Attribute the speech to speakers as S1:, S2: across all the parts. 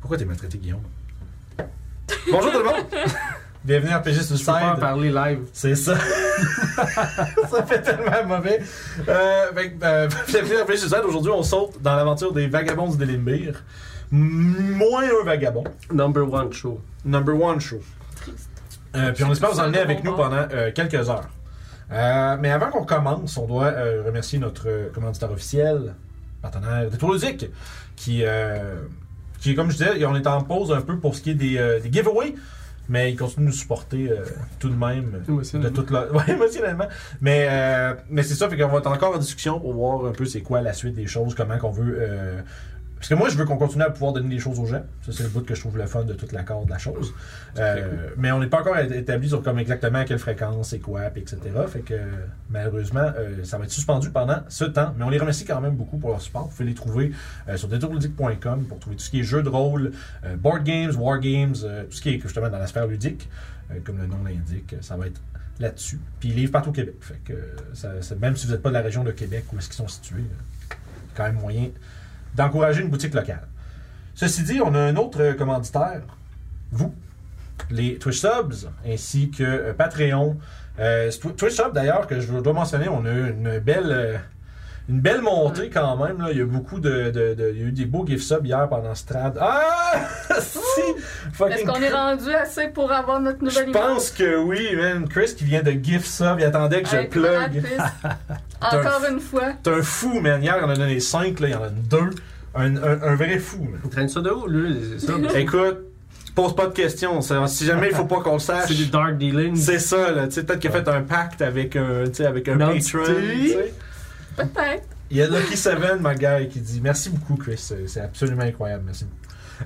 S1: Pourquoi t'es maltraité, Guillaume? Bonjour tout le monde! Bienvenue à RPG
S2: Je peux pas en
S1: Suicide.
S2: parler live.
S1: C'est ça. ça fait tellement mauvais. Euh, fait que, euh, bienvenue à RPG Suicide. Aujourd'hui, on saute dans l'aventure des vagabonds du Délimbir. Moins un vagabond.
S2: Number one show.
S1: Number one show. Euh, puis on espère vous emmener avec nous pendant euh, quelques heures. Euh, mais avant qu'on commence, on doit euh, remercier notre euh, commanditaire officiel, partenaire de Toulousic, qui, euh, qui, comme je disais, on est en pause un peu pour ce qui est des, euh, des giveaways, mais il continue de nous supporter euh, tout de même. De
S2: Émotionnellement.
S1: toute la... ouais, émotionnellement. Mais, euh, mais c'est ça, fait qu'on va être encore en discussion pour voir un peu c'est quoi la suite des choses, comment qu'on veut. euh, Parce que moi, je veux qu'on continue à pouvoir donner des choses aux gens. Ça, c'est le bout que je trouve le fun de toute la corde de la chose. Euh,
S2: très cool.
S1: Mais on n'est pas encore é- établi sur comme exactement à quelle fréquence et quoi, puis etc. Fait que malheureusement, euh, ça va être suspendu pendant ce temps. Mais on les remercie quand même beaucoup pour leur support. Vous pouvez les trouver euh, sur detourludique.com pour trouver tout ce qui est jeux de rôle, euh, board games, war games, euh, tout ce qui est justement dans la sphère ludique. Euh, comme le nom l'indique, ça va être là-dessus. Puis ils livrent partout au Québec. Fait que euh, ça- ça- même si vous n'êtes pas de la région de Québec, où est-ce qu'ils sont situés, euh, quand même moyen d'encourager une boutique locale. Ceci dit, on a un autre euh, commanditaire, vous, les Twitch Subs, ainsi que euh, Patreon. Euh, c'est Twi- Twitch Subs, d'ailleurs, que je dois mentionner, on a eu une belle, euh, une belle montée quand même. là. Il y a beaucoup de, de- de- Il y a eu des beaux gift subs hier pendant Strad. Ah! si!
S3: Est-ce
S1: Fucking
S3: qu'on est rendu assez pour avoir notre nouvelle
S1: je pense que oui, man. Chris qui vient de GIF Sub, il attendait que je
S3: Hey,
S1: plug.
S3: Brad Pitt. Encore
S1: T'as-
S3: une fois.
S1: T'es un fou, man. Hier, on en a donné 5, là, il y en a deux. Un, un- un vrai fou, man.
S2: Il traîne ça de haut, lui. C'est ça.
S1: Écoute, pose pas de questions. ça. Si jamais il faut pas qu'on le sache.
S2: C'est du dark dealing.
S1: C'est ça, là. Tu sais, peut-être qu'il a fait un pacte avec un, tu sais, avec un
S2: Une
S1: patron.
S2: entité.
S1: tu sais.
S3: Peut-être.
S1: Il y a Lucky Seven, ma guy, qui dit Merci beaucoup, Chris. C'est c'est absolument incroyable. Merci beaucoup.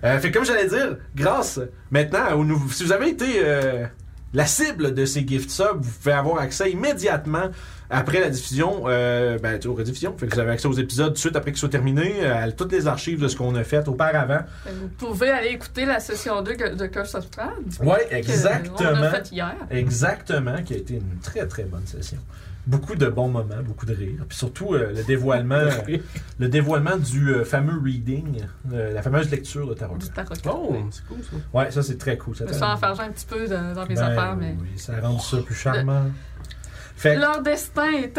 S1: Euh, fait que comme j'allais dire, grâce maintenant, au nouveau- si vous avez été euh, la cible de ces gift subs, vous pouvez avoir accès immédiatement après la diffusion, euh, ben, tu sais, aux rediffusions. Fait que vous avez accès aux épisodes tout de suite après qu'ils soient terminés, euh, à toutes les archives de ce qu'on a fait auparavant.
S3: Vous pouvez aller écouter la session 2 que- de Curse of Strahd. que
S1: Ouais,
S3: On
S1: exactement.
S3: a fait hier.
S1: Exactement, qui a été une très très bonne session. Beaucoup de bons moments, beaucoup de rires. Puis surtout euh, le dévoilement,
S2: rire.
S1: le dévoilement du euh, fameux reading, euh, la fameuse lecture de tarot.
S3: Du tarot.
S2: Oh, c'est cool ça.
S1: Ouais, ça c'est très cool. Ça
S3: Je me
S1: t'a-
S3: suis enfargé un petit peu dans, dans mes
S1: Ben
S3: affaires, mais.
S1: oui, ça rend ça plus charmant. Fait
S3: Leur destin est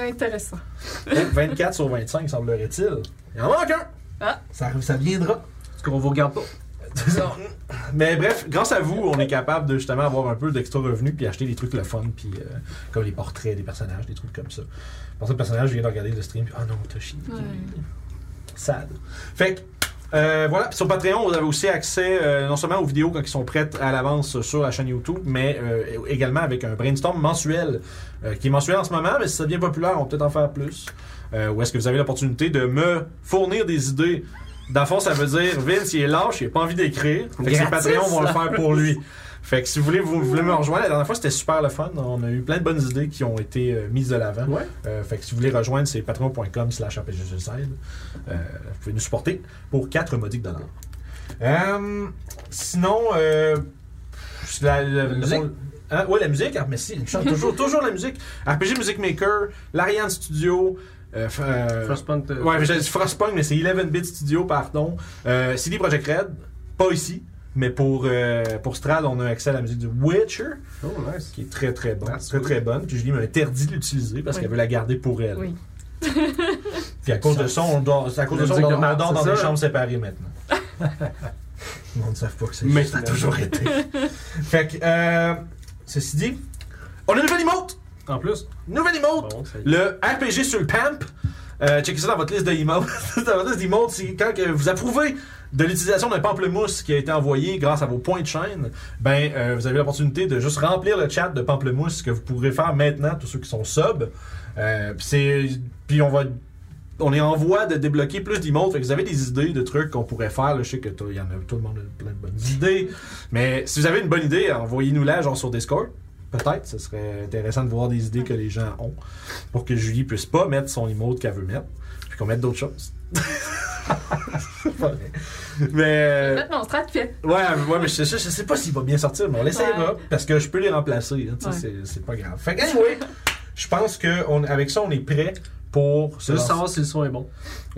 S3: intéressant.
S1: que 24 sur 25 semblerait-il. Il en manque un.
S3: Ah.
S1: Ça, ça viendra.
S2: Parce qu'on vous regarde pas.
S1: Mais bref, grâce à vous, on est capable de justement avoir un peu d'extra revenu puis acheter des trucs le fun, puis euh, comme les portraits des personnages, des trucs comme ça. Pour ça, le personnage vient de regarder le stream, puis oh non, Toshi.
S3: Ouais.
S1: Sad. Fait que. euh, voilà, Puis sur Patreon, vous avez aussi accès euh, non seulement aux vidéos quand ils sont prêtes à l'avance sur la chaîne YouTube, mais euh, également avec un brainstorm mensuel euh, qui est mensuel en ce moment, mais si ça devient populaire, on va peut-être en faire plus. Euh, ou est-ce que vous avez l'opportunité de me fournir des idées Dans le fond, ça veut dire Vince, il est lâche, il n'a pas envie d'écrire. Fait que ses
S2: Gratis,
S1: Patreons vont le
S2: en
S1: faire pour lui. Fait que si vous voulez, vous, voulez me rejoindre, la dernière fois c'était super le fun. On a eu plein de bonnes idées qui ont été euh, mises de l'avant.
S2: Ouais.
S1: Euh, fait que si vous voulez rejoindre, c'est patreon.com slash rpgsuicide. Euh, vous pouvez nous supporter pour 4 modiques dollars. Euh, sinon, euh, pff, la, la-
S2: La musique.
S1: Hein? Ouais, la musique. Ah, mais si, je chante toujours, toujours la musique. RPG Music Maker, l'Ariane Studio. Euh, f- euh,
S2: Frostpunk. euh,
S1: Ouais, mais j'ai dit Frostpunk, mais c'est 11-bit studio, pardon. Euh, CD Projekt Red, pas ici, mais pour, euh, pour Strad, on a accès à la musique du Witcher,
S2: Oh, nice.
S1: qui est très très bonne.
S2: That's
S1: très
S2: good.
S1: très bonne. Puis Julie m'a interdit de l'utiliser parce
S3: Oui.
S1: qu'elle veut la garder pour elle.
S3: Oui.
S1: Puis à cause de ça, on dort, à cause de
S2: La
S1: ça, on dort,
S2: musique de
S1: on dort
S2: marde,
S1: dans
S2: c'est
S1: des
S2: ça?
S1: chambres séparées maintenant. Le monde ne savent pas que c'est
S2: Mais
S1: juste
S2: ça a
S1: la-
S2: toujours
S1: été. fait que, euh, ceci dit, on a une nouvelle emote!
S2: En plus.
S1: Nouvelle emote!
S2: Bon, ça y est.
S1: Oh. Le RPG sur le PAMP. Euh, checkez ça dans votre liste de emotes. dans votre liste d'emotes, c'est quand que vous approuvez de l'utilisation d'un pamplemousse qui a été envoyé grâce à vos points de chaîne, ben euh, vous avez l'opportunité de juste remplir le chat de pamplemousse que vous pourrez faire maintenant, tous ceux qui sont sub. Euh, puis c'est- puis on va on est en voie de débloquer plus d'emotes. Fait que vous avez des idées de trucs qu'on pourrait faire. là. je sais que tout- il y en a, tout le monde a plein de bonnes idées. Mais si vous avez une bonne idée, envoyez-nous-la genre sur Discord. Peut-être, ce serait intéressant de voir des idées que les gens ont pour que Julie puisse pas mettre son emote qu'elle veut mettre, puis qu'on mette d'autres choses. C'est pas vrai. mais euh,
S3: Faites mon strat fait.
S1: ouais, ouais, mais je, je- je sais pas s'il va bien sortir, mais on l'essayera
S3: Ouais.
S1: parce que je peux les remplacer. hein, tu sais,
S3: Ouais.
S1: c'est- C'est pas grave. Fait que anyway, je pense que on, avec ça, on est prêt pour se lancer.
S2: Juste savoir si le son est bon.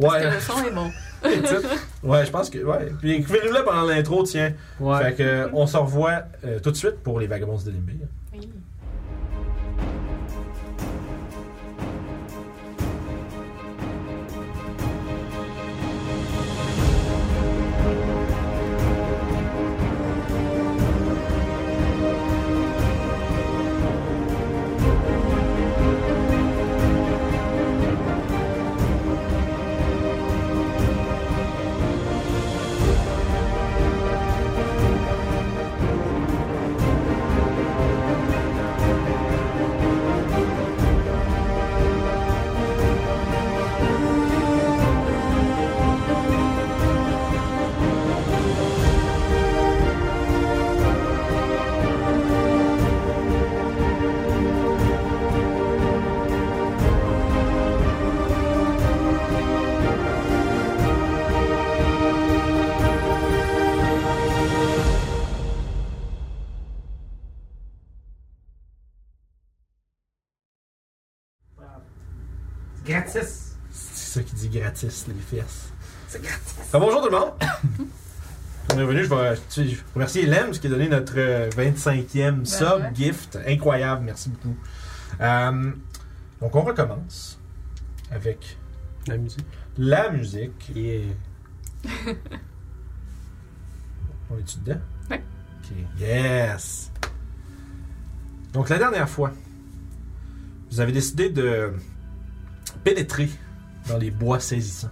S3: Parce
S1: Ouais.
S3: que le son est bon.
S2: That's it.
S1: Ouais, je pense que. Ouais. Puis écrivez-nous là pendant l'intro, tiens.
S2: Ouais.
S1: Fait que, euh, on se revoit euh, tout de suite pour les Vagabonds de Limbir.
S3: Oui.
S2: Gratis.
S1: C'est ça qui dit gratis, les fesses. C'est gratis. bonjour tout le monde. Bienvenue, je vais tu- je remercie Lem qui a donné notre euh, 25e sub
S3: ouais.
S1: gift. Incroyable, merci beaucoup. Euh, donc on recommence avec
S2: La musique.
S1: la musique.
S2: Yeah.
S1: On est-tu dedans?
S3: Ouais.
S1: Ok. Yes! Donc, la dernière fois, vous avez décidé de pénétrer dans les bois saisissants.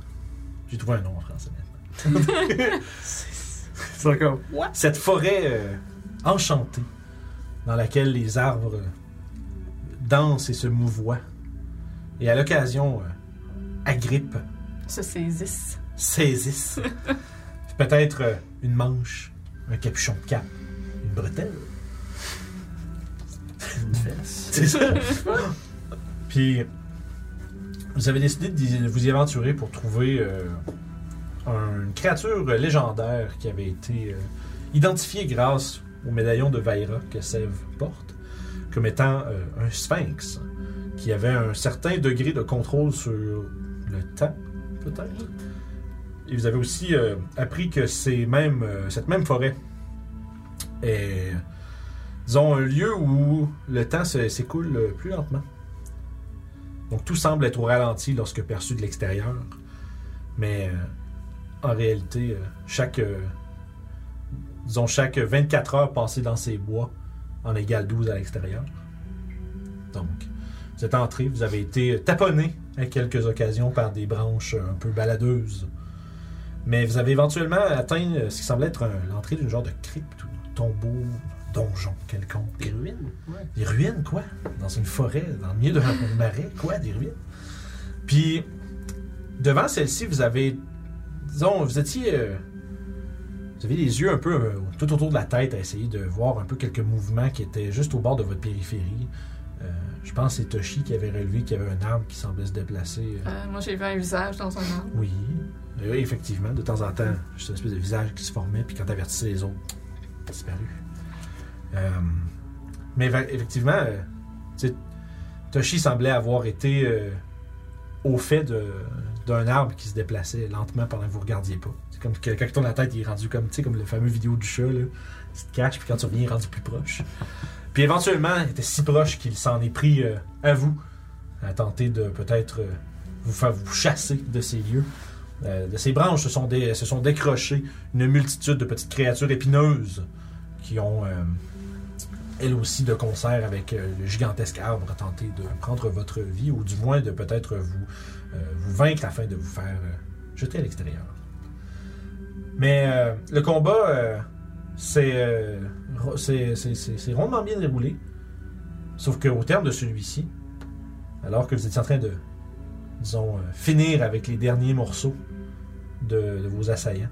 S1: J'ai trouvé un nom en français maintenant.
S2: C'est encore.
S1: Cette forêt euh, enchantée dans laquelle les arbres euh, dansent et se mouvoient. Et à l'occasion, euh, agrippent
S3: Ça, c'est 10.
S1: saisissent. Peut-être euh, une manche, un capuchon de cap, une bretelle. Une fesse. C'est ça. Puis, vous avez décidé de vous y aventurer pour trouver euh, une créature légendaire qui avait été euh, identifiée grâce au médaillon de Vaira que Sève porte comme étant euh, un sphinx qui avait un certain degré de contrôle sur le temps, peut-être. Et vous avez aussi euh, appris que ces mêmes, euh, cette même forêt est, disons, un lieu où le temps se- s'écoule euh, plus lentement. Donc tout semble être au ralenti lorsque perçu de l'extérieur, mais euh, en réalité, euh, chaque, euh, disons, chaque 24 heures passées dans ces bois en égale 12 à l'extérieur. Donc, vous êtes entré, vous avez été taponné à quelques occasions par des branches euh, un peu baladeuses. Mais vous avez éventuellement atteint euh, ce qui semble être un- l'entrée d'une genre de crypte ou de tombeau, donjon quelconque.
S2: Des ruines. Ouais.
S1: Des ruines, quoi? Dans une forêt, dans le milieu d'un marais, quoi? Des ruines. Puis, devant celle-ci, vous avez. Disons, vous étiez. euh, vous avez les yeux un peu euh, tout autour de la tête à essayer de voir un peu quelques mouvements qui étaient juste au bord de votre périphérie. Euh, je pense que c'est Toshi qui avait relevé qu'il y avait un arbre qui semblait se déplacer. euh,
S3: Euh, moi, j'ai vu un visage dans un arbre.
S1: oui, Euh, effectivement, de temps en temps, juste une espèce de visage qui se formait, puis quand t'avertissais les autres, disparu. Euh, mais va- effectivement, euh, tu sais, Toshi semblait avoir été euh, au fait de- d'un arbre qui se déplaçait lentement pendant que vous regardiez pas. C'est comme que- quand il tourne la tête, il est rendu comme, tu sais, comme le fameux vidéo du chat, là. Il se cache, puis quand tu reviens, il est rendu plus proche. Puis éventuellement, il était si proche qu'il s'en est pris euh, à vous, à tenter de peut-être euh, vous faire vous chasser de ces lieux. Euh, de ces branches se sont, dé- se sont décrochées une multitude de petites créatures épineuses qui ont, euh, elles aussi, de concert avec euh, le gigantesque arbre, tenté de prendre votre vie ou du moins de peut-être vous, euh, vous vaincre afin de vous faire euh, jeter à l'extérieur. Mais euh, le combat, euh, c'est euh, ro- c'est- c'est- c'est- c'est rondement bien déroulé. Sauf qu'au terme de celui-ci, alors que vous étiez en train de, disons, euh, finir avec les derniers morceaux de, de vos assaillants,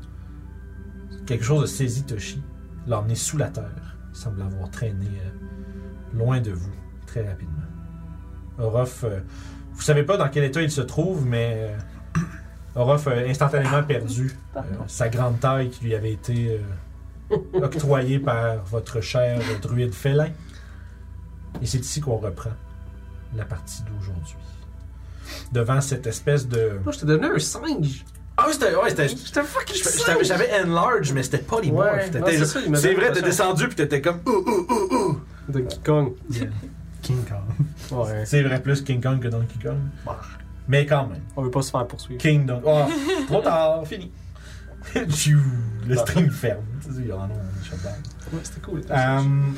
S1: quelque chose de saisi Toshi l'a emmené sous la terre, semble l'avoir traîné euh, loin de vous très rapidement. Orof, euh, vous savez pas dans quel état il se trouve, mais euh, Orof a instantanément perdu euh, sa grande taille qui lui avait été euh, octroyée par votre cher druide félin. Et c'est ici qu'on reprend la partie d'aujourd'hui. Devant cette espèce de...
S2: Moi, je t'ai donné un singe.
S1: Ah, Ah oui, c'était. Ouais, c'était-
S3: Je te fucking
S1: je- je t'avais- J'avais enlarge, mais c'était pas les
S2: Ouais,
S1: morphs.
S2: non,
S1: T'étais
S2: c'est
S1: juste-
S2: ça, il m'a
S1: C'est
S2: donné
S1: vrai,
S2: la
S1: t'es
S2: prochaine.
S1: descendu puis t'étais comme. Ouh, ouh, ouh, ouh.
S2: Donkey Kong.
S4: King Kong.
S2: Ouais.
S1: C'est vrai, plus King Kong que Donkey Kong. Mais quand même.
S2: On veut pas se faire poursuivre.
S1: King Donkey. Oh, trop tard, fini. Tchou, Le stream ferme. Tu sais, il y en a un shutdown.
S2: Ouais, c'était cool.
S1: Hum,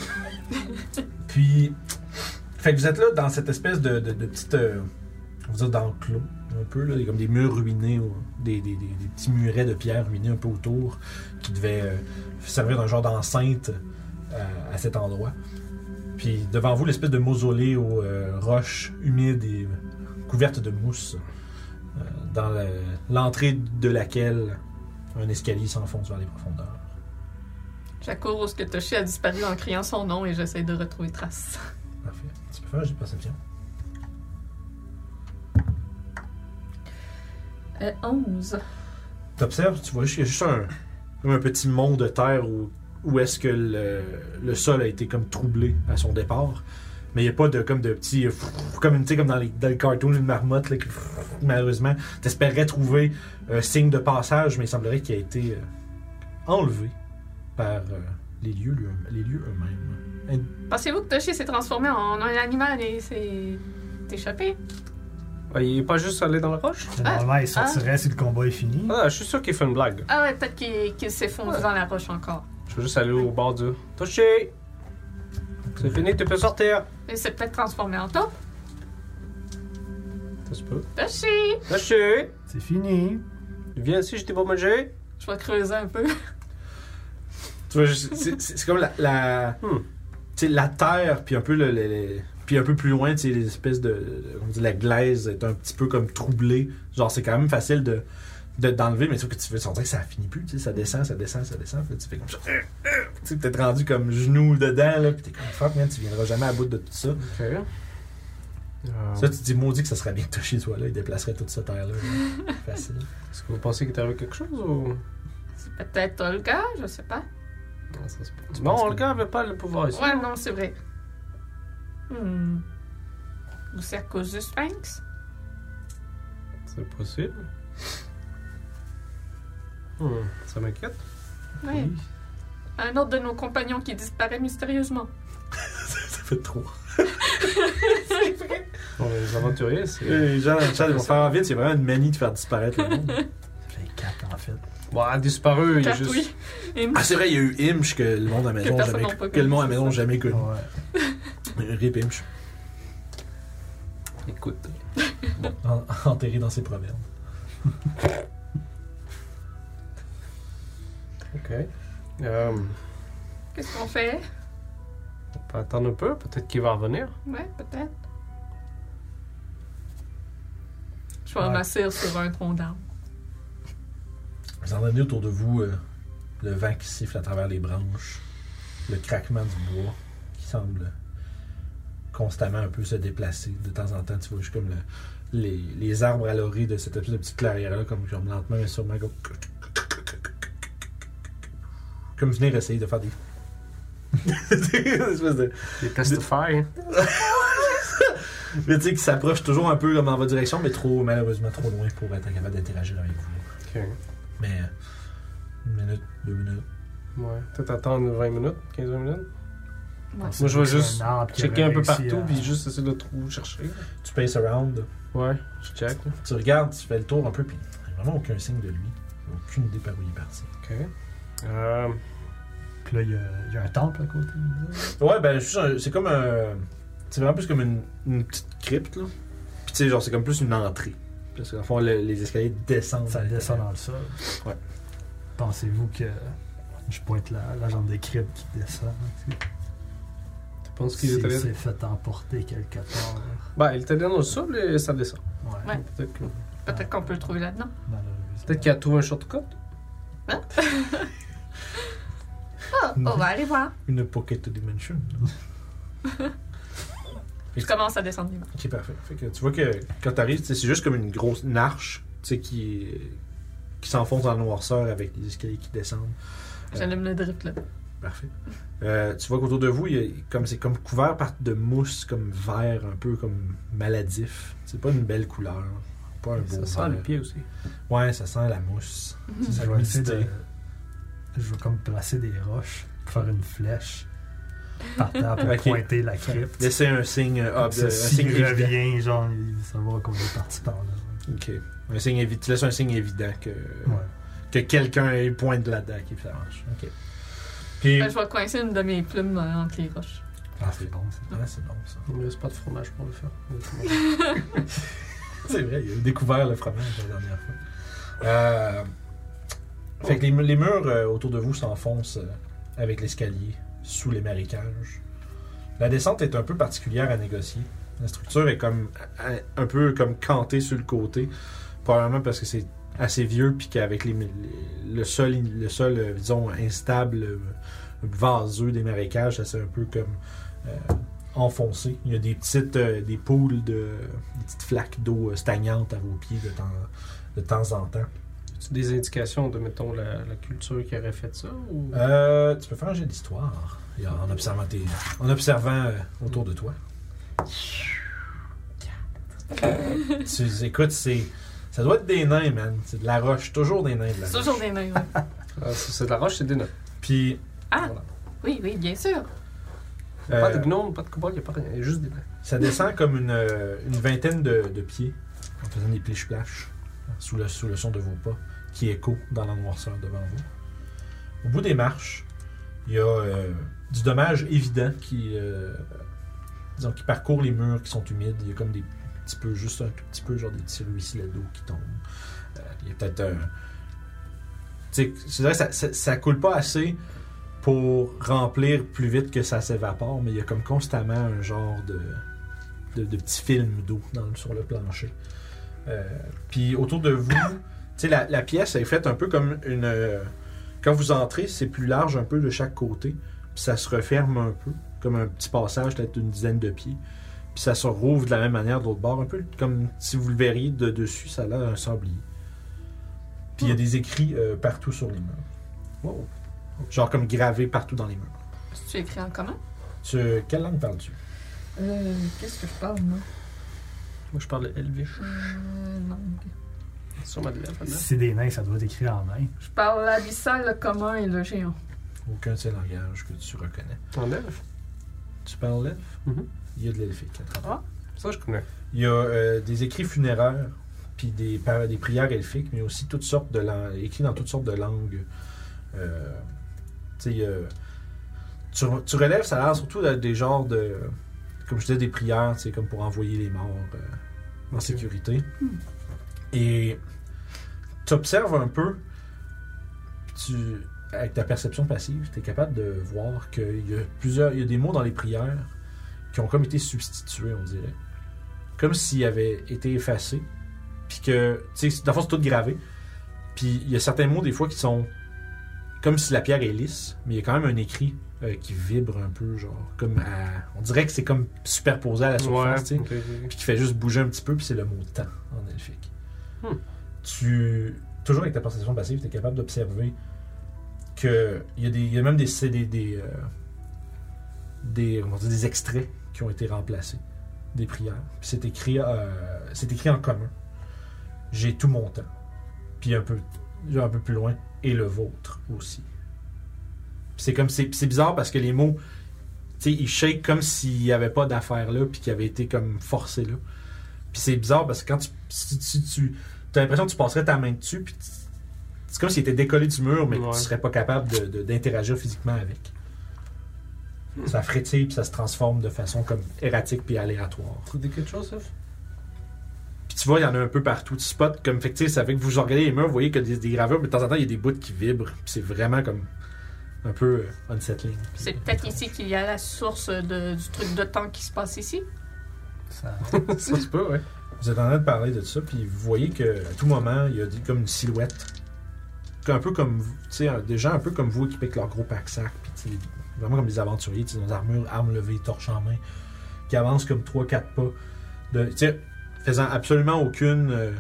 S1: puis, fait que vous êtes là dans cette espèce de, de, de petite, euh, on va dire d'enclos un peu là, il y a comme des murs ruinés, ou des, des, des- des petits murets de pierre ruinés un peu autour qui devaient euh, servir d'un genre d'enceinte euh, à cet endroit. Puis devant vous l'espèce de mausolée aux euh, roches humides et couvertes de mousse, euh, dans le- l'entrée de laquelle un escalier s'enfonce vers les profondeurs.
S3: J'accours où ce que Toshi a disparu en criant son nom et j'essaie de retrouver trace.
S1: Parfait. Tu peux faire un jet de perception.
S3: Euh, 11.
S1: T'observes, tu vois juste, il y a juste un, comme un petit mont de terre où, où est-ce que le, le sol a été comme troublé à son départ. Mais il n'y a pas de comme de petits. euh, Comme, tu sais, comme dans, les, dans le cartoon, une marmotte là, qui, malheureusement, t'espérais trouver un signe de passage, mais il semblerait qu'il a été euh, enlevé par euh, les lieux, lui- les lieux eux-mêmes.
S3: Pensez-vous que Toshi s'est transformé en un animal et s'est échappé?
S2: il est pas juste allé dans la roche?
S4: Normalement, il sortirait si le combat est fini.
S2: Ah, je suis sûr qu'il fait une blague.
S3: Ah ouais, peut-être qu'il qu'il s'effondre dans la roche encore.
S2: Je veux juste aller au bord du. Touché! C'est fini, tu peux sortir!
S3: Il s'est peut-être transformé en taupe.
S2: Ça se peut.
S3: Toshi!
S2: Touché!
S4: C'est fini.
S2: Viens ici, je t'ai pas mangé.
S3: Je vais creuser un peu.
S1: Tu vois, juste- c'est c'est- c'est comme la, la,
S2: Hmm.
S1: tu sais, la terre, puis un peu le, le- le- puis un peu plus loin, tu sais, les espèces de, on dit la glaise est un petit peu comme troublée. Genre, c'est quand même facile de de- d'enlever, mais sauf que tu veux sentir que ça finit plus, tu sais, ça descend, ça descend, ça descend, puis là, tu fais comme ça. euh, euh, Tu sais, peut-être rendu comme genou dedans, là, puis t'es comme fuck, man, tu viendras jamais à bout de tout ça.
S2: Ok. Euh,
S1: Ça, tu te dis maudit que ça serait bien que touché, toi, là, il déplacerait toute cette terre-là. là. Facile.
S2: Est-ce que vous pensez qu'il est arrivé quelque chose ou.
S3: C'est peut-être Olga, je sais pas.
S2: Non, ça se peut.
S1: Tu penses
S2: Non,
S1: que-
S2: le gars avait pas le pouvoir ici.
S3: Ouais, non, c'est vrai. Hmm. Ou c'est à cause du Sphinx?
S2: C'est possible. Hmm, ça m'inquiète.
S3: Oui. Un autre de nos compagnons qui disparaît mystérieusement.
S1: ça fait trop.
S2: Bon, les aventuriers, c'est.
S1: Les gens dans le chat, ils vont faire vite, c'est vraiment une manie de faire disparaître le monde. J'ai quatre, en fait.
S2: Bon, a disparu, il est juste.
S3: Cartouille. Et
S1: Ah, c'est vrai, il y a eu Imch que le monde à la maison
S3: Que
S1: n'a
S3: personne
S1: jamais,
S3: n'a pas
S1: que le monde à la maison
S3: connu,
S1: n'a jamais
S4: Ouais.
S1: connu. Rip Imch.
S2: Écoute.
S1: En- enterré dans ses proverbes.
S2: Ok. Euh,
S3: qu'est-ce qu'on fait?
S2: on peut attendre un peu, peut-être qu'il va revenir.
S3: Ouais, peut-être. Je vais
S4: Ouais.
S3: m'asseoir sur un tronc d'arbre.
S1: Vous entendez autour de vous euh, le vent qui siffle à travers les branches, le craquement du bois qui semble constamment un peu se déplacer. De temps en temps, tu vois juste comme le- les, les arbres à l'orée de cette espèce de petite clairière-là, comme, comme lentement, mais sûrement comme... Comme venir essayer de faire des... une espèce de...
S2: Il testify.
S1: Mais tu sais, qui s'approche toujours un peu comme dans votre direction, mais trop, malheureusement, trop loin pour être capable d'interagir avec vous.
S2: Ok.
S1: Mais euh, une minute, deux minutes.
S2: Ouais. Peut-être attendre 20 minutes, 15 minutes.
S3: Ouais.
S4: C'est
S2: Moi, je vais
S4: c'est
S2: juste
S4: un arbre qui
S2: checker un
S4: avait
S2: peu
S4: réussi
S2: partout,
S4: à-
S2: puis juste essayer de trouver, chercher.
S1: Tu paces around,
S2: Ouais, je check. là.
S1: tu regardes, tu fais le tour un peu, puis il n'y a vraiment aucun signe de lui. Aucune idée par où il est parti.
S2: Ok. Euh,
S4: Puis là, il y, a- il y a un temple à côté. il me dit.
S1: Ouais, ben, c'est un- c'est comme un. C'est vraiment plus comme une, une petite crypte, là. Puis tu sais, genre, c'est comme plus une entrée. Parce qu'en fond, le- les escaliers descendent.
S4: Ça
S2: euh,
S4: descend dans le sol.
S1: Ouais.
S4: Pensez-vous que je pourrais être la, la jambe des cryptes qui descend?
S2: tu penses qu'il
S4: S'il
S2: est allé.
S4: s'est fait emporter quelque part.
S2: Bah, il est allé dans le sol et ça descend.
S4: Ouais.
S3: Ouais.
S2: Peut-être que-
S3: Peut-être qu'on peut le trouver là-dedans.
S4: Malheureusement.
S2: peut-être qu'il a trouvé un shortcut.
S3: Ah, Hein? on va aller voir.
S1: Une pocket dimension.
S3: Je commence à descendre les marches.
S1: Ok, parfait. Fait que tu vois que quand t'arrives, tu sais, c'est juste comme une grosse une arche tu sais, qui, qui s'enfonce dans la noirceur avec les escaliers qui descendent.
S3: J'allume le drip, là.
S1: Parfait. Euh, tu vois qu'autour de vous, il y a- comme c'est comme couvert par de mousse, comme vert, un peu comme maladif. C'est pas une belle couleur. pas un beau.
S2: Ça sent le pied aussi.
S1: Ouais, ça sent la mousse. Ça sent
S4: Je vais essayer
S1: l'humidité.
S4: de. Je vais comme placer des roches, faire une flèche par terre pour
S1: Ok.
S4: pointer la crypte.
S1: Laissez un signe,
S2: ah,
S1: euh, ob-
S2: ben,
S4: Ça,
S1: un
S4: S'il
S1: signe évident.
S4: revient, genre, il savoir qu'on est parti par là.
S1: Ok. Un signe évi- Tu laisses un signe évident que,
S4: Ouais.
S1: que quelqu'un pointe là-dedans qui s'arrange. Ok. Puis.
S3: Ben, je vais coincer une de mes plumes euh, entre les roches.
S4: Ah, c'est bon, ça.
S1: Ah, c'est bon ça.
S2: Il me reste pas de fromage pour le faire.
S1: C'est vrai, il a découvert le fromage la dernière fois. Euh, fait que les, mu- les murs euh, autour de vous s'enfoncent euh, avec l'escalier, sous les marécages. La descente est un peu particulière à négocier. La structure est comme euh, un peu comme cantée sur le côté, probablement parce que c'est assez vieux puis qu'avec les, les- le sol, le sol euh, disons instable, euh, vaseux des marécages, ça c'est un peu comme euh, enfoncé. Il y a des petites euh, des poules de des petites flaques d'eau euh, stagnantes à vos pieds de temps, de temps en temps.
S2: As-tu des indications de, mettons, la, la culture qui aurait fait ça ou...
S1: Euh, tu peux faire un jeu d'histoire et en observant, tes- en observant euh, autour de toi. Euh, tu écoutes, c'est ça doit être des nains, man. C'est de la roche, toujours des nains de la
S3: C'est
S1: roche.
S3: toujours des nains, ouais.
S2: Ah, c'est c'est de la roche, c'est des nains.
S1: Puis
S3: Ah,
S2: Voilà.
S3: oui, oui, bien sûr.
S1: euh,
S2: Pas de gnomes, pas de kobolds, il n'y a pas rien. Il y a juste des nains.
S1: ça descend comme une, euh, une vingtaine de, de pieds en faisant des pliches-plaches sous le, sous le son de vos pas qui écho dans la noirceur devant vous. Au bout des marches, il y a euh, du dommage évident qui, euh, disons, qui parcourt les murs qui sont humides. Il y a comme des petits peu, juste un tout petit peu, genre des petits ruisselets d'eau qui tombent. Euh, il y a peut-être un. Tu sais, je dirais que ça, ça, ça coule pas assez pour remplir plus vite que ça s'évapore, mais il y a comme constamment un genre de, de, de petit film d'eau dans- sur le plancher. Euh, Puis autour de vous, tu sais, la, la pièce est faite un peu comme une. euh, quand vous entrez, c'est plus large un peu de chaque côté, puis ça se referme un peu, comme un petit passage, peut-être d'une dizaine de pieds. Puis ça se rouvre de la même manière de l'autre bord, un peu comme si vous le verriez de dessus, ça a l'air d'un sablier. Puis il y a des écrits euh, partout sur les murs. Wow. Genre comme gravés partout dans les murs.
S3: Est-ce que tu écris en commun?
S1: Tu, quelle langue parles-tu?
S3: Euh, qu'est-ce que je parle, moi?
S2: Moi, je parle de Elvish.
S3: Euh, non.
S2: Sur ma lèvre, là.
S4: Si c'est des nains, ça doit être écrit en nain.
S3: Je parle l'abyssal, le commun et le géant.
S1: Aucun de ces langages que tu reconnais.
S2: En elfe
S1: Tu parles l'elfe?
S2: Mhm.
S1: Il y a de l'elfique à travers.
S2: Ça, je connais.
S1: Mm-hmm. Il y a euh, des écrits funéraires, puis des, par- des prières elfiques, mais aussi toutes sortes de langues, écrits dans toutes sortes de langues. Euh, tu sais, euh, tu, re- tu relèves, ça a l'air surtout de- des genres de, comme je disais, des prières, tu sais, comme pour envoyer les morts euh, en
S2: Ok.
S1: sécurité. Et tu observes un peu, puis tu, avec ta perception passive, tu es capable de voir qu'il y a plusieurs, il y a des mots dans les prières qui ont comme été substitués, on dirait comme s'il avait été effacé. Puis que, tu sais, dans le fond, c'est tout gravé. Puis il y a certains mots, des fois, qui sont comme si la pierre est lisse, mais il y a quand même un écrit euh, qui vibre un peu, genre, comme à- On dirait que c'est comme superposé à la surface, tu sais
S2: ok, ok, ok.
S1: puis qui fait juste bouger un petit peu, puis c'est le mot temps en elfique.
S2: Hmm.
S1: Tu, toujours avec ta perception passive, tu es capable d'observer qu'il y, a des- il y a même des, c'est des, des, euh, des, comment dire, des extraits qui ont été remplacés, des prières. Puis c'est écrit, euh, c'est écrit en commun. J'ai tout mon temps. Puis un peu, genre un peu plus loin, et le vôtre aussi. Puis c'est comme, c'est puis c'est bizarre parce que les mots tu sais, il shake comme s'il n'y avait pas d'affaire là, puis qu'il avait été comme forcé là. Puis c'est bizarre parce que quand tu. Si, si tu as l'impression que tu passerais ta main dessus, puis tu- c'est comme s'il était décollé du mur, mais que
S2: Ouais.
S1: tu serais pas capable de- de- d'interagir physiquement avec. Ça frétille, puis ça se transforme de façon comme erratique puis aléatoire.
S2: Tu dis quelque chose, Elf
S1: Puis tu vois, il y en a un peu partout. Tu spots comme fait que, tu sais, ça fait que vous regardez les murs, vous voyez que des, des gravures, mais de temps en temps, il y a des bouts qui vibrent. Puis c'est vraiment comme un peu euh, unsettling. Puis-
S3: C'est peut-être ici qu'il y a la source de- du truc de temps qui se passe ici.
S4: Ça...
S2: Ça se peut, ouais.
S1: Vous êtes en train de parler de ça, puis vous voyez que à tout moment, il y a des- comme une silhouette. Un peu comme, vous- tu sais, un- des gens un peu comme vous équipés avec leur gros pack-sac, puis tu sais, vraiment comme des aventuriers, tu sais, dans des armures, armes levées, torches en main, qui avancent comme 3-4 pas, de, tu sais, faisant absolument aucune euh,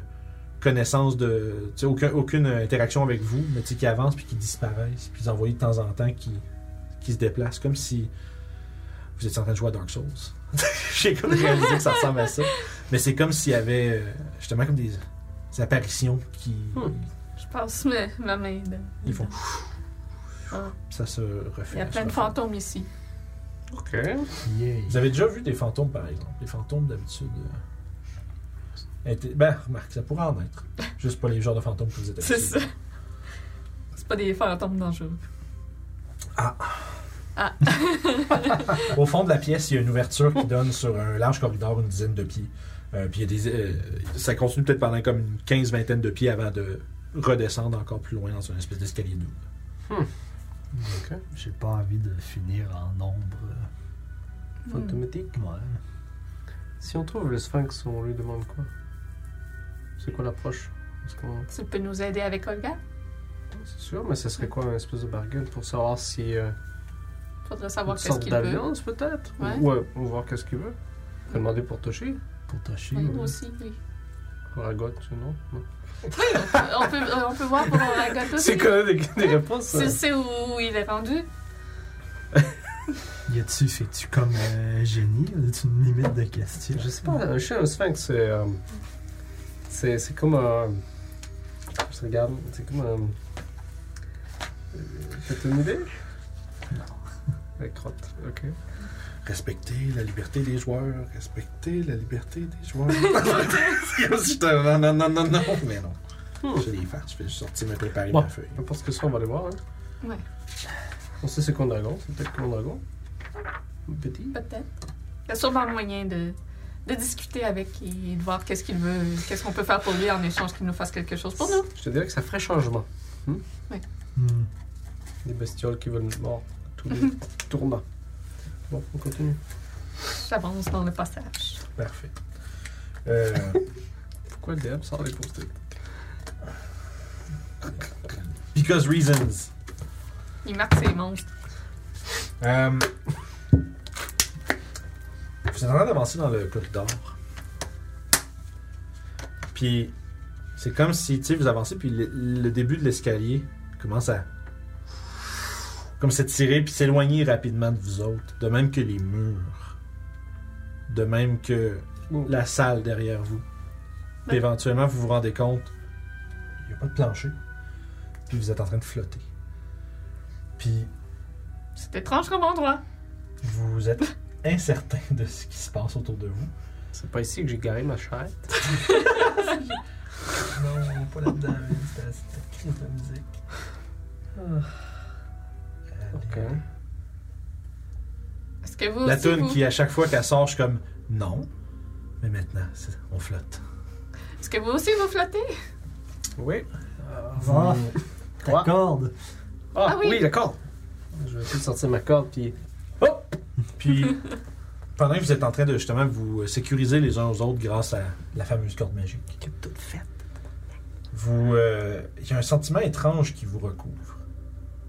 S1: connaissance de. tu sais, aucun- aucune interaction avec vous, mais tu sais, qui avancent, puis qui disparaissent, puis vous en voyez de temps en temps qui, qui se déplacent, comme si vous étiez en train de jouer à Dark Souls. J'ai comme réalisé que ça ressemble à ça. Mais c'est comme s'il y avait euh, justement comme des, des apparitions qui
S3: Hmm. Je passe ma, ma main dedans.
S1: ils hein, font
S3: Ah.
S1: ça se refait.
S3: Il y a plein de fantômes ici.
S2: Ok.
S4: Yeah.
S1: Vous avez déjà vu des fantômes, par exemple. Les fantômes, d'habitude. euh, étaient- Ben, remarque, ça pourrait en être. Juste pas les genres de fantômes que vous êtes
S3: C'est
S1: habitués.
S3: ça. C'est pas des fantômes dangereux.
S1: Au fond de la pièce, il y a une ouverture qui donne sur un large corridor, une dizaine de pieds. Euh, puis il y a des, euh, ça continue peut-être pendant comme une quinze, vingtaine de pieds avant de redescendre encore plus loin dans une espèce d'escalier double.
S2: Ok.
S4: J'ai pas envie de finir en nombre. euh,
S2: Fantomatique.
S4: Ouais.
S2: Si on trouve le sphinx, on lui demande quoi C'est quoi l'approche Est-ce qu'on.
S3: Tu peux nous aider avec Olga?
S2: C'est sûr, mais ce serait quoi un espèce de bargain pour savoir si. euh,
S3: Faudrait savoir
S2: une
S3: qu'est-ce
S2: sorte
S3: qu'il veut.
S2: d'alliance peut-être
S3: Ouais.
S2: Ou- ouais, ou voir qu'est-ce qu'il veut. On peut demander pour toucher.
S4: Pour tâcher.
S3: Oui, nous
S4: ouais.
S3: aussi, oui.
S2: Ragot, non, non.
S3: on, peut, euh, on peut voir pour la gâteau
S2: C'est
S3: aussi.
S2: quand même des, des réponses.
S3: Tu
S2: ça.
S3: sais où il est rendu?
S4: Y a-tu, c'est-tu comme euh, génie Y a-tu une limite de question
S2: Je sais pas, un chien, un sphinx, c'est. euh, c'est c'est comme un. Je regarde, c'est comme un. euh, T'as une idée
S4: Non.
S2: La crotte, ok.
S1: Respecter la liberté des joueurs, respecter la liberté des joueurs. C'est comme si j'étais- non, non, non, non, non, mais non.
S2: Hmm.
S1: J'ai des farces, je vais juste sortir me préparer
S2: Bon.
S1: ma feuille.
S2: Je pense que ça, on va aller voir. Hein.
S3: Ouais.
S2: On sait c'est quoi un dragon, c'est peut-être comme un dragon. Petit.
S3: Peut-être. Il y a sûrement moyen de, de discuter avec et de voir qu'est-ce qu'il veut, qu'est-ce qu'on peut faire pour lui en échange qu'il nous fasse quelque chose pour nous.
S2: Oh, Je te dirais que ça ferait changement.
S4: Hmm.
S2: Des bestioles qui veulent nous mordre à tous les tournants. Bon, on continue.
S3: J'avance dans le passage.
S1: Parfait. Euh,
S2: Pourquoi le DM sort les post
S1: because reasons.
S3: Il marque ses monstres.
S1: Euh, vous êtes en train d'avancer dans le corridor. Puis c'est comme si tu sais, vous avancez, puis le, le début de l'escalier commence à comme s'étirer puis s'éloigner rapidement de vous autres. De même que les murs. De même que la salle derrière vous. Puis éventuellement, vous vous rendez compte, il n'y a pas de plancher. Puis vous êtes en train de flotter. Puis
S3: C'est étrange comme endroit.
S1: vous êtes incertain de ce qui se passe autour de vous.
S2: C'est pas ici que j'ai garé ma charrette.
S1: Non, pas là-dedans, c'était crise de musique.
S2: Ok.
S3: Est-ce que vous
S1: La
S3: aussi,
S1: tune
S3: vous-
S1: qui, à chaque fois qu'elle sort, je suis comme non. Mais maintenant, c'est- on flotte.
S3: Est-ce que vous aussi vous flottez?
S2: Oui.
S4: Ah,
S2: Quoi?
S4: ta corde.
S2: Ah,
S3: Ah oui.
S2: oui, d'accord. Je vais essayer de sortir ma corde, puis
S1: Puis, pendant que vous êtes en train de justement vous sécuriser les uns aux autres grâce à la fameuse corde magique,
S2: toute faite.
S1: vous, euh, il y a un sentiment étrange qui vous recouvre.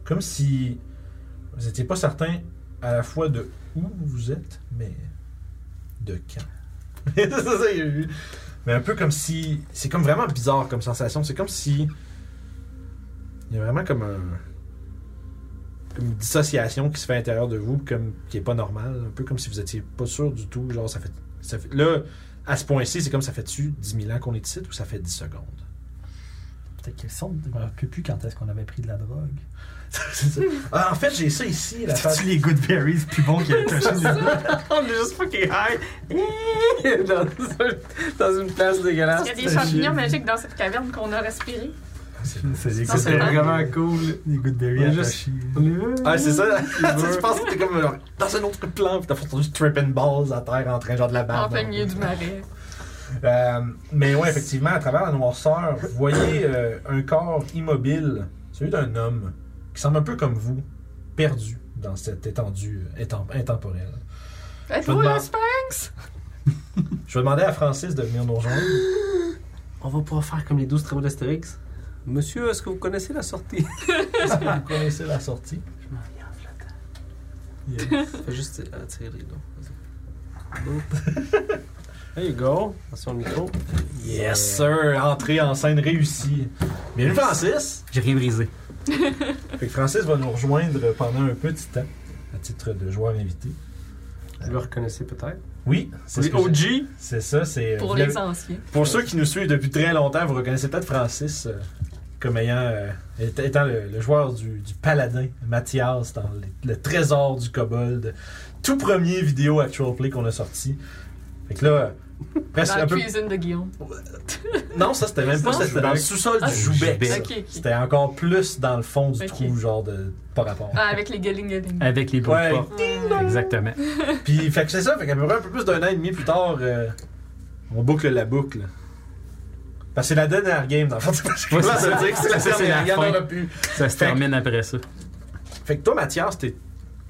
S1: Comme si vous n'étiez pas certain à la fois de où vous êtes, mais de quand. C'est ça, ça, il y a eu. Mais un peu comme si. C'est comme vraiment bizarre comme sensation. C'est comme si. Il y a vraiment comme un. Comme une dissociation qui se fait à l'intérieur de vous, comme, qui est pas normale. Un peu comme si vous étiez pas sûr du tout. Genre, ça fait. Ça fait là, à ce point-ci, c'est comme ça fait-tu 10 000 ans qu'on est ici ou ça fait 10 secondes?
S4: Peut-être qu'elle sort. Je me rappelle plus quand est-ce qu'on avait pris de la drogue.
S1: C'est ça. Ah, en fait, j'ai ça ici, la face.
S4: T'as-tu les good berries plus bons qu'il y a touché les autres?
S2: On est juste fucking high. dans, un- dans une place
S3: Est-ce
S2: dégueulasse.
S3: qu'il y a des
S4: c'est
S3: champignons
S4: génial.
S3: magiques dans cette caverne qu'on a respiré?
S4: C'est les
S2: Ça,
S4: good
S2: c'est
S4: berries.
S2: vraiment cool.
S4: Les good
S2: On
S4: berries
S2: est
S4: à
S2: juste-
S4: toucher.
S1: Ah, c'est ça. je pense que t'es comme genre, dans un autre plan, pis t'as entendu tripping balls à terre en train genre de la barbe.
S3: en plein milieu du marais.
S1: Euh, mais ouais, effectivement, à travers la noirceur, vous voyez euh, un corps immobile, celui d'un homme, qui semble un peu comme vous, perdu dans cette étendue euh, étem- intemporelle.
S3: Êtes-vous
S1: demande-
S3: le sphinx?
S1: Je vais demander à Francis de venir nous rejoindre.
S2: On va pouvoir faire comme les 12 travaux d'Astérix. Monsieur, est-ce que vous connaissez la sortie
S1: Est-ce que vous connaissez la sortie?
S2: Je m'en viens en flottant.
S1: Yes.
S2: Fais juste attirer les dents. Vas-y. Boop. There you go. Attention au micro.
S1: Yes, sir! Entrée en scène réussie. Bienvenue, Francis!
S5: J'ai rien brisé.
S1: Fait que Francis va nous rejoindre pendant un petit temps, à titre de joueur invité.
S2: Vous le reconnaissez peut-être.
S1: Oui, c'est ce
S2: Les
S1: que j'ai-
S2: OG,
S1: C'est ça, c'est. euh,
S3: Pour
S1: vous l'avez-
S3: les anciens.
S1: Pour ceux qui nous suivent depuis très longtemps, vous reconnaissez peut-être Francis euh, comme ayant euh, éta- étant le, le joueur du, du paladin Mathias dans les- le trésor du kobold, tout premier vidéo actual play qu'on a sorti. Fait que là, euh, presque
S3: Dans
S1: un
S3: la
S1: peu.
S3: cuisine de Guillaume.
S1: Non, ça c'était même pas
S3: Non?
S1: ça, c'était dans le sous-sol
S3: Ah,
S1: du Joubec.
S5: Joubec.
S1: ça.
S3: Ok, ok.
S1: C'était encore plus dans le fond du
S3: Ok.
S1: trou, genre de par rapport.
S3: Ah, avec les gueuling gueuling.
S5: Avec les bruits
S1: Ouais.
S5: de porte. Exactement.
S1: Puis fait que c'est ça, fait qu'à peu près un peu plus d'un an et demi plus tard, euh, on boucle la boucle. Parce que c'est la dernière game dans le fond. Je
S5: Ouais,
S1: commence
S5: c'est
S1: à
S5: ça.
S1: dire que c'est la
S5: Ça, c'est
S1: dernière,
S5: la
S1: il y en
S5: fin.
S1: aura plus.
S5: Ça se
S1: Fait que-
S5: termine après ça.
S1: Fait que toi, Mathias, t'es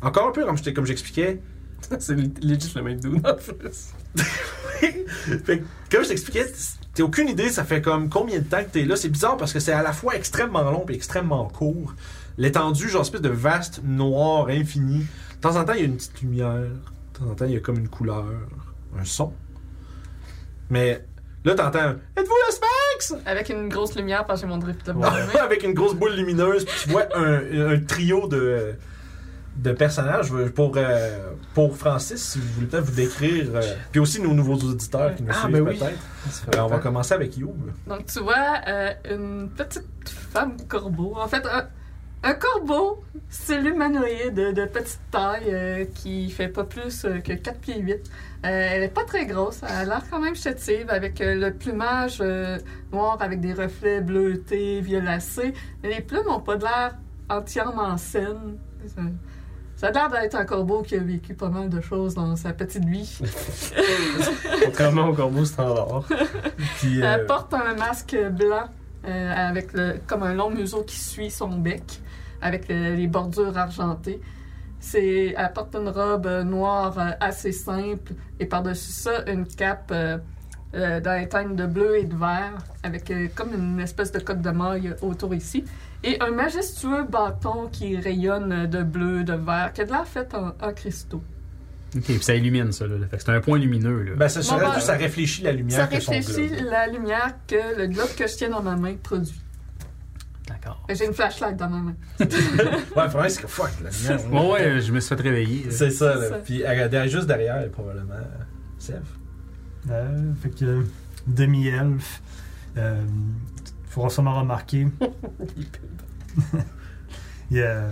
S1: encore un peu comme je t'ai- comme j'expliquais.
S2: c'est legit le même dude en plus.
S1: fait que, comme je t'expliquais, t'as aucune idée, ça fait comme combien de temps que t'es là. C'est bizarre parce que c'est à la fois extrêmement long et extrêmement court. L'étendue, genre, espèce de vaste, noir, infini. De temps en temps, il y a une petite lumière. De temps en temps, il y a comme une couleur, un son. Mais là, t'entends un « Êtes-vous le Sphinx? »
S3: Avec une grosse lumière parce que j'ai mon drift de
S1: Ouais. avec une grosse boule lumineuse, puis tu vois un, un trio de, de personnages. Pour, euh, pour Francis, si vous voulez peut-être vous décrire, euh, puis aussi nos nouveaux auditeurs qui nous
S2: Ah,
S1: suivent
S2: ben oui.
S1: peut-être. Euh, on va commencer avec Youb.
S3: Donc tu vois euh, une petite femme corbeau. En fait, un, un corbeau, c'est l'humanoïde de petite taille euh, qui fait pas plus euh, que 4 pieds 8. elle est pas très grosse, elle a l'air quand même chétive avec euh, le plumage euh, noir avec des reflets bleutés, violacés. Mais les plumes ont pas de l'air entièrement saines. Ça, ça a l'air d'être un corbeau qui a vécu pas mal de choses dans sa petite vie.
S2: Contrairement au corbeau standard.
S1: Puis, euh,
S3: Elle porte un masque blanc euh, avec le, comme un long museau qui suit son bec, avec le- les bordures argentées. C'est, elle porte une robe euh, noire euh, assez simple et par-dessus ça, une cape euh, euh, dans les teintes de bleu et de vert, avec euh, comme une espèce de coque de maille autour ici. Et un majestueux bâton qui rayonne de bleu, de vert, qui a de l'air fait en, en cristaux.
S5: Ok, puis ça illumine ça. Là. Fait que c'est un point lumineux. Là.
S1: ben, ça, serait
S3: Bon, ben,
S1: juste, ça réfléchit la lumière
S3: Ça
S1: que son
S3: réfléchit
S1: globe.
S3: la lumière que le globe que je tiens dans ma main produit.
S5: D'accord.
S3: J'ai une flashlight dans ma main.
S1: Ouais, vraiment, c'est que fuck, la lumière.
S5: Ouais, ouais, je me suis fait réveiller. là.
S1: C'est ça, là.
S3: C'est ça.
S1: Puis euh, derrière- juste derrière, est probablement, euh, Sev.
S4: Euh, fait que demi-elfe. Euh, faudra sûrement remarquer. Il y a euh,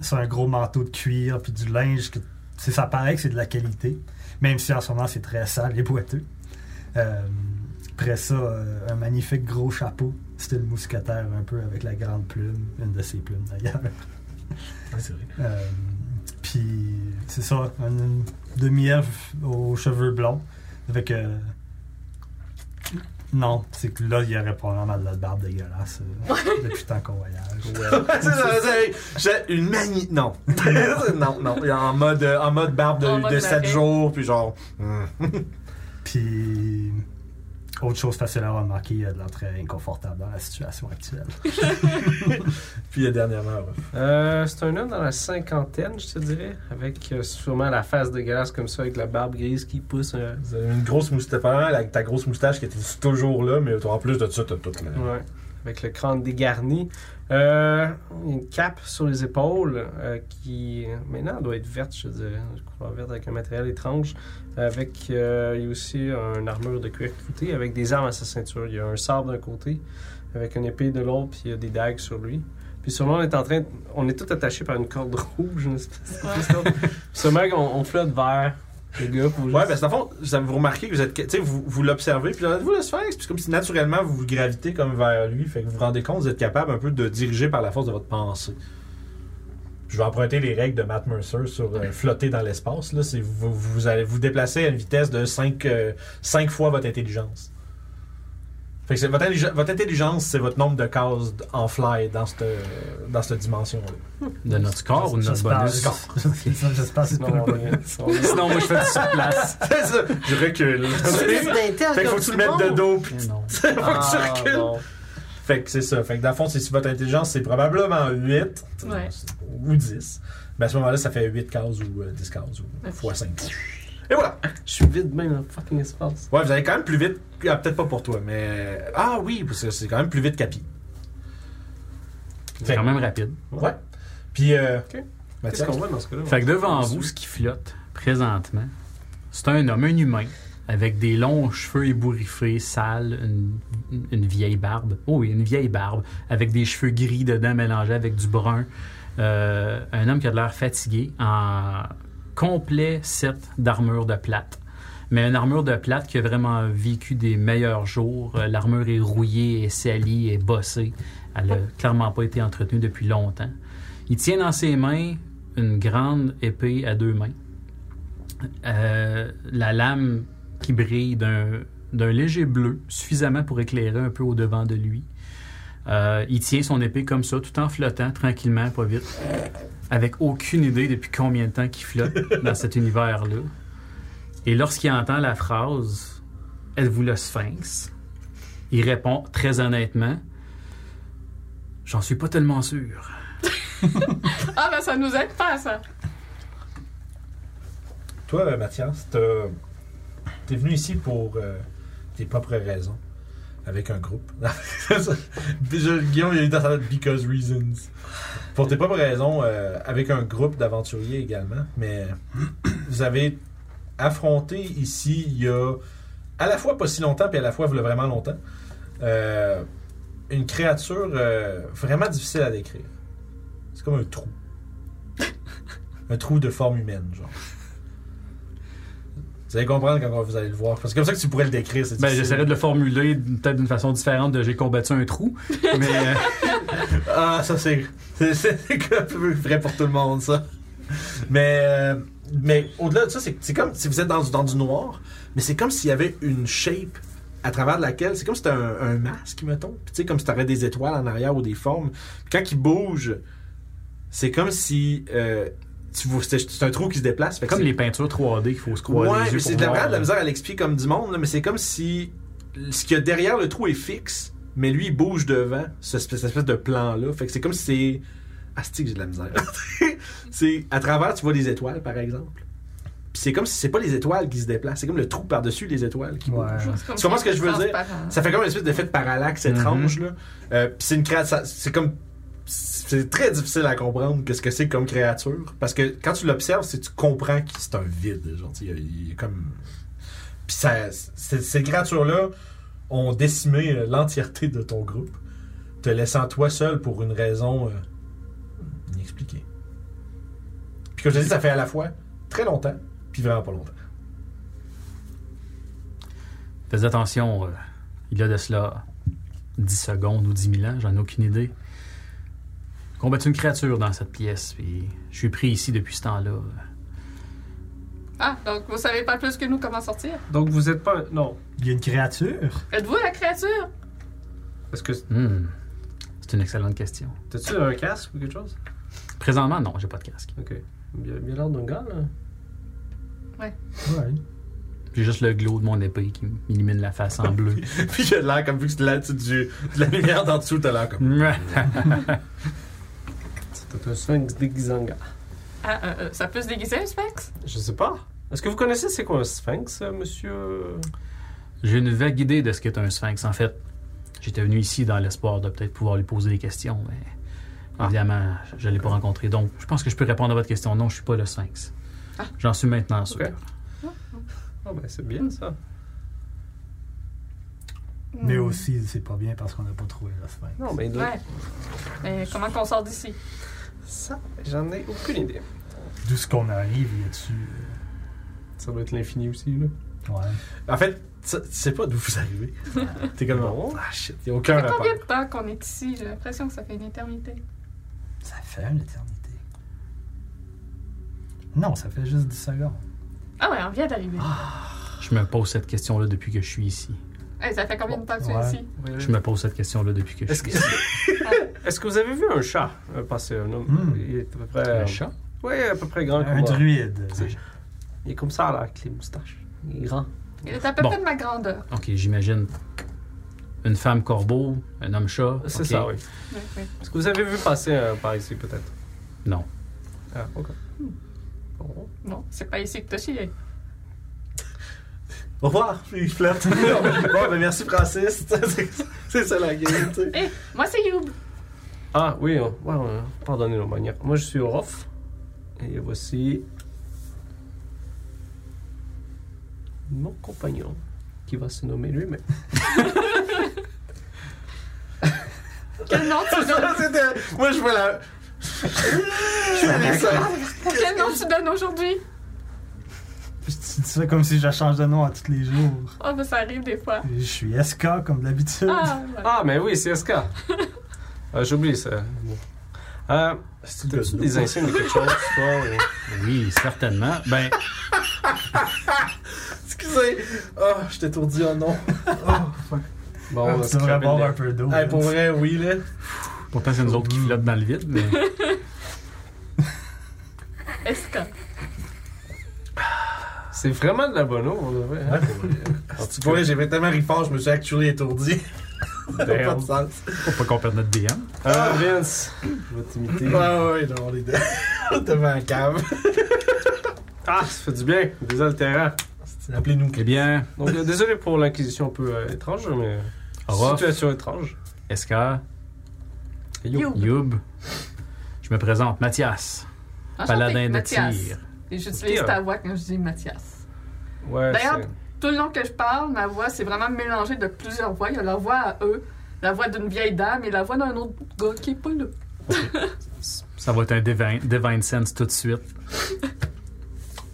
S4: c'est un gros manteau de cuir puis du linge que c'est ça paraît que c'est de la qualité, même si en ce moment c'est très sale et boiteux. Euh, après ça, euh, un magnifique gros chapeau, style mousquetaire un peu avec la grande plume, une de ses plumes d'ailleurs.
S1: Ouais, Ah, c'est vrai.
S4: Euh, puis c'est ça, un- une demi-elfe aux cheveux blonds avec. euh, Non, c'est que là, il y aurait probablement de la barbe dégueulasse euh, depuis le temps qu'on voyage.
S1: c'est ça, c'est- j'ai une manie. Non. non, non. En mode, euh, en mode barbe de,
S3: En mode
S1: 7
S3: marais.
S1: jours, puis genre. hmm.
S4: Puis. Autre chose facile à remarquer, il y a de l'air très inconfortable dans la situation actuelle.
S1: Puis euh, dernièrement, ouais.
S2: Euh, c'est un homme dans la cinquantaine, je te dirais, avec euh, sûrement la face dégueulasse comme ça, avec la barbe grise qui pousse. euh,
S1: Vous avez Une grosse moustache, apparemment, avec ta grosse moustache qui était toujours là, mais en plus de ça, t'as toute la.
S2: ouais, avec le crâne dégarni. Euh, une cape sur les épaules euh, qui euh, maintenant doit être verte, je te dirais, une couleur verte avec un matériel étrange. Avec euh, il y a aussi une armure de cuir clouté avec des armes à sa ceinture. Il y a un sabre d'un côté, avec une épée de l'autre, puis il y a des dagues sur lui. Puis sûrement on est en train, de- on est tout attaché par une corde rouge, une espèce de corde. Sûrement qu'on on flotte vers le gars pour
S1: Ouais, ben, parce
S2: juste-
S1: que dans le fond, ça- vous remarquez que vous êtes. Tu sais, vous, vous l'observez, puis là, vous le sphinx, puis c'est comme si naturellement vous vous gravitez comme vers lui, fait que vous vous rendez compte, vous êtes capable un peu de diriger par la force de votre pensée. Je vais emprunter les règles de Matt Mercer sur euh, flotter dans l'espace. Là, c'est vous, vous allez vous déplacer à une vitesse de 5, fois votre intelligence. Fait que c'est- votre, intelligence- votre intelligence, c'est votre nombre de cases d- en fly dans cette, euh, dans cette dimension-là.
S5: De notre corps ou de notre
S4: J'espère-
S5: bonus?
S4: J'espère j'espère que c'est
S2: Non,
S4: pas le
S2: on
S4: bonus.
S2: est- on est-
S5: Sinon, moi, je fais du surplace.
S1: C'est ça. Je recule. fait que faut que tu le mettes de dos, puis
S5: Mais non.
S1: faut que tu
S2: Ah,
S1: recules.
S2: non.
S1: Fait que c'est ça. Fait que dans le fond, c'est si votre intelligence, c'est probablement 8
S3: Ouais.
S1: ou 10. Ben à ce moment-là, ça fait 8 cases ou euh, 10 cases ou
S3: Ok.
S1: fois 5. Et voilà.
S2: Je suis vide même dans le fucking espace.
S1: Ouais, vous allez quand même plus vite. Ah, peut-être pas pour toi, mais. Ah oui, parce que c'est quand même plus vite qu'Api.
S5: C'est quand même rapide.
S1: Ouais. Puis, euh,
S2: Ok. Qu'est-ce
S1: Mathias,
S2: qu'on voit dans ce cas-là?
S5: Fait que devant vous, ce qui flotte présentement, C'est un homme, un humain, avec des longs cheveux ébouriffés, sales, une, une vieille barbe. Oh oui, une vieille barbe, avec des cheveux gris dedans mélangés avec du brun. Euh, un homme qui a de l'air fatigué, en complet set d'armure de plate. Mais une armure de plate qui a vraiment vécu des meilleurs jours. Euh, L'armure est rouillée, est salie, est bossée. Elle n'a clairement pas été entretenue depuis longtemps. Il tient dans ses mains une grande épée à deux mains. Euh, la lame qui brille d'un d'un léger bleu, suffisamment pour éclairer un peu au devant de lui. Euh, il tient son épée comme ça, tout en flottant tranquillement, pas vite, avec aucune idée depuis combien de temps qu'il flotte dans cet univers-là. Et lorsqu'il entend la phrase « Êtes-vous le sphinx? » il répond très honnêtement « J'en suis pas tellement sûr.
S3: Ah, ben ça nous aide pas, ça.
S1: Toi, euh, Mathias, t'as- t'es venu ici pour euh, tes propres raisons, avec un groupe. Déjà, Guillaume, il est dans sa tête Because Reasons. Pour tes propres raisons, euh, avec un groupe d'aventuriers également, mais vous avez affronté ici il y a à la fois pas si longtemps, puis à la fois il y a vraiment longtemps, euh, une créature euh, vraiment difficile à décrire. C'est comme un trou. un trou de forme humaine, genre. Vous allez comprendre quand vous allez le voir. Parce que c'est comme ça que tu pourrais le décrire. c'est
S5: Ben,
S1: difficile.
S5: J'essaierai de le formuler peut-être d'une façon différente de « J'ai combattu un trou mais... euh,
S1: Ah, ça c'est. C'est c'est un peu vrai pour tout le monde, ça. Mais, euh, mais au-delà de ça, c'est c'est comme si vous êtes dans, du- dans du noir, mais c'est comme s'il y avait une shape à travers laquelle. C'est comme si c'était un, un masque, mettons. Puis, tu sais, comme si t'avais des étoiles en arrière ou des formes. Puis quand il bouge, c'est comme si. euh, tu vois- c'est c'est un trou qui se déplace. Fait que
S5: Comme
S1: c'est-
S5: les peintures 3D qu'il faut se croire
S1: Ouais,
S5: les yeux
S1: mais c'est
S5: pour
S1: de la,
S5: voir,
S1: vraiment de la
S5: là.
S1: misère à l'expliquer comme du monde, là, mais c'est comme si ce qu'il y a derrière le trou est fixe, mais lui, il bouge devant, ce, espèce- cette espèce de plan-là. Fait que c'est comme si c'est. Asti que j'ai de la misère. c'est à travers, tu vois des étoiles, par exemple. Puis c'est comme si c'est pas les étoiles qui se déplacent, c'est comme le trou par-dessus les étoiles qui bougent.
S4: Ouais.
S3: comme
S1: Tu comprends ce que je veux dire?
S3: transparent.
S1: Ça fait comme une espèce d'effet de parallaxe étrange, là. Euh, puis c'est une créature. C'est comme. C'est très difficile à comprendre qu'est-ce que c'est comme créature. Parce que quand tu l'observes, c'est tu comprends que c'est un vide. Genre, tu sais, il y a- il y a comme. Puis ça, c'est- ces créatures-là ont décimé euh, l'entièreté de ton groupe, te laissant toi seul pour une raison euh, inexpliquée. Puis comme je te dis, ça fait à la fois très longtemps, puis vraiment pas longtemps.
S5: Fais attention, euh, il y a de cela 10 secondes ou 10 000 ans, j'en ai aucune idée. J'ai combattu une créature dans cette pièce, puis je suis pris ici depuis ce temps-là.
S3: Ah, donc vous savez pas plus que nous comment sortir?
S2: Donc vous êtes pas. un- Non.
S4: Il y a une créature.
S3: Êtes-vous la créature?
S2: Est-ce que.
S5: Hmm, C'est une excellente question.
S2: T'as-tu un casque ou quelque chose
S5: Présentement, non, j'ai pas de casque.
S2: Ok. Il y a, il y a l'air d'un gars, là.
S4: Ouais.
S5: J'ai juste le glow de mon épée qui m'illumine la face en bleu.
S1: puis j'ai l'air comme vu que c'est de la, tu- du- de la lumière d'en dessous, t'as l'air comme.
S2: C'est un sphinx déguisé en gars.
S3: Ah, euh, euh, ça peut se déguiser, un sphinx?
S2: Je sais pas. Est-ce que vous connaissez c'est quoi un sphinx, euh, monsieur
S5: J'ai une vague idée de ce qu'est un sphinx. En fait, j'étais venu ici dans l'espoir de peut-être pouvoir lui poser des questions, mais
S2: Ah.
S5: évidemment, je ne l'ai pas rencontré. Donc, je pense que je peux répondre à votre question. Non, je suis pas le sphinx.
S3: Ah.
S5: J'en suis maintenant sûr.
S2: Ok. Ah, ben c'est bien ça.
S4: Mais
S3: Hmm.
S4: aussi, c'est pas bien parce qu'on n'a pas trouvé la sphère.
S2: Non, mais il doit-
S3: Ouais. Mais comment qu'on sort d'ici?
S2: Ça, j'en ai aucune idée.
S4: D'où ce qu'on arrive, il y a-tu.
S2: Ça doit être l'infini aussi, là.
S4: euh, Ouais.
S1: En fait, tu tu sais pas d'où vous arrivez. T'es comme
S2: Bon.
S1: ah shit, y a aucun
S3: Ça fait
S1: rapport.
S3: combien de temps qu'on est ici? J'ai l'impression que ça fait une éternité.
S4: Ça fait une éternité. Non, ça fait juste 10 secondes.
S3: Ah ouais, on vient d'arriver.
S5: Je me pose cette question-là depuis que je suis ici.
S3: Hey, ça fait combien de temps que tu es
S4: Ouais.
S3: ici?
S5: Je me pose cette question-là depuis que je
S2: Est-ce
S5: suis
S2: que,
S5: ici.
S2: est-ce que vous avez vu un chat euh, passer un homme
S4: Hmm.
S2: Il est à peu près.
S5: Un chat?
S2: Oui, à peu près grand
S4: Un
S2: comme moi.
S4: druide.
S2: C'est- Il est comme ça, là, avec les moustaches. Il est grand.
S3: Il est à peu
S5: Bon.
S3: près de ma grandeur.
S5: Ok, j'imagine une femme corbeau, un homme chat.
S2: C'est
S5: Ok.
S2: ça, oui.
S3: Oui, oui.
S2: Est-ce que vous avez vu passer euh, par ici, peut-être
S5: Non.
S2: Ah, ok. Bon.
S3: Bon, c'est pas ici que t'as chié.
S1: Au revoir, puis il flotte. bon, ben merci Francis. C'est- C'est ça la game, tu sais.
S3: Hé, Eh, moi c'est Youb.
S2: Ah, oui, on- ouais, on- pardonnez nos manières. Moi, je suis Orof. Et voici. mon compagnon, qui va se nommer lui-même.
S3: Quel nom tu donnes,
S1: C'était- Moi, je vois la. je voulais ça.
S3: quel nom tu donnes aujourd'hui?
S4: Tu dis ça comme si je change de nom à tous les jours.
S3: Ah, ben ça arrive des fois.
S4: Je suis SK comme d'habitude.
S3: Ah, voilà.
S2: Ah, mais oui, c'est SK. Ah, J'oublie ça. Bon. Euh,
S1: C'est le
S2: T'as-tu
S1: gars
S2: des
S1: de-
S2: insignes de quelque chose, toi? ou-
S5: Oui, certainement. Ben,
S1: Excusez. Oh, je t'ai étourdi, oh non. Oh, fuck.
S2: Bon, on va
S4: tu devrais
S2: scraper
S4: boire
S2: le-
S4: un peu d'eau.
S1: Hey, pour vrai, Oh, oui, là.
S5: pourtant, c'est nous autres qui flottent dans le vide, mais.
S3: Esca.
S2: C'est vraiment de la bonne eau, on devrait. hein?
S1: Ouais, pour vrai. En tout cas, j'ai fait tellement ri fort, je me suis actually étourdi. Ça n'a pas de sens.
S5: Faut pas qu'on perde notre DM.
S2: Ah, Vince, je vais t'imiter.
S1: Ouais, ouais, non, on est de- devant un cave.
S2: Ah, ça fait du bien, désaltérant.
S1: Appelez-nous.
S5: Eh bien,
S2: Donc, euh, désolé pour l'inquisition un peu euh, étrange, mais.
S5: Orof,
S2: Situation étrange.
S5: Escar,
S3: Yo.
S5: Youb, je me présente, Mathias,
S3: Enchanté,
S5: paladin de
S3: Mathias.
S5: tir.
S3: Et J'utilise ta voix quand je dis Mathias.
S2: Ouais,
S3: D'ailleurs,
S2: c'est-
S3: Tout le long que je parle, ma voix, c'est vraiment mélangé de plusieurs voix. Il y a la voix à eux, la voix d'une vieille dame et la voix d'un autre gars qui est pas là.
S5: Ça va être un divine, divine Sense tout de suite.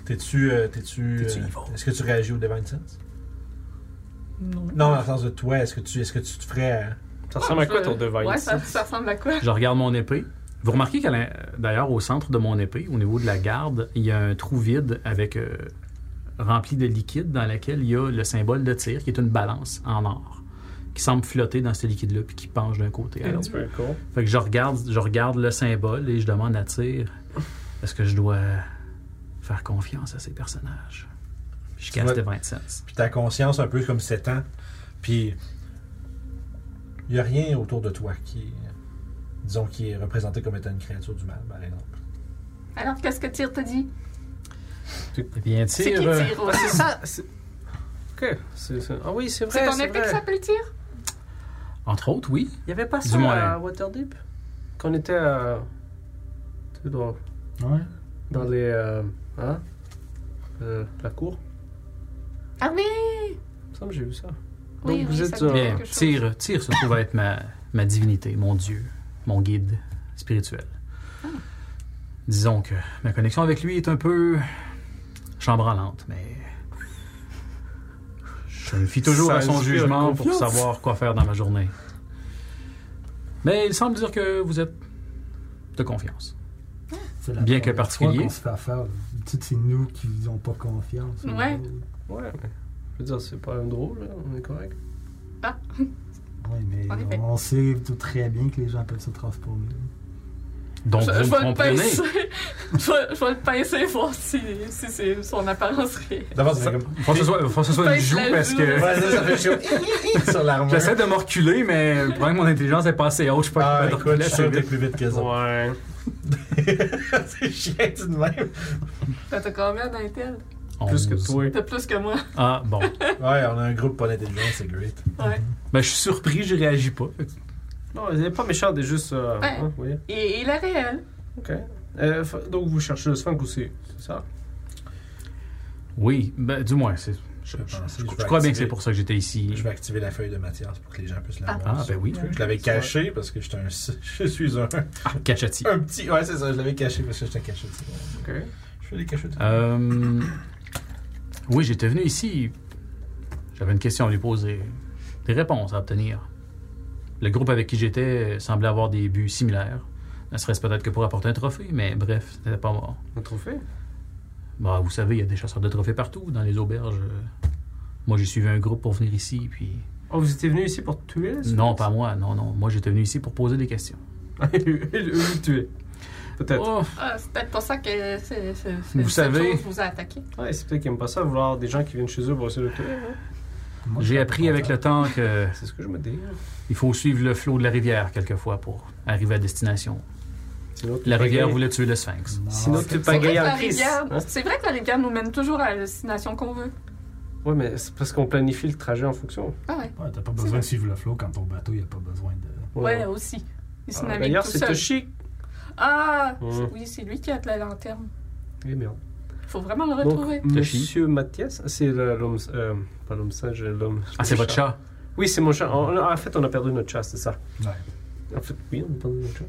S1: T'es-tu. euh, T'es-tu.
S5: T'es-tu
S1: euh,
S5: evil?
S1: Est-ce que tu réagis au Divine Sense?
S3: Non.
S1: Non, dans le sens de toi, est-ce que tu, est-ce que tu te ferais. euh,
S2: ça ressemble à quoi ton devine?
S3: Ouais,
S2: ça?
S3: ça, ça ressemble à quoi?
S5: Je regarde mon épée. Vous remarquez qu'à l'in- d'ailleurs, au centre de mon épée, au niveau de la garde, il y a un trou vide avec euh, rempli de liquide dans lequel il y a le symbole de tir qui est une balance en or qui semble flotter dans ce liquide-là puis qui penche d'un côté à
S2: Un
S5: l'autre.
S2: petit peu con.
S5: Fait que je regarde, je regarde le symbole et je demande à Tyr est-ce que je dois faire confiance à ces personnages Puis Je
S1: Tu
S5: casse
S1: vas-
S5: des 20 cents.
S1: Puis ta conscience, un peu comme 7 ans. Puis. Il n'y a rien autour de toi qui. est- Disons, qui est représenté comme étant une créature du mal, par exemple.
S3: Alors, qu'est-ce que Tyr t'a dit?
S5: Eh bien,
S3: C'est qui
S5: Tyr, euh,
S3: Tyr?
S2: Ah, c'est ça! c'est- Ok, c'est ça. Ah oui, c'est vrai.
S3: C'est ton épée
S2: vrai.
S3: qui s'appelle Tyr?
S5: entre autres, oui.
S2: Il y avait pas
S5: Du
S2: ça
S5: moins.
S2: à Waterdeep? Quand on était à. Tu dois-
S4: Ouais.
S2: Dans les. euh, hein? Euh, la cour?
S3: Ah oui!
S2: Il me semble que j'ai vu ça.
S3: Oui,
S2: Donc, vous
S3: oui, ça
S2: êtes.
S3: me dit
S2: euh,
S5: Bien,
S3: quelque chose.
S5: Tyr, Tyr se trouve être ma, ma divinité, mon dieu, mon guide spirituel.
S3: Ah.
S5: Disons que ma connexion avec lui est un peu chambranlante, mais je me fie toujours
S2: Ça
S5: à son
S2: inspire
S5: jugement pour
S2: confiance.
S5: savoir quoi faire dans ma journée. Mais il semble dire que vous êtes de confiance.
S4: C'est la
S5: Bien
S4: première
S5: que particulier.
S4: fois qu'on se fait affaire. Tu sais, c'est nous qui n'ont pas confiance.
S3: Ouais.
S2: Ouais, mais. Je veux dire, c'est pas un drôle, là, on est correct.
S4: Oui, mais
S3: En effet.
S4: on sait tout très bien que les gens peuvent se transformer.
S5: Donc
S3: Je,
S5: vous
S3: je
S5: me
S3: vais le
S5: comprenez.
S3: pincer. je, vais, je vais le pincer voir si, si c'est son apparence réelle.
S1: D'abord, c'est comme.
S5: Faut que ce soit, faut que ce soit une
S3: Pince
S5: joue
S3: la
S5: parce
S3: joue.
S5: que
S1: Ouais, ça, ça fait chaud. sur l'armure.
S5: j'essaie de me reculer, mais le problème mon intelligence est pas assez haute. Je suis pas
S1: Ah,
S5: capable de
S1: écoute,
S5: reculer
S1: je suis sûr
S5: assez
S1: que t'es
S5: vite.
S1: plus vite que ça.
S2: Ouais.
S1: c'est chiant, tout de même.
S3: T'as t'as combien d'intel?
S2: Plus que
S5: Onze.
S2: toi.
S3: T'as plus que moi.
S5: Ah, bon.
S1: Ouais, on a un groupe pas d'intelligence, c'est great.
S3: Ouais.
S5: Ben, je suis surpris, je réagis pas. Fait que
S2: Non, il n'est pas méchant, il est juste. euh,
S3: Ouais.
S2: hein, vous voyez.
S3: Et il est réel.
S2: Ok. Euh, fa- donc vous cherchez le sphinx aussi, c'est ça
S5: Oui, ben, du moins, c'est- je, je-
S1: penser,
S5: je-
S1: je
S5: je
S1: vais
S5: crois bien que
S1: activer.
S5: c'est pour ça que j'étais ici.
S1: Je vais activer la feuille de Mathias pour que les gens puissent la
S3: Ah.
S1: voir.
S5: Ah, ben oui.
S1: Je l'avais caché parce que j'étais un. Je suis un.
S5: Ah, Cachati.
S1: Un petit. Ouais, c'est ça, je l'avais caché parce que j'étais caché. c'est bon.
S2: Ok.
S1: Je vais les cacher tout.
S5: Euh, oui, j'étais venu ici. J'avais une question à lui poser, des réponses à obtenir. Le groupe avec qui j'étais semblait avoir des buts similaires. Ne serait-ce peut-être que pour apporter un trophée, mais bref, c'était pas mort.
S2: Un trophée
S5: Bah, vous savez, il y a des chasseurs de trophées partout, dans les auberges. Moi, j'ai suivi un groupe pour venir ici, puis.
S2: Oh, vous étiez venu ici pour tuer le sphinx?
S5: Non, pas moi, non, non. Moi, j'étais venu ici pour poser des questions.
S2: Il le tuer. Peut-être.
S5: Oh,
S3: Ah, c'est peut-être pour ça que c'est, c'est, c'est-
S5: Vous
S3: cette
S5: savez-
S3: chose vous a attaqué.
S2: Ouais, c'est peut-être qu'il aime pas ça, vouloir des gens qui viennent chez eux pour essayer de le tuer. hein.
S4: Moi,
S5: j'ai
S4: je-
S5: appris avec le temps que.
S2: C'est ce que je me dis. hein.
S5: Il faut suivre le flot de la rivière quelquefois pour arriver à destination.
S2: Sinon, tu
S5: La
S2: pagayes.
S5: rivière voulait tuer le sphinx.
S4: Non,
S2: Sinon, tu
S4: c'est-
S3: C'est vrai,
S2: pagayes
S3: que la
S2: en crise.
S3: rivière,
S2: Hein?
S3: c'est vrai que la rivière nous mène toujours à la destination qu'on veut.
S2: Ouais, mais c'est parce qu'on planifie le trajet en fonction.
S3: Ah ouais.
S4: Ouais, T'as pas besoin de suivre le flot quand ton bateau, il a pas besoin de.
S3: Ouais, aussi. Il se
S2: Ah,
S3: navigue
S2: D'ailleurs,
S3: tout
S2: c'est
S3: seul.
S2: Toshi.
S3: Ah!
S2: Mm.
S3: Oui, c'est lui qui a de la lanterne.
S2: Eh merde.
S3: faut vraiment le
S2: Donc,
S3: retrouver.
S5: Toshi.
S2: Monsieur Mathias, c'est le- l'homme. euh, pas l'homme singe, l'homme.
S5: Ah, c'est votre chat.
S2: Oui, c'est mon chat. On- en fait, on a perdu notre chat, c'est ça.
S4: Ouais.
S2: En fait, oui, on a perdu notre chat.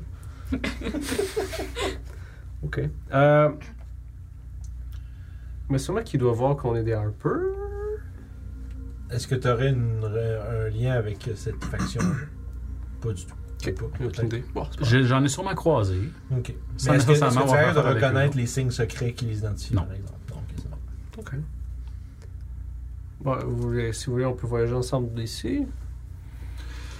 S2: ok. Euh, mais sûrement qu'il doit voir qu'on est des Harper.
S1: Est-ce que tu aurais une- un lien avec cette faction Pas du tout. Pas,
S2: Aucune idée. Bon, c'est pas grave.
S5: Je- J'en ai sûrement croisé.
S1: Ok.
S5: Sans
S1: Mais Est-ce que, est-ce que
S5: nécessairement
S1: tu
S5: avoir
S1: arrives de
S5: rapport avec
S1: reconnaître
S5: eux.
S1: les signes secrets qui les identifient,
S5: Non.
S1: par exemple Non, ok, c'est bon.
S2: Ok. Bon, vous voulez- si vous voulez, on peut voyager ensemble d'ici.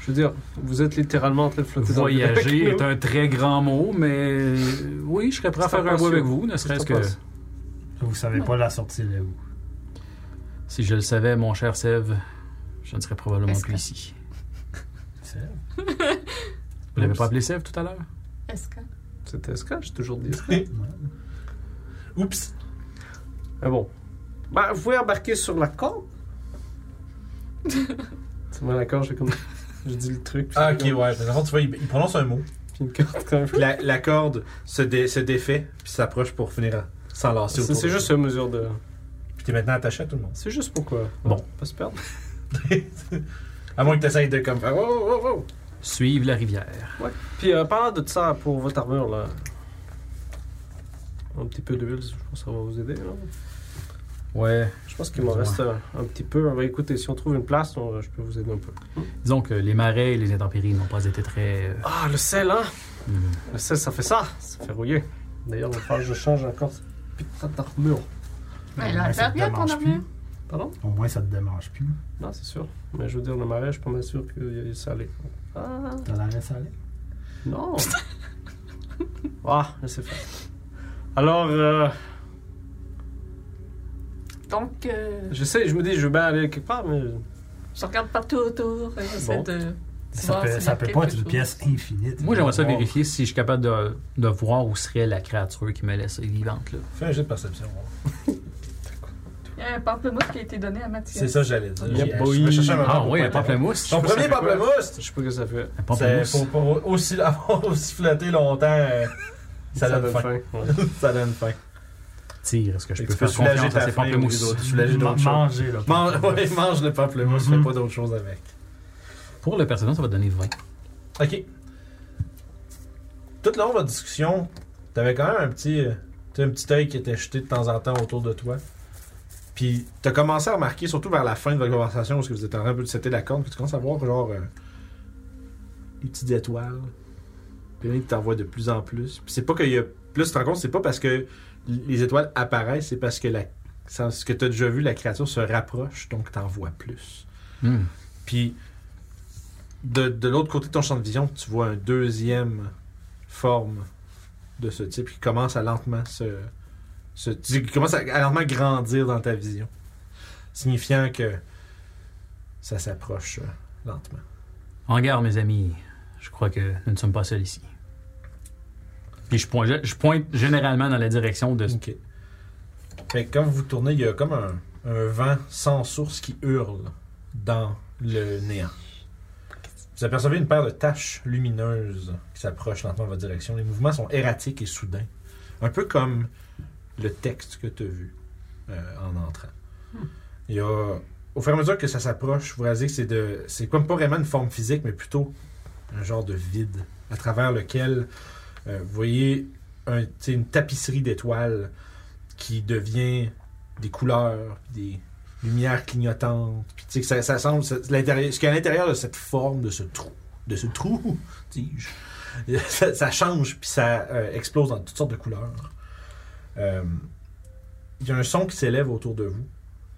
S2: Je veux dire, vous êtes littéralement en train de flotter dans le
S5: Voyager
S2: Québec,
S5: est un très grand mot, mais euh, oui, je serais prêt à
S2: C'est
S5: faire un bout
S2: impossible.
S5: avec vous, ne
S2: C'est
S5: serait-ce que.
S2: impossible.
S4: Vous savez pas la sortie là où.
S5: Si je le savais, mon cher Sève, je ne serais probablement
S3: Est-ce
S5: plus
S3: que-
S5: ici.
S4: C'est
S5: Vous l'avez pas appelé Sève tout à l'heure?
S3: Est-ce que.
S2: C'était Scott, j'ai toujours dit ça.
S1: Oups
S2: Mais Ah bon. Ben, vous pouvez embarquer sur la corde. tu mets la corde, j'ai comme. Je dis le truc. puis
S1: Ah, ok,
S2: c'est
S1: ouais.
S2: comme-
S1: Mais dans le fond, tu vois, il, il prononce un mot.
S2: Puis une corde comme
S6: Puis la, la corde se, dé- se défait, puis s'approche pour finir à s'enlacer
S2: C'est
S6: autour.
S2: c'est
S6: de-
S2: juste une mesure de.
S1: Puis t'es maintenant attaché à tout le monde.
S2: C'est juste pourquoi.
S5: Bon.
S2: Pas se perdre.
S1: À moins que t'essayes de comme faire.
S2: Oh, oh, oh,
S5: Suivre la rivière.
S2: oh. Ouais. Puis euh, parlant de tout ça pour votre armure, là. Un petit peu d'huile, je pense que ça va vous aider. là.
S5: Ouais.
S2: Je pense qu'il m'en
S5: Ouais.
S2: reste euh, un petit peu. Ben, écoutez, si on trouve une place, on- je peux vous aider un peu.
S5: Disons que les marais et les intempéries n'ont pas été très. euh,
S2: Ah, le sel, hein
S5: hmm.
S2: Le sel, ça fait ça. Ça fait rouiller. D'ailleurs, il va falloir que je change encore cette putain d'armure.
S3: Mais
S4: Ouais,
S3: là,
S4: ça
S3: ça
S4: te
S3: bien ton
S4: démange
S3: armure.
S2: Pardon
S4: Au moins, ça te démange plus.
S2: Non, c'est sûr. Mais je veux dire, le marais, je suis pas mal sûr qu'il y a du salé. Ah,
S4: T'as la reste à aller.
S2: non! ah, mais c'est fait. Alors, euh,
S3: Donc, euh,
S2: je sais, je me dis, je veux bien aller quelque part, mais
S3: je regarde partout autour. et J'essaie
S2: Bon.
S3: de.
S4: Ça,
S3: voir
S4: peut,
S3: s'il y
S4: ça
S3: a
S4: peut
S3: quelque
S4: pas être une
S3: chose.
S4: pièce infinite.
S5: Moi, j'aimerais ça
S4: Wow.
S5: vérifier si je suis capable de, de voir où serait la créature qui me laissé vivante. Là.
S1: Fais un jet de perception. voir.
S3: Il y a un pamplemousse qui a été donné à Mathieu.
S1: C'est ça, que j'allais dire.
S2: Yep,
S1: J'ai- je
S2: boy.
S1: voulais chercher un moment
S5: Ah
S1: pour
S5: oui,
S1: pas
S5: un
S1: être là.
S5: pamplemousse.
S1: Ton
S2: Je sais
S1: premier
S2: pas quoi.
S1: pamplemousse
S2: je sais pas ce que ça fait.
S5: Un
S1: C'est
S5: pamplemousse.
S1: pour, pour aussi l'avoir aussi flotté longtemps. euh, Ça, donne faim.
S2: ouais.
S6: Ça donne faim.
S5: Tire, est-ce que je
S1: Et
S5: peux
S1: tu peux
S5: faire
S1: soulager
S5: confiance à
S1: ta
S5: ces
S1: faim ou les
S5: pamplemousses?
S1: autres. Soulager
S4: Ma-
S1: d'autres choses. Mm-hmm.
S4: Manger, là.
S6: Mange, ouais, mange le pamplemousse,
S4: Mhm.
S6: fais pas d'autre chose avec.
S5: Pour le personnage, ça va donner 20.
S1: Ok. Tout le long de votre discussion, t'avais quand même un petit, euh, t'as un petit œil qui était jeté de temps en temps autour de toi.
S6: Puis t'as commencé à remarquer, surtout vers la fin de votre conversation, parce que vous êtes en train un peu de setter la corde, que tu commences à voir genre euh, des petites étoiles. Puis là, il t'en voit de plus en plus. Puis c'est pas qu'il y a. Puis là, tu te rends compte, c'est pas parce que les étoiles apparaissent, c'est parce que la... sans- ce que t'as déjà vu, la créature se rapproche, donc t'en vois plus.
S5: Hmm.
S6: Puis de, de l'autre côté de ton champ de vision, tu vois un deuxième forme de ce type qui commence à lentement se. se qui commence à, à lentement grandir dans ta vision. Signifiant que ça s'approche euh, lentement.
S5: En garde, mes amis. Je crois que nous ne sommes pas seuls ici. Puis je pointe, je pointe généralement dans la direction de.
S6: Ok.
S1: Fait que quand vous vous tournez, il y a comme un, un vent sans source qui hurle dans le néant. Vous apercevez une paire de taches lumineuses qui s'approchent lentement de votre direction. Les mouvements sont erratiques et soudains. Un peu comme le texte que tu as vu euh, en entrant. Il y a, au fur et à mesure que ça s'approche, vous réalisez que c'est de, c'est comme pas vraiment une forme physique, mais plutôt un genre de vide à travers lequel euh, vous voyez un- tu sais, une tapisserie d'étoiles qui devient des couleurs, puis des lumières clignotantes. Puis tu sais que ça, ça semble, ça- l'intérieur- ce qu'il y a à l'intérieur de cette forme, de ce trou, de ce trou, dis-je, ça, ça change, puis ça euh, explose dans toutes sortes de couleurs. Euh, Il y a un son qui s'élève autour de vous,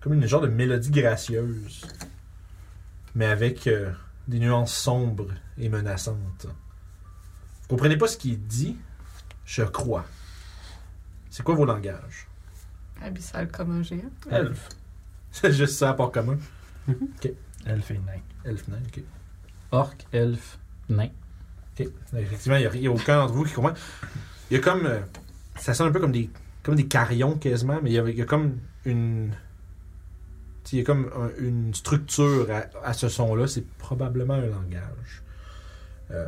S1: comme une genre de mélodie gracieuse, mais avec euh, des nuances sombres et menaçantes. Vous comprenez pas ce qui est dit, je crois. C'est quoi vos langages?
S3: Abyssal comme un géant.
S2: Elf.
S1: C'est juste ça, à part commun.
S4: Elle fait une
S1: Elf, nain, ok.
S5: Orc, elfe, nain.
S1: Ok. Effectivement, il n'y a, aucun d'entre vous qui comprend. Il y a comme. euh, ça sonne un peu comme des, comme des carillons quasiment, mais il y a, il y a comme une. tu sais, Il y a comme un- une structure à, à ce son-là. C'est probablement un langage. Euh,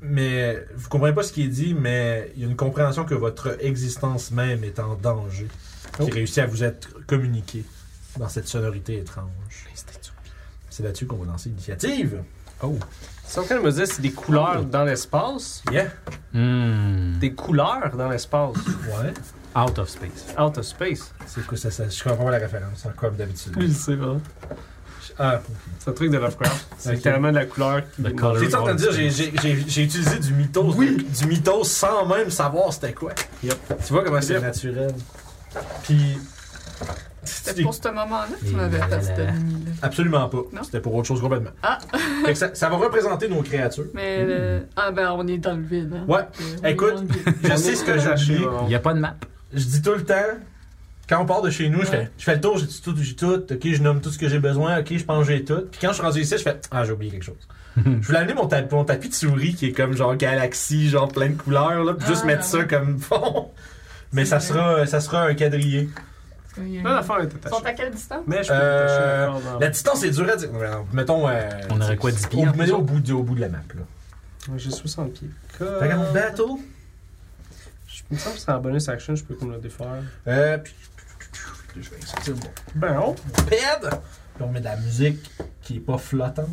S1: mais vous comprenez pas ce qui est dit, mais il y a une compréhension que votre existence même est en danger, qui réussit à vous être communiquée dans cette sonorité étrange. C'est là-dessus qu'on va lancer l'initiative.
S2: Si on train de me dire, c'est des couleurs dans l'espace.
S1: Yeah.
S5: Hmm.
S2: Des couleurs dans l'espace.
S1: Ouais.
S5: Out of space.
S2: Out of space.
S1: C'est quoi ça, ça- Je comprends pas la référence, hein, comme d'habitude.
S2: le sait vraiment.
S1: Ah,
S2: C'est un truc de Lovecraft. C'est
S1: Ok.
S2: tellement de la couleur qui.
S5: The color
S1: T'es en train de dire,
S5: of
S1: j'ai-
S5: space.
S1: j'ai j'ai- j'ai utilisé du mythos, du mythos sans même savoir c'était quoi. Tu vois comment c'est
S6: Yep.
S1: naturel. Puis.
S3: C'était pour ce moment-là que tu
S5: Et
S3: m'avais
S5: là,
S3: fait
S5: là, là.
S3: cette mini-là.
S1: Absolument pas.
S3: Non?
S1: C'était pour autre chose complètement.
S3: Ah!
S1: Fait que ça, ça va représenter nos créatures.
S3: Mais euh, ah ben on est dans le vide. Hein.
S1: Ouais.
S3: Euh, on est
S1: Écoute,
S3: dans le vide.
S1: je sais ce que je dis.
S5: Il n'y a pas de map.
S1: Je dis tout le temps, quand on part de chez nous, je, fais,
S3: Ouais.
S1: je fais le tour, j'ai dit tout, j'ai tout, ok, je nomme tout ce que j'ai besoin, ok, je pense que j'ai tout. Puis quand je suis rendu ici, je fais, ah, j'ai oublié quelque chose. je voulais amener mon, tap- mon tapis de souris qui est comme genre galaxie, genre plein de couleurs, là, puis juste
S3: Ah.
S1: mettre ça comme fond. Mais ça
S3: C'est
S1: sera, ça sera un quadrillé.
S3: Oui, euh,
S2: Là, l'affaire est
S3: Ils sont
S2: attachée.
S3: à quelle distance?
S2: Mais je peux
S1: Euh,
S2: l'attacher encore dans-
S1: La distance est dure à dire. Ouais, Mettons. euh,
S5: On aurait quoi, 10 pieds,
S1: au-
S5: hein?
S1: mettons au bout, de, au bout de la map. Là.
S2: Ouais, J'ai 60 pieds. Comme-
S1: Fait qu'on battle.
S2: Je il me semble que c'est en bonus action, je peux comme le défaire.
S1: Euh, puis- je vais sortir mon
S2: Ben, oh!
S1: pad. Puis on met de la musique qui est pas flottante.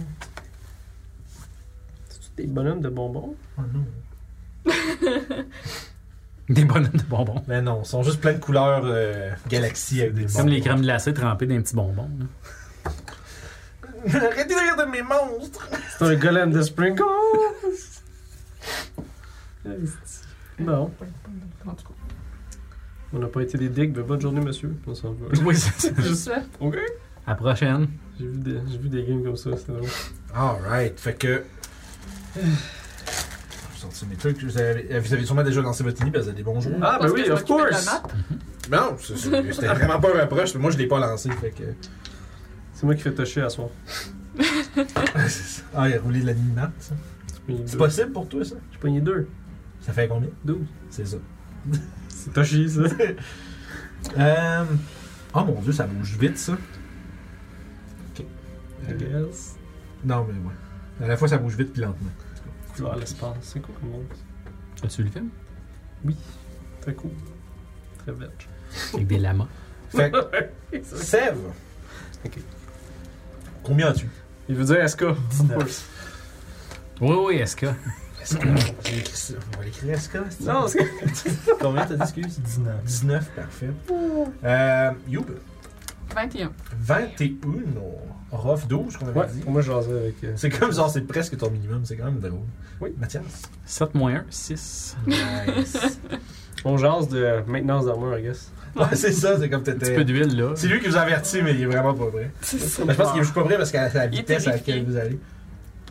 S2: C'est des bonhommes de bonbons.
S1: Oh non.
S5: Des bonhommes de bonbons.
S1: Mais non, ils sont juste plein de couleurs euh, galaxies avec des
S5: C'est comme les crèmes glacées trempées d'un petit bonbon. là.
S1: Arrêtez de rire de mes monstres!
S2: C'est un golem de sprinkles! Ah, non,
S3: En tout cas,
S2: on n'a pas été des dicks, mais bonne journée, monsieur. On s'en va.
S5: Oui, c'est ça.
S3: juste ça.
S2: Ok.
S5: À la prochaine.
S2: J'ai vu, des, j'ai vu des games comme ça, c'était drôle.
S1: Alright, fait que. Je vais sortir mes trucs. Vous avez, euh, vous avez sûrement déjà lancé votre nid parce que vous avez des bons jours.
S2: Ah, ben
S3: Parce que
S2: oui,
S3: je
S2: of
S3: m'occupais de la
S2: course!
S3: map.
S1: Non, c'est- c'est- c'était vraiment pas un approche, mais moi je l'ai pas lancé. Fait que.
S2: C'est moi qui fais toucher à soir.
S1: C'est ça. ah, il a roulé de la map, ça.
S2: J'ai pogné
S1: C'est
S2: deux.
S1: possible pour toi, ça?
S2: J'ai pogné deux.
S1: Ça fait combien?
S2: 12.
S1: C'est ça.
S2: C'est touché, ça.
S1: Euh... Oh mon dieu, ça bouge vite, ça. Ok.
S2: I guess.
S1: Non, mais ouais. À la fois, ça bouge vite puis lentement.
S2: Couleur à Ah, l'espace. C'est cool comme monde.
S5: As-tu vu le film?
S2: Très cool. Très vert.
S5: Avec des lamas.
S1: Fait que, Sève.
S2: Ok.
S1: Combien as-tu?
S2: Il veut dire SK. Of
S4: 19.
S2: course.
S5: Oui, oui, est-ce que.
S1: J'ai écrit ça. On va l'écrire SK. c'est-tu?
S2: Non, c'est
S1: Combien t'as dit, excuse?
S4: 19.
S1: 19, parfait. Euh, Youb,
S3: 21.
S1: 21. Rof, 12, qu'on avait
S2: Ouais,
S1: dit.
S2: pour moi, je jasais avec. euh,
S1: C'est comme genre, c'est presque ton minimum, c'est quand même drôle.
S2: Oui.
S1: Mathias.
S5: 7 moins 1, 6.
S1: Nice.
S2: On jase de maintenance d'armure, I guess.
S1: ouais, c'est ça, c'est comme
S5: Un petit peu
S1: t'étais.
S5: d'huile, là.
S1: C'est lui qui vous avertit, mais il est vraiment pas vrai.
S3: C'est ça.
S1: Ben, je pense qu'il est juste pas vrai parce qu'à la
S3: Il est
S1: vitesse à
S3: terrifié.
S1: laquelle vous allez.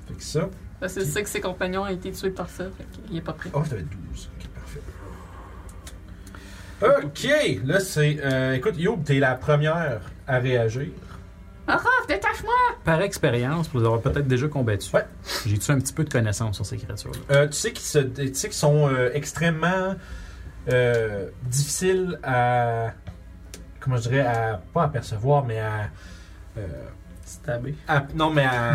S1: Fait que ça.
S3: Parce que c'est que ses compagnons ont été tués par ça. Fait qu'il est pas prêt.
S1: Oh, je devais être 12. Ok, parfait. Ok, là c'est. euh, écoute, Youb, t'es la première à réagir.
S3: Rof, Ah, détache-moi!
S5: Par expérience, pour les avoir peut-être déjà combattu,
S1: Ouais.
S5: j'ai-tu un petit peu de connaissance sur ces créatures-là?
S1: Euh, tu sais qu'ils se- tu sais qu'ils sont euh, extrêmement euh, difficiles à. Comment je dirais à. Pas à percevoir, mais à. euh,
S2: Stabé.
S1: à- non, mais à.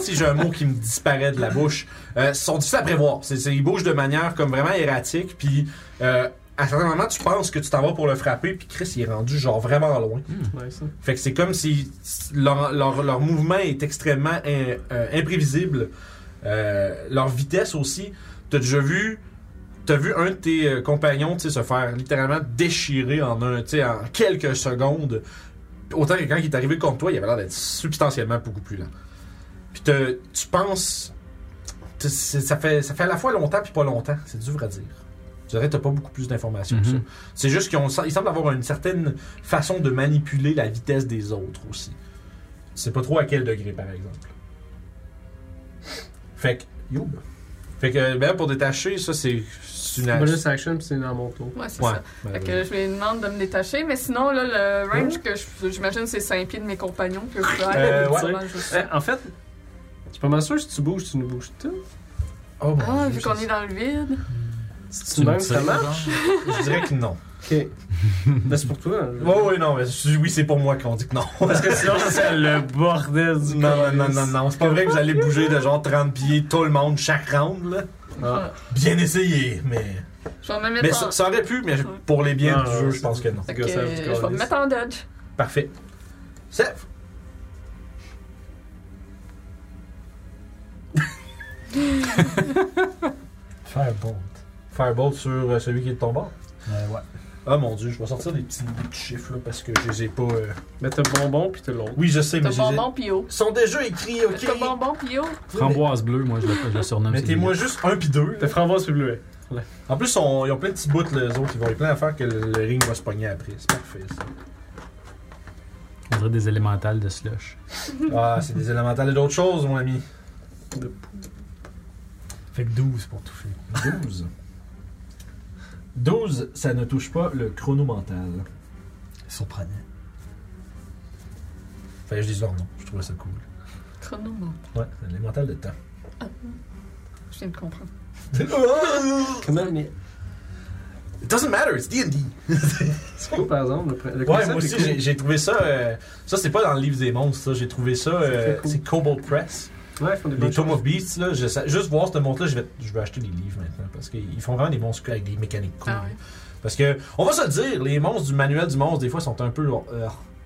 S1: si j'ai un mot qui me disparaît de la bouche. Euh, sont difficiles à prévoir. C'est- c'est- ils bougent de manière comme vraiment erratique, puis. euh, à certains moments, tu penses que tu t'en vas pour le frapper, puis Chris, il est rendu genre vraiment loin.
S2: Nice.
S1: Fait que c'est comme si leur, leur- leur mouvement est extrêmement in- euh, imprévisible. Euh, leur vitesse aussi. T'as déjà vu, t'as vu un de tes euh, compagnons tu sais, se faire littéralement déchirer en, un, tu sais, en quelques secondes. Autant que quand il est arrivé contre toi, il avait l'air d'être substantiellement beaucoup plus lent. Puis te- tu penses. tu- c'est- Ça fait, ça fait à la fois longtemps puis pas longtemps. C'est dur à dire. Je dirais que t'as pas beaucoup plus d'informations que ça.
S5: Mhm.
S1: C'est juste qu'ils ont- ils semblent avoir une certaine façon de manipuler la vitesse des autres aussi. Tu sais pas trop à quel degré, par exemple. Fait que, youb. Fait que, ben, pour détacher, ça, c'est c'est une
S2: Bonus Bah, action, puis c'est dans mon tour.
S3: Ouais, c'est
S1: Ouais,
S3: ça. Fait
S1: malheureusement.
S3: que je lui demande de me détacher, mais sinon, là, le range que je- j'imagine, c'est 5 pieds de mes compagnons que je peux
S1: Euh,
S3: aller.
S1: ouais.
S3: habituellement, je sais.
S2: Eh, en fait, je suis pas mal sûr que si tu bouges, tu nous bouges tout.
S1: Oh, mon
S3: Ah,
S1: Dieu,
S3: vu
S1: ça,
S3: qu'on est dans le vide.
S2: C'est même ça marche.
S1: Je dirais que non.
S2: Ok. Ben, c'est pour toi. hein.
S1: Oh, oui, non, mais je- oui, c'est pour moi qu'on dit que non.
S2: Parce que sinon, ça serait le bordel du
S1: Non, non, non,
S2: calice.
S1: non, non, c'est pas vrai que vous allez bouger de genre 30 pieds tout le monde chaque round, là.
S2: Ah.
S1: Bien essayé, mais.
S3: Je vais me mettre
S6: Mais
S3: en...
S6: ça, ça aurait pu, mais
S3: Ouais.
S6: pour les biens
S2: Ah,
S6: du
S2: ouais,
S6: jeu,
S1: Je
S6: je pense.
S1: pense que non.
S3: Fait
S2: que
S3: que
S2: ça, tu
S3: je vais me
S2: calises.
S3: mettre en dodge.
S1: Parfait. Seth!
S4: Firebolt.
S1: Firebolt sur euh, celui qui est de ton bord.
S4: Euh, ouais.
S1: Ah mon dieu, je vais sortir des petits bouts de chiffres là parce que je les ai pas. euh,
S2: Mais t'as le bonbon puis t'as l'autre.
S1: Oui, je sais, mais
S3: T'as
S1: je les ai-
S3: bonbon Pio.
S1: Ils sont déjà écrits, ok?
S3: T'as bonbon Pio.
S5: Framboise bleue, moi, je le, je le surnomme.
S1: Mettez-moi juste un pis deux.
S2: T'as framboise puis bleuet.
S1: En plus, on- ils ont plein de petits bouts, les autres. Ils vont avoir plein d'affaires que le, le ring va se pogner après. C'est parfait, ça.
S5: On dirait des élémentales de slush.
S1: Ah, c'est des élémentales et d'autres choses, mon ami.
S4: Fait que 12 pour toucher.
S1: 12. 12, ça ne touche pas le chronomental.
S4: Surprenant.
S1: Enfin, je dis leur nom, je trouvais ça cool.
S3: Chronoman.
S1: Ouais, c'est l'élémental de temps.
S3: Je viens de comprendre.
S1: It
S2: Comment mais
S1: doesn't matter, it's D&D.
S2: C'est cool par exemple le, pr- le
S1: Ouais,
S2: concept
S1: moi
S2: est
S1: aussi,
S2: cool.
S1: j'ai- j'ai trouvé ça... euh, ça, c'est pas dans le livre des monstres, ça. J'ai trouvé ça... euh,
S2: très cool.
S1: c'est Cobalt Press.
S2: Ouais, ils font des
S1: Les
S2: bonnes
S1: Tomb
S2: choses.
S1: of Beasts, là, je sais- juste voir ce montre-là, je vais, je vais acheter des livres maintenant. Parce qu'ils font vraiment des monstres avec des mécaniques cool.
S3: Ah
S1: Parce que, on va se le dire, les monstres du manuel du monstre, des fois, sont un peu. euh,
S3: ouais.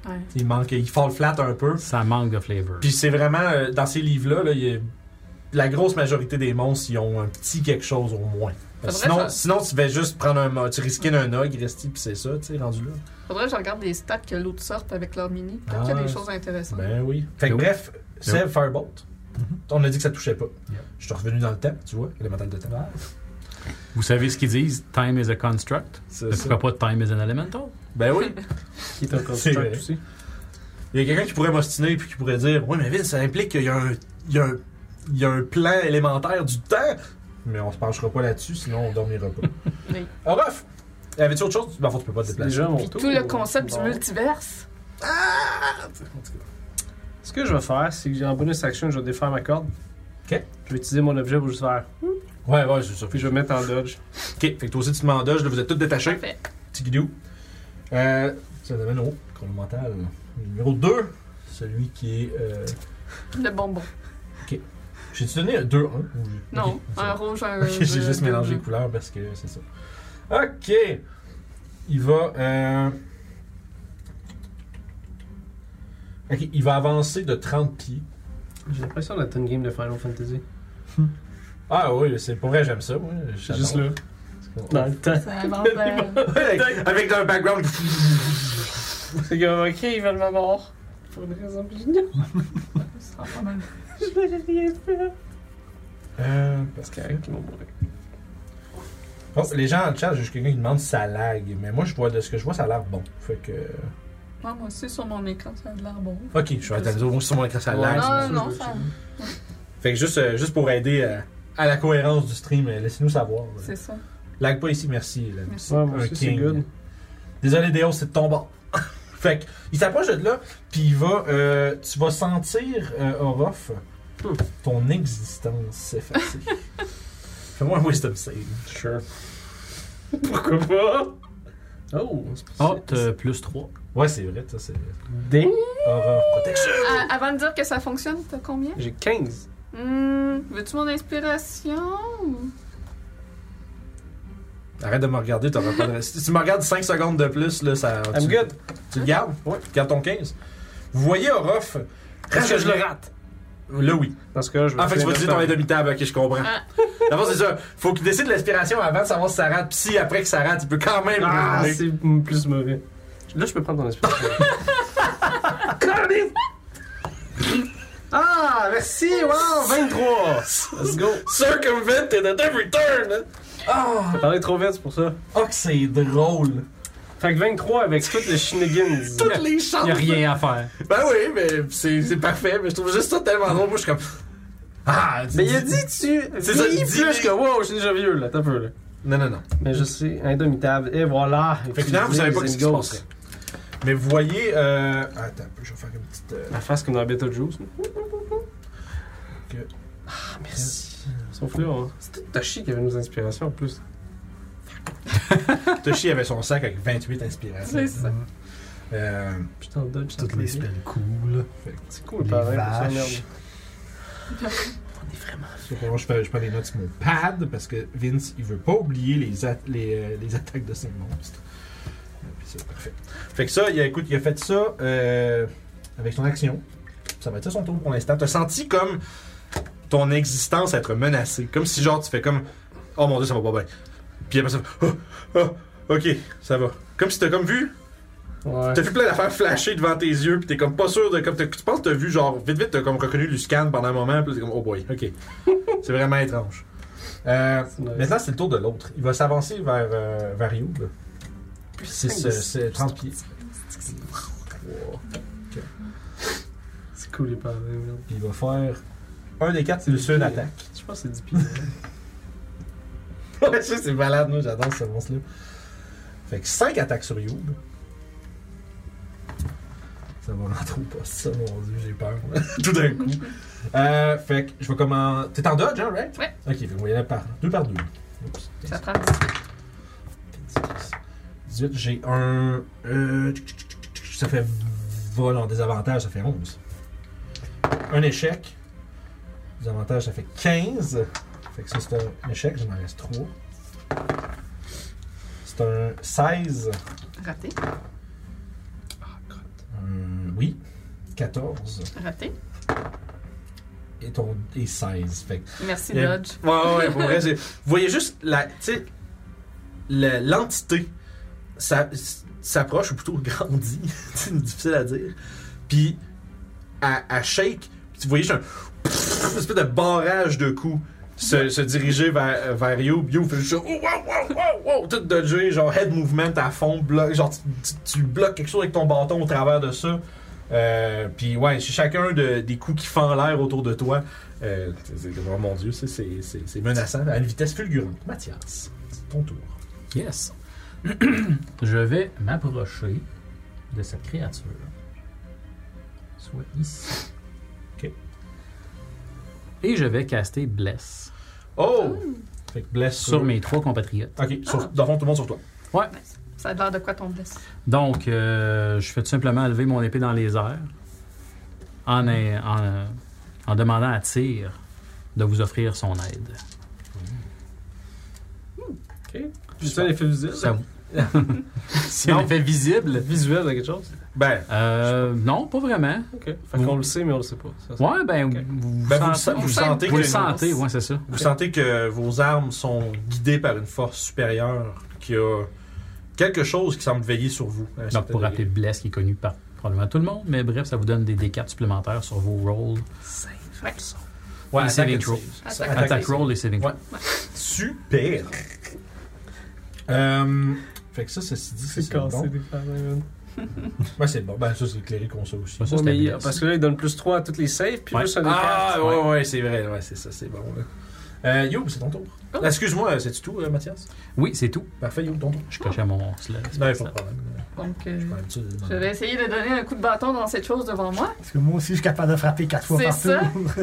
S3: Ouais.
S1: ils manquent, ils fall flat un peu.
S5: Ça manque de flavor.
S1: Puis c'est vraiment, euh, dans ces livres-là, là, il y a- la grosse majorité des monstres, ils ont un petit quelque chose au moins. Parce que
S3: Faudrait
S1: sinon,
S3: faire-
S1: sinon, tu vas juste prendre un. mo- Tu risques un ogre, resti, puis c'est ça, tu sais, rendu là.
S3: Faudrait que je regarde les stats que l'autre sorte avec leur mini. Peut-être qu'il y a
S1: Ah.
S3: des choses intéressantes.
S1: Ben oui. Ben Mm-hmm. Fait que
S5: Nope.
S1: bref, Seb Firebolt.
S4: Mhm.
S1: On a dit que ça touchait pas.
S4: Yep.
S1: Je suis revenu dans le thème, tu vois, élémental de temps.
S5: Vous savez ce qu'ils disent? Time is a construct.
S1: C'est
S5: Mais
S1: ça.
S5: Pourquoi pas time is an elemental?
S1: Ben oui.
S2: Qui est un
S1: C'est vrai.
S2: construct aussi.
S1: Il y a quelqu'un qui pourrait m'ostiner puis qui pourrait dire Oui, mais Vince, ça implique qu'il y a un, il y a un, il y a un plan élémentaire du temps. Mais on se penchera pas là-dessus, sinon on dormira pas.
S3: Oui.
S1: Orof, avais-tu autre chose Ben, en fait, tu peux pas te
S2: C'est
S1: déplacer.
S2: déjà mon
S3: Puis
S2: tour.
S3: tout le concept du
S2: Bon.
S3: multiverse.
S2: Ce que je vais faire, c'est que j'ai en bonus action, je vais défaire ma corde.
S1: Ok.
S2: Je vais utiliser mon objet pour juste faire.
S1: Ouais, ouais, c'est ça.
S2: Puis je vais mettre en dodge.
S1: Ok, fait que toi aussi, tu te mandages, là, vous êtes tous détachés.
S3: Parfait.
S1: Petit guidou. Euh, ça nous amène au chronomental. Numéro 2, celui qui est. Euh...
S3: Le bonbon.
S1: J'ai-tu donné un 2-1 ou j'ai-
S3: Non,
S1: Ok,
S3: un rouge, un
S1: Ok, j'ai
S2: Euh,
S3: bleu,
S1: juste
S3: deux
S1: mélangé les
S3: bleus.
S1: couleurs parce que c'est ça. Ok. Il va. euh, Ok, il va avancer de 30 pieds.
S2: J'ai l'impression d'être une game de Final Fantasy.
S1: Ah oui, c'est pour vrai, j'aime ça. Moi,
S2: C'est juste là. Dans
S1: Ouais.
S2: le temps.
S3: Ça avance, euh,
S1: Avec- Avec un background.
S2: C'est comme, ok, ils veulent ma mort. Pour une raison que je n'ignore.
S3: ça va pas mal.
S2: Je n'aurais rien fait.
S1: Euh, parce
S2: C'est
S1: que...
S2: correct, ils vont mourir.
S1: Oh, les gens en chat, j'ai juste quelqu'un qui demande si ça lag. Mais moi, je vois de ce que je vois, ça a l'air bon. Fait que. euh,
S3: Moi, moi aussi, sur mon écran, ça a de l'air bon.
S1: Ok, je vais attendre. Moi, sur mon écran, ça lag.
S2: Ouais,
S1: c'est pour
S3: Ah
S1: ça.
S3: non, ça.
S1: Fait que juste, euh, juste pour aider euh, à la cohérence du stream, euh, laissez-nous savoir. là.
S3: C'est ça.
S1: Lag pas ici, merci. là.
S3: Merci.
S2: Ouais, moi
S1: Un
S2: aussi, c'est
S1: king.
S2: good.
S1: Désolé Déo, c'est de ton bord. fait que, il s'approche de là, puis il va, euh, tu vas sentir, euh, Orof,
S2: Hmm.
S1: ton existence s'effacer. Fais-moi un wisdom save.
S2: Sure. Pourquoi pas? Oh!
S5: Hot euh, plus 3.
S1: Ouais, c'est vrai, ça, c'est vrai.
S2: Ding!
S1: Orof, protection!
S3: Ah, avant de dire que ça fonctionne, t'as combien?
S2: J'ai 15.
S3: Hmm, Veux-tu mon inspiration? ou-
S1: Arrête de me regarder, t'auras pas de... Si tu me regardes 5 secondes de plus, là, ça...
S2: I'm
S1: tu,
S2: good.
S1: Tu le gardes? Ouais. Tu gardes ton 15. Vous voyez Orof...
S2: Est-ce que je le
S1: rate? Là, oui.
S2: Dans ce cas, je vais.
S1: En Ah, fait, tu vas
S2: faire
S1: utiliser ton demi-table, ok, je comprends.
S3: Ah.
S1: D'abord, c'est ça. Faut qu'il décide l'aspiration avant de savoir si ça rate. Puis si après que ça rate, il peut quand même.
S2: Ah,
S1: le-
S2: c'est m- plus mauvais. Là, je peux prendre ton inspiration. Calice! ah, merci! Wow, 23! Let's go!
S6: Circumvented at every turn! hein.
S2: T'as parlé trop vite, c'est pour ça.
S1: Oh, que c'est drôle.
S2: Fait que 23 avec toutes les shenanigans.
S6: Toutes les
S5: Il
S6: chances!
S1: Ah,
S5: n'y a rien à faire.
S6: Ben oui, mais c'est c'est parfait, mais je trouve juste ça tellement drôle. Moi, je suis comme. Ah!
S2: Mais il a dit tu. C'est
S6: ça,
S2: ça,
S6: dis-
S2: il plus que wow, je suis déjà vieux là, t'as peu là.
S6: Non, non, non.
S2: Mais je suis indomitable. Et voilà!
S1: Fait que finalement, vous savez pas ce qui se
S2: Ghost.
S1: passerait. Mais vous voyez. Euh... Attends, un peu, je vais faire une petite. euh,
S2: La face comme dans Beta Juice. Ah, merci. Sauf là, hein. c'est tout Tachi qui avait nos inspirations en plus.
S1: Toshi avait son sac avec 28 inspirations.
S3: C'est ça.
S1: Euh,
S2: Putain, dodge, ça
S4: Toutes
S2: fait
S4: les
S2: bien.
S4: spells cool.
S2: C'est cool,
S4: Les
S2: pareil. pour
S4: vaches.
S2: ça, merde.
S6: est vraiment.
S1: Faut qu'on- je, fais, je prends des notes sur mon pad parce que Vince, il veut pas oublier les, at- les, euh, les attaques de ces monstres. Et puis c'est parfait. Fait que ça, il a, écoute, il a fait ça euh, avec son action. Ça va être ça son tour pour l'instant. T'as senti comme ton existence être menacée. Comme si genre tu fais comme Oh mon dieu, ça va pas bien. Puis après ça, oh, oh, ok, ça va. Comme si t'as comme vu
S2: Ouais.
S6: T'as vu plein d'affaires flasher devant tes yeux, pis t'es comme pas sûr de. Comme, t'as- tu penses que t'as vu, genre, vite vite, t'as comme reconnu le scan pendant un moment, pis là, t'es comme, oh boy, ok. c'est vraiment étrange. Euh,
S2: C'est nice.
S1: Maintenant, c'est le tour de l'autre. Il va s'avancer vers, euh, vers Youb.
S2: Ah,
S1: C'est ce- c'est 30 pieds.
S2: C'est cool les parents, merde.
S1: Il va faire un des quatre, c'est le seul attaque.
S2: Je pense que c'est 10 pieds.
S1: Ouais, ça, c'est malade, moi, j'adore ce monstre-là. Fait que 5 attaques sur Youb. Ça va rentrer au poste, ça, mon dieu, j'ai peur. Tout d'un coup. Euh, fait que je vais comment. T'es en dodge, hein, right?
S3: Ouais.
S1: Ok, fait qu'on va y aller par deux par deux. Oups.
S3: Ça
S1: 15,
S3: prend
S1: 18, j'ai un. euh, tch, tch, tch, tch, tch, ça fait vol en désavantage, ça fait 11. Un échec. Désavantage, ça fait 15. Fait que ça, c'est un échec, j'en reste 3. C'est un 16.
S3: raté,
S1: un- Euh, oui. 14.
S3: raté.
S1: Et, ton, et 16. Fait que
S3: Merci
S6: Il y a-
S3: Dodge.
S6: Ouais, ouais, ouais, pour vrai, c'est. Vous voyez juste la. Tu sais, le- l'entité s'a- s'approche, ou plutôt grandit, c'est difficile à dire, puis à, shake, puis tu voyais juste un. une espèce de barrage de coups. Se, se diriger vers, vers Youb, Youb fait juste ça, wow, wow, wow, wow, tout dodger, genre head movement à fond, bloc, genre tu, tu- tu bloques quelque chose avec ton bâton au travers de ça. Euh, Puis ouais, c'est chacun de- des coups qui fend l'air autour de toi, euh, c'est- c'est- oh mon dieu, c'est- c'est c'est- c'est menaçant à une vitesse fulgurante. Mathias, c'est ton tour.
S5: Yes. je vais m'approcher de cette créature. Soit ici.
S1: Ok.
S5: Et je vais caster Bless
S6: Oh!
S1: Ah. Fait que blesse
S5: sur mes trois compatriotes.
S1: Ok, sur, dans le fond, tout le monde sur toi.
S3: Nice. Ça a l'air de quoi ton bless?
S5: Donc, euh, je fais tout simplement lever mon épée dans les airs en, en- en demandant à Tyr de vous offrir son aide.
S2: Puis ça, l'effet visuel.
S5: Ça vous- C'est
S6: Non.
S5: un effet
S2: Le
S5: visible?
S2: visuel de quelque chose.
S6: Ben,
S5: Euh, non, pas vraiment.
S2: Ok. Fait qu'on le sait, mais on le sait pas. Ça, ça-
S5: Ouais, ben,
S2: Ok.
S5: vous, vous
S6: ben, vous, le
S5: sentez-
S6: sa- vous
S3: on
S6: le
S3: sent-
S6: sentez
S5: vous le
S6: que-
S5: sentez, ouais, c'est ça.
S6: vous sentez que vos armes sont guidées par une force supérieure qui a quelque chose qui semble veiller sur vous. à un
S5: Donc,
S6: certain
S5: pour
S6: degré.
S5: rappeler Bless, qui est connu par probablement tout le monde, mais bref, ça vous donne des D4 supplémentaires sur vos rolls.
S3: Ouais.
S1: Ouais,
S5: Et saving
S1: attaque-
S5: throw.
S3: Attaque.
S1: Attaque-
S5: Attack roll et saving throw.
S1: Ouais. Super! Euh, fait que ça, ceci dit, ça,
S2: C'est
S1: c'est bon.
S2: cassé des parents, man.
S1: Ouais, c'est bon. Ben, ça, c'est éclairé qu'on ça aussi.
S5: Ouais, ça,
S2: Ouais,
S5: c'était
S2: mais il-
S5: bless.
S2: parce que là, il donne plus 3 à toutes les saves, puis
S5: Ouais.
S2: plus un des
S6: Ah,
S2: quatre.
S6: ouais, ouais, c'est vrai, ouais, c'est ça, c'est bon. là.
S1: Euh, Youb, c'est ton tour.
S3: Oh.
S6: Excuse-moi, c'est-tu tout, euh, Mathias?
S5: Oui, c'est tout.
S1: Parfait, Youb, ton tour.
S5: Je cochais mon slot.
S6: Non, pas de problème.
S3: Donc, euh,
S1: Je prends l'habitude de
S3: je
S1: demander.
S3: vais essayer de donner un coup de bâton dans cette chose devant moi.
S4: Parce que moi aussi, je suis capable de frapper quatre fois
S3: C'est
S4: partout.
S3: ça.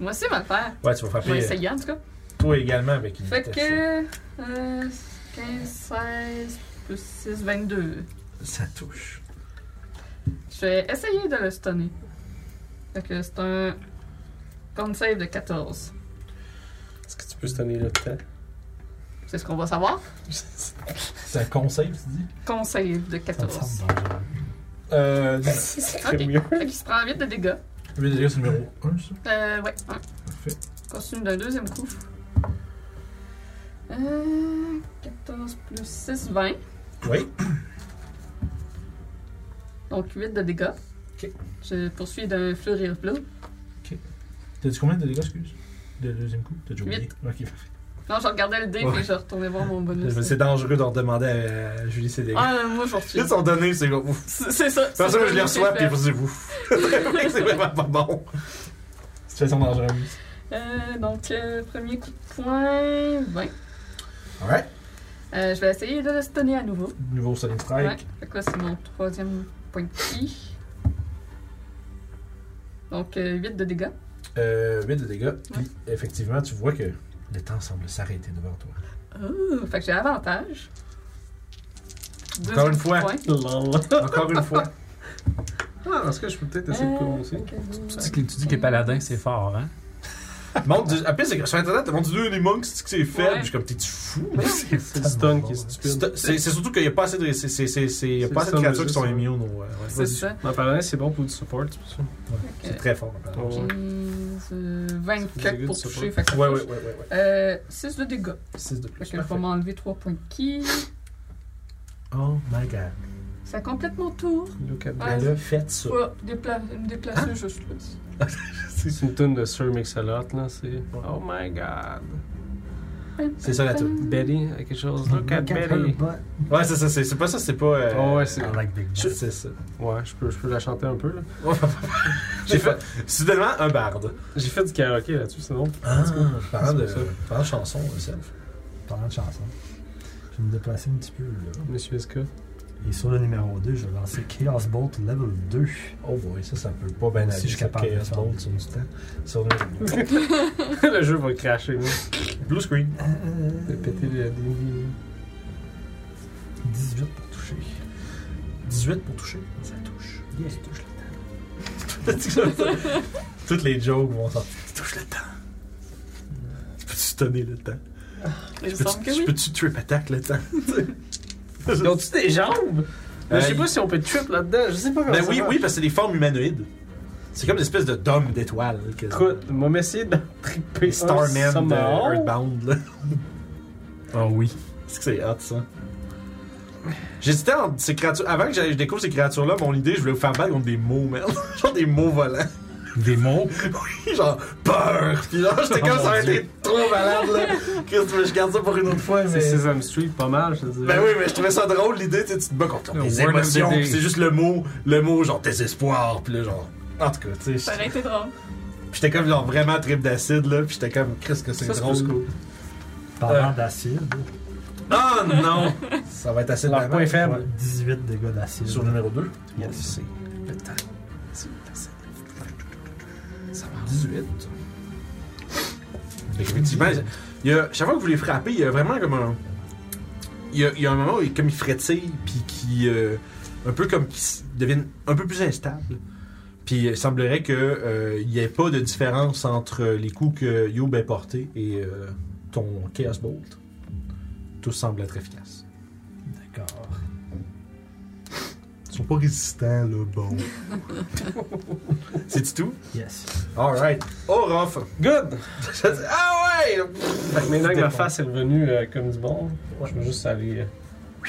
S3: Moi aussi, je vais le faire.
S1: Ouais, tu vas
S3: Je vais
S1: frapper euh,
S3: essayer en tout cas.
S1: toi également avec une
S3: Fait
S1: vitesse.
S3: que euh, 15, 16, plus 6, 22.
S1: Ça touche.
S3: Je vais essayer de le stunner. Fait que c'est un con save de 14.
S2: Est-ce que tu peux se donner le temps?
S3: C'est ce qu'on va savoir.
S1: C'est un conseil, tu dis?
S3: Con save de 14.
S1: Euh,
S2: C'est
S3: Ok.
S2: mieux.
S3: Fait qu'il se prend 8 de dégâts.
S1: je veux dire, c'est numéro 1, ça.
S3: Euh, ouais, un.
S1: Parfait.
S3: Continue d'un deuxième coup. Euh, 14 plus 6, 20.
S1: Oui.
S3: Donc 8 de dégâts.
S1: Ok.
S3: Je poursuis d'un fleurir bleu.
S1: T'as dit combien de dégâts, excuse? De deuxième coup? T'as déjà oublié?
S3: Huit.
S1: Ok, parfait.
S3: Non, je regardais le dé
S6: Ouais.
S3: puis je retournais voir mon bonus.
S6: C'est dangereux de redemander à Julie ses dégâts.
S3: Ah, moi je
S6: Ils
S3: poursuis.
S6: sont donnés, c'est comme ouf.
S3: C'est c'est ça.
S6: Parce
S3: c'est
S6: que je
S3: ça
S6: les reçois,
S3: j'ai
S6: puis
S3: fait.
S6: vous ouf. c'est vraiment pas bon.
S1: Situation dangereuse.
S3: Euh, donc, euh, premier coup de poing, 20.
S1: Alright.
S3: Euh, je vais essayer de le stunner à nouveau.
S1: Nouveau Sonic
S3: Ouais.
S1: Strike.
S3: Fait que là, c'est mon troisième point de ki. Donc, euh, 8 de dégâts.
S1: Euh, 8 de dégâts. Puis, effectivement, tu vois que le temps semble s'arrêter devant toi.
S3: Oh, fait que j'ai avantage. Deux
S6: Encore une
S3: coups
S6: fois.
S3: de poing.
S2: Lol.
S6: Encore une fois.
S2: Ah, est-ce que je peux peut-être essayer de
S3: Euh,
S2: commencer?
S3: fait que-
S5: Tu dis que- tu dis que les paladins, c'est fort, hein?
S1: Montre du- En plus, c'est que sur Internet, t'as vendu deux des monks, c'est que c'est faible.
S3: Ouais.
S1: Je suis comme, t'es-tu fou?
S2: C'est le stun qui est stupide.
S1: C'est c'est- c'est surtout qu'il n'y a pas assez de, c'est- c'est- c'est- c'est- il y a
S2: C'est
S1: pas assez de
S2: ça,
S1: créatures qui
S2: c'est
S1: sont
S2: ça.
S1: immunes. au, euh, ouais,
S3: C'est
S1: vas-y.
S3: ça.
S2: Mais apparemment, c'est bon pour du support, c'est pour ça.
S1: C'est très fort. apparemment.
S2: Ouais.
S3: J'ai euh,
S2: C'est good,
S3: 24 pour
S2: ça,
S3: toucher. Fait que ça
S1: Ouais, ouais,
S3: touche.
S1: ouais, ouais. ouais.
S3: Euh, 6 de dégâts.
S1: 6 de plus.
S3: Fait que je
S1: parfait.
S3: vais m'enlever 3 points de ki.
S7: Oh my god.
S3: Ça complète mon tour.
S2: Look at that.
S3: Ouais.
S7: Elle a fait ça.
S3: Ouais, dépla- me
S1: Ah.
S3: déplacer juste là.
S2: C'est une tonne de Sir Mix-a-Lot, là. C'est. Oh my god.
S1: C'est ça, la toune.
S2: Betty, euh, quelque chose. Look at
S4: Look at her
S2: Betty.
S4: butt.
S1: Ouais, c'est ça. C'est c'est pas ça, c'est pas. euh,
S2: Oh, ouais, c'est.
S4: I like big
S1: je-
S4: butt.
S1: C'est ça.
S2: Ouais, je peux, je peux la chanter un peu, là.
S1: J'ai fait soudainement un barde.
S2: J'ai fait du karaoké là-dessus, c'est bon.
S7: Ah, parlant de,
S2: C'est pour
S7: parlant de chansons, euh, Self.
S4: Parlant de chanson. Je vais me déplacer un petit peu là.
S2: Monsieur SK.
S4: Et sur le numéro 2, je vais lancer Chaos Bolt level 2.
S7: Oh boy, ça, ça peut pas bien
S4: Aussi,
S7: aller.
S4: je suis capable de
S7: Chaos
S4: faire.
S7: Bolt sur du temps. Sur le-
S2: le jeu va cracher, là.
S1: Blue screen.
S4: Euh,
S2: De péter le DD.
S4: 18 pour toucher.
S7: 18 pour toucher. Ça touche.
S4: Yeah.
S7: Toutes les jokes vont sortir.
S1: Touche le temps. Tu peux-tu stunner le temps?
S3: Il me
S1: Peux-tu-
S3: semble que
S1: tu
S3: oui.
S1: Peux-tu trip attack le temps?
S2: Ils ont-tu des jambes?
S1: Euh,
S2: je sais
S1: il-
S2: pas si on peut trip là-dedans, je sais pas comment
S1: Ben
S2: ça
S1: oui,
S2: marche.
S1: oui, parce que c'est des formes humanoïdes. C'est comme une espèce de dôme d'étoiles. quasiment.
S2: Écoute, on va essayer de tripper
S1: Les Starman de
S2: Earthbound.
S1: Earthbound, là.
S5: Ah oui.
S1: Est-ce que c'est hot, ça? J'hésitais entre ces créatures. Avant que j'aille- je découvre ces créatures-là, mon idée, je voulais vous faire battre contre des mots, merde. genre des mots volants.
S5: Des mots.
S1: Oui, genre peur. Puis genre, j'étais comme
S5: Oh
S1: ça aurait
S5: mon Dieu.
S1: été trop malade, là. Chris, mais je garde ça pour une autre fois, mais.
S2: C'est Sesame Street, pas mal, je te dis.
S1: Ben oui, mais je trouvais ça drôle, l'idée, tu sais, tu te bats contre
S5: Le
S1: les
S5: word of the
S1: émotions.
S5: day.
S1: puis C'est juste le mot, le mot, genre désespoir. Puis là, genre. En tout cas, tu sais.
S3: Ça aurait été drôle.
S1: Puis j'étais comme genre vraiment trip d'acide là, puis j'étais comme Chris que c'est
S2: Ça, c'est
S1: drôle.
S2: plus cool.
S7: Euh,
S4: Parlant d'acide,
S1: Oh non! ça va être acide
S2: Leur point faible.
S4: 18 dégâts d'acide.
S7: Sur le numéro 2.
S4: Yes.
S2: Le temps. C'est facile. Ça marche.
S1: 18. Fait qu'effectivement, il y a- chaque fois que vous les frappez, il y a vraiment comme un. Il y a, il y a un moment où il, comme il frétille, puis qui. euh, un peu comme qui deviennent un peu plus instable. Puis euh, il semblerait qu'il n'y ait pas de différence entre les coups que Yob a portés et euh, ton Chaos Bolt. Tout semble être efficace.
S4: D'accord.
S1: Ils sont pas résistants, là, bon. C'est tout?
S4: Yes.
S1: Alright. Orof.
S2: Good!
S1: ah ouais!
S2: Fait que maintenant que ma face est revenue euh, comme du bon, je vais juste aller. euh,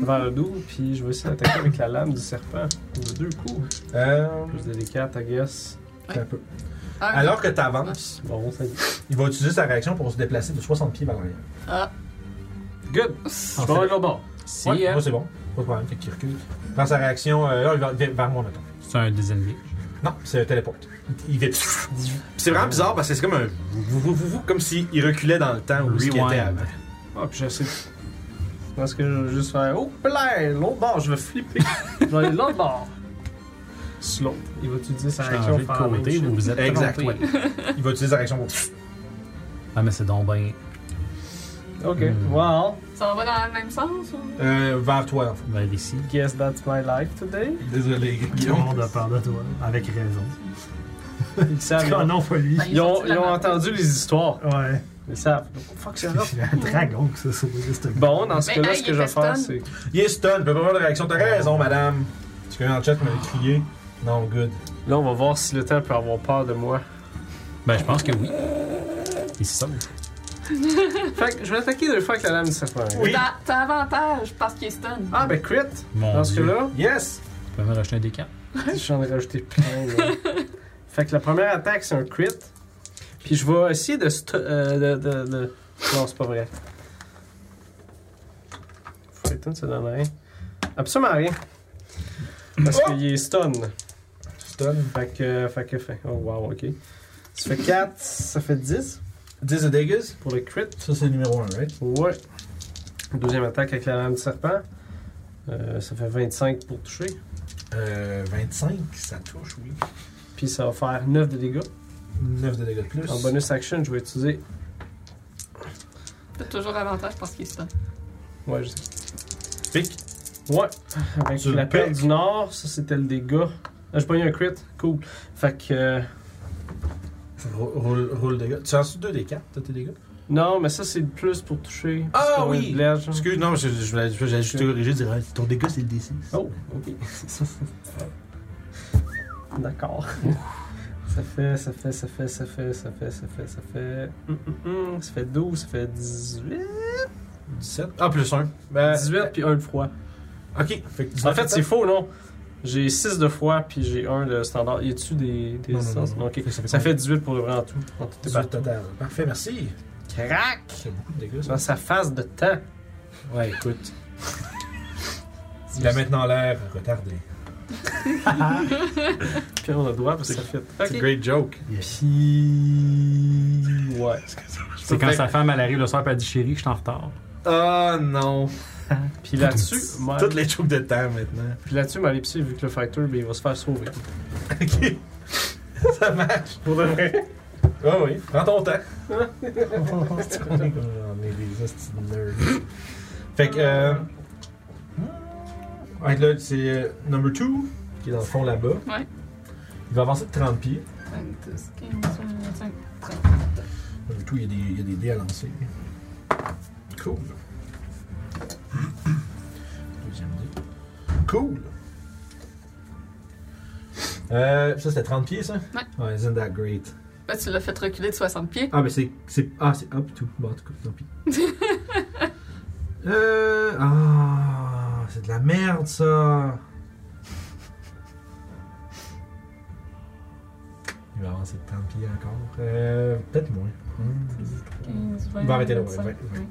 S2: vers le dos, puis je vais essayer d'attaquer avec la lame du serpent. De deux coups.
S1: Euh,
S2: Plus de D4, I guess.
S7: Un peu.
S3: Ah,
S1: alors que t'avances,
S2: Bon, ça y est.
S7: Il va utiliser sa réaction pour se déplacer de 60 pieds vers l'arrière.
S3: Ah,
S2: Good! Je vais aller au bord.
S5: Si,
S7: Ouais,
S5: hein.
S7: moi, c'est bon. Pas de problème. Fait qu'il recule. Prends sa réaction. euh, là, il va vers- vers moi maintenant.
S5: C'est un désengage.
S7: Non, c'est un téléport. Il, il fait.
S1: c'est vraiment bizarre parce que c'est comme un. vous- vous- vous- vous- Comme s'il reculait dans le temps où il était
S5: Rewind.
S1: avant.
S2: Ah, puis j'essaie. Parce que je vais juste faire. Oh, plein! L'autre bord, je vais flipper. je vais aller de l'autre bord. Slow. Il va utiliser sa réaction
S5: Changer
S2: pour faire la
S5: de
S2: même
S5: côté,
S2: shit.
S5: vous vous êtes
S1: Exact,
S5: trompé.
S7: Il va utiliser sa réaction pour.
S5: Ah, mais c'est donc bien.
S2: Ok.
S5: Hmm.
S2: Well,
S3: ça va dans le même sens ou?
S7: Euh, vers toi, en fait.
S5: Vers ici.
S2: guess that's my life today.
S7: Désolé,
S4: Tout le monde a peur de toi. Avec raison.
S2: Ils savent.
S4: Ah non, pas lui.
S2: Ils ont, ils ont entendu les histoires.
S4: Ouais.
S2: Ils savent. Donc, fuck, c'est grave.
S4: C'est un dragon que ça, sauve ce gars.
S2: Bon, dans ce
S3: Mais
S2: cas-là,
S3: hey,
S2: ce
S3: il
S2: que je vais
S3: était
S2: faire,
S3: stun.
S2: c'est.
S7: Il est stun, il peut pas avoir de réaction. T'as raison, madame. Parce que dans le chat, il m'avait crié. Non, good.
S2: Là, on va voir si le temps peut avoir peur de moi.
S5: Ben, je pense que oui. Il saute.
S2: Fait que je vais attaquer deux fois avec la lame du serpent.
S7: Oui.
S3: T'as t'as avantage parce qu'il est stun.
S2: Ah, ben crit!
S5: Mon
S2: Dans ce
S5: Dieu.
S2: cas-là,
S7: Yes!
S5: Tu peux me racheter un des quatre.
S2: J'en ai rajouté plein. là. fait que la première attaque, c'est un crit. Puis je vais essayer de, st- euh, de, de- de- Non, c'est pas vrai. Fulton, ça donne rien. Absolument rien. Parce
S3: Oh!
S2: qu'il est stun.
S7: Stun.
S2: Fait que, fait que, fait. Oh, wow, ok. Ça fait 4, ça fait 10
S7: 10 de dégâts.
S2: pour le crit.
S7: Ça, c'est le numéro 1, right?
S2: Ouais. Deuxième attaque avec la lame du serpent. Euh, ça fait 25 pour toucher.
S7: Euh, 25, ça touche, oui.
S2: Puis ça va faire 9 de dégâts.
S7: 9 de dégâts de plus.
S2: En bonus action, je vais utiliser
S3: T'as toujours avantage parce qu'il est stun.
S2: Ouais, je sais.
S1: Pic.
S2: Ouais. Avec
S7: Tu le
S2: la perte
S7: piques.
S2: du Nord, ça c'était le dégât. Ah, J'ai pas eu un crit. Cool. Fait que. euh,
S1: Roule, roule, roule dégâts. Tu as deux des quatre, t'as tes dégâts?
S2: Non, mais ça, c'est le plus pour toucher.
S1: Ah
S2: Parce qu'on
S1: oui!
S2: est de l'âge.
S1: Excuse, non, je, je, voulais- je, j'ai juste corrigé, dire ah, ton dégât c'est le D6.
S2: Oh, ok. D'accord. Ça fait, ça fait, ça fait, ça fait, ça fait, ça fait, ça fait. Hum, hum, hum. Ça fait 12, ça fait 18.
S1: 17. Ah, plus 1. Ben,
S2: 18 puis 1 de froid.
S1: Ok. Fait que
S2: En fait, c'est faux, non? J'ai 6 de froid puis j'ai 1 de standard. Y a-tu des, des
S1: Non, non,
S2: distances?
S1: non, non.
S2: Ok.
S1: Ça fait
S2: Ça fait 18 pour le vrai en tout. En tout et
S1: 18
S2: partout.
S1: total. Parfait, merci.
S2: Crac!
S1: C'est beaucoup de dégâts, ça.
S2: Dans sa phase de temps.
S1: Ouais, écoute. Il a maintenant l'air retardé.
S2: Puis on a le droit parce que ça fait.
S6: C'est
S2: Ok.
S6: great joke.
S2: Puis. Ouais.
S5: C'est quand sa femme, elle arrive le soir, puis elle dit Chérie, je suis en retard.
S6: Ah non.
S2: Puis là-dessus, Mal-
S6: Toutes les jokes de temps maintenant.
S2: puis là-dessus, Malipsy, vu que le fighter, ben, il va se faire sauver.
S6: Ok. Ça marche.
S1: Pour de vrai. Ah oui, prends ton temps. on est des hosties de nerds. Fait que. Euh, hmm, là, c'est euh, number 2, qui est dans le fond là-bas.
S3: Ouais.
S1: Il va avancer de 30 pieds.
S3: 10, 15, 20, 25, 30.
S1: Number 2, il y a des- il y, a des dés à lancer. Cool. Deuxième dé. Cool. Euh, ça, c'était 30 pieds, ça?
S3: Ouais.
S1: Ouais, isn't that great?
S3: Ben, tu l'as fait reculer de 60 pieds.
S1: Ah, mais c'est. c'est ah, c'est up tout. Bon, en tout cas, tant pis. euh. Ah, c'est de la merde, ça. Il va avancer de 30 pieds encore. Euh. Peut-être moins. Hmm.
S3: 15, 20,
S1: Il va arrêter là, ouais.
S3: 25,
S1: ouais, ouais, ouais.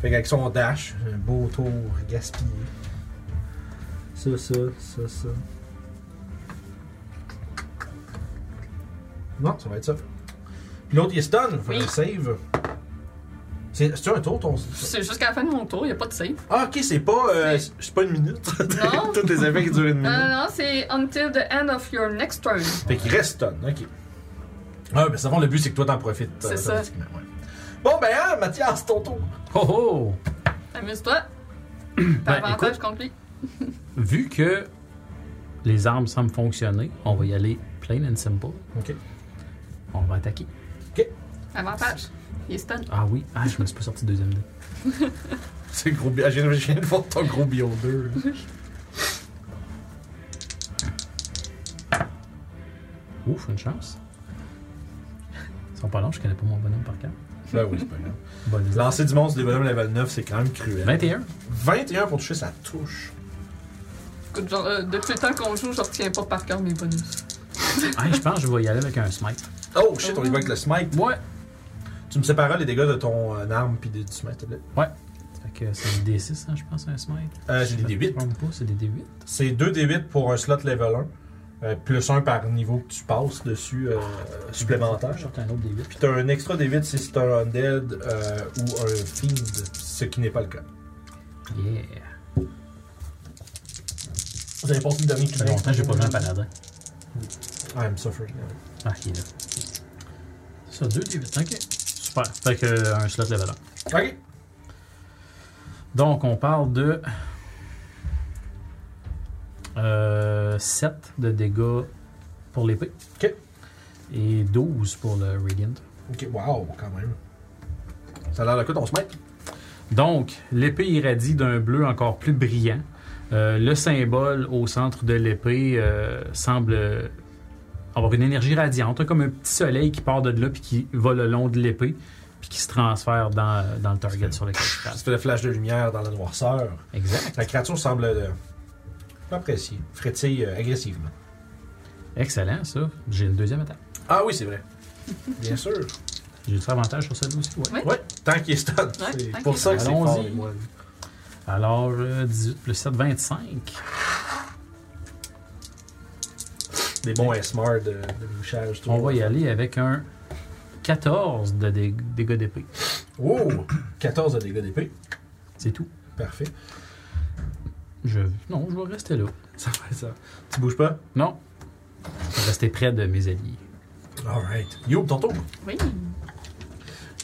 S1: Fait qu'avec son dash, un beau tour gaspillé. Ça, ça, ça, ça. Non, ça va être ça. Puis l'autre, il est stun. Fait
S3: Oui.
S1: qu'il save. C'est- C'est-tu un tour, ton...
S3: C'est jusqu'à la fin de mon tour, y a pas de save.
S1: Ah, OK, c'est pas... euh, c'est- c'est pas une minute.
S3: Non. Euh.
S6: Tous les effets qui durent une
S3: Non,
S6: minute.
S3: non, c'est until the end of your next turn.
S1: Fait qu'il reste stun. OK. Ah, mais ça va, le but, c'est que toi, t'en profites.
S3: C'est
S1: euh,
S3: ça.
S1: automatiquement, ouais. Bon, ben, hein, Mathias, ton tour.
S5: Oh oh!
S3: Amuse-toi. T'as
S5: Ben,
S3: avantage
S5: écoute.
S3: contre lui.
S5: Vu que les armes semblent fonctionner, on va y aller plain and simple.
S1: OK.
S5: On va attaquer.
S3: Avantage. Il est stun.
S5: Ah oui, ah, je me suis pas sorti de deuxième dé.
S6: C'est gros
S1: ah,
S6: bio. Je viens de- je viens de voir ton gros bio 2.
S5: Ouf, une chance. Ils sont pas longs, je connais pas mon bonhomme par cœur.
S1: Ben oui, c'est pas grave.
S5: Bon, les armes.
S1: Lancer du monstre des bonhommes level 9, c'est quand même cruel.
S5: 21.
S1: 21 pour toucher, ça touche.
S3: Écoute, genre, euh, depuis le temps qu'on joue, je retiens pas par cœur mes bonus.
S5: Ah, je pense que je vais y aller avec un smite.
S1: Oh shit, on y va avec le smite.
S5: Ouais.
S1: Tu me sépareras les dégâts de ton euh, arme puis de- du smite, s'il te plaît.
S5: Fait que c'est un D6, hein, je pense, un smite.
S1: Euh, j'ai des
S5: Je me
S1: D8.
S5: trompe pas, c'est des D8.
S1: C'est 2 D8 pour un slot level 1. euh, plus 1 par niveau que tu passes dessus euh, supplémentaire.
S5: Je sorte un autre D8.
S1: Puis t'as un extra D8 si c'est un undead euh, ou un fiend, ce qui n'est pas le cas.
S5: Yeah.
S1: Vous avez passé le dernier
S5: Ça fait longtemps que j'ai pas vu un paladin.
S1: I'm suffering. ouais.
S5: Ah, il est là. C'est ça, 2 D8. Ok. Super. Fait que euh, un slot level 1.
S1: Ok.
S5: Donc, on parle de 7 euh, de dégâts pour l'épée.
S1: Ok.
S5: Et 12 pour le Radiant.
S1: Ok, wow, quand même. Ça a l'air de quoi ton smite?
S5: Donc, l'épée irradie d'un bleu encore plus brillant. Euh, le symbole au centre de l'épée euh, semble euh, avoir une énergie radiante, comme un petit soleil qui part de là puis qui va le long de l'épée puis qui se transfère dans, dans le target sur lequel il
S1: Ça
S5: passe.
S1: fait le flash de lumière dans la noirceur.
S5: Exact.
S1: La créature semble euh, l'apprécier, frétille euh, agressivement.
S5: Excellent, ça. J'ai une deuxième attaque.
S1: Ah oui, c'est vrai. Bien sûr.
S5: J'ai du avantage sur celle aussi, ouais.
S1: Ouais, tant qu'il est stun. c'est
S3: tant
S1: pour
S3: qu'il
S1: ça
S5: est
S1: que c'est
S5: stun.
S1: fort,
S5: Allons-y.
S1: les moines.
S5: Alors, euh, 18 plus 7, 25.
S1: Des bons SMR de, de bouchage.
S5: On va y aller avec un 14 de dé- dégâts d'épée.
S1: Oh! 14 de dégâts d'épée.
S5: C'est tout.
S1: Parfait.
S5: Je... Non, je vais rester là.
S1: Ça fait ça. Tu bouges pas?
S5: Non. Je vais rester près de mes alliés.
S1: Alright. Yo, ton tour.
S3: Oui.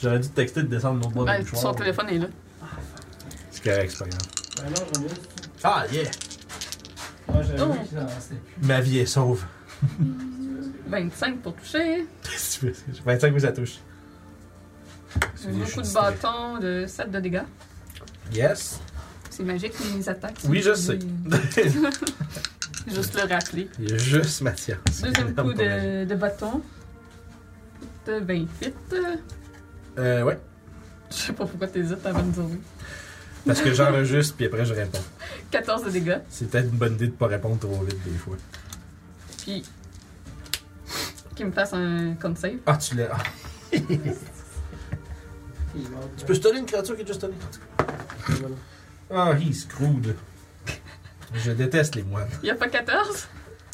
S1: J'aurais dû te texter de descendre l'autre bord
S3: Ben,
S1: du mouchoir.
S3: son téléphone est là.
S1: C'est correct, c'est pas grave.
S2: Ben non, j'en ai
S1: Ah, yeah!
S2: Moi, j'avais
S3: Oh.
S2: vu que ça restait plus.
S1: Ma vie est sauve.
S3: 25 pour toucher.
S1: Qu'est-ce que tu fais? 25 vous ça touche. Excusez, je suis
S3: Beaucoup de
S1: distrait.
S3: bâtons, de 7 de dégâts.
S1: Yes.
S3: C'est magique, les attaques.
S1: Oui, je
S3: c'est-
S1: sais.
S3: Juste le rappeler.
S1: Il y a juste Mathias. Énorme
S3: Deuxième coup
S1: pour magique.
S3: de, de bâton. De 28.
S1: Euh, ouais.
S3: Je sais pas pourquoi t'hésites avant de dire oui.
S1: Parce que j'enregistre, puis après je réponds.
S3: 14 de dégâts.
S1: C'est peut-être une bonne idée de pas répondre trop vite des fois.
S3: Puis. Qu'il me fasse un con save.
S1: Ah, tu l'as. ah. tu peux stunner une créature qui est juste stunnée. Ah, he's screwed. Je déteste les moines.
S3: Il n'y a pas 14.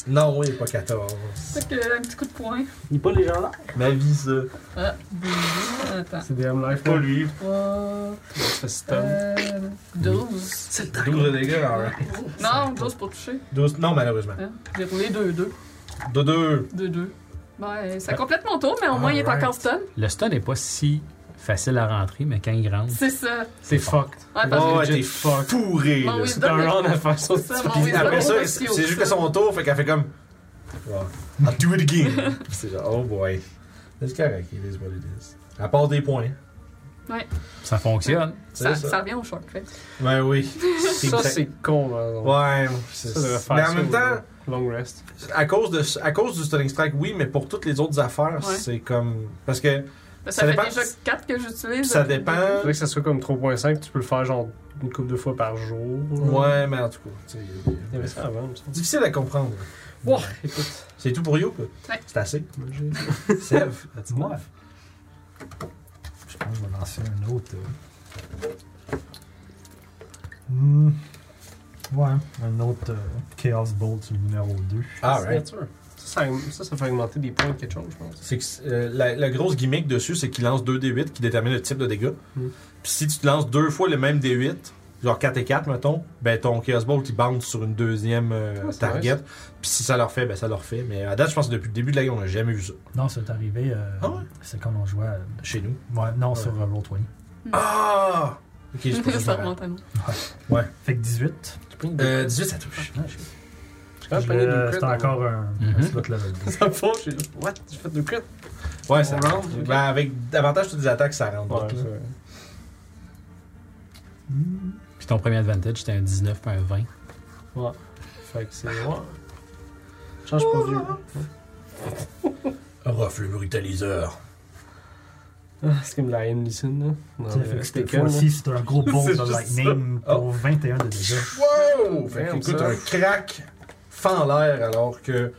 S1: Non, il est pas 14.
S3: Fait que, un petit coup de poing.
S5: Il pas les gens là.
S6: Ma vie, ça.
S3: Ah, deux. Attends.
S2: C'est DM Life.
S6: Pas
S2: là.
S6: lui.
S3: Trois.
S2: Tu fais stun.
S3: Euh, 12.
S1: 12 de dégâts, alright.
S3: Non, 12 pour toucher.
S1: 12, non, malheureusement.
S3: Hein? J'ai roulé 2-2.
S1: De 2.
S3: 2-2. Ben, ça complète mon tour, mais au moins il est
S1: Alright.
S3: encore stun.
S5: Le stun n'est pas si facile à rentrer, mais quand il rentre,
S3: C'est ça.
S2: C'est fucked.
S3: Ouais, parce
S1: Oh,
S2: Bon,
S3: que Bah
S1: ouais,
S2: legit
S1: t'es
S2: fuck.
S1: fourré, là.
S3: Mon
S1: C'est-
S2: C'est un round à faire son
S3: Ah C'est ça,
S2: petit-
S3: mon
S1: Puis
S3: wisdom
S1: après ça,
S3: est aussi haut
S1: c'est juste
S3: que
S1: à
S3: ça.
S1: son tour, fait qu'elle fait comme. Wow. I'll do it again. Puis c'est genre, oh boy. C'est correct, it is what it is. Elle passe des points.
S5: ça fonctionne.
S1: C'est
S3: ça,
S1: ça.
S3: ça revient au short, fait.
S1: Ben oui.
S2: Ça, c'est con, par exemple.
S1: Ouais,
S2: Ça,
S1: c'est
S2: ça devrait faire
S1: Mais en
S2: ça
S1: même
S2: au-
S1: temps,
S2: Long rest.
S6: À cause, de, à cause du Stunning Strike, oui, mais pour toutes les autres affaires,
S3: Ouais.
S6: c'est comme. Parce que Ça
S3: Ben, ça, fait
S6: dépend-
S3: déjà 4 que j'utilise.
S6: ça dépend.
S2: Faudrait que ça soit comme 3.5, tu peux le faire genre une couple de fois par jour.
S6: Ouais, mais en tout cas, tu sais, il y a-
S2: Il y avait ça avant, il me semble.
S6: Difficile à comprendre.
S2: Wow, écoute.
S6: C'est tout pour You, quoi.
S3: Ouais.
S6: C'est assez.
S2: moi, j'ai-
S6: Sève.
S4: Dis-moi. Je pense que je vais lancer un autre. euh. Hmm. Ouais, un autre euh, Chaos Bolt sur le numéro 2.
S6: Ah,
S1: Alright.
S2: Signature. Ça, ça, ça, ça fait augmenter des points de quelque chose, je pense.
S6: C'est que, euh, la, la grosse gimmick dessus, c'est qu'il lance 2 D8 qui détermine le type de dégâts.
S2: Mm.
S6: Puis si tu te lances deux fois le même D8, genre 4 et 4, mettons, ben ton Chaos Bolt il bounce sur une deuxième euh,
S2: Ah, c'est
S6: target.
S2: nice.
S6: Puis si ça leur fait, ben ça leur fait. Mais à date, je pense que depuis le début de la game, on n'a jamais vu ça
S4: Non, c'est arrivé. euh,
S6: Ah ouais?
S4: C'est quand on jouait. euh,
S6: chez nous.
S4: ouais, non,
S6: Ouais.
S4: sur euh, Roll20.
S6: Ah! Ok, c'est pour ça que je
S3: ça
S6: me rappelle.
S3: remonte à nous.
S4: Fait que 18.
S6: Euh, 18, ça touche.
S4: Ouais, Ah,
S2: J'ai quand même pogné deux
S4: je-
S2: crits,
S4: C'est
S2: moi.
S4: encore un, un
S5: Mhm.
S4: slot level 2.
S2: Ça me hein. fond, j'ai juste, what? J'ai fait deux crits.
S6: Ouais, ça
S2: On
S6: rentre.
S2: rentre, ok.
S6: Ben, avec davantage toutes les attaques, ça rentre.
S2: Ouais,
S6: Donc, là.
S2: c'est-
S4: Hmm.
S5: Puis ton premier advantage, c'était un 19 puis un 20.
S2: Fait que c'est. Ouais. Change pas vieux.
S1: Refle brutaliseur.
S2: Ah, c'est comme la haine Lucine, là. Non,
S4: Ça fait
S2: mais
S4: que
S2: c'était
S4: cette
S2: con, là.
S4: fois-ci, c'est un gros bolt
S2: C'est
S4: de
S2: juste
S4: lightning
S1: ça.
S4: pour 21 de dégâts.
S6: Wow! Fait
S2: Damn,
S6: que, écoute,
S2: ça.
S6: un crack fend l'air alors que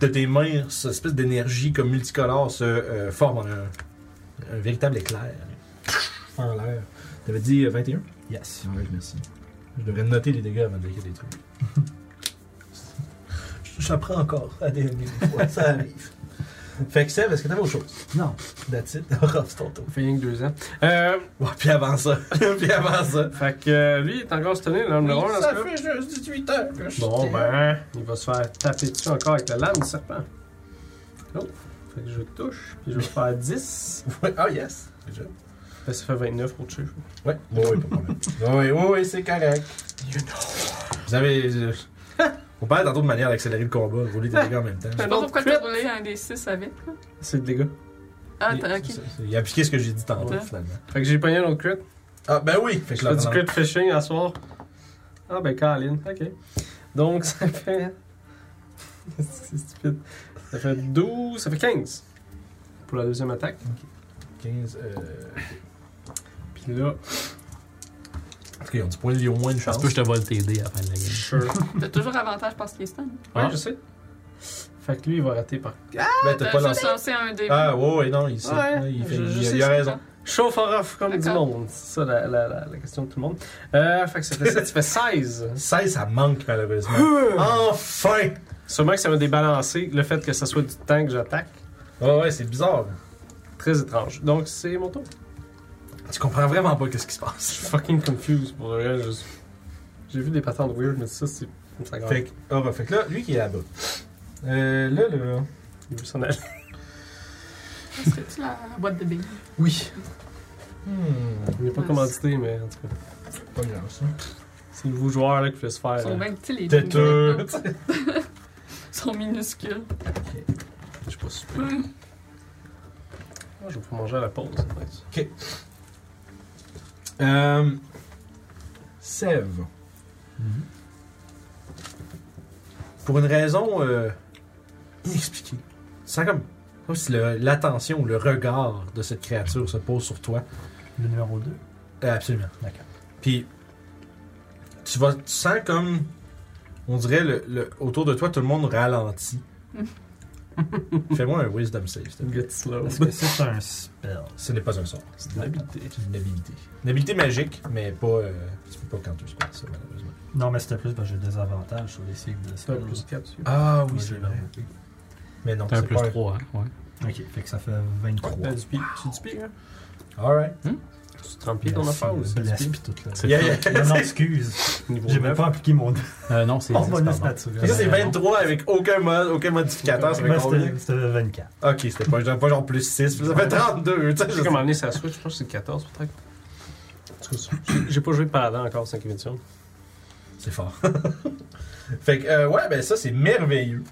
S6: de tes mains, cette espèce d'énergie comme multicolore se euh, forme en un, un véritable éclair. Fend l'air. T'avais dit euh, 21?
S4: Yes.
S1: Ouais, Ah merci. Je devrais noter les dégâts avant de cliquer des trucs. J'apprends encore à des fois, ça arrive. Fait que Seb, est-ce que t'avais autre chose?
S4: Non.
S1: That's it, Ross, ton tour.
S2: Ça fait rien que deux ans. Euh,
S6: Ouais, puis avant ça. puis avant ça.
S2: fait que euh, lui, il est encore stunné, l'homme de roi, dans ce cas.
S6: juste 18 heures que je
S2: Bon, ben, il va se faire taper dessus encore avec la lame du serpent. Oh. Fait que je touche, puis je vais faire 10.
S1: Ouais, Ah, yes! Déjà.
S2: Ben, ça fait 29 pour toucher.
S1: Ouais, ouais, ouais, pas de problème. Ouais, ouais, ouais, c'est correct.
S6: Vous avez. euh, on parlait tantôt de manière d'accélérer le combat, rouler des dégâts en même temps.
S3: Je sais pas pourquoi t'as roulé un des 6 avec. là.
S2: C'est le dégât.
S3: Ah, t'as-
S6: C'est-
S3: ok.
S6: c'est- Il a appliqué ce que j'ai dit tantôt,
S3: Ouais.
S6: finalement.
S2: Fait que j'ai pogné un autre crit.
S1: Ah, ben oui! Fait que
S2: Je fais du crit fishing à soir. Ah, ben, Caroline, ok. Donc, ça fait. C'est stupide. Ça fait 12, ça fait 15 pour la deuxième attaque.
S1: 15, euh...
S2: Puis là,
S1: En tout cas, ils ont du point de vie au moins une
S5: Ça se
S1: chance.
S5: peut que je te vole t'aider à la fin de la game.
S2: sure.
S3: T'as toujours avantage parce qu'il est stun.
S2: Ouais,
S5: Ah.
S2: je sais. Fait que lui, il va rater par.
S6: Ben, t'as
S3: T'as
S6: pas
S3: juste
S6: lancé.
S3: lancé un dé. Ah,
S6: Ah, ouais, ouais, non, il sait.
S2: Ouais,
S6: il, fait-
S2: je- je
S6: il-
S2: sais
S6: il a
S2: ça.
S6: raison.
S2: Chauffe en off comme du
S3: D'accord.
S2: monde. C'est ça la, la, la, la question de tout le monde. Euh, fait que ça fait, sept, ça fait 16.
S6: 16, ça manque, malheureusement. enfin!
S2: Sûrement que ça m'a débalancé le fait que ça soit du temps que j'attaque.
S6: Ouais, ouais, c'est bizarre.
S2: Très étrange. Donc c'est mon tour.
S6: Tu comprends vraiment pas qu'est-ce qui se
S2: Je suis
S6: passe.
S2: fucking confused pour le reste. je- J'ai vu des patentes weird, mais ça c'est. Ça grave.
S6: Fait que, ah, bah, fait que là, lui qui est là-bas. Euh, là, là.
S2: Il veut s'en aller.
S3: Serais-tu la boîte de billes?
S6: Oui. Hmm,
S2: Il n'est pas
S3: Ouais,
S2: commandité, mais en tout cas.
S6: pas grave ça.
S2: C'est le nouveau joueur là, qui fait se faire. euh,
S3: Ils sont
S2: là.
S3: bien petits, les billes.
S6: Têteux.
S3: Ils sont minuscules.
S1: Je sais pas si.
S2: Moi, je vais pouvoir manger à la pause. ça va être ça.
S1: Euh, Sève. Mm-hmm. Pour une raison euh, inexpliquée. Tu sens comme, comme si le- l'attention ou le regard de cette créature se pose sur toi.
S4: Le numéro 2.
S1: Euh, absolument.
S4: D'accord.
S1: Puis, tu, vas, tu sens comme, on dirait, le, le- autour de toi, tout le monde ralentit. Fais-moi un wisdom save. s'il te plaît.
S2: Get slow.
S4: Est-ce que c'est un spell?
S1: Ce n'est pas un sort.
S2: C'est une habilité.
S1: C'est une habilité. Une habilité magique, mais pas. euh, tu peux pas quand tu spells, ça, malheureusement.
S4: Non, mais c'était plus parce que j'ai des avantages sur les cycles de
S2: Ça
S4: spells.
S2: va plus 4 dessus.
S1: Ah
S4: Moi,
S1: oui,
S4: j'ai
S1: c'est vrai.
S4: marqué.
S1: Mais non,
S5: T'as un
S1: c'est
S5: plus
S1: pas
S5: 3, hein? Ouais.
S4: Ok, fait que ça fait 23.
S2: T'as du pied. Tu du pied, hein?
S1: Alright.
S2: Tu te rends pied ton affaire ou c'est du
S4: Bless
S2: pied?
S4: pis tout là.
S5: C'est
S1: Yeah, yeah.
S4: Non, non, excuse.
S2: Niveau
S4: J'ai même
S2: neuf.
S4: pas appliqué mon
S5: Euh, non, c'est
S4: mon
S5: 10,
S4: bonus
S5: pardon.
S4: naturel.
S1: Fait que Ça, c'est 23 avec aucun, mod, aucun modificateur. Ça fait
S4: Moi,
S1: combien
S4: c'était- C'était 24.
S1: Ok, c'était pas, genre- pas genre plus 6. Ça fait 32. tu sais, je
S2: Je sais
S1: sais
S2: comment amener sa Switch, je pense que c'est 14 peut-être. En tout cas, j'ai- J'ai pas joué de Paladin encore, 5 édition.
S1: C'est fort. fait que, euh, ouais, ben ça, c'est merveilleux.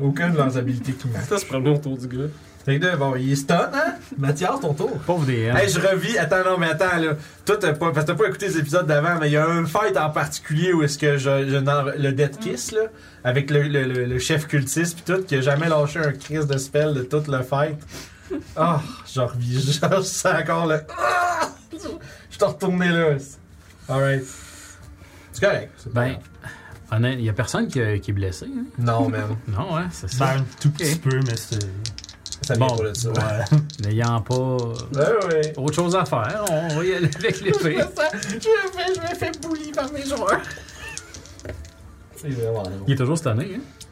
S1: Aucune de leurs habilités qui marche.
S2: Ça se promener autour du gars.
S1: Fait que, là, bon, il est stun, hein Mathias, ton tour.
S5: Pauvre DM.
S1: Hey, je revis. Attends, non, mais attends, là. Toi, t'as pas, parce que t'as pas écouté les épisodes d'avant, mais il y a un fight en particulier où est-ce que je, je n'en- le Dead Kiss, là, avec le, le- le- le chef cultiste pis tout, qui a jamais lâché un Chris de spell de tout le fight. Ah, j'en revis. Je sens encore le. Ah! Je t'en retourné là. Alright. C'est correct. c'est pas
S5: Ben,
S1: grave.
S5: honnête, il y a personne qui, qui est blessé. hein?
S1: non, man.
S5: Non, hein, c'est
S4: Ben,
S5: ça.
S4: un tout petit peu, mais c'est.
S1: Ça vient
S5: Bon.
S1: pas de ça.
S4: Ouais.
S5: N'ayant pas euh,
S1: Ouais, ouais.
S5: autre chose à faire, on va y aller avec l'épée.
S1: je me fais bully par mes joueurs. C'est vraiment drôle.
S5: Il est toujours hein? tanné,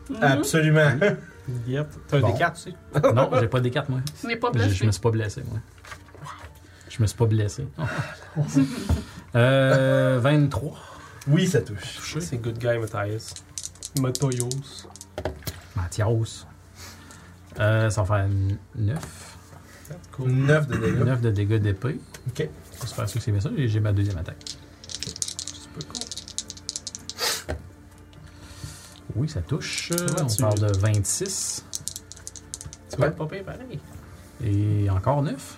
S1: Mhm. Ah,
S3: Hmm.
S1: Absolument.
S2: Mhm. Yep. T'as un
S1: Bon.
S2: des 4, tu sais.
S5: hein? Non, j'ai pas des cartes, moi.
S3: Je n'ai pas
S5: Je,
S3: blessé.
S5: je me suis pas blessé, moi. Je me suis pas blessé. euh, 23.
S1: Oui, ça touche.
S2: C'est Good Guy Matthias. Matoyos.
S5: Mathias. Euh, ça va faire 9.
S1: 9 de dégâts.
S5: 9 de dégâts d'épée.
S1: Ok.
S5: J'espère que c'est bien ça. J'ai j'ai ma deuxième attaque. Oui, ça touche.
S2: Comment
S5: On
S2: tu-
S5: parle de 26.
S2: Tu vas être pas pire pareil.
S5: Et encore 9.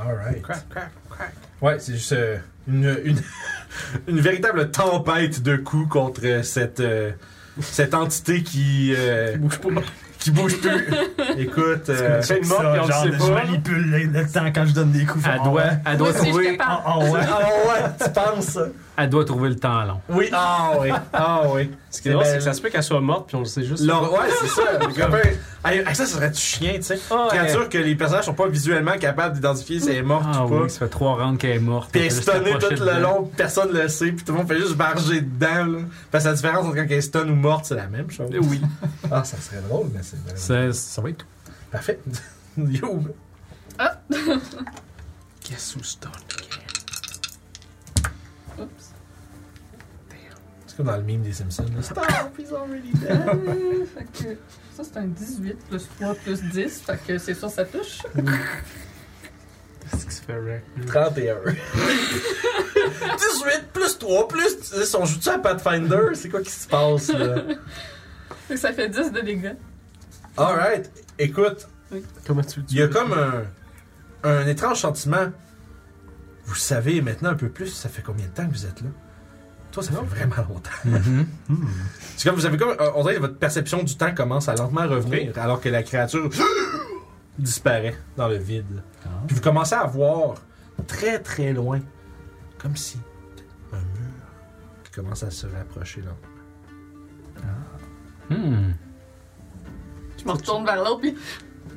S1: Alright.
S2: Crack, crack, crack.
S1: Ouais, c'est juste euh, une, une, une véritable tempête de coups contre euh, cette, euh, cette entité qui, euh,
S2: Bouge pas.
S1: qui bouge plus. Écoute, euh,
S2: C'est une mort, puis on le
S4: genre,
S2: sait
S4: je
S2: pas.
S4: manipule le, le temps quand je donne des coups.
S5: Elle
S4: Ah
S5: doit,
S4: ouais.
S3: Moi
S5: elle, doit
S3: aussi, je
S5: trouver,
S3: capable.
S4: Ah ah ouais.
S1: Ah ouais, tu penses?
S5: elle doit trouver le temps long.
S1: Oui, ah oui, ah oui.
S2: Ce qui est drôle,
S1: ben-
S2: c'est que ça se peut qu'elle soit morte, puis on le sait juste.
S1: L'or- Ouais, c'est ça. Comme un- Hey, ça, ça serait du chien, tu sais.
S2: Ah,
S1: Créature que les personnages sont pas visuellement capables d'identifier si elle est morte
S5: Ah
S1: ou pas.
S5: oui, ça fait 3 rounds qu'elle est morte.
S1: Puis elle est
S5: Juste
S1: stunnée
S5: approcher
S1: tout
S5: dedans.
S1: le long, personne le sait, puis tout le monde fait juste barger dedans. Là. Parce que la différence entre quand elle est stun ou morte, c'est la même chose.
S2: eh, Oui.
S1: Ah, ça serait drôle, mais c'est vraiment...
S5: Ça, ça va être tout.
S1: Parfait. Yo!
S2: Guess who's done
S3: Oups.
S1: C'est comme dans le mime des Simpsons. là. Stop! He's already dead!
S3: Euh, fait que ça, c'est un 18 plus 3 plus 10. Fait que c'est sûr, ça touche.
S2: Qu'est-ce qui se fait wreck?
S1: 31. 18 plus 3 plus 10. On joue-tu à Pathfinder? C'est quoi qui se passe, là?
S3: Fait que ça fait 10 de dégâts.
S1: Alright. Écoute,
S2: Comment tu le tues?
S1: il y a comme un, un étrange sentiment. Vous savez maintenant un peu plus, ça fait combien de temps que vous êtes là? Toi, ça fait vraiment longtemps.
S5: Mhm.
S1: C'est comme vous avez comme euh, on dirait que votre perception du temps commence à lentement revenir alors que la créature disparaît dans le vide. Puis vous commencez à voir très très loin comme si un mur qui commence à se rapprocher là.
S5: Hmm.
S3: Je me retourne vers l'autre, puis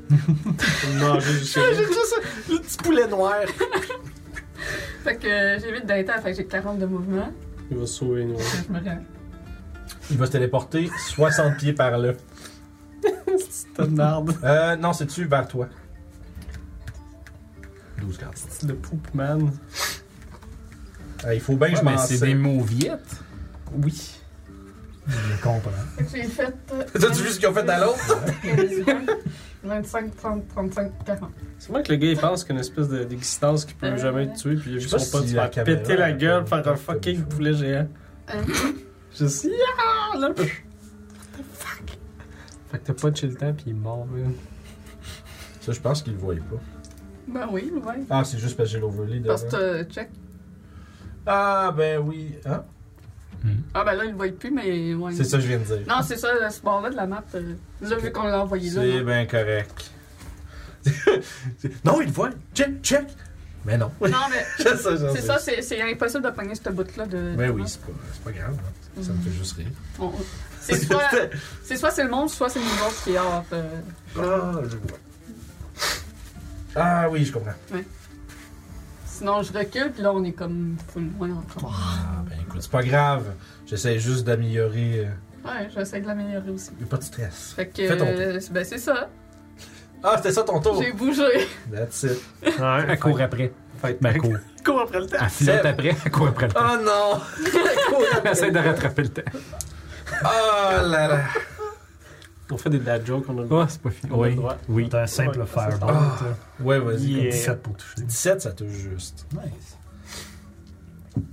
S2: Non, j'ai juste.
S1: le petit poulet noir.
S3: Fait que euh, j'ai 8 d'état, fait que j'ai 40 de mouvement.
S2: Il va se sauver, nous.
S3: Fait que Je me rends.
S1: Il va se téléporter 60 pieds par là.
S2: C'est une arbre.
S1: Euh, non, c'est tu vers toi. 12 cartes.
S2: C'est le poop man.
S1: Euh, il faut bien que
S5: Ouais,
S1: je
S5: mais
S1: m'en
S5: c'est
S1: sers.
S5: des mauviettes.
S2: Oui.
S4: Je comprends.
S3: Fait que j'ai fait. euh,
S1: T'as-tu vu ce qu'ils ont fait à l'autre?
S3: 15, 20, 25, 30, 35, 40.
S2: C'est vrai que le gars il pense qu'une espèce de- d'existence qui peut
S3: Euh,
S2: jamais te tuer, puis il a
S1: je
S2: vu
S1: sais
S2: son
S1: pas
S2: pote
S1: si
S2: se
S1: la
S2: faire
S1: caméra
S2: péter la
S1: a
S2: gueule
S1: pas
S2: par un
S1: fait comme
S2: fucking
S1: ça.
S2: poulet géant.
S3: Euh,
S2: Je suis. Ah, là, pff. Fait que t'as punché le temps, puis il est mort. man.
S1: Ça, je pense qu'il le voyait pas.
S3: Ben oui, ouais.
S1: Ah, c'est juste parce que j'ai l'overlay devant.
S3: Parce que euh, check.
S1: Ah, ben oui. Hein?
S3: Ah ben là, il le voit plus, mais ouais.
S1: C'est ça que je viens de dire.
S3: Non, c'est ça, là, ce bord-là de la map. euh, Là, vu qu'on l'a envoyé là.
S1: C'est ben
S3: non.
S1: bien correct. non, il le voit. Check, check. Mais non.
S3: Non, mais
S1: c'est ça,
S3: c'est ça, c'est c'est impossible de pogner ce bout-là de.
S1: Mais
S3: de
S1: Ben oui,
S3: map.
S1: c'est pas, c'est pas grave. hein. Ça me
S3: Mhm.
S1: fait juste rire.
S3: On- C'est soit c'est soit c'est le monde, soit c'est nous autres qui est hors. euh,
S1: Ah, je vois. Ah oui, je comprends.
S3: Sinon, je recule, puis là, on est comme full loin encore.
S1: Ah, ben écoute, c'est pas grave. J'essaie juste d'améliorer. euh,
S3: Ouais, j'essaie de l'améliorer aussi.
S1: Pas de stress.
S3: Fait que.
S1: Fais ton
S3: euh, ben, c'est ça.
S1: Ah, c'était ça ton tour.
S3: J'ai bougé.
S1: That's it.
S5: Elle court après.
S2: Fait que
S5: Ben, elle court.
S2: cours après le temps.
S5: Elle flotte après, elle court après le temps.
S1: Oh non!
S2: Ah,
S5: Elle essaie de rattraper le temps.
S1: Oh là là!
S2: On fait des dad jokes, on a le
S5: Oh, c'est pas fini.
S2: On a le
S5: Oui,
S2: droit.
S5: oui.
S4: C'est un simple
S2: Ouais, ça,
S4: fireball.
S1: ça.
S4: toi.
S1: Ouais, vas-y.
S2: Yeah.
S4: 17 pour toucher.
S1: 17, ça touche juste.
S4: Nice.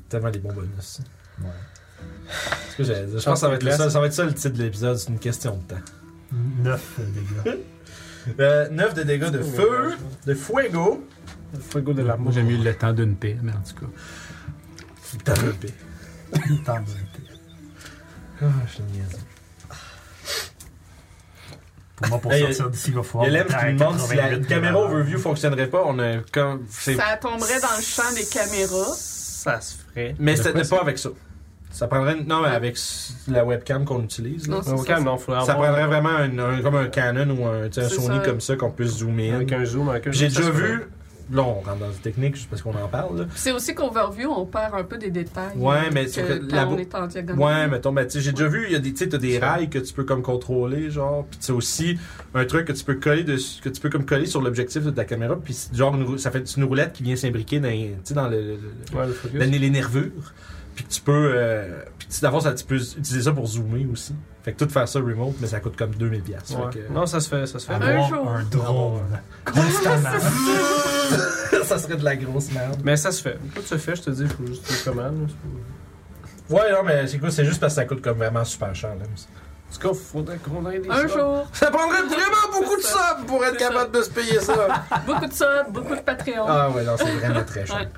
S1: Tellement des bons bonus.
S4: Ouais.
S1: C'est ce que j'allais dire. Je pense que ça va être le seul- ça va être ça le titre de l'épisode. C'est une question de temps.
S4: 9 dégâts.
S1: Euh, 9 de dégâts de feu, de fuego.
S2: le fuego de l'amour.
S5: Moi, j'aime mieux le temps d'une paix, mais en tout cas.
S1: Putain de paix.
S4: Tant de-
S1: Ah, je suis niaiseux.
S4: Pour moi, pour
S1: Hey,
S4: sortir d'ici, il va
S1: Il y
S4: falloir.
S1: a Lem qui nous demande si la
S4: 88
S1: caméra
S4: dollars.
S1: overview fonctionnerait pas. On a comme. c'est-
S3: Ça tomberait dans le champ des caméras.
S2: Ça se ferait.
S1: Mais
S5: De
S1: c'était
S5: quoi,
S1: pas avec ça. Ça prendrait. une- Non, mais avec s- la webcam qu'on utilise. là.
S3: Non, c'est
S2: Au
S3: ça.
S2: calme, non, faudrait
S1: Ça
S2: avoir
S1: prendrait vraiment un, un- comme un Canon ou un, tu sais, un
S3: C'est
S1: Sony
S3: ça.
S1: comme ça qu'on puisse zoomer.
S2: avec un zoom. avec un
S1: J'ai
S2: zoom,
S1: déjà
S2: ça se
S1: vu. Là, on rentre dans une technique juste parce qu'on en parle. là.
S3: Puis C'est aussi qu'overview, on perd un peu des détails.
S1: Ouais,
S3: euh,
S1: mais
S3: que
S1: c'est que
S3: quand
S1: la
S3: on
S1: bou-
S3: est en diagonale.
S1: Ouais, mettons, ben, tu sais, j'ai déjà vu, il y a des, tu sais, t'as des rails que tu peux comme contrôler, genre, puis c'est aussi un truc que tu peux coller dessus, que tu peux comme coller sur l'objectif de ta caméra, puis c'est genre, une, rou- ça fait une roulette qui vient s'imbriquer dans, les- tu sais, dans le, le- le-
S2: fait. Ouais, le focus.
S1: dans les nervures, puis que tu peux, euh, puis tu- d'abord, ça, tu peux utiliser ça pour zoomer aussi. Fait que tout faire ça remote, mais ça coûte comme 2000 pièces.
S2: Ouais. Non, ça se fait, ça se fait.
S3: Un
S4: Avoir
S3: jour.
S4: un drone.
S1: ça serait de la grosse merde.
S2: Mais ça se fait. Tout se fait, je te dis, faut juste dire comment. là. En
S1: Ouais, non, mais c'est quoi, c'est juste parce que ça coûte comme vraiment super cher, là.
S2: tout cas, faudrait qu'on ait des
S3: Un
S2: sortes.
S3: jour,
S1: Ça prendrait vraiment beaucoup de
S3: C'est ça.
S1: sommes pour être
S3: C'est
S1: capable de se payer ça.
S3: beaucoup de ça, beaucoup de Patreon.
S1: ah ouais, non, c'est vraiment très cher.
S3: Ouais.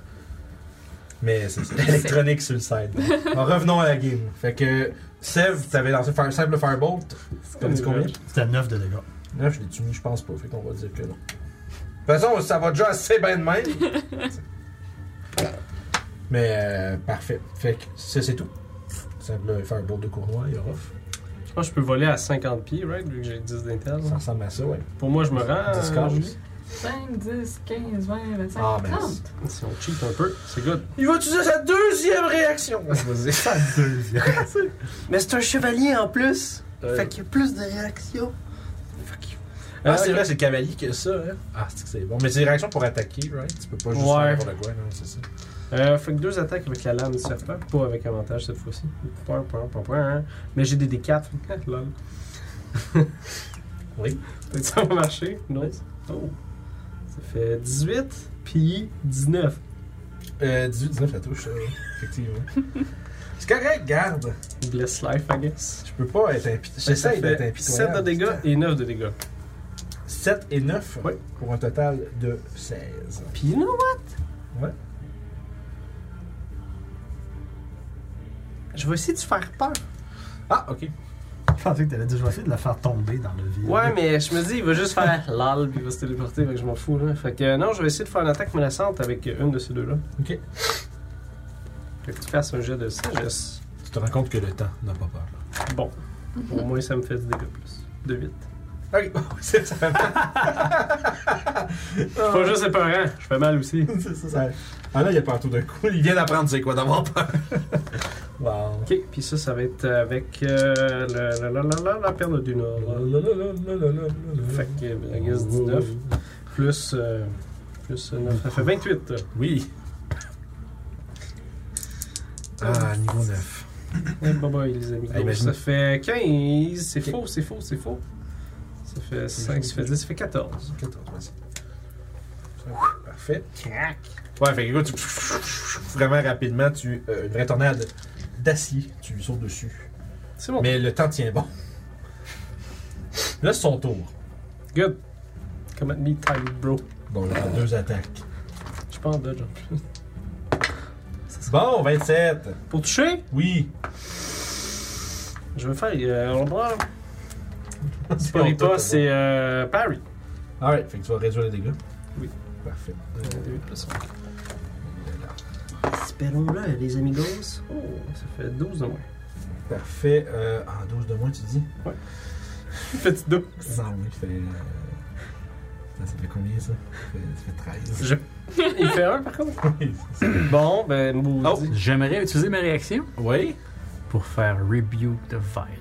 S1: Mais c'est ça. Électronique suicide. Alors, revenons à la game. Fait que, Sev, t'avais lancé un simple Firebolt. T'as dit combien
S4: C'était 9 de dégâts.
S1: 9, je l'ai tué, je pense pas. Fait qu'on va dire que non. De toute façon, ça va déjà assez bien de même. Mais euh, parfait. Fait que ça, c'est tout. Simple Firebolt de Cournois, il y aura.
S2: Je pense que je peux voler à 50 pieds, right? Vu que j'ai 10 d'intel.
S1: Ça ressemble à ça, ouais.
S2: Pour moi, je me rends. euh,
S1: Dix cases.
S2: Julie.
S3: 5, 10, 15, 20, 25,
S1: Ah, mais
S3: 30.
S2: Si on cheat un peu, c'est good.
S1: Il va utiliser sa deuxième réaction. Vas-y.
S4: Pas de deuxième.
S8: Mais c'est un chevalier en plus.
S1: Euh,
S8: Fait qu'il y a plus de réactions.
S1: Ah,
S2: Euh,
S1: c'est vrai, c'est le cavalier qui a ça, hein? Ah, c'est que c'est bon. Mais c'est des réactions pour attaquer, right? Tu peux pas juste
S2: Ouais.
S1: faire n'importe quoi, non, c'est ça.
S2: Euh, fait que deux attaques avec la lame du serpent, pas avec avantage cette fois-ci. Point, point, point, point. hein. Mais j'ai des D4. fait que, lol.
S1: Oui.
S2: Peut-être que ça va marcher. Non. Oh. Ça fait 18, puis 19.
S1: Euh, 18, 19, ça touche, ça, ouais. effectivement. c'est correct, garde.
S2: Bless life, I guess.
S1: Je peux pas être impitoyable. J'essaie d'être
S2: 7 de
S1: impitoyable.
S2: dégâts et 9 de dégâts.
S1: 7 et 9
S2: Oui.
S1: pour un total de 16.
S2: Puis you know what?
S1: Ouais.
S2: Je vais essayer de faire peur.
S1: Ah, ok.
S4: Je pensais que t'allais dire, je vais essayer de la faire tomber dans le vide.
S2: Ouais, mais je me dis, il va juste faire lal puis il va se téléporter, fait que je m'en fous. Là. Fait que euh, non, je vais essayer de faire une attaque menaçante avec euh, une de ces deux-là.
S1: Ok.
S2: Fait que tu fasses un jet de sagesse.
S1: Tu te rends compte que le temps n'a pas peur.
S2: Bon, au moins ça me fait 10 dégâts plus. De 8.
S1: là. Ok, c'est ça.
S2: Je suis pas juste épeurant, je fais mal aussi.
S1: c'est ça, ça- Ah là, il y a partout d'un coup. Il vient d'apprendre c'est quoi d'avoir peur. wow.
S2: Ok, puis ça, ça va être avec euh, le- la, la, la, la, la perle du Nord. Fait que, euh, I guess 19, plus, euh, plus 9, ça fait 28.
S1: Oui. Ah, niveau 9.
S2: Eh, bye bye, les amis.
S1: Ah,
S2: Donc,
S1: imagine.
S2: ça fait 15. C'est
S1: Ok.
S2: faux, c'est faux, c'est faux. Ça fait 5, ça fait 10, ça fait 14.
S1: 14, vas-y. Parfait. Ouais, fait que écoute, tu- vraiment rapidement, tu. euh, une vraie tornade d'acier, tu lui sautes dessus.
S2: C'est bon.
S1: Mais le temps tient bon. Là, c'est son tour.
S2: Good. Come at me, tiny bro.
S1: Bon, il a deux attaques.
S2: Je pense de jump.
S1: Bon, 27.
S2: Pour toucher,
S1: Oui.
S2: je vais faire. Euh, on va
S1: C'est
S2: voir. pas, c'est euh, Parry.
S1: Alright, fait que tu vas réduire les dégâts.
S2: Oui.
S1: Parfait.
S8: Espérons-le, les amigos.
S2: Oh, ça fait 12 de moins.
S1: Parfait. Euh, ah, 12 de moins, tu dis
S2: Petite dos.
S1: Non, oui, fait. euh, Ça ça fait combien ça Ça fait, ça fait 13.
S2: Je- Il fait un par contre.
S1: Oui, c'est ça.
S2: Bon, ben, maudit.
S6: Oh.
S5: J'aimerais utiliser ma réaction
S6: Oui.
S5: pour faire Rebuke the Vile.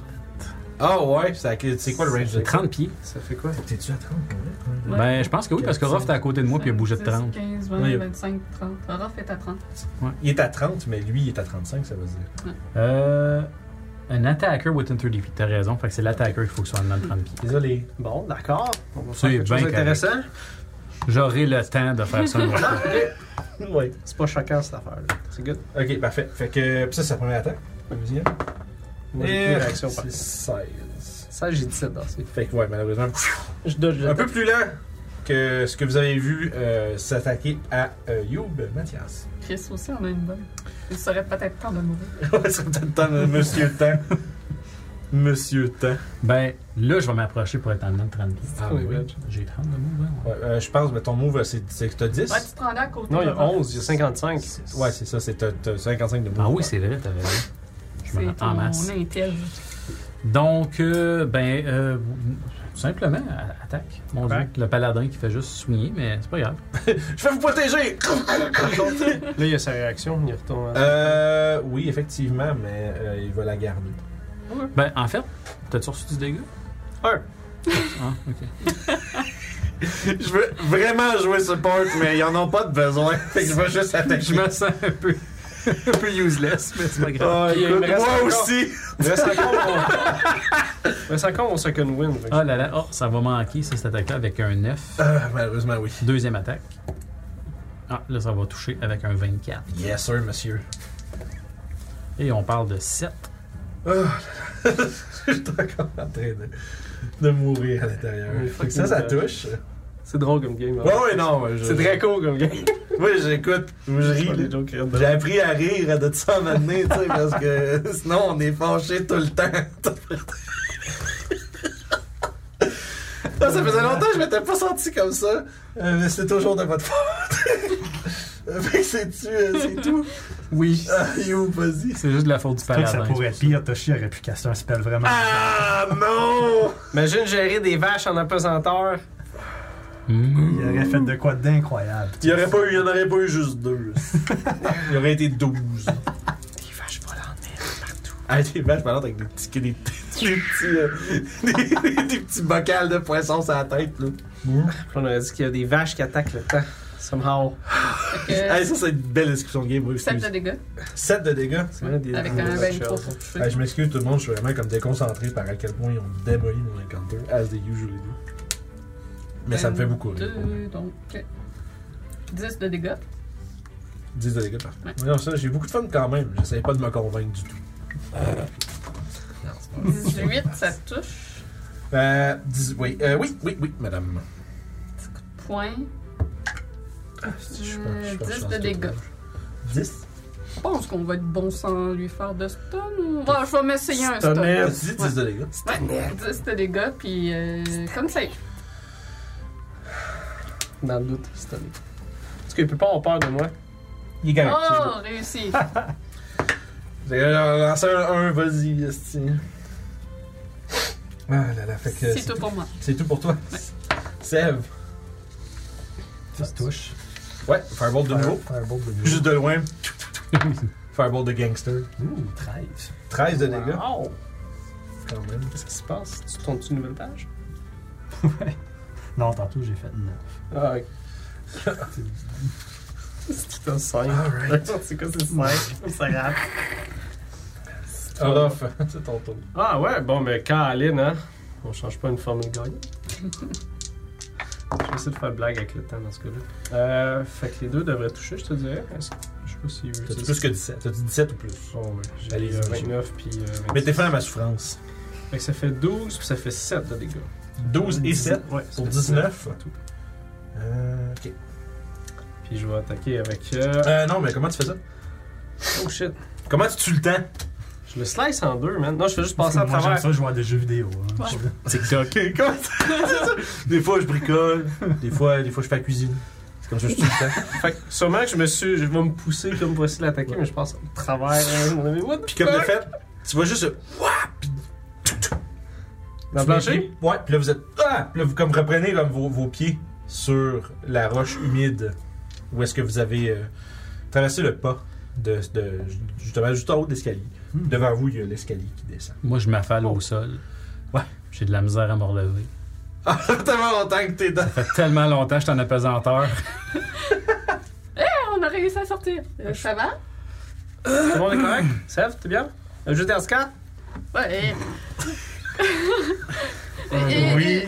S6: Ah ouais, ça- c'est quoi le range de
S5: De 30 pieds.
S2: Ça fait quoi
S1: T'es-tu à 30 pour vrai?
S3: Ouais.
S5: Ben, je pense que oui, parce que Rof est à côté de moi puis il a bougé de 30.
S3: 15,
S1: Non,
S3: 20,
S1: il y a-
S3: 25, 30. Rof est à 30.
S1: Il est à 30, mais lui, il est à 35, ça veut dire.
S5: Euh. Un attacker within 30 feet, t'as raison. Fait que c'est l'attacker qu'il faut que ce soit en dedans de 30 pieds.
S1: Désolé.
S2: Bon, d'accord. On va
S5: C'est
S2: faire quelque chose
S5: bien
S2: d'intéressant.
S5: J'aurai le temps de faire ça. une autre fois.
S1: Ouais.
S2: C'est pas choquant cette affaire-là. C'est good.
S1: Ok, parfait. Fait que. Puis ça, c'est la première attaque. La deuxième.
S2: Moi, j'ai
S1: Et.
S2: une réaction par
S1: C'est 16.
S2: Ça, j'ai 17 dans ces.
S1: Fait que, ouais, malheureusement.
S2: Je dodge
S1: Un peu plus lent que ce que vous avez vu euh, s'attaquer à euh, Youb Mathias.
S3: Chris aussi en a une bonne. Il serait peut-être temps de mourir.
S6: Ouais, c'est peut-être temps de Monsieur Temps. Monsieur Temps.
S5: ben, là, je vais m'approcher pour être en dedans de 30 pieds.
S1: Ah,
S2: oui, oui.
S5: J'ai 30 de mouvement.
S1: Ouais, euh, je pense, mais ton move, c'est c'est que t'as 10.
S3: Ouais, tu te rendais à côté.
S2: Non, il y
S3: de
S2: a
S3: Rof.
S2: 11, il y a 55.
S1: Ouais, c'est ça, c'est t'as- t'as 55 de move.
S5: Ah oui, c'est vrai, t'as raison. Je me
S3: C'est
S5: rends en
S3: ton
S5: masse.
S3: intel.
S5: Donc, euh, ben, euh, tout simplement, a- attaque. Mon Dieu,
S2: Attaque.
S5: le paladin qui fait juste soigner, mais c'est pas grave.
S1: Je vais vous protéger!
S2: Là, il y a sa réaction, il retourne. à-
S1: Euh, oui, effectivement, mais euh, il va la garder.
S5: Ben, en fait, t'as-tu reçu du dégât?
S2: Un.
S5: Ah, ok.
S6: Je veux vraiment jouer ce part, mais ils en ont pas de besoin. Fait que je vais juste
S5: Je
S6: attaquer.
S5: me sens un peu, un peu useless, mais c'est pas grave.
S6: Ah,
S2: Il me
S6: écoute,
S2: reste
S6: moi
S2: encore.
S6: aussi!
S2: Il reste encore mon- Il reste encore mon second win. fait que-
S5: Oh là là, oh, ça va manquer, ça, cette attaque-là, avec un 9.
S1: Euh, malheureusement, oui.
S5: Deuxième attaque. Ah, là, ça va toucher avec un 24.
S1: Yes, sir, monsieur.
S5: Et on parle de 7.
S1: Je suis encore en train de, de mourir à l'intérieur.
S2: Oui,
S1: Fait que Ça, ça touche.
S2: C'est drôle comme game. hein.
S6: Ouais, ouais, non. je-
S2: C'est très cool comme game.
S6: Moi, j'écoute. Moi, je ris. là.
S2: Les jokes qui rentrent
S6: J'ai appris à rire de ça maintenant, tu sais, parce que sinon, on est fâchés tout le temps. Ah, ça faisait longtemps que je m'étais pas senti comme ça. Euh, mais c'est toujours de votre faute. fait que c'est-tu, euh, c'est tout.
S5: Oui.
S6: Ah, yo, vas-y.
S5: C'est juste de la faute du
S4: Peut-être que
S5: paladin.
S4: ça pourrait être
S5: c'est pour
S4: pire. Toshi aurait pu casser un spell vraiment.
S6: Ah, non!
S2: Imagine gérer des vaches en apesanteur.
S5: ça. Mm.
S4: Il aurait fait de quoi d'incroyable.
S6: Il y, aurait pas eu, il y en aurait pas eu juste deux. il y aurait été douze.
S2: Des vaches volantes.
S6: Ah, des vaches parlantes avec des petits, des, petits- des petits, euh, des, des petits bocals de poisson sur la tête, là.
S2: On aurait dit qu'il y a des vaches qui attaquent le temps. Somehow.
S3: Fait
S6: Ah,
S3: que,
S6: ça, c'est une belle description de game, oui, excuse.
S3: 7 de dégâts
S1: 7 de dégâts.
S2: Ouais, des-
S3: avec
S2: des
S3: un
S2: vaches.
S3: 23 pour toucher.
S1: Ah, je m'excuse tout le monde, je suis vraiment comme déconcentré par à quel point ils ont démoli mon encounter, as they usually do. Mais ça me fait beaucoup rire.
S3: 2, donc. ok. 10 de dégâts.
S1: 10 de dégâts, parfait.
S3: Ouais.
S1: Mais Non, ça, j'ai beaucoup de fun quand même. J'essaie pas de me convaincre du tout.
S3: 18, ça touche.
S1: Euh, 10, oui, euh, oui, oui, oui, madame.
S3: Point.
S1: Je suis pas- je suis pas
S3: 10
S1: chanceux
S3: Ah, de dégâts.
S1: 10?
S3: Je pense qu'on va être bon sans lui faire de stun. ou- Bon, je vais m'essayer un stun.
S2: Stunner.
S1: T'as dit 10 Euh, de dégâts?
S3: Ouais, 10 de dégâts, puis euh, comme ça.
S2: Dans le doute, cette année. Est-ce qu'il peut pas avoir peur de moi?
S1: Il est correct.
S3: Oh, réussi.
S1: J'ai lancé euh, un 1, vas-y, esti. Ah là là, fait que.
S3: C'est tout pour moi.
S1: C'est tout pour toi. Sève.
S4: Ça se touche.
S1: Ouais, Firebolt de nouveau.
S4: Firebolt de nouveau.
S1: Juste de loin. Firebolt de gangster.
S4: Ouh, 13.
S1: 13 de dégâts,
S2: Wow!
S1: quand même.
S2: Qu'est-ce qui se passe? Tu tournes une nouvelle page?
S4: Non, tantôt j'ai fait 9.
S2: Ah, ok. C'est un 5.
S1: Ah,
S2: C'est quoi, c'est 5? Ça rate.
S1: Orof, c'est ton tour.
S2: Ah ouais, bon, mais Caroline, hein? On change pas une formule gagnante. Je vais essayer de faire blague avec le temps dans ce cas-là. Euh, fait que les deux devraient toucher, je te dirais. Est-ce que- Je sais pas si.
S1: T'as-tu plus que 17? T'as-tu 17 ou plus?
S2: Oh, ouais. J'ai
S1: Allez-y,
S2: euh,
S1: vas-y.
S2: 29 puis. Euh,
S1: Mais t'es
S2: 26.
S1: fait à ma souffrance.
S2: Fait que ça fait 12 puis ça fait 7 de dégâts.
S1: 12 et 7
S2: Ouais,
S1: pour
S2: c'est
S1: 19. Euh, ok.
S2: Puis je vais attaquer avec. euh,
S1: Euh, non, mais comment tu fais ça?
S2: Oh shit.
S1: Comment tu tues le temps?
S2: Je le slice en deux, man. Non, je fais juste
S4: Parce
S2: passer à
S4: que moi, j'aime
S2: travers.
S4: ça jouer à des jeux vidéo. hein.
S3: Ouais.
S6: TikTok.
S1: Comment tu- des fois, je bricole. Des fois, des fois, je fais la cuisine. C'est comme ça que je tue le temps.
S2: Fait que sûrement que je me suis. Je vais me pousser comme possible à l'attaquer, mais je passe au travers. hein, mon ami. What the
S1: Puis comme de
S2: fuck?
S1: fait, tu vas juste...
S2: Dans le plancher?
S1: Ouais, puis là, vous êtes... Ah! Puis là, vous comme reprenez comme vos, vos pieds sur la roche humide où est-ce que vous avez euh, traversé le pas de, de- justement juste en haut de l'escalier.
S4: Hmm.
S1: Devant vous, il y a l'escalier qui descend.
S5: Moi, je m'affale au sol.
S1: Ouais.
S5: J'ai de la misère à me relever.
S1: Ah, tellement longtemps que t'es dans...
S5: Ça fait tellement longtemps que je suis en apesanteur.
S3: Eh, On a réussi à sortir. Euh, ça va?
S2: Tout le monde est correct? Sèvres, t'es bien? Euh, Juste un scan?
S3: Ouais.
S4: Oui.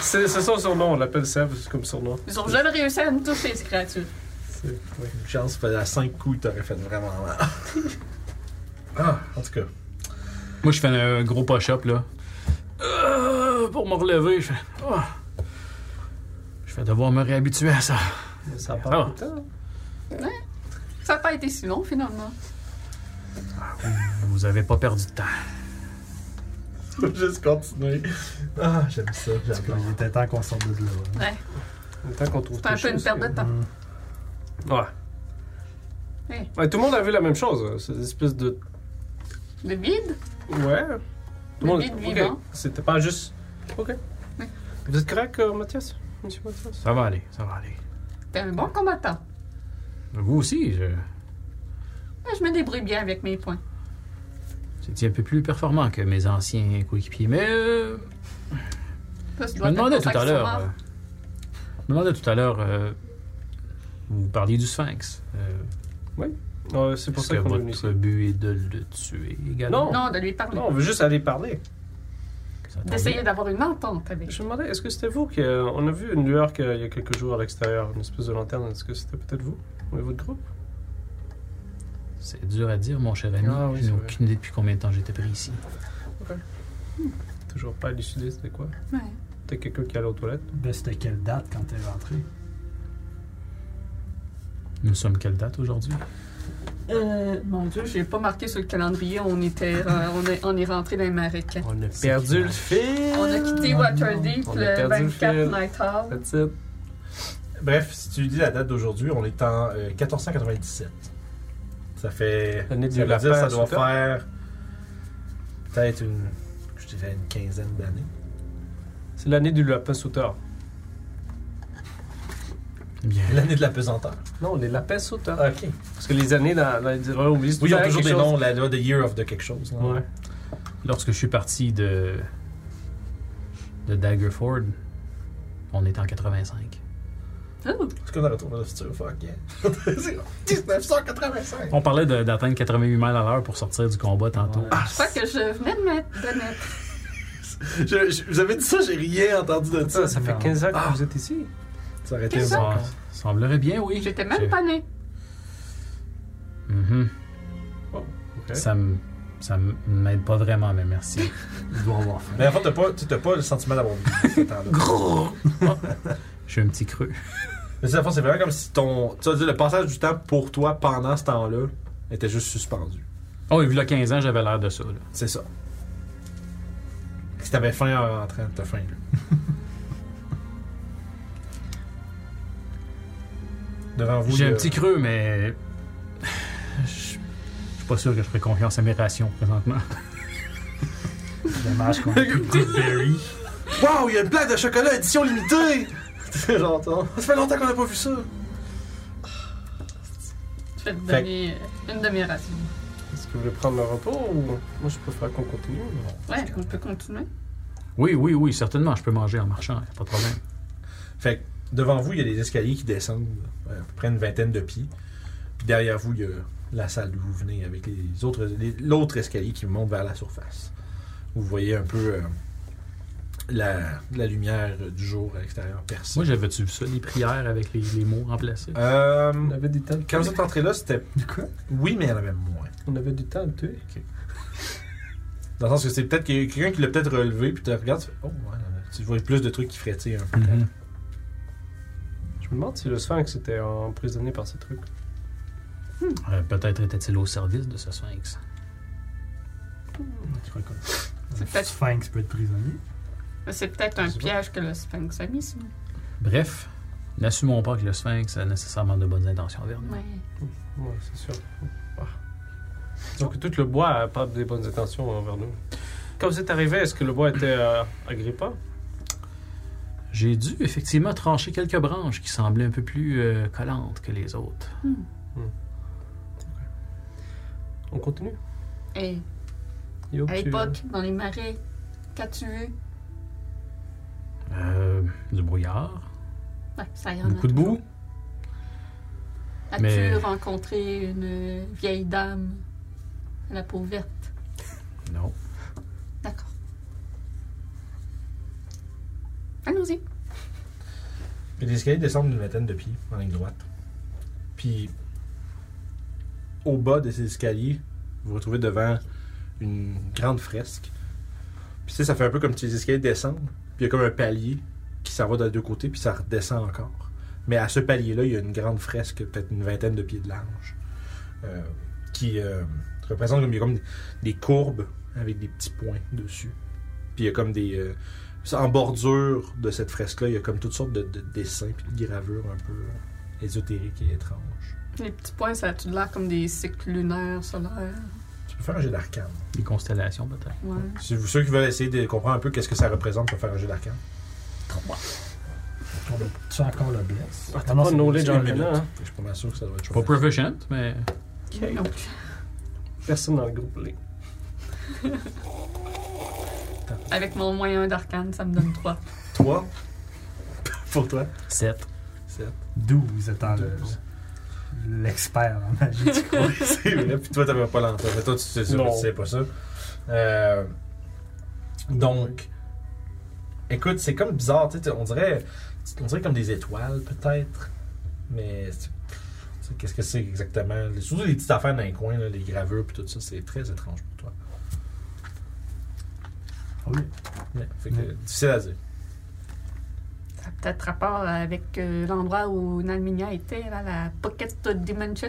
S2: C'est c'est son surnom, on l'appelle Sèvres, c'est comme surnom.
S3: Ils ont jamais réussi à nous toucher, ces créatures.
S2: C'est- ouais.
S1: Une chance, fait à 5 coups, il t'aurait fait vraiment mal. ah, en tout cas.
S5: Moi, je fais un gros push-up, là. Euh, pour me relever, je fais... Ah. Je vais devoir me réhabituer à ça.
S2: Ça prend tout le temps.
S3: Ça n'a pas été si long, finalement.
S5: Vous avez pas perdu de temps.
S1: Faut juste continuer. Ah, j'aime ça, j'adore.
S4: Il était temps qu'on sorte de là. hein.
S2: Le temps qu'on trouve
S3: C'est un
S2: tes
S3: peu une
S2: choses,
S3: perte de
S2: que-
S3: temps.
S4: Hmm.
S2: Ouais.
S3: Hey.
S2: Ouais, tout le monde a vu la même chose. hein. C'est une espèce de.
S3: Le vide?
S2: Ouais. Tout
S3: Le
S2: monde.
S3: vide
S2: Ok.
S3: vivant.
S2: C'était pas juste. Ok.
S3: Ouais.
S2: Vous êtes correct, euh, Mathias Monsieur Mathias
S5: Ça va aller, ça va aller.
S3: T'es un bon combattant.
S5: Vous aussi, je...
S3: Ouais, Je me débrouille bien avec mes points.
S5: Vous étiez un peu plus performant que mes anciens coéquipiers, mais... euh,
S3: Ça, ça
S5: Je
S3: doit
S5: me
S3: être
S5: demandais
S3: pour
S5: tout
S3: ça
S5: à
S3: qu'ils sont
S5: l'heure.
S3: morts.
S5: euh, je me demandais tout à l'heure. euh, vous parliez du Sphinx. Euh,
S2: Euh, C'est pour
S5: Est-ce
S2: ça
S5: que
S2: qu'on est venu ici.
S5: votre but est de le tuer également
S2: Non.
S3: Non, de lui parler.
S2: Non, on veut juste aller parler.
S5: Ça tombe
S3: D'essayer
S5: bien.
S3: d'avoir une entente avec.
S2: Je me demandais, est-ce que c'était vous qui. euh, on a vu une lueur qu'il y a quelques jours à l'extérieur, une espèce de lanterne. Est-ce que c'était peut-être vous Ou votre groupe
S5: C'est dur à dire, mon cher ami.
S2: Ah oui,
S5: je
S2: c'est
S5: n'ai
S2: vrai.
S5: aucune idée depuis combien de temps j'étais pris ici.
S2: Toujours pas élucidé, c'était quoi
S3: Ouais.
S2: C'était quelqu'un qui allait aux toilettes
S4: Ben, c'était quelle date quand t'es rentré?
S5: Nous sommes quelle date aujourd'hui
S3: Euh, mon Dieu, j'ai pas marqué sur le calendrier. On était, euh, on est, on est rentré dans les marécages.
S2: On a
S5: qui
S2: perdu le
S5: marche.
S2: fil
S3: On a quitté Waterdeep
S2: On a
S3: le
S2: perdu le
S3: 24
S2: fil.
S3: Night Hall.
S2: That's it.
S1: Bref, si tu dis la date d'aujourd'hui, on est en euh, 1497. Ça fait.
S2: L'année du
S1: ça veut dire,
S2: lapin
S1: ça
S2: à
S1: doit
S2: Soudan.
S1: faire. Peut-être une. Je dirais une quinzaine d'années.
S2: C'est l'année du lapin sauteur.
S5: Eh Bien.
S1: L'année de la pesanteur.
S2: Non, les lapins sauteurs.
S1: Ok.
S2: Parce que les années dans, dans les on oublie
S1: Oui, ils
S2: y
S1: ont toujours des noms, la loi de Year of de quelque chose. hein. là.
S2: Ouais.
S5: Lorsque je suis parti de. de Daggerford, on est en 85.
S3: Oh,
S1: C'est comme dans Retour vers le futur, fuck yeah. C'est 1985!
S5: On parlait de- d'atteindre 88 miles à l'heure pour sortir du combat tantôt.
S8: Ouais.
S1: Ah,
S3: je crois que je venais de mettre. De mettre.
S1: je- je- vous avez dit ça, j'ai rien entendu de
S2: Ça,
S1: ça.
S2: ça fait
S4: Non.
S2: 15 ans que
S1: Ah.
S2: vous êtes ici.
S1: Ça aurait été
S3: Qu'est-ce
S1: bon.
S5: Ça semblerait bien, oui.
S3: J'étais
S5: Je-
S3: même pas née.
S5: Mhm.
S2: Oh, ok.
S5: Ça me. Ça m- m'aide pas vraiment, mais merci. Je dois avoir faim.
S1: Mais en fait, t'as pas, t'as pas le sentiment d'avoir vu ce temps-là.
S5: J'ai un petit creux.
S1: Mais c'est à fond, c'est vraiment comme si ton. Tu vas dire, le passage du temps pour toi pendant ce temps-là était juste suspendu.
S5: Oh, et vu là 15 ans, j'avais l'air de ça. là.
S1: C'est ça. Si t'avais faim en rentrant, t'as faim. là. Devant vous,
S5: J'ai
S1: il y
S5: un
S1: a-
S5: petit creux, mais. Je je suis pas sûr que je ferais confiance à mes rations présentement.
S4: Dommage qu'on ait plus de Goodberry.
S6: Waouh, il y a une plaque de chocolat édition limitée!
S1: C'est longtemps.
S6: Ça fait longtemps qu'on n'a pas vu ça.
S3: Je vais
S1: Fait-
S3: te donner euh, une de mes rations.
S2: Est-ce que vous voulez prendre un repos ou. Moi, je préfère qu'on continue.
S3: Ouais, on peut continuer.
S5: Oui, oui, oui, certainement, je peux manger en marchant, y a pas de problème.
S1: Fait que devant vous, il y a des escaliers qui descendent euh, à peu près une vingtaine de pieds. Puis derrière vous, il y a la salle d'où vous venez avec les autres les- l'autre escalier qui monte vers la surface. Vous voyez un peu euh, la, la lumière du jour à l'extérieur percer.
S5: Moi, j'avais-tu vu ça, les prières avec les, les mots remplacés?
S1: Euh,
S2: On avait du temps de
S1: quand vous êtes entré là, c'était.
S4: Quoi?
S1: Oui, mais il y en avait moins.
S2: On avait du temps de tuer.
S1: Dans le sens que c'est peut-être qu'il y a quelqu'un qui l'a peut-être relevé, puis tu regardes, tu fais, Oh, ouais, Tu vois plus de trucs qui frétillent un peu.
S5: Mhm.
S2: Je me demande si le sphinx était emprisonné par ces trucs.
S5: Euh, Peut-être était-il au service de ce sphinx.
S4: Je crois que
S3: C'est
S4: le
S3: peut-être-
S4: sphinx peut être prisonnier.
S3: C'est peut-être un piège que le sphinx a mis, sinon.
S5: Bref, n'assumons pas que le sphinx a nécessairement de bonnes intentions envers nous.
S3: Ouais.
S2: Ouais, c'est sûr. Ah. Donc tout le bois a pas des bonnes intentions envers nous. Quand vous êtes arrivé, est-ce que le bois était euh, agrippant
S5: J'ai dû effectivement trancher quelques branches qui semblaient un peu plus euh, collantes que les autres.
S2: On continue.
S3: Hey,
S2: Yo,
S3: à
S2: tu-
S3: l'époque, dans les marais, qu'as-tu vu?
S5: Euh, du brouillard,
S3: Ouais, ça y en a
S5: beaucoup de
S3: toujours.
S5: boue.
S3: As-tu
S5: mais-
S3: rencontré une vieille dame à la peau verte?
S5: Non.
S3: D'accord. Allons-y.
S9: Puis les escaliers descendent d'une vingtaine de pieds en ligne droite.
S1: Puis, au bas de ces escaliers, vous vous retrouvez devant une grande fresque. Puis, tu sais, ça fait un peu comme si les escaliers descendent. Puis, il y a comme un palier qui s'en va de deux côtés, puis ça redescend encore. Mais à ce palier-là, il y a une grande fresque, peut-être une vingtaine de pieds de large, euh, qui euh, représente comme, il y a comme des courbes avec des petits points dessus. Puis, il y a comme des. euh, en bordure de cette fresque-là, il y a comme toutes sortes de, de dessins puis de gravures un peu euh, ésotériques et étranges.
S3: Les petits points, ça a-tu de l'air comme des cycles lunaires, solaires?
S1: Tu peux faire un jeu d'arcane.
S5: Des constellations, peut-être.
S3: Ouais.
S1: Si vous ceux qui veulent essayer de comprendre un peu qu'est-ce que ça représente, pour faire un jeu d'arcane.
S4: Tu as encore le bless.
S2: Ah, t'as pas de knowledge en
S1: Une minute.
S2: rien, hein?
S1: Fait que Je suis pas mal sûr que ça doit être
S5: Pas
S1: chouette.
S5: proficient, mais
S3: Donc,
S2: Personne dans le groupe. Les...
S3: avec mon moyen d'arcane, ça me donne 3.
S1: Toi, pour toi,
S5: 7.
S4: 12 étant le- l'expert en magie. du coup.
S1: c'est vrai. Puis toi, t'avais pas l'entrée. Mais toi, tu sais, ça,
S2: Non.
S1: tu sais pas ça. Euh, donc, écoute, c'est comme bizarre. tu sais, On dirait, on dirait comme des étoiles, peut-être. Mais c'est- tu sais, qu'est-ce que c'est exactement? Surtout les petites affaires dans les coins, là, les gravures, puis tout ça, c'est très étrange pour toi.
S4: Oui.
S1: Ouais, fait que,
S4: Ouais.
S1: Difficile à dire.
S3: Ça a peut-être rapport avec euh, l'endroit où Nalminia était, là, la Pocket Dimension.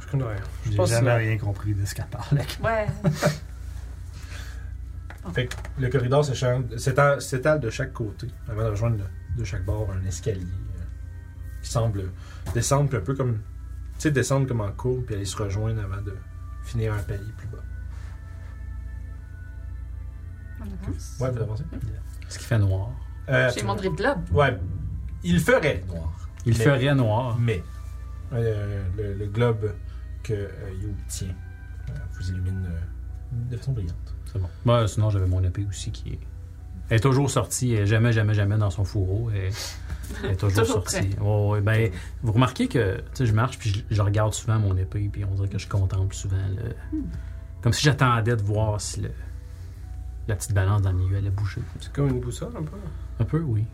S2: Je connais rien. Je
S4: J'ai
S2: pense que
S4: jamais
S2: la-
S4: rien compris de ce qu'elle parlait.
S3: Ouais.
S1: Le corridor s'échan- s'étale s'étale de chaque côté avant de rejoindre le- de chaque bord un escalier euh, qui semble descendre puis un peu comme. Tu sais, descendre comme en courbe puis aller se rejoindre avant de finir un palier plus bas.
S3: On avance.
S1: Ouais, vous avancez?
S5: Ce qui fait noir.
S1: Euh,
S3: J'ai mon drip globe.
S1: Ouais. Il ferait noir,
S5: Il
S1: Mais-
S5: ferait noir.
S1: mais euh, le, le globe que euh, Yo tient euh, vous illumine euh, de façon brillante.
S5: C'est bon. Moi, sinon, j'avais mon épée aussi qui est. Elle est toujours sortie, elle est jamais, jamais, jamais dans son fourreau. Elle, elle est toujours,
S3: Toujours
S5: sortie. Ouais, ouais, ben, vous remarquez que tu sais, je marche puis je, je regarde souvent mon épée, puis on dirait que je contemple souvent. le- Comme si j'attendais de voir si le- la petite balance dans le milieu allait bouger.
S2: C'est comme une boussole un peu.
S5: Un peu, oui.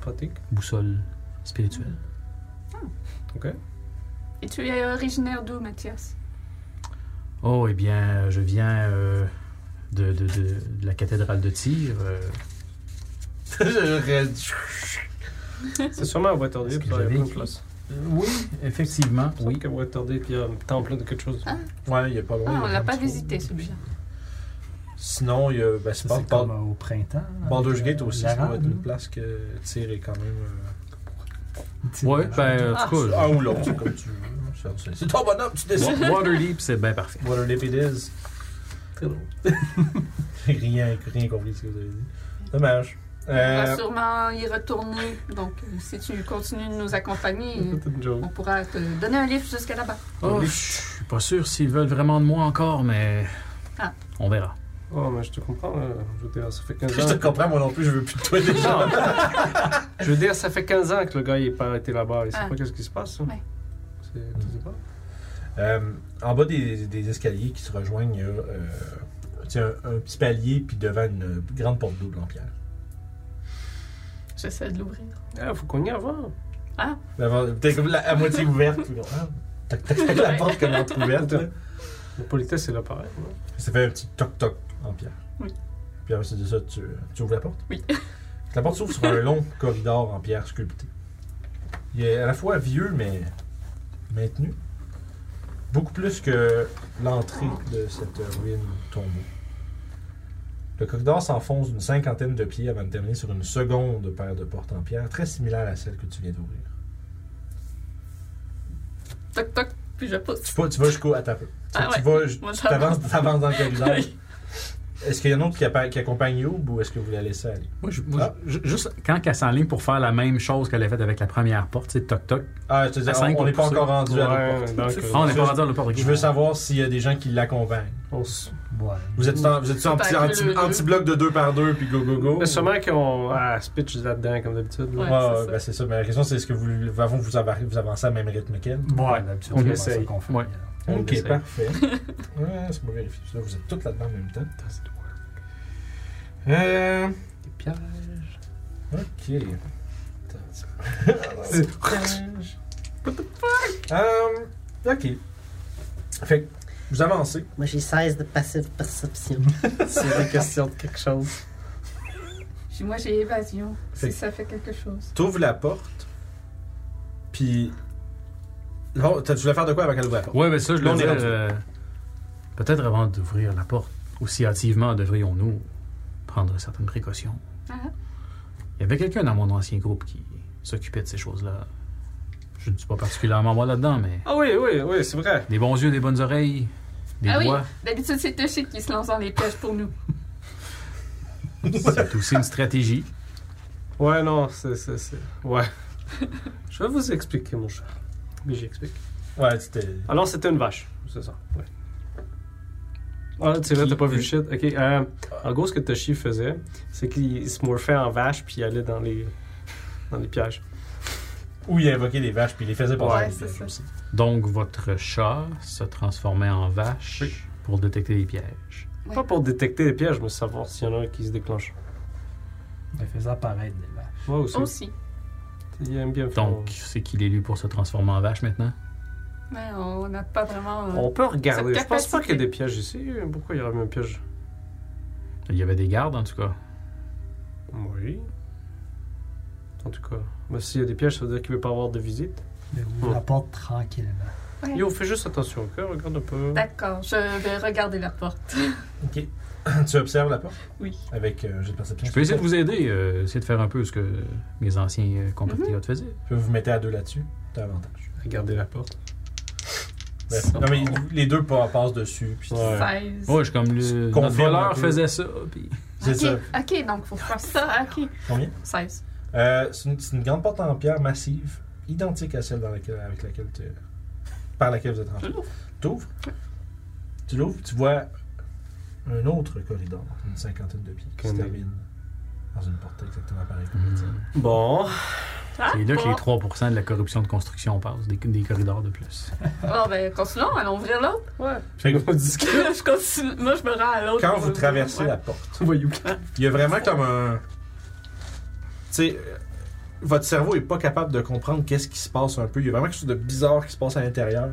S2: Pratique.
S5: Boussole spirituelle.
S3: Et tu es originaire d'où, Mathias?
S5: Oh, eh bien, je viens euh, de, de- de- de la cathédrale de Tyr. euh,
S2: C'est sûrement à Waterdeep,
S5: Est-ce que
S2: ça, il y a
S5: j'avais
S2: plein de
S5: écrit?
S2: places.
S5: oui, effectivement.
S2: Oui, qu'à Waterdeep, il y a un temple de quelque chose.
S3: Ah.
S1: Ouais, il a pas loin.
S3: Ah,
S1: il y
S3: on
S1: a
S3: l'a
S1: un
S3: pas
S1: petit
S3: visité, celui-là.
S1: trou. Sinon, il y a. Ben, c'est
S4: Ça,
S1: pas-
S4: C'est comme euh, au printemps. là,
S1: Baldur's
S4: avec,
S1: Gate
S4: euh,
S1: aussi, ça
S4: l'arabe,
S1: doit être une
S4: là.
S1: place que Tyr est quand même.
S4: Petite
S5: Oui,
S4: magie.
S5: ben, en tout
S1: euh,
S5: cas,
S1: un ou l'autre, c'est comme tu veux. C'est- c'est- C'est ton bonhomme, tu décides.
S5: Wa- Waterdeep, c'est bien parfait.
S1: Waterdeep it is.
S2: Très drôle.
S1: rien, rien compris de ce que vous avez dit. Dommage.
S3: On
S1: Euh,
S3: va sûrement y retourner. Donc, euh, si tu continues de nous accompagner,
S2: C'est une joke.
S3: on pourra te donner un livre jusqu'à là-bas.
S5: Oh, je suis pas sûr s'ils veulent vraiment de moi encore, mais
S3: Ah.
S5: on verra.
S2: Oh, mais je te comprends. là. Je veux dire, ça fait
S1: je
S2: 15
S1: te
S2: ans.
S1: comprends, moi non plus, je veux plus de toi déjà.
S2: Non. je veux dire, ça fait 15 ans que le gars il est pas arrêté là-bas. Il sait
S3: Ah.
S2: pas qu'est-ce qui se passe. hein.
S3: Ouais.
S2: C'est- Tu sais pas?
S1: Euh, en bas des, des escaliers qui se rejoignent, il y a euh, tu sais, un, un petit palier, puis devant une grande porte double en pierre.
S3: J'essaie de l'ouvrir.
S2: Ah, faut qu'on y aille avant.
S1: Devant- T'es comme la, à moitié ouverte. puis, ah, tac, tac, tac, la porte comme entrouverte. là.
S2: La politesse, c'est là pareil. non?
S1: Ça fait un petit toc-toc en pierre.
S3: Oui.
S1: Puis après, c'est de ça, tu, tu ouvres la porte?
S3: Oui.
S1: La porte s'ouvre sur un long corridor en pierre sculptée. Il est à la fois vieux, mais maintenu. Beaucoup plus que l'entrée de cette ruine tombeau. Le corridor s'enfonce d'une cinquantaine de pieds avant de terminer sur une seconde paire de portes en pierre, très similaire à celle que tu viens d'ouvrir.
S3: Toc toc, puis je
S1: Tu
S3: pousse.
S1: vas, tu vas jusqu'au. Attends un peu. Tu,
S3: Ah
S1: tu
S3: ouais.
S1: vas, ju-
S3: Moi,
S1: tu
S3: j'avance.
S1: t'avances, t'avances dans le corridor.
S3: Oui.
S1: Est-ce qu'il y en a un autre qui, appa- qui accompagne Youb ou est-ce que vous la laissez aller?
S5: Moi, je-
S1: Ah.
S5: moi, je- juste quand qu'elle s'enligne pour faire la même chose qu'elle a faite avec la première porte, c'est toc-toc.
S1: Ah, je te dis,
S5: À cinq
S1: on- on n'est pas
S5: pour
S1: encore rendu à
S2: Ouais,
S1: l'autre porte.
S2: donc,
S3: C'est
S2: euh,
S5: Ah, on est
S1: Je-
S5: pas rendu à la porte. ok.
S1: Je veux savoir s'il y a des gens qui l'accompagnent.
S2: on s-
S4: Ouais.
S1: Vous êtes en, vous êtes en petit,
S3: Peut-être
S1: en
S3: le-
S1: petit-
S3: le-
S1: en petit bloc de deux par deux, puis go go go.
S2: Mais sûrement qu'on ah, se pitch là-dedans, comme d'habitude. là.
S1: Ouais, ouais,
S3: Ouais, c'est ça.
S1: ben, c'est ça. Mais la question, c'est est-ce que vous, avant, vous, avar- vous avancez à même rythme qu'elle?
S4: Ouais, d'habitude,
S2: On
S4: c'est
S2: essaye.
S4: ça qu'on fait.
S5: Ouais.
S2: On
S1: Ok,
S2: l'essaie.
S1: parfait. ouais, c'est pas vérifier. Là, vous êtes toutes là-dedans en même temps. Euh,
S2: Des pièges.
S1: ok. Attends, c'est- Euh, ok. Fait que vous avancez.
S8: Moi, j'ai 16 de passive perception.
S2: C'est la question de quelque chose.
S3: Puis Moi, j'ai évasion.
S1: Fait-
S3: Si ça fait quelque chose.
S1: T'ouvres la porte. Puis. Oh, t'as- tu voulais faire de quoi avant qu'elle ouvre la porte?
S5: Ouais, mais ça, je
S1: Là,
S5: le
S1: on est
S5: dis.
S1: rendu.
S5: euh, Peut-être avant d'ouvrir la porte, aussi hâtivement devrions-nous prendre certaines précautions.
S3: Ah.
S5: Il y avait quelqu'un dans mon ancien groupe qui s'occupait de ces choses-là. Je ne suis pas particulièrement moi là-dedans, mais
S2: Ah oui, oui, oui, c'est vrai.
S5: des bons yeux, des bonnes oreilles, des
S3: Ah oui.
S5: doigts,
S3: D'habitude, c'est Toshi qui se lance dans les pièges pour nous.
S5: c'est aussi une stratégie.
S2: Ouais, non, c'est. c'est, c'est... Ouais. je vais vous expliquer, mon cher. Mais j'explique.
S1: Ouais, c'était.
S2: Alors, c'était une vache, c'est ça. Ouais. Ah, tu sais, t'as pas vu le shit. Ok, euh, en gros, ce que Toshi faisait, c'est qu'il se morphait en vache puis il allait dans les, dans les pièges.
S1: Où il a invoqué des vaches, puis il les faisait passer.
S3: Ouais,
S1: des
S3: c'est
S1: pièges
S3: ça.
S1: aussi.
S5: Donc, votre chat se transformait en vache
S2: Oui.
S5: pour détecter les pièges.
S3: Ouais.
S2: Pas pour détecter les pièges, mais savoir s'il y en a un qui se déclenche.
S4: Elle faisait apparaître des vaches.
S2: Moi aussi.
S3: Aussi.
S2: Il aime bien faire.
S1: Oh.
S5: Donc, c'est qu'il est lui pour se transformer en vache maintenant?
S3: Mais on n'a pas vraiment. euh,
S2: On peut regarder.
S3: Cette
S2: Je pense pas
S3: capacité.
S2: qu'il y ait des pièges ici. Pourquoi il y aurait même un piège
S5: Il y avait des gardes, en tout cas.
S2: Oui. En tout cas, mais s'il y a des pièges, ça veut dire qu'il veut pas avoir de visite.
S4: Mais ouvre la porte tranquillement.
S3: Ouais.
S2: Yo, fais juste attention, ok? Regarde un peu.
S1: Bah.
S3: D'accord, je vais regarder la porte.
S1: Ok. tu observes la porte
S3: Oui.
S1: avec euh, un jet de perception.
S5: Je peux essayer de vous aider, euh, essayer de faire un peu ce que mes anciens euh, compatriotes faisaient.
S1: Puis Vous vous mettez à deux là-dessus. T'as avantage.
S2: Regardez la porte.
S1: Bref. Non, mais les deux pa- passent dessus. Puis
S2: Ouais.
S3: 16.
S5: Ouais, je suis comme le
S1: Confirme
S5: notre
S1: un
S5: voleur
S1: peu.
S5: faisait ça, puis
S1: C'est ça.
S3: Ok, ok, donc faut faire ça. Ok.
S1: Combien
S3: 16.
S1: Euh, c'est, une, c'est une grande porte en pierre massive, identique à celle dans laquelle, avec laquelle tu, par laquelle vous êtes rentré. Tu ouvres. Tu l'ouvres, tu vois un autre corridor d'une cinquantaine de pieds qui se
S2: Comme-
S1: termine dans une porte exactement pareille. comme
S5: Mhm.
S1: la tienne.
S2: Bon.
S5: c'est là que les
S3: bon.
S5: 3% de la corruption de construction passe, des, des corridors de plus.
S3: Bon, ben, continuons, allons ouvrir l'autre.
S2: Ouais.
S1: Fait que-
S2: On discute.
S3: je continue. Moi, je me rends à l'autre.
S1: Quand
S3: pour
S1: vous
S3: ouvrir.
S1: traversez
S3: Ouais.
S1: la porte,
S2: Voyou.
S1: Il y a vraiment comme un. Tu sais, euh, votre cerveau est pas capable de comprendre qu'est-ce qui se passe un peu. Il y a vraiment quelque chose de bizarre qui se passe à l'intérieur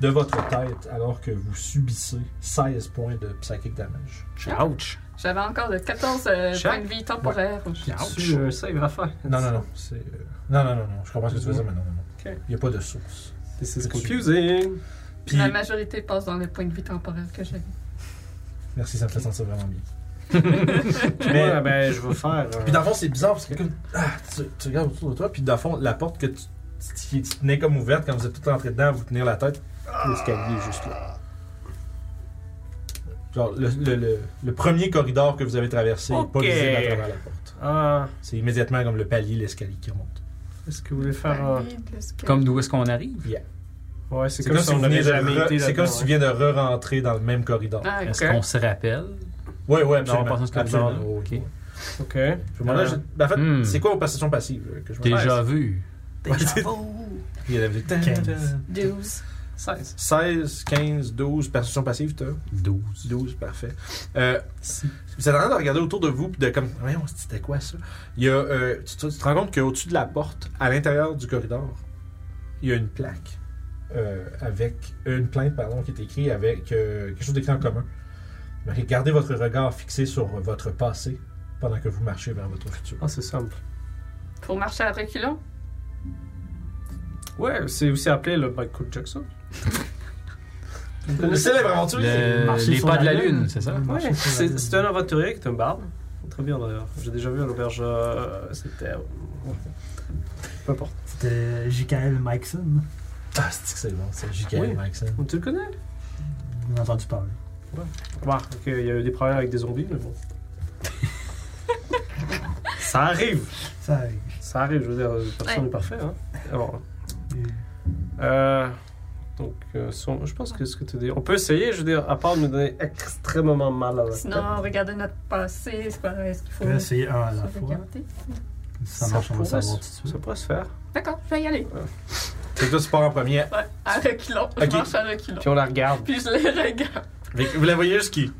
S1: de votre tête alors que vous subissez 16 points de psychic damage.
S5: Ouch!
S3: J'avais encore de 14 euh,
S2: Chaque-
S3: points de vie temporaires.
S2: J'ai un euh, save à faire.
S1: Non, non, non. C'est. euh, Non, non, non, non. Je comprends ce que tu veux dire, mais non, non, non.
S2: Ok.
S1: Il n'y a pas de source.
S2: This is confusing.
S1: Puis.
S3: La majorité passe dans les points de vie temporaires que j'avais.
S1: Merci, ça me fait sentir vraiment bien. Mais-
S2: Ouais, ben, je vais faire. euh,
S1: Puis dans le fond, c'est bizarre parce que comme, ah, tu, tu regardes autour de toi, puis dans le fond, la porte que tu, tu- tu tenais comme ouverte quand vous êtes tout rentré dedans, vous tenir la tête, l'escalier est juste là. Genre, le, le- le- le premier corridor que vous avez traversé n'est pas
S2: Ok.
S1: visible à travers la porte.
S2: Ah,
S1: C'est immédiatement comme le palier, l'escalier qui remonte.
S2: est-ce que vous voulez faire un.
S5: Comme d'où est-ce qu'on arrive?
S2: Ouais, c'est
S1: C'est
S2: comme,
S1: comme,
S2: si
S1: si
S2: on
S1: vous venez
S2: n'avait
S1: de
S2: jamais
S1: re-
S2: été là.
S1: c'est comme si tu viens de re-rentrer dans le même corridor.
S3: Ah, ok.
S5: Est-ce qu'on se rappelle?
S1: Oui, oui,
S5: Non, on
S1: absolument.
S5: passe dans ce
S1: Absolument.
S5: corridor-là.
S1: Oh,
S5: Ok.
S1: ouais.
S2: Ok.
S1: Je me demandais,
S2: Euh,
S1: je- ben, en fait,
S5: hmm.
S1: c'est quoi vos perceptions passives euh, que je me
S5: Déjà vu.
S1: Il y avait-
S4: 15.
S3: 12.
S2: 16.
S1: 16, 15, 12 perceptions passives, t'as
S5: 12.
S1: 12, parfait. Euh, vous êtes en train de regarder autour de vous, puis de comme, voyons, c'était quoi ça? Il y a, euh, tu, te, tu te rends compte qu'au-dessus de la porte, à l'intérieur du corridor, il y a une plaque euh, avec, une plainte, pardon, qui est écrite avec euh, quelque chose d'écrit en commun. Mais gardez votre regard fixé sur votre passé pendant que vous marchez vers votre futur.
S2: Ah, c'est simple.
S3: Pour marcher à reculons.
S2: Ouais, c'est aussi appelé le Michael Jackson. Vous
S1: Le
S2: connaissez
S1: célèbre aventurier.
S5: Le-
S4: marcher
S5: les
S4: sur
S5: pas
S4: la
S5: de la
S4: lune.
S5: lune, c'est ça?
S2: Ouais,
S4: Marcher sur la
S2: c'est
S4: lune.
S2: c'est un aventurier qui est un barbe. Très bien d'ailleurs. J'ai déjà vu à l'auberge. euh, C'était. Peu importe.
S4: C'était J.K.L. Mikeson.
S1: Ah, c'est que c'est bon, c'est J.K.
S2: Oui.
S1: Maxon.
S2: Tu le connais
S4: On a entendu parler.
S2: Remarque qu'il y a eu des problèmes avec des zombies, mais bon. ça arrive.
S4: Ça arrive.
S2: Ça arrive, je veux dire, euh, personne
S3: Ouais.
S2: n'est parfait. Hein. Alors,
S4: Et-
S2: euh, donc, euh, si on- je pense que ce que tu dis. On peut essayer, je veux dire, à part nous donner extrêmement mal à la
S3: Sinon, regardez notre passé, c'est pas est-ce qu'il
S4: On
S3: faut
S4: peut essayer un à la
S3: se
S4: fois.
S3: regarder?
S4: Ça marche, on va
S2: pourrait
S4: savoir tout de
S2: se-
S4: suite.
S2: ça pourrait se faire.
S3: D'accord, je vais y aller.
S1: Fait que toi, tu pars en premier.
S3: Ouais, à reculons.
S1: Ok.
S3: Je marche à reculons.
S2: Puis on la regarde.
S3: Puis je les regarde.
S1: Fait que vous la voyez juste qui.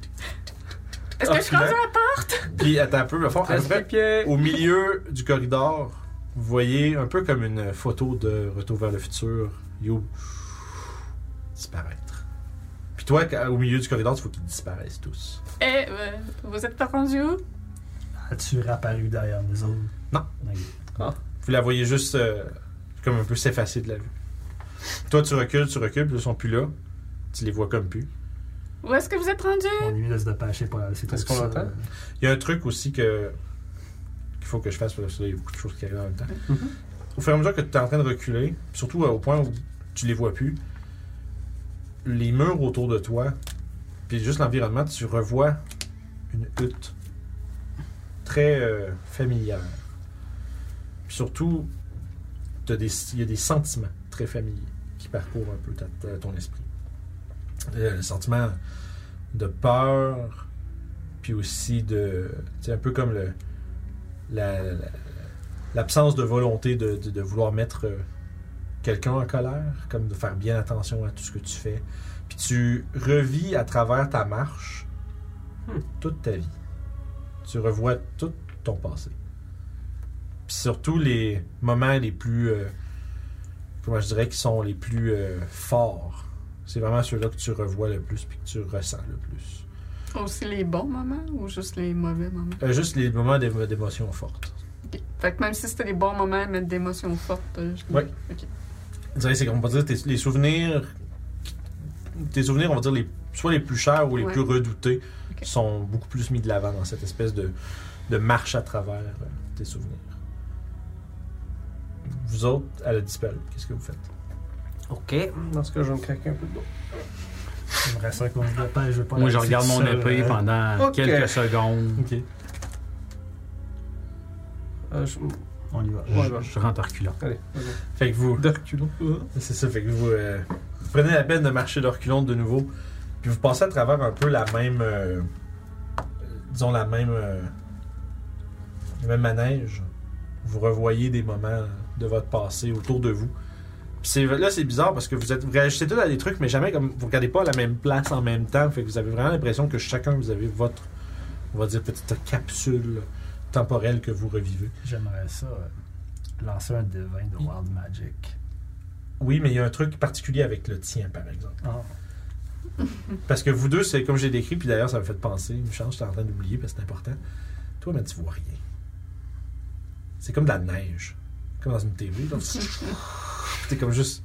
S3: Est-ce que je suis
S1: Ah,
S3: rendue à la porte?
S1: Puis attends un peu, mais fort, à peu
S2: Reste les
S1: près
S2: pieds.
S1: au milieu du corridor, vous voyez un peu comme une photo de Retour vers le futur, You disparaître. Puis toi, quand- au milieu du corridor, tu vois qu'ils disparaissent tous.
S3: Eh, euh, vous êtes pas rendu où?
S4: As-tu réapparu derrière nous autres?
S1: Non.
S4: Ok.
S1: Vous la voyez juste euh, comme un peu s'effacer de la vue. Toi, tu recules, tu recules, puis ils sont plus là. Tu les vois comme plus.
S3: Où est-ce que vous êtes rendu?
S4: On lui laisse de pêcher pour aller. C'est
S2: Est-ce qu'on l'entend?
S1: Il y a un truc aussi que qu'il faut que je fasse parce qu'il y a beaucoup de choses qui arrivent en même temps.
S2: Mhm.
S1: Au fur et à mesure que tu es en train de reculer, surtout euh, au point où tu les vois plus, les murs autour de toi, puis juste l'environnement, tu revois une hutte très euh, familière. Puis surtout, t'as des- il y a des sentiments très familiers qui parcourent un peu ta- ta- ton esprit. Euh, le sentiment de peur, puis aussi de. C'est un peu comme le, la- la- l'absence de volonté de, de- de vouloir mettre euh, quelqu'un en colère, comme de faire bien attention à tout ce que tu fais. Puis tu revis à travers ta marche
S2: Hmm.
S1: toute ta vie. Tu revois tout ton passé. Puis surtout les moments les plus. euh, comment je dirais, qui sont les plus euh, forts. C'est vraiment ceux-là que tu revois le plus puis que tu ressens le plus.
S3: Aussi les bons moments ou juste les mauvais moments?
S1: Euh, juste les moments d'émo- d'émotion forte.
S3: Ok. Fait que même si c'était des bons moments, mais d'émotions fortes, euh, je...
S1: Ouais. Je dirais, c'est qu'on va dire tes, les souvenirs. Tes souvenirs, on va dire, les, soit les plus chers ou les
S3: Ouais.
S1: plus redoutés,
S3: Ok.
S1: sont beaucoup plus mis de l'avant dans cette espèce de, de marche à travers euh, tes souvenirs. Vous autres, elle a disparu. Qu'est-ce que vous faites?
S2: Ok. Dans ce cas, je vais me craquer un peu de dos.
S4: J'aimerais ça qu'on se dépêche. Je veux pas
S5: Moi, je
S4: la laisser
S5: regarde mon
S4: seule,
S5: épée
S4: hein.
S5: pendant
S2: Ok.
S5: quelques secondes.
S1: Ok.
S2: Euh, je...
S4: On y va.
S5: Je,
S2: Ouais, ouais.
S5: je rentre en reculant.
S2: Allez, vas-y.
S1: Fait que vous.
S2: De reculons.
S1: C'est ça, fait que vous, euh, vous prenez la peine de marcher de reculons de nouveau, puis vous passez à travers un peu la même, euh, disons la même, euh, le même manège. Vous revoyez des moments de votre passé autour de vous. Puis c'est- là, c'est bizarre parce que vous êtes, vous réagissez tous à des trucs, mais jamais comme vous regardez pas à la même place en même temps. Fait que vous avez vraiment l'impression que chacun vous avez votre, on va dire petite capsule temporelle que vous revivez.
S4: J'aimerais ça euh, lancer un devin de Wild Magic.
S1: Oui, mais il y a un truc particulier avec le tien, par exemple.
S4: Ah,
S1: Parce que vous deux, c'est comme j'ai décrit, puis d'ailleurs, ça me fait penser, une chance, j'étais en train d'oublier parce que c'est important. Toi, mais tu vois rien. C'est comme de la neige. Comme dans une TV. là. T'es comme juste.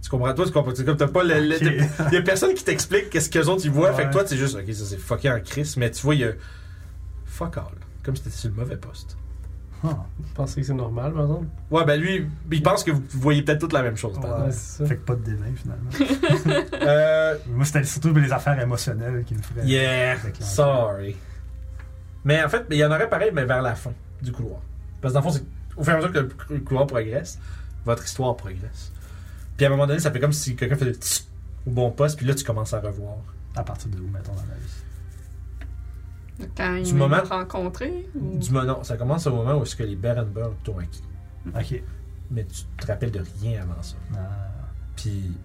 S1: Tu comprends, toi, tu comprends. C'est comme t'as pas le. le-
S4: Ok.
S1: t'as- Il y a personne qui t'explique qu'est-ce qu'eux autres ils voient. Fait que
S4: Ouais.
S1: toi, t'es juste, ok, ça c'est fucké en crise, mais tu vois, il y a. Fuck all. Comme si t'étais sur le mauvais poste.
S4: ah.
S2: Vous pensez que c'est normal, par exemple?
S1: Ouais, ben lui, il pense que vous voyez peut-être toute la même chose. par
S4: Ouais.
S1: exemple.
S2: c'est ça.
S4: Fait que pas de devin finalement.
S1: Euh,
S4: Moi, c'était surtout les affaires émotionnelles qui me feraient.
S1: Yeah,
S4: Avec l'enfant.
S1: sorry. Mais en fait, il y en aurait pareil, mais vers la fin du couloir. Parce que dans le fond, c'est au fur et à mesure que le cou- le couloir progresse, votre histoire progresse. Puis à un moment donné, ça fait comme si quelqu'un faisait tss au bon poste, puis là, tu commences à revoir.
S4: À partir de où, mettons, dans la vie.
S3: quand
S1: Du
S3: ils m'ont
S1: moment-
S3: rencontré. ou-
S1: Du moment, non, ça commence au moment où est-ce que les Berenberg t'ont acquis.
S4: Ok.
S1: Mais tu te rappelles de rien avant ça.
S4: Ah,
S1: Puis.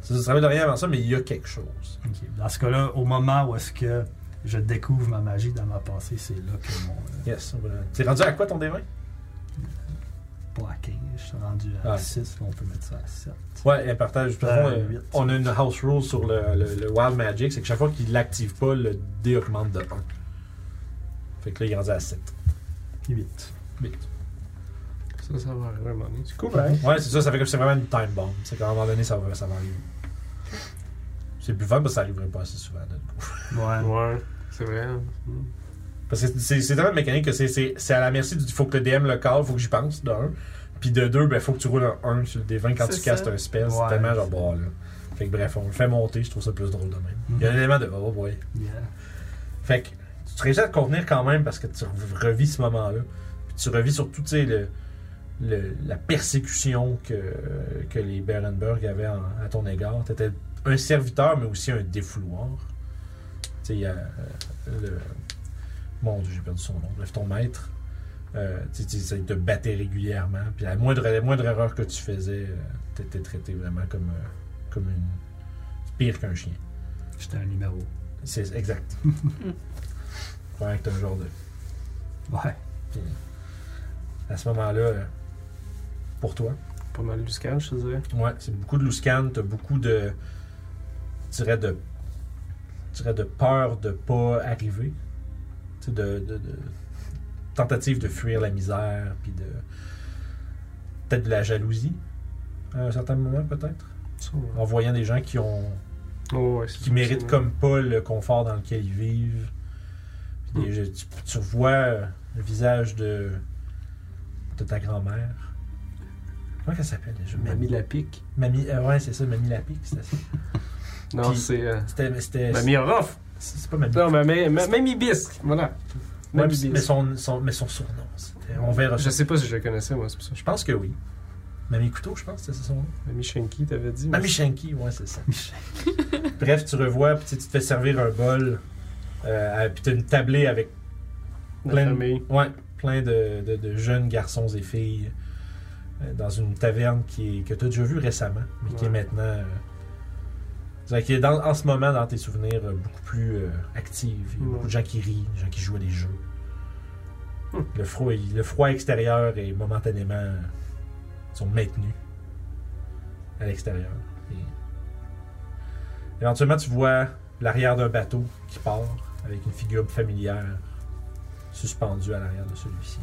S1: Ça, tu te rappelles de rien avant ça, mais il y a quelque chose.
S4: ok. Dans ce cas-là, au moment où est-ce que je découvre ma magie dans ma passé, c'est là que mon. euh,
S1: Yes, voilà. T'es rendu à quoi ton dévin
S4: pas à 15, Je suis rendu
S1: Ouais.
S4: à 6, on peut mettre ça à 7.
S1: Ouais, elle partage. De toute
S4: Euh,
S1: façon, euh,
S4: huit.
S1: on a une house rule sur le, le- le Wild Magic, c'est que chaque fois qu'il l'active pas, le dé augmente de 1. Fait que là, il est rendu à 7.
S4: 8.
S2: Ça, ça va arriver un moment donné.
S4: C'est cool, hein?
S1: Ouais, c'est ça, ça fait comme c'est vraiment une time bomb. C'est qu'à un moment donné, ça va, ça va arriver. C'est plus fun parce que ça arriverait pas assez souvent. là.
S4: Ouais.
S2: Ouais, hein? c'est vrai. hein. Mm.
S1: Parce que c'est- c'est tellement mécanique que c'est- c'est c'est à la merci du faut que le DM le call, faut que j'y pense, de un. Puis de deux, ben faut que tu roules un 1 sur le D20 quand
S3: C'est
S1: tu castes
S3: ça.
S1: un spell.
S4: Ouais.
S1: C'est tellement genre, bon, là. Fait que bref, on le fait monter, je trouve ça plus drôle de même. Il y a un
S4: Mhm.
S1: élément de, oh boy.
S4: Yeah.
S1: Fait que tu te réussis à te contenir quand même parce que tu re- revis ce moment-là. Puis tu revis surtout, tu sais, le, le- la persécution que, que les Berenberg avaient en- à ton égard. Tu étais un serviteur, mais aussi un défouloir. Tu sais, il y a euh, le. Mon Dieu, j'ai perdu son nom. Bref, ton maître. Euh, tu sais, tu sais, il te battait régulièrement. Puis la moindre, la moindre erreur que tu faisais, tu étais traité vraiment comme, euh, comme une. pire qu'un chien.
S4: J'étais un numéro.
S1: C'est exact. Probablement que t'as un genre de.
S4: Ouais.
S1: Puis, à ce moment-là, euh, pour toi,
S2: Pas mal du scan, je te dirais.
S1: ouais, c'est beaucoup de louscan, t'as beaucoup de. Je dirais de. je dirais de peur de pas arriver. Tu sais, de, de, de- Tentative de fuir la misère, puis de. Peut-être de la jalousie, à un certain moment, peut-être.
S2: Ça, ouais.
S1: En voyant des gens qui ont
S2: Oh, ouais, c'est
S1: qui
S2: ça,
S1: méritent
S2: c'est-
S1: comme pas le confort dans lequel ils vivent. Puis
S2: Hmm.
S1: des- je- tu, tu vois euh, le visage de, de ta grand-mère. Comment elle s'appelle déjà?
S2: Mamie la pique.
S1: Mamie- euh, ouais, c'est ça, Mamie Lapic. C'était, ça.
S2: Non,
S1: Puis-
S2: c'est. euh,
S1: c'était, c'était-
S2: Mamie Ruff.
S1: c'est, c'est pas Mamie.
S2: Non, mamie, ma- mamie Bisque. Voilà.
S1: Ouais,
S2: Mamie
S1: mais, mais
S2: Bisque.
S1: son, son- mais son surnom, c'était- on verra
S2: Je
S1: ça.
S2: sais pas si je la connaissais, moi, c'est pour ça.
S1: Je pense que oui. Mamie Couteau, je pense, que c'est son nom.
S2: Mamie Shanky, t'avais dit. mais-
S1: Mamie Shanky, ouais, c'est ça. Bref, tu revois, puis tu sais, tu te fais servir un bol, euh, à- puis t'as une tablée avec
S2: La
S1: plein de-
S2: famille.
S1: Ouais, plein de, de- de jeunes garçons et filles euh, dans une taverne qui est- que tu as déjà vue récemment, mais qui est
S2: Ouais.
S1: maintenant. euh, c'est-à-dire qui est dans- en ce moment dans tes souvenirs euh, beaucoup plus euh, active. Il y a
S2: Ouais.
S1: beaucoup de gens qui rient, des gens qui jouent à des jeux.
S2: Hmm.
S1: Le, froid, le froid extérieur est momentanément. euh, sont maintenus à l'extérieur. Et- Éventuellement, tu vois l'arrière d'un bateau qui part avec une figure familière suspendue à l'arrière de celui-ci.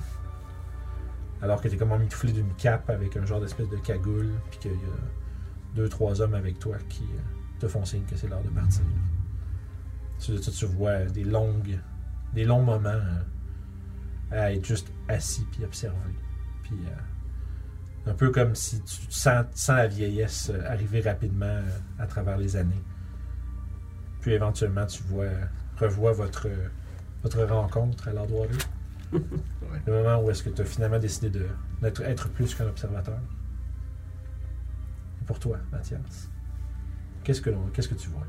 S1: Alors que t'es comme emmitouflé d'une cape avec un genre d'espèce de cagoule, puis qu'il y a deux, trois hommes avec toi qui euh, te font signe que c'est l'heure de partir. Tu, tu, tu vois des longues, des longs moments euh, à être juste assis puis observer. Puis euh, un peu comme si tu te sens, tu sens la vieillesse euh, arriver rapidement euh, à travers les années. Puis éventuellement, tu vois, revois votre, euh, votre rencontre à l'endroit là. Le moment où est-ce que tu as finalement décidé de- d'être être plus qu'un observateur. Et pour toi, Mathias, qu'est-ce que, l'on- qu'est-ce que tu vois?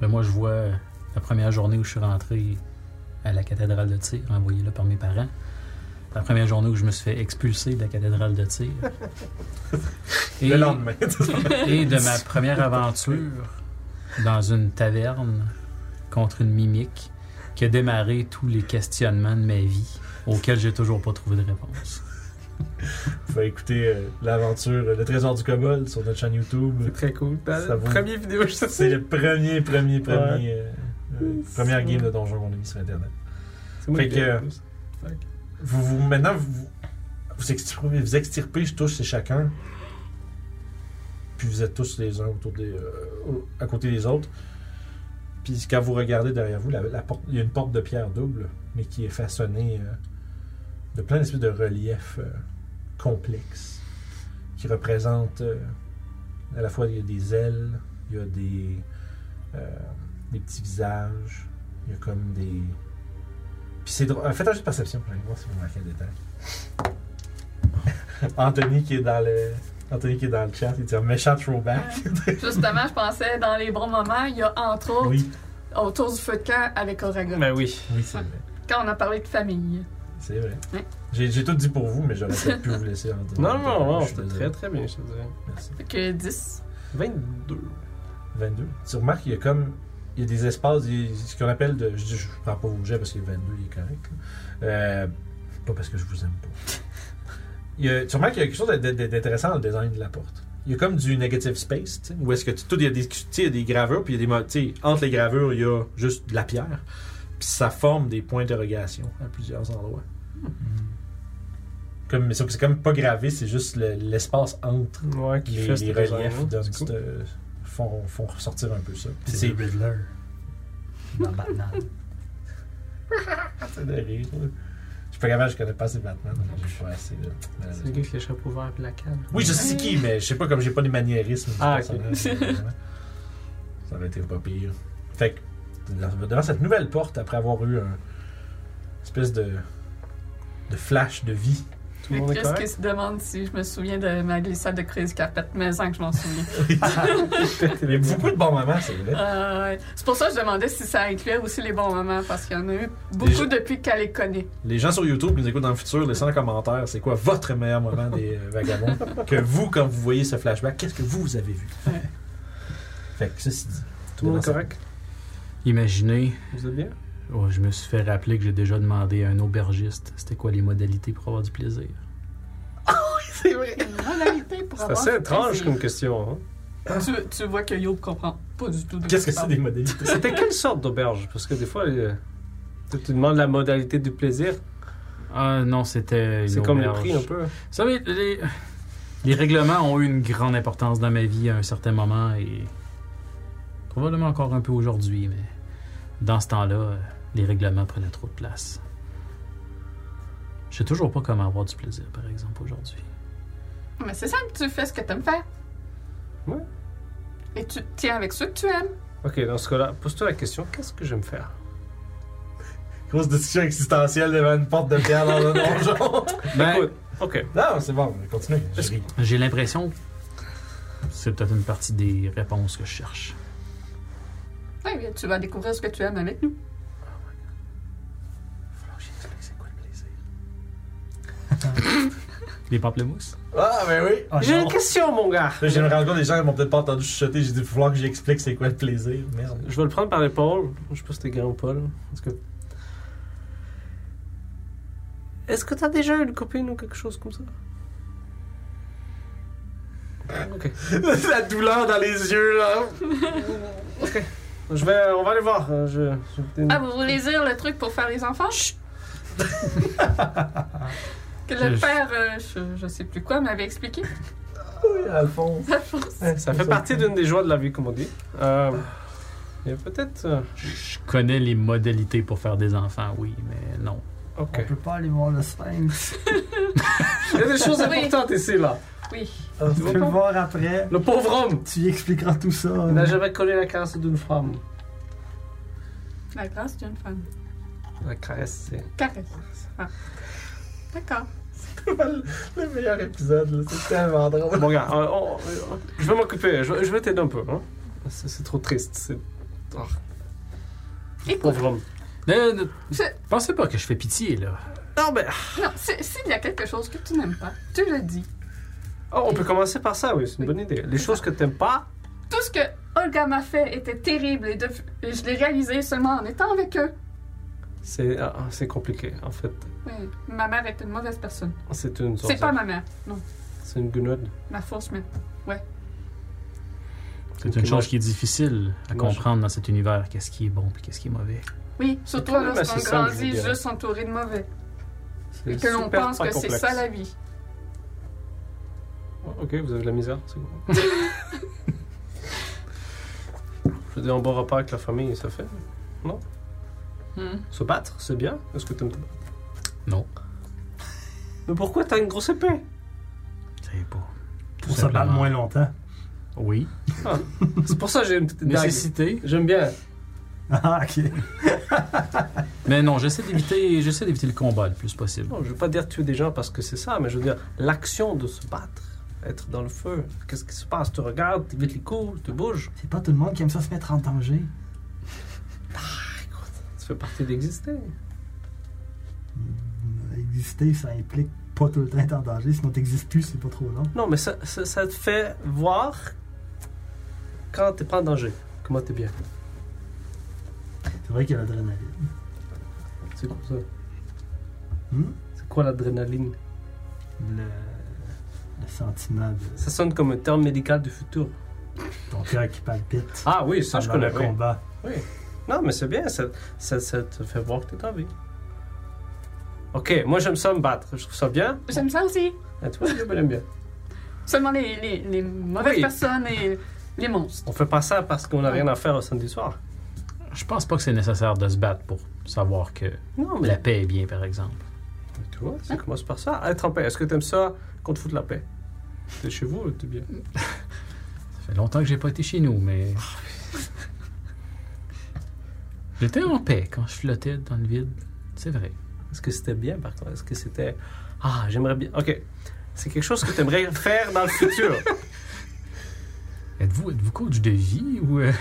S5: Ben, moi, je vois euh, la première journée où je suis rentré à la cathédrale de tir, envoyé là par mes parents. La première journée où je me suis fait expulser de la cathédrale de tir. Et-
S1: Le lendemain.
S5: et de ma première aventure dans une taverne contre une mimique qui a démarré tous les questionnements de ma vie auxquels j'ai toujours pas trouvé de réponse.
S1: Vous pouvez écouter euh, l'aventure euh, Le Trésor du Cobol sur notre chaîne YouTube.
S2: C'est très cool. Ta
S1: Ça vaut-
S2: Première vidéo, je sais.
S1: C'est le premier, premier, premier, euh, euh,
S3: C'est
S1: première
S3: bon.
S1: game de donjon qu'on a mis sur Internet.
S2: C'est moi
S1: Fait
S2: qui
S1: que-
S2: l'ai en plus.
S1: Vous, vous- maintenant, vous vous extirpez, vous extirpez, je touche, c'est chacun. Puis vous êtes tous les uns autour des, euh, au- à côté des autres. Puis quand vous regardez derrière vous, la, la porte, il y a une porte de pierre double, mais qui est façonnée euh, de plein d'espèces de reliefs euh, complexes qui représentent euh, à la fois il y a des ailes, il y a des, euh, des petits visages, il y a comme des. Puis c'est drôle. Euh, Faites un jeu de perception, j'allais voir si vous marquez le détail. Anthony qui est dans le. Anthony qui est dans le chat, il dit un méchant throwback.
S3: Justement, je pensais dans les bons moments, il y a entre autres
S1: Oui,
S3: autour du feu de camp avec Oragon.
S2: Ben oui.
S1: oui, c'est vrai.
S3: Quand on a parlé de famille.
S1: C'est vrai.
S3: Ouais.
S1: J'ai j'ai tout dit pour vous, mais j'aurais peut-être pu vous laisser en dire.
S2: Non, non, non,
S1: Je suis
S2: c'était
S1: désolé.
S2: très très bien, je te dirais.
S1: Merci.
S3: Fait que 10.
S2: 22.
S1: 22. Tu remarques qu'il y a comme. Il y a des espaces, il y a ce qu'on appelle de. Je dis, je prends pas vos jets parce que 22 il est correct. là. Euh, pas parce que je vous aime pas. il y a, tu remarques qu'il y a quelque chose d'- d'- d'intéressant dans le design de la porte. Il y a comme du negative space, tu sais, où est-ce que tu- tout, il y a des, tu sais, il y a des gravures, puis il y a des, mo- tu sais, entre les gravures, il y a juste de la pierre, puis ça forme des points d'interrogation à plusieurs endroits. Comme, mais sauf que c'est comme pas gravé, c'est juste le- l'espace entre
S2: Ouais, qui
S1: les,
S2: fait ce
S1: les reliefs
S2: design-là.
S1: donnent
S2: C'est cool.
S1: cette- euh, font, font ressortir un peu ça. Puis c'est
S4: C'est le Riddler. Dans Batman.
S1: c'est de rire. là. Je suis pas capable, je connais pas assez Batman. donc Je suis pas assez, là,
S2: C'est le
S1: malheureusement.
S2: gars avec les chapeaux verts et la canne.
S1: Oui, je sais c'est qui, mais je sais pas comme j'ai pas les maniérismes. du
S2: Ah,
S1: personnage, malheureusement. Ça aurait été pas pire. Fait que, dans- devant cette nouvelle porte, après avoir eu un espèce de, de flash de vie,
S2: Tout le monde est
S3: Chris
S2: correct.
S3: qui se demande si je me souviens de ma glissade de crise carpette, mais sans que je m'en souviens.
S1: il y a beaucoup de bons moments, c'est vrai.
S3: Euh, ouais. c'est pour ça que je demandais si ça incluait aussi les bons moments, parce qu'il y en a eu beaucoup
S1: Déjà-
S3: depuis qu'elle les connaît.
S1: Les gens sur YouTube qui nous écoutent dans le futur, laissez en commentaire c'est quoi votre meilleur moment des euh, vagabonds. que vous, quand vous voyez ce flashback, qu'est-ce que vous, vous avez vu?
S3: Ouais.
S1: fait que ceci dit.
S2: Tout le monde est correct.
S5: Imaginez,
S2: Vous êtes bien?
S5: oh, je me suis fait rappeler que j'ai déjà demandé à un aubergiste c'était quoi les modalités pour avoir du plaisir.
S2: C'est assez étrange comme question. hein.
S3: Tu, tu vois que Yo comprend pas du tout de
S1: Qu'est-ce que
S3: quoi tu
S1: c'est
S3: parles.
S1: des modalités?
S2: C'était quelle sorte d'auberge? Parce que des fois, euh, tu tu demandes la modalité du plaisir.
S5: Ah non, c'était. une
S2: C'est comme le
S5: auberge.
S2: prix un peu.
S5: Vous savez, les, les règlements ont eu une grande importance dans ma vie à un certain moment et probablement encore un peu aujourd'hui, mais dans ce temps-là, euh, les règlements prenaient trop de place. Je sais toujours pas comment avoir du plaisir, par exemple, aujourd'hui.
S3: Mais c'est simple, tu fais ce que t'aimes faire.
S2: Ouais.
S3: Et tu te tiens avec ceux que tu aimes.
S2: Ok, dans ce cas-là, pose-toi la question qu'est-ce que j'aime faire?
S1: Grosse discussion existentielle devant une porte de pierre dans un donjon.
S2: Écoute, ok.
S1: non, c'est bon, continuez. Je ris.
S5: Ben, J'ai l'impression que c'est peut-être une partie des réponses que je cherche.
S3: Ouais, mais tu vas découvrir ce que tu aimes avec nous.
S2: Mm.
S5: Les pamplemousses?
S1: Ah, ben oui!
S4: Ah,
S2: J'ai
S4: non.
S2: une question, mon gars.
S1: Là, j'ai me rendu compte, les gens m'ont peut-être pas entendu chuchoter. J'ai dit, il faut falloir que j'explique c'est quoi le plaisir. Merde.
S2: Je vais le prendre par l'épaule. Je sais pas si t'es grand ou pas, là. En tout cas. Est-ce que t'as déjà eu une copine ou quelque chose comme ça? Ok.
S1: La douleur dans les yeux, là!
S2: Je vais, on va aller voir. Euh, Je, je vais peut-être-
S3: Ah, vous voulez dire le truc pour faire les enfants? que
S5: Je-
S3: le père, euh, je, je sais plus quoi, m'avait expliqué.
S1: Oui, Alphonse.
S2: ça fait partie d'une des joies de la vie, comme on dit. Euh, il y a peut-être. euh,
S5: Je connais les modalités pour faire des enfants, oui, mais non.
S4: On
S2: ok.
S4: peut pas aller voir le Sphinx.
S2: Il y a des choses
S3: Oui.
S2: importantes ici, là.
S3: Oui.
S1: Ah,
S4: On peut le voir après.
S2: Le pauvre homme
S4: Tu lui expliqueras tout ça.
S2: n'a jamais collé la caresse d'une femme.
S3: La grâce d'une femme.
S2: La caresse, c'est.
S3: Carré. Ah. D'accord.
S1: Le meilleur épisode, là. C'est tellement drôle.
S2: Bon, gars, euh, on- euh, je vais m'occuper, je, je vais t'aider un peu. Hein. C'est c'est trop triste. C'est. Oh.
S3: Écoute,
S2: Pauvre homme.
S5: Ne- ne-
S3: C'est-
S5: pensez pas que je fais pitié, là.
S2: Non, mais.
S3: non, si- s'il y a quelque chose que tu n'aimes pas, tu le dis.
S2: Oh, on peut commencer par ça, oui, c'est une
S3: Oui.
S2: bonne idée. Les choses que t'aimes pas,
S3: Tout ce que Olga m'a fait était terrible et, de- et je l'ai réalisé seulement en étant avec eux.
S2: c'est ah, ah, c'est compliqué, en fait.
S3: Oui, ma mère est une mauvaise personne.
S2: C'est une
S3: C'est pas ma mère, non.
S2: C'est une gunode.
S3: Ma fausse mère.
S5: C'est
S2: Ok,
S5: une
S2: moi,
S5: chose qui est difficile à
S2: moi, je-
S5: comprendre dans cet univers, qu'est-ce qui est bon et qu'est-ce qui est mauvais.
S3: Oui,
S2: C'est
S3: surtout
S2: quand même
S3: lorsqu'on
S2: assez simple, je vous
S3: grandit
S2: dirais.
S3: juste entouré de mauvais.
S2: c'est
S3: Et que l'on
S2: super
S3: pense
S2: pas
S3: que c'est
S2: complexe.
S3: ça la vie.
S2: Oh, Ok, vous avez de la misère, c'est bon. Je veux dire, un bon repas avec la famille, ça fait. Se battre, c'est bien. Est-ce que t'aimes te battre
S5: Non.
S2: Mais pourquoi t'as une grosse épée
S5: C'est pas.
S4: Pour se battre moins longtemps.
S5: Oui.
S2: C'est pour ça que j'ai une petite dague.
S5: Nécessité.
S2: J'aime bien.
S4: Ah, ok.
S5: Mais non, j'essaie d'éviter, j'essaie d'éviter le combat le plus possible.
S2: Non, je veux pas dire tuer des gens parce que c'est ça, mais je veux dire l'action de se battre, être dans le feu. Qu'est-ce qui se passe Tu regardes, tu évites les coups, tu bouges.
S4: C'est pas tout le monde qui aime ça se mettre en danger.
S2: Ça fait partie d'exister.
S4: Mm, Exister, ça implique pas tout le temps être en danger. Sinon, t'existes plus, c'est pas trop long.
S2: Non, mais ça, ça, ça te fait voir quand t'es pas en danger. Comment t'es bien.
S4: C'est vrai qu'il y a l'adrénaline.
S2: C'est quoi ça
S4: Hmm?
S2: C'est quoi l'adrénaline
S4: le, le sentiment de
S2: Ça sonne comme un terme médical du futur.
S4: ton cœur qui palpite.
S2: Ah oui, ça, je
S4: pendant
S2: connais
S4: le
S2: pas.
S4: combat.
S2: Non, mais c'est bien, ça, ça, ça te fait voir que t'es en vie. Ok, moi j'aime ça me battre, je trouve ça bien.
S3: J'aime ça aussi.
S2: Et toi, je l'aime bien.
S3: Seulement les, les, les mauvaises
S2: Oui.
S3: personnes et les monstres.
S2: On fait pas ça parce qu'on a rien à faire au samedi soir.
S5: Je pense pas que c'est nécessaire de se battre pour savoir que
S2: Non,
S5: la
S2: mais.
S5: paix est bien, par exemple.
S2: Mais toi, ça commence par ça. Être en paix. Est-ce que t'aimes ça qu'on te foute la paix T'es chez vous, t'es bien.
S5: Ça fait longtemps que j'ai pas été chez nous, mais. J'étais en paix quand je flottais dans le vide. C'est vrai.
S2: Est-ce que c'était bien par contre Est-ce que c'était. Ah, j'aimerais bien. Ok. C'est quelque chose que t'aimerais faire dans le futur.
S5: Êtes-vous êtes coach de vie ou. euh,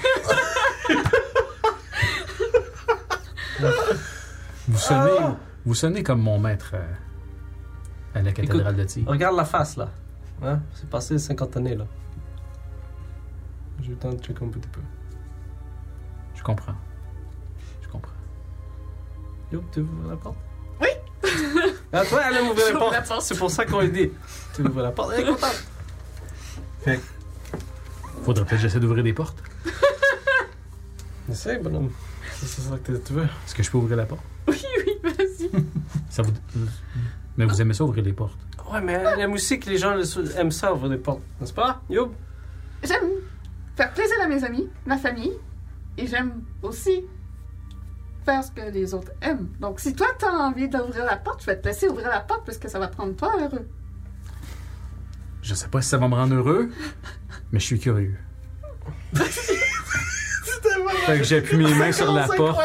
S5: vous, sonnez, vous sonnez comme mon maître euh, à la cathédrale de Tir.
S2: Regarde la face là. Hein? C'est passé 50 années là. J'ai eu le temps de checker un petit peu.
S5: Je comprends. Je comprends.
S2: Yo, tu ouvres la porte Oui Ah, toi, elle aime ouvrir les
S3: J'ouvre la
S2: portes. C'est pour ça qu'on lui dit. Tu ouvres la porte, elle est contente.
S5: Faudrait peut-être que j'essaie d'ouvrir des portes.
S2: Essaye, bonhomme. C'est c'est ça que tu veux.
S5: Est-ce que je peux ouvrir la porte?
S3: Oui, oui, vas-y.
S5: Ça vous... Mais vous aimez ça ouvrir les portes?
S2: Ouais, mais elle aime aussi que les gens le- aiment ça, ouvrir les portes. N'est-ce pas Yo
S3: J'aime faire plaisir à mes amis, ma famille, et j'aime aussi faire ce que les autres aiment. Donc, si toi, t'as envie d'ouvrir la porte, je vais te laisser ouvrir la porte parce que ça va te rendre pas heureux.
S5: Je sais pas si ça va me rendre heureux, mais je suis curieux. fait que j'appuie mes mains sur la porte.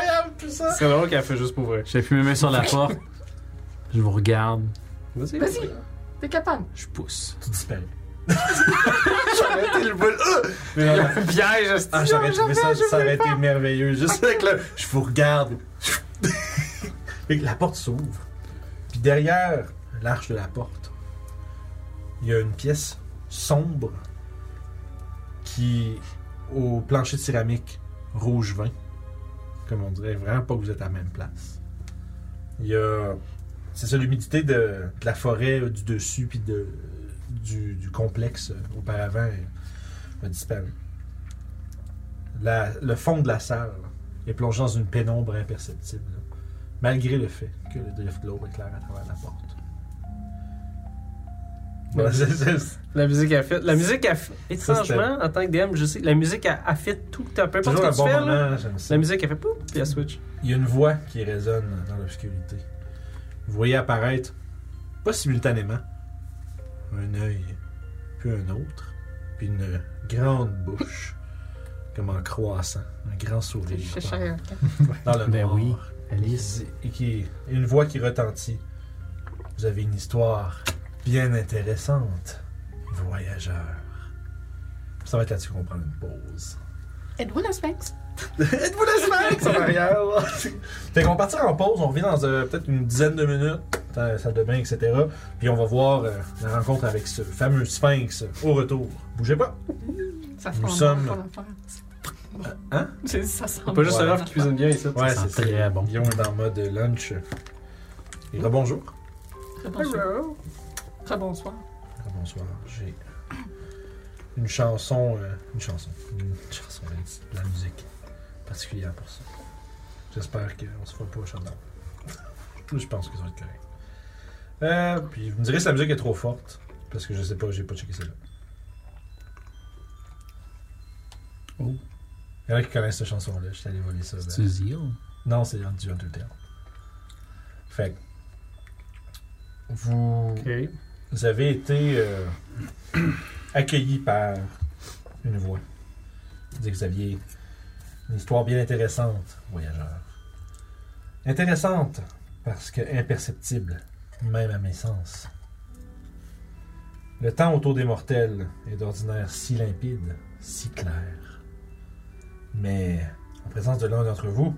S2: C'est drôle qu'elle fait juste pour ouvrir.
S5: J'appuie mes mains sur la porte. Je vous regarde.
S2: Vas-y.
S3: Vas-y, t'es capable.
S5: Je pousse.
S1: Tu disparais.
S6: Arrêtez le boule. Ah!
S1: Mais non, non.
S2: Piège, hostie.
S1: Ah, j'aurais trouvé ça,
S3: je
S1: ça aurait été merveilleux. Juste avec le. Je vous regarde. Fait que la porte s'ouvre. Puis derrière l'arche de la porte, il y a une pièce sombre qui, au plancher de céramique rouge vin, comme on dirait, vraiment pas que vous êtes à la même place. Il y a. C'est ça l'humidité de, de la forêt euh, du dessus, puis de, du, du complexe euh, auparavant euh, a disparu. La- le fond de la salle est plongé dans une pénombre imperceptible, malgré le fait que le drift globe éclaire à travers la porte. Voilà, c'est- c'est-
S2: La musique a fait. La musique a fait.
S1: Ça, c'était-
S2: Étrangement, en tant que DM, je sais, la musique a, a fait tout. T'as peu importe
S1: toujours un
S2: ce que
S1: bon
S2: tu fais là.
S1: moment, j'aime ça.
S2: La musique a fait pouf, puis elle switch.
S1: Il y a une voix qui résonne dans l'obscurité. Vous voyez apparaître, pas simultanément, un œil, puis un autre, puis une grande bouche, comme en croissant, un grand sourire.
S3: Je cherche un cap.
S1: Dans le
S5: Ben
S1: noir.
S5: oui, Alice.
S1: Et qui, et une voix qui retentit. Vous avez une histoire bien intéressante, voyageur. Ça va être là-dessus qu'on prend une pause.
S3: Êtes-vous le Sphinx?
S1: Êtes-vous le Sphinx en arrière? là? fait qu'on va partir en pause, on revient dans euh, peut-être une dizaine de minutes, dans la salle de bain, etc. Puis on va voir euh, la rencontre avec ce fameux Sphinx au retour. Bougez pas!
S3: Ça
S1: Nous
S3: sent
S1: sommes-
S3: bon, ton affaire.
S1: hein?
S3: J'ai dit, Ça sent
S2: Pas juste
S1: Ouais.
S2: un qui cuisine bien ici.
S1: Ouais,
S5: Ça
S1: c'est
S5: sent très
S1: ça.
S5: bon.
S1: Guillaume est en mode lunch. Et rebonjour.
S3: Bonsoir. Bonsoir.
S1: Ah, Bonsoir, j'ai une chanson, euh, une chanson, une chanson, de la musique particulière pour ça. J'espère qu'on se fera pas au chandail. Je pense que ça va être correct. Euh, puis vous me direz si la musique est trop forte, parce que je sais pas, j'ai pas checké celle-là.
S5: Oh.
S1: Il y en a qui connaissent cette chanson-là, je suis allé voler ça. là.
S5: C'est Zio.
S1: Non, c'est du Undertale. Fait que vous...
S2: Ok.
S1: Vous avez été euh, accueilli par une voix. Il dit que vous aviez une histoire bien intéressante, voyageur. Intéressante parce que imperceptible, même à mes sens. Le temps autour des mortels est d'ordinaire si limpide, si clair. Mais en présence de l'un d'entre vous,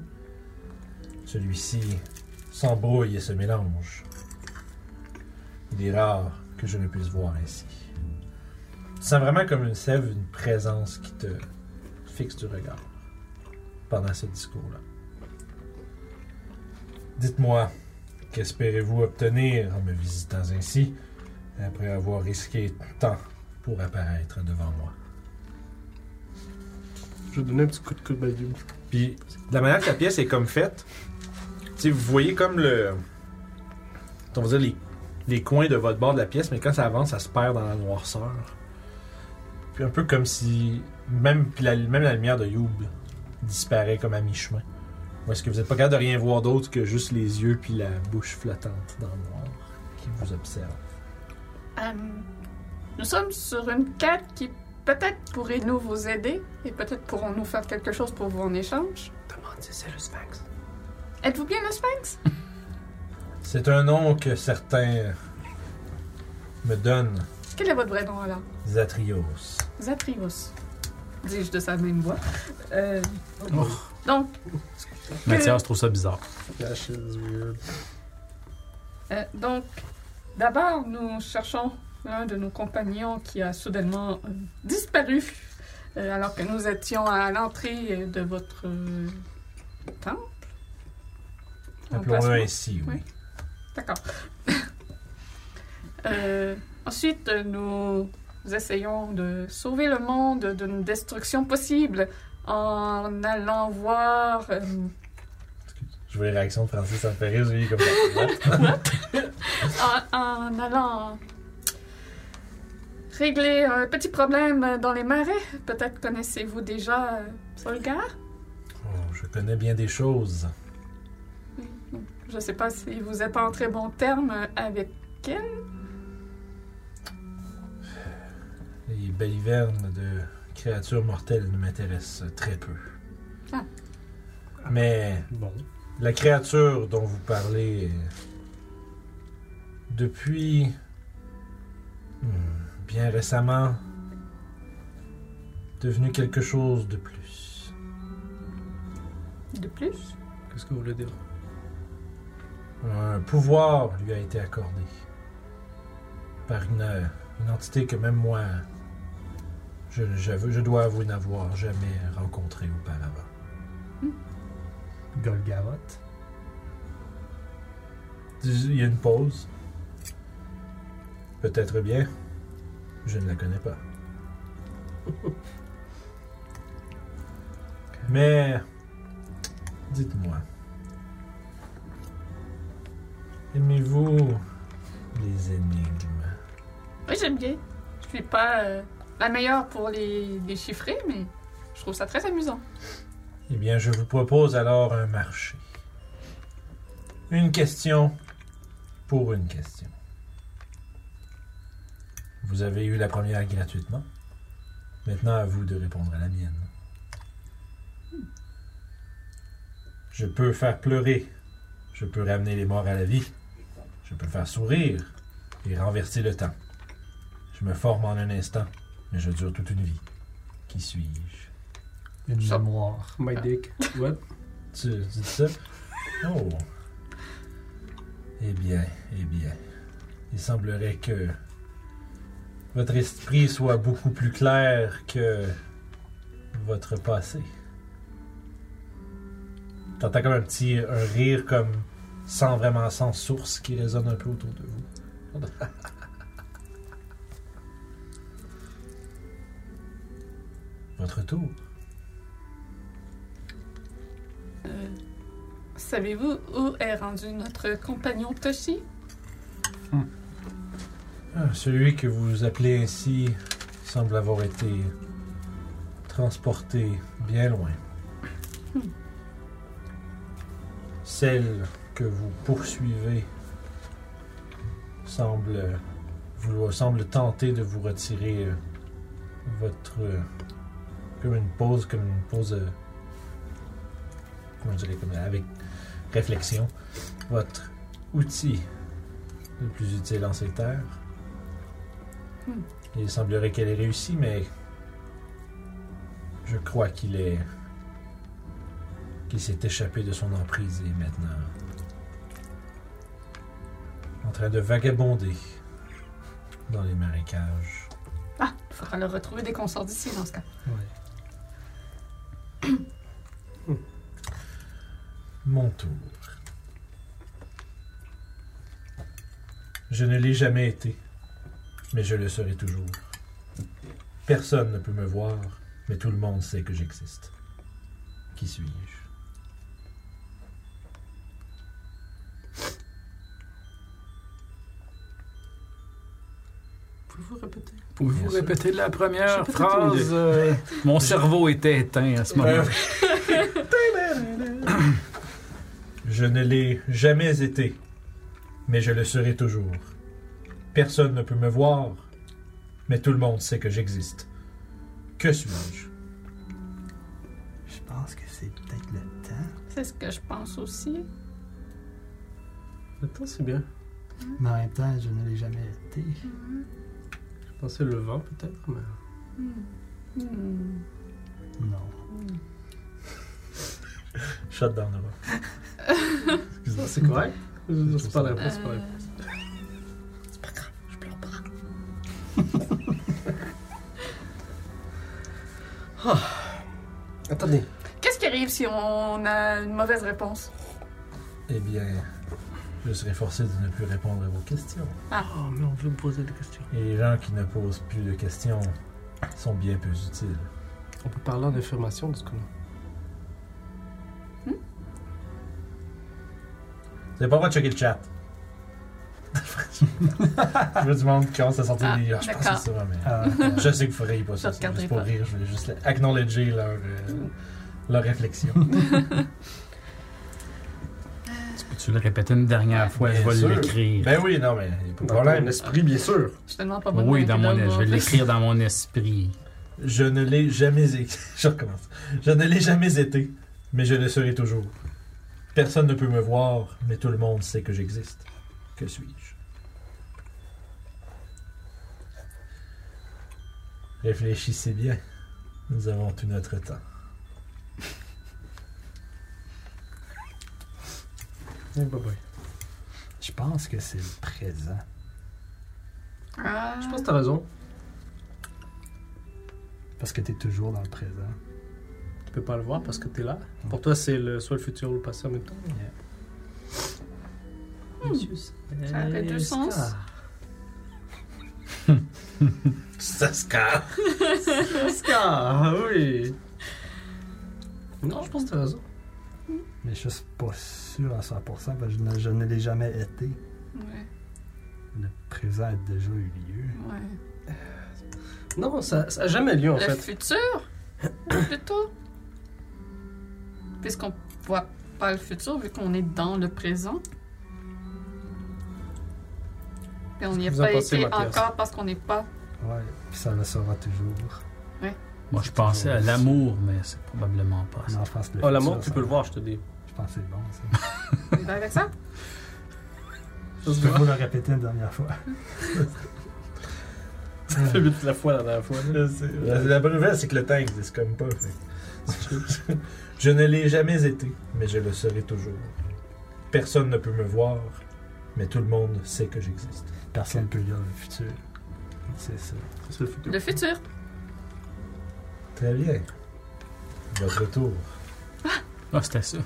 S1: celui-ci s'embrouille et se mélange. Il est rare que je ne puisse voir ainsi. Tu sens vraiment comme une sève, une présence qui te fixe du regard pendant ce discours-là. Dites-moi, qu'espérez-vous obtenir en me visitant ainsi après avoir risqué tant pour apparaître devant moi.
S2: Je vais donner un petit coup de coude bayou.
S6: Puis, de la manière que la pièce est comme faite, tu sais, vous voyez comme le. On va dire les, les coins de votre bord de la pièce, mais quand ça avance, ça se perd dans la noirceur.
S1: Puis un peu comme si même, puis la, même la lumière de Youb disparaît comme à mi-chemin. Ou est-ce que vous n'êtes pas capable de rien voir d'autre que juste les yeux puis la bouche flottante dans le noir qui vous observe?
S3: Euh, nous sommes sur une quête qui peut-être pourrait nous vous aider et peut-être pourrons-nous faire quelque chose pour vous en échange.
S2: Demande si c'est le sphinx.
S3: Êtes-vous bien le sphinx?
S1: C'est un nom que certains me donnent,
S3: Quel est votre vrai nom alors?
S1: Zatrios.
S3: Zatrios. Dis-je de sa même voix. Euh,
S5: Oh.
S3: donc,
S5: Mathias trouve ça bizarre.
S2: That is weird.
S3: Euh, donc, d'abord, nous cherchons l'un de nos compagnons qui a soudainement euh, disparu euh, alors que nous étions à l'entrée euh, de votre euh, temple.
S1: Appelons-le
S3: Emplacement.
S1: ainsi, oui.
S3: Oui. D'accord. Euh, ensuite, euh, nous essayons de sauver le monde d'une destruction possible en allant voir. euh,
S1: Je vois les réactions de Francis Sampéris, lui, comme ça.
S3: en, en allant régler un petit problème dans les marais. Peut-être connaissez-vous déjà euh, Solgar.
S1: Oh, je connais bien des choses.
S3: Je ne sais pas si vous êtes en très bon terme avec elle.
S1: Les balivernes de créatures mortelles ne m'intéressent très peu.
S3: Ah.
S1: Mais
S2: Bon.
S1: la créature dont vous parlez, depuis hmm, bien récemment, devenue quelque chose de plus.
S3: De plus,
S2: Qu'est-ce que vous voulez dire?
S1: Un pouvoir lui a été accordé par une, une entité que même moi, je, j'avoue- je dois avouer n'avoir jamais rencontrée auparavant.
S4: Golgaroth.
S1: Il y a une pause. Peut-être bien. Je ne la connais pas. Mais dites-moi. Aimez-vous les énigmes
S3: oui, j'aime bien. Je suis pas euh, la meilleure pour les, les chiffrer, mais je trouve ça très amusant.
S1: Eh bien, je vous propose alors un marché. Une question pour une question. Vous avez eu la première gratuitement. Maintenant, à vous de répondre à la mienne. Je peux faire pleurer. Je peux ramener les morts à la vie. Je peux faire sourire et renverser le temps. Je me forme en un instant, mais je dure toute une vie. Qui suis-je?
S4: Une
S3: Ça-
S4: mémoire.
S2: Oh, My dick. What?
S1: Tu tu dis ça? Oh! Eh bien, eh bien. Il semblerait que votre esprit soit beaucoup plus clair que votre passé. T'entends comme un petit un rire comme sans vraiment sans source qui résonne un peu autour de vous. Votre tour.
S3: Euh, Savez-vous où est rendu notre compagnon Toshi?
S1: Ah, celui que vous appelez ainsi semble avoir été transporté bien loin. Celle que vous poursuivez semble vous semble tenter de vous retirer euh, votre euh, comme une pause comme une pause euh, comment je dirais comme euh, avec réflexion votre outil le plus utile en ces terres. Il semblerait qu'elle ait réussi, mais je crois qu'il est. qu'il s'est échappé de son emprise et est maintenant. en train de vagabonder dans les marécages.
S3: Ah, il faudra le retrouver dès qu'on sort d'ici dans ce cas.
S1: Mon tour. Je ne l'ai jamais été. mais je le serai toujours. Personne ne peut me voir, mais tout le monde sait que j'existe. Qui suis-je
S3: Pouvez-vous répéter?
S5: Pouvez-vous
S1: Bien sûr.
S5: répéter la première
S3: J'ai pas
S5: phrase? euh, mon cerveau était éteint à ce
S1: Euh.
S5: moment-là.
S1: Je ne l'ai jamais été, mais je le serai toujours. Personne ne peut me voir, mais tout le monde sait que j'existe. Que suis-je
S4: Je pense que c'est peut-être le temps.
S3: C'est ce que je pense aussi.
S2: Attends, c'est bien.
S4: Mais en même temps, je ne l'ai jamais été.
S2: Je pensais le vent, peut-être, mais.
S3: Hmm. Hmm.
S4: Non.
S1: Shut down, Nora.
S2: Ah, c'est correct. Je- C'est pas la réponse, c'est pas la
S3: Euh,
S2: réponse.
S8: C'est pas grave, je pleure pas.
S2: Ah. Attendez.
S3: Qu'est-ce qui arrive si on a une mauvaise réponse?
S1: Eh bien, je serai forcé de ne plus répondre à vos questions.
S2: Oh, mais on veut me poser des questions.
S1: Et les gens qui ne posent plus de questions sont bien peu utiles.
S2: On peut parler en affirmation de ce qu'on a.
S1: Vous avez pas le droit de checker le chat. je veux du monde qui commence à sortir
S3: Ah,
S1: des. Ah, je pense que
S3: d'accord.
S1: c'est ça, mais.
S4: Ah,
S1: Je sais que vous feriez pas ça.
S3: Je
S1: C'est juste
S3: regarderai
S1: pour
S3: pas.
S1: rire. Je voulais juste acknowledger leur, euh, leur réflexion.
S5: Peux-tu le répéter une dernière fois?
S1: Bien
S5: je vais
S1: sûr.
S5: l'écrire.
S1: ben oui, non, mais il a pas de
S6: Voilà, un
S1: problème.
S6: esprit, bien sûr.
S3: Je suis tellement pas bonne
S5: oui, dans mon,
S3: épilogue,
S5: je vais
S3: moi.
S5: l'écrire dans mon esprit.
S1: Je ne l'ai jamais été. je recommence. Je ne l'ai jamais été, mais je le serai toujours. Personne ne peut me voir, mais tout le monde sait que j'existe. Que suis-je? Réfléchissez bien. Nous avons tout notre temps.
S2: Eh, bye bye.
S4: je pense que c'est le présent.
S3: Ah.
S2: Je pense que t'as raison.
S4: Parce que t'es toujours dans le présent.
S2: Tu peux pas le voir parce que t'es là. Pour toi, c'est le, soit le futur ou le passé en même temps. Hmm.
S3: Ça fait deux sens.
S1: Ça se calme.
S2: Oscar, ah oui. Non, je pense que t'as raison.
S4: Mais je suis pas sûr à 100% parce que je ne, je ne l'ai jamais été.
S3: Ouais,
S4: Le présent a déjà eu lieu.
S3: ouais.
S2: Non, ça n'a jamais lieu en
S3: le
S2: fait.
S3: futur, plutôt. Puisqu'on voit pas le futur, vu qu'on est dans le présent. Et on n'y a
S2: Vous en
S3: pas
S2: pensez,
S3: été
S2: Mathias?
S3: encore parce qu'on n'est pas.
S4: Ouais, puis ça le sera toujours.
S5: Moi, je pensais à l'amour, mais c'est probablement pas
S4: Mais
S5: ça.
S4: en France, le
S2: Oh, la
S4: futur,
S2: mort, tu
S4: ça-
S2: peux le voir, je te dis.
S4: Je pense que c'est bon, ça.
S3: On est avec ça?
S2: Ça se
S4: Je peux
S2: voit.
S4: vous le répéter une dernière fois.
S2: Ça fait vite la fois la dernière fois. là.
S1: La, la bonne nouvelle, c'est que le temps existe comme pas. fait. je ne l'ai jamais été, mais je le serai toujours. Personne ne peut me voir, mais tout le monde sait que j'existe.
S4: Personne ne peut lire le futur. C'est ça.
S2: Ça, C'est le futur.
S3: Le futur.
S1: Très bien. Votre retour.
S5: Ah, c'était ça.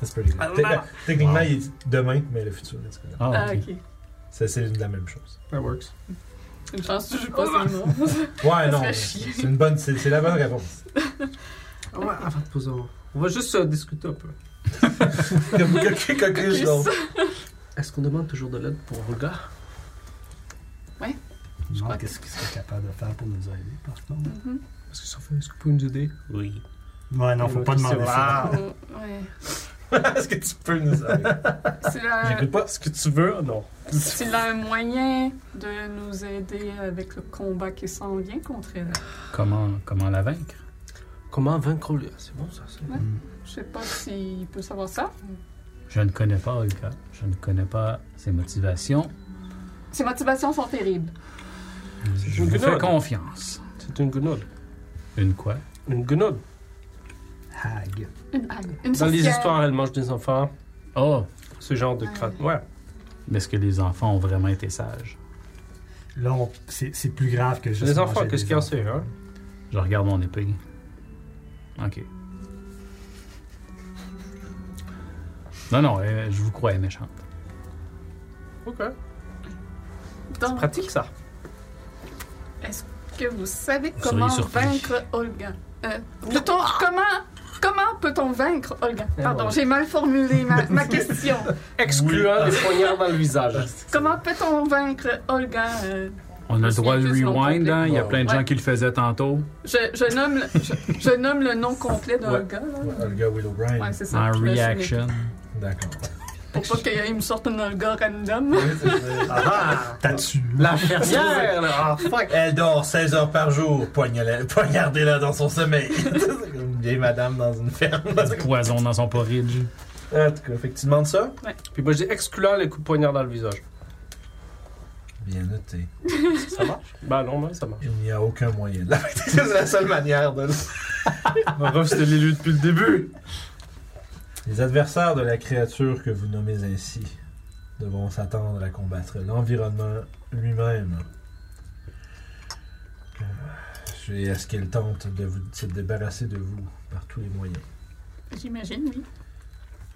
S1: That's pretty good. Té- ben, techniquement, il dit demain, mais le futur. en tout cas.
S5: Ah,
S3: Ah,
S5: ok.
S3: ok.
S1: C'est c'est la même chose.
S2: That works.
S3: Une chance, tu joues pas sur le mot.
S1: Ouais, non.
S3: serait chier.
S1: C'est une bonne, c'est c'est la bonne réponse.
S2: Ah ouais, avant de poser. on- On va juste euh, discuter un peu.
S1: Comme cocu, cocu, je l'autre.
S2: Est-ce qu'on demande toujours de l'aide pour regard
S4: Je me
S3: crois
S4: demande
S3: que-
S4: qu'est-ce qu'ils seraient capables de faire pour nous aider, par contre.
S3: Mhm.
S2: Est-ce que ça fait Est-ce que vous pouvez nous aider Oui.
S4: Ouais, non, faut pas demander ça.
S3: Oh, ouais.
S1: Est-ce que tu peux nous aider?
S3: Euh, S'il a,
S1: J'écoute pas.
S2: Est-ce que tu veux Non.
S3: s'il a un moyen de nous aider avec le combat qui s'en vient contre elle.
S5: Comment, comment la vaincre?
S2: Comment vaincre le. C'est bon ça. c'est-
S3: Ouais. Je sais pas s'il peut savoir ça.
S5: Je ne connais pas Olga. Je ne connais pas ses motivations.
S3: Ses motivations sont terribles.
S5: Je
S2: une
S5: vous fais
S2: gnode.
S5: confiance.
S2: C'est une gnode.
S5: Une quoi?
S2: Une gnode.
S4: Hag.
S3: Une hague. Une
S2: Dans les
S3: sorcière.
S2: histoires, elle mange des enfants.
S5: Oh,
S2: Ce genre de crâne. Ouais.
S5: est-ce que les enfants ont vraiment été sages?
S4: Là, on- c'est c'est plus grave que juste.
S2: Les
S4: manger
S2: enfants,
S4: des
S2: qu'est-ce qu'il y en
S4: enfants.
S2: sait, hein
S5: Je regarde mon épée. Ok. Non, non, euh, je vous crois elle est méchante.
S2: Ok. C'est
S3: Donc,
S2: pratique ça.
S3: Que vous savez
S5: Vous
S3: comment
S5: seriez surpris.
S3: vaincre Olga. Euh, peut-on- comment comment peut-on vaincre Olga
S2: Eh
S3: Pardon,
S2: bon.
S3: j'ai mal formulé ma, ma question.
S2: Excluant les poignards dans le visage.
S3: Comment peut-on vaincre Olga euh,
S5: On a le droit de
S3: Juste mon
S5: rewind, hein? Il y a
S1: Ouais.
S5: plein de gens
S3: Ouais.
S5: qui le faisaient tantôt.
S3: je, je nomme le, je, je nomme le nom complet d'Olga. là.
S1: Ouais, Olga Willowbrand.
S3: Ouais, c'est ça.
S5: En
S3: je me souviens.
S5: reaction.
S1: D'accord.
S3: Pour pas qu'il me sorte une Olga random.
S4: Ah, T'as-tu?
S6: La personne.
S2: Pierre, là, ah, fuck.
S1: Elle dort 16 heures par jour. Poignale- Poignardez-la dans son sommeil. C'est comme une vieille madame dans une ferme.
S5: Du poison dans son porridge.
S1: en tout cas, fait que tu demandes ça?
S2: Puis moi, je dis excluant les coups de poignard dans le visage.
S1: Bien noté.
S2: Ça marche? Ben non, ben ça marche.
S1: Il n'y a aucun moyen de la
S6: C'est la seule manière de le
S2: Rof, Ah, c'était l'élu depuis le début.
S1: Les adversaires de la créature que vous nommez ainsi devront s'attendre à combattre l'environnement lui-même. Euh, Et à ce qu'il tente de, vous, de se débarrasser de vous par tous les moyens.
S3: J'imagine, oui.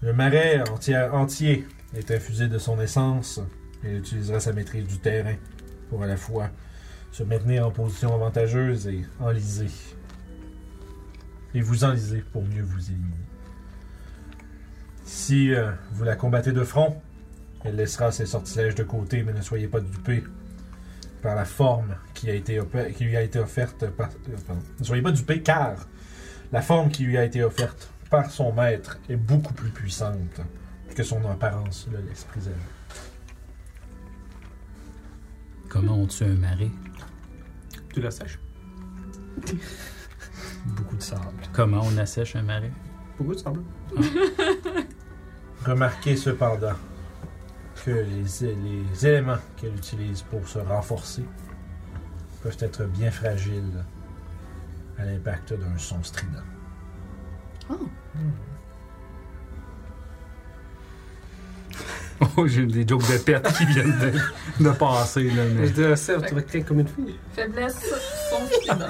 S1: Le marais entier, entier est infusé de son essence et utilisera sa maîtrise du terrain pour à la fois se maintenir en position avantageuse et enliser. Et vous enliser pour mieux vous éliminer. Si euh, vous la combattez de front, elle laissera ses sortilèges de côté, mais ne soyez pas dupés par la forme qui, a été opé- qui lui a été offerte par... euh, pardon. Ne soyez pas dupés car la forme qui lui a été offerte par son maître est beaucoup plus puissante que son apparence le laisse présager.
S5: Comment on tue un marais?
S2: Tu la sèches.
S4: Beaucoup de sable.
S5: Comment on assèche un marais?
S2: Beaucoup de sable.
S1: Remarquez cependant que les, les éléments qu'elle utilise pour se renforcer peuvent être bien fragiles à l'impact d'un son strident.
S5: Oh, j'ai des jokes de pète qui viennent de, de passer, là.
S2: Je
S5: Mais...
S2: dis à Sèvres, tu vas crier comme une fille.
S3: Faiblesse, son strident.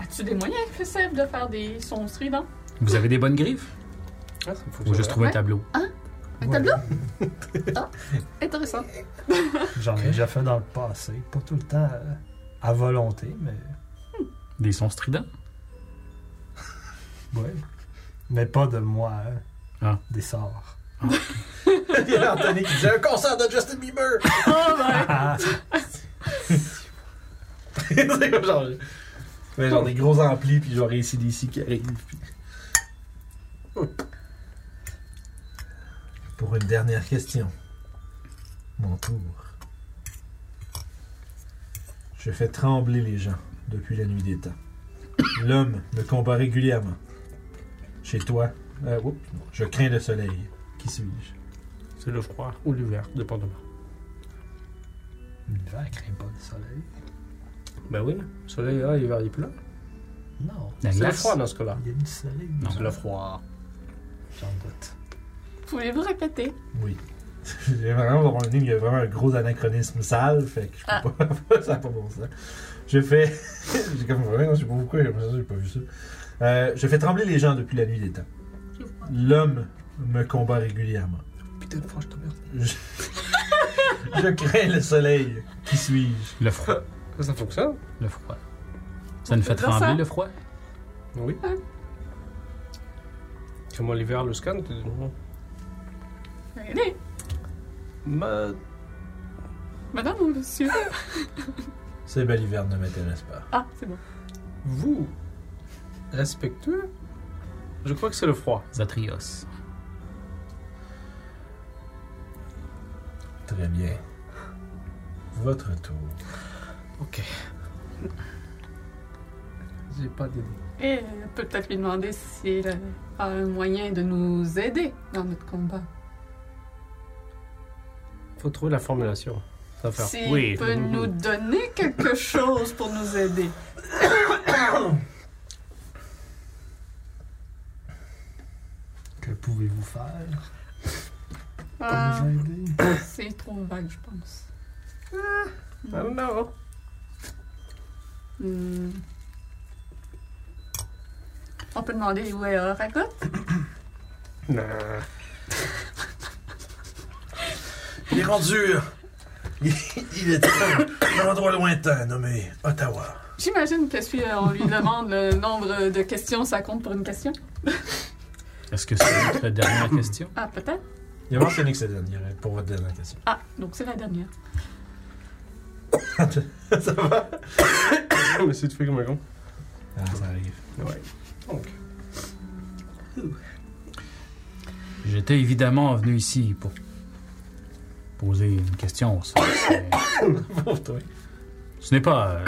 S3: As-tu des moyens, Fessève, de faire des sons stridents?
S5: Vous avez des bonnes griffes?
S2: Ah, ça me fout
S5: Faut juste trouver un
S3: Ouais.
S5: tableau.
S3: Un
S4: Ouais.
S3: tableau? Ah, intéressant.
S4: J'en ai déjà fait dans le passé. Pas tout le temps euh, à volonté, mais.
S5: Des sons stridents?
S4: Ouais. Mais pas de moi. hein.
S5: Ah.
S4: Des sorts.
S1: Il y a Anthony qui dit un concert de Justin Bieber!
S3: Ah.
S4: Ah,
S1: C'est comme genre, mais genre des gros amplis, puis genre ACDC qui arrive. Pour une dernière question. Mon tour. Je fais trembler les gens depuis la nuit des temps. L'homme me combat régulièrement. Chez toi, euh, oups, je crains le soleil. Qui suis-je?
S2: C'est le froid ou l'hiver, dépendamment.
S4: L'hiver craint pas le soleil.
S2: Ben oui, le soleil est là, l'hiver il est plus là.
S4: Non.
S5: La
S2: C'est le
S5: glace?
S2: froid dans ce cas-là.
S4: Il y a du soleil.
S5: Non.
S2: C'est le froid.
S4: J'en doute.
S3: Pouvez-vous répéter?
S1: Oui. J'ai vraiment dans mon livre, il y a vraiment un gros anachronisme sale, fait que je peux pas. ça n'a pas bon sens. Je fais. j'ai comme vraiment, je sais pas pourquoi, j'ai l'impression que j'ai pas vu ça. Euh, je fais trembler les gens depuis la nuit des temps. L'homme me combat régulièrement.
S2: Putain de froid, je t'emmerde.
S1: Je, je crains le soleil. Qui suis-je
S5: Le froid.
S2: Ah, Ça, ça fonctionne.
S5: Le froid. Ça nous fait
S3: peut dire ça.
S5: trembler, le froid?
S2: Oui. Comment l'hiver le scan tu dis, non.
S3: Regardez,
S2: Ma-
S3: madame ou monsieur?
S1: Ce bel hiver ne m'intéresse pas.
S3: Ah, c'est bon.
S2: Vous, respectueux, je crois que c'est le froid.
S5: Zatrios.
S1: Très bien. Votre tour.
S2: J'ai pas d'idée.
S3: Et euh, peut-être lui demander s'il euh, a un moyen de nous aider dans notre combat.
S2: Faut trouver la formulation. Ça va faire.
S3: S'il
S5: oui.
S3: peut nous donner quelque chose pour nous aider.
S4: Que pouvez-vous faire pour
S3: Ah,
S4: nous aider?
S3: c'est trop vague, je pense.
S2: Ah non.
S3: Hmm. On peut demander où est euh,
S2: Ah,
S3: Ragot?
S2: Non.
S1: Il est rendu. euh, Il, il est dans un endroit lointain nommé Ottawa.
S3: J'imagine que si euh, on lui demande le nombre de questions, ça compte pour une question.
S5: Est-ce que c'est notre dernière question?
S3: Ah, peut-être.
S1: Il a mentionné que c'est la dernière pour votre dernière question.
S3: Ah, donc c'est la dernière.
S1: ça va?
S2: Mais c'est de fait comme un con.
S1: Ah, ça arrive.
S2: Ouais.
S5: J'étais évidemment venu ici pour poser une question. Ça, c'est-
S1: Pauvre toi.
S5: Ce n'est pas. euh,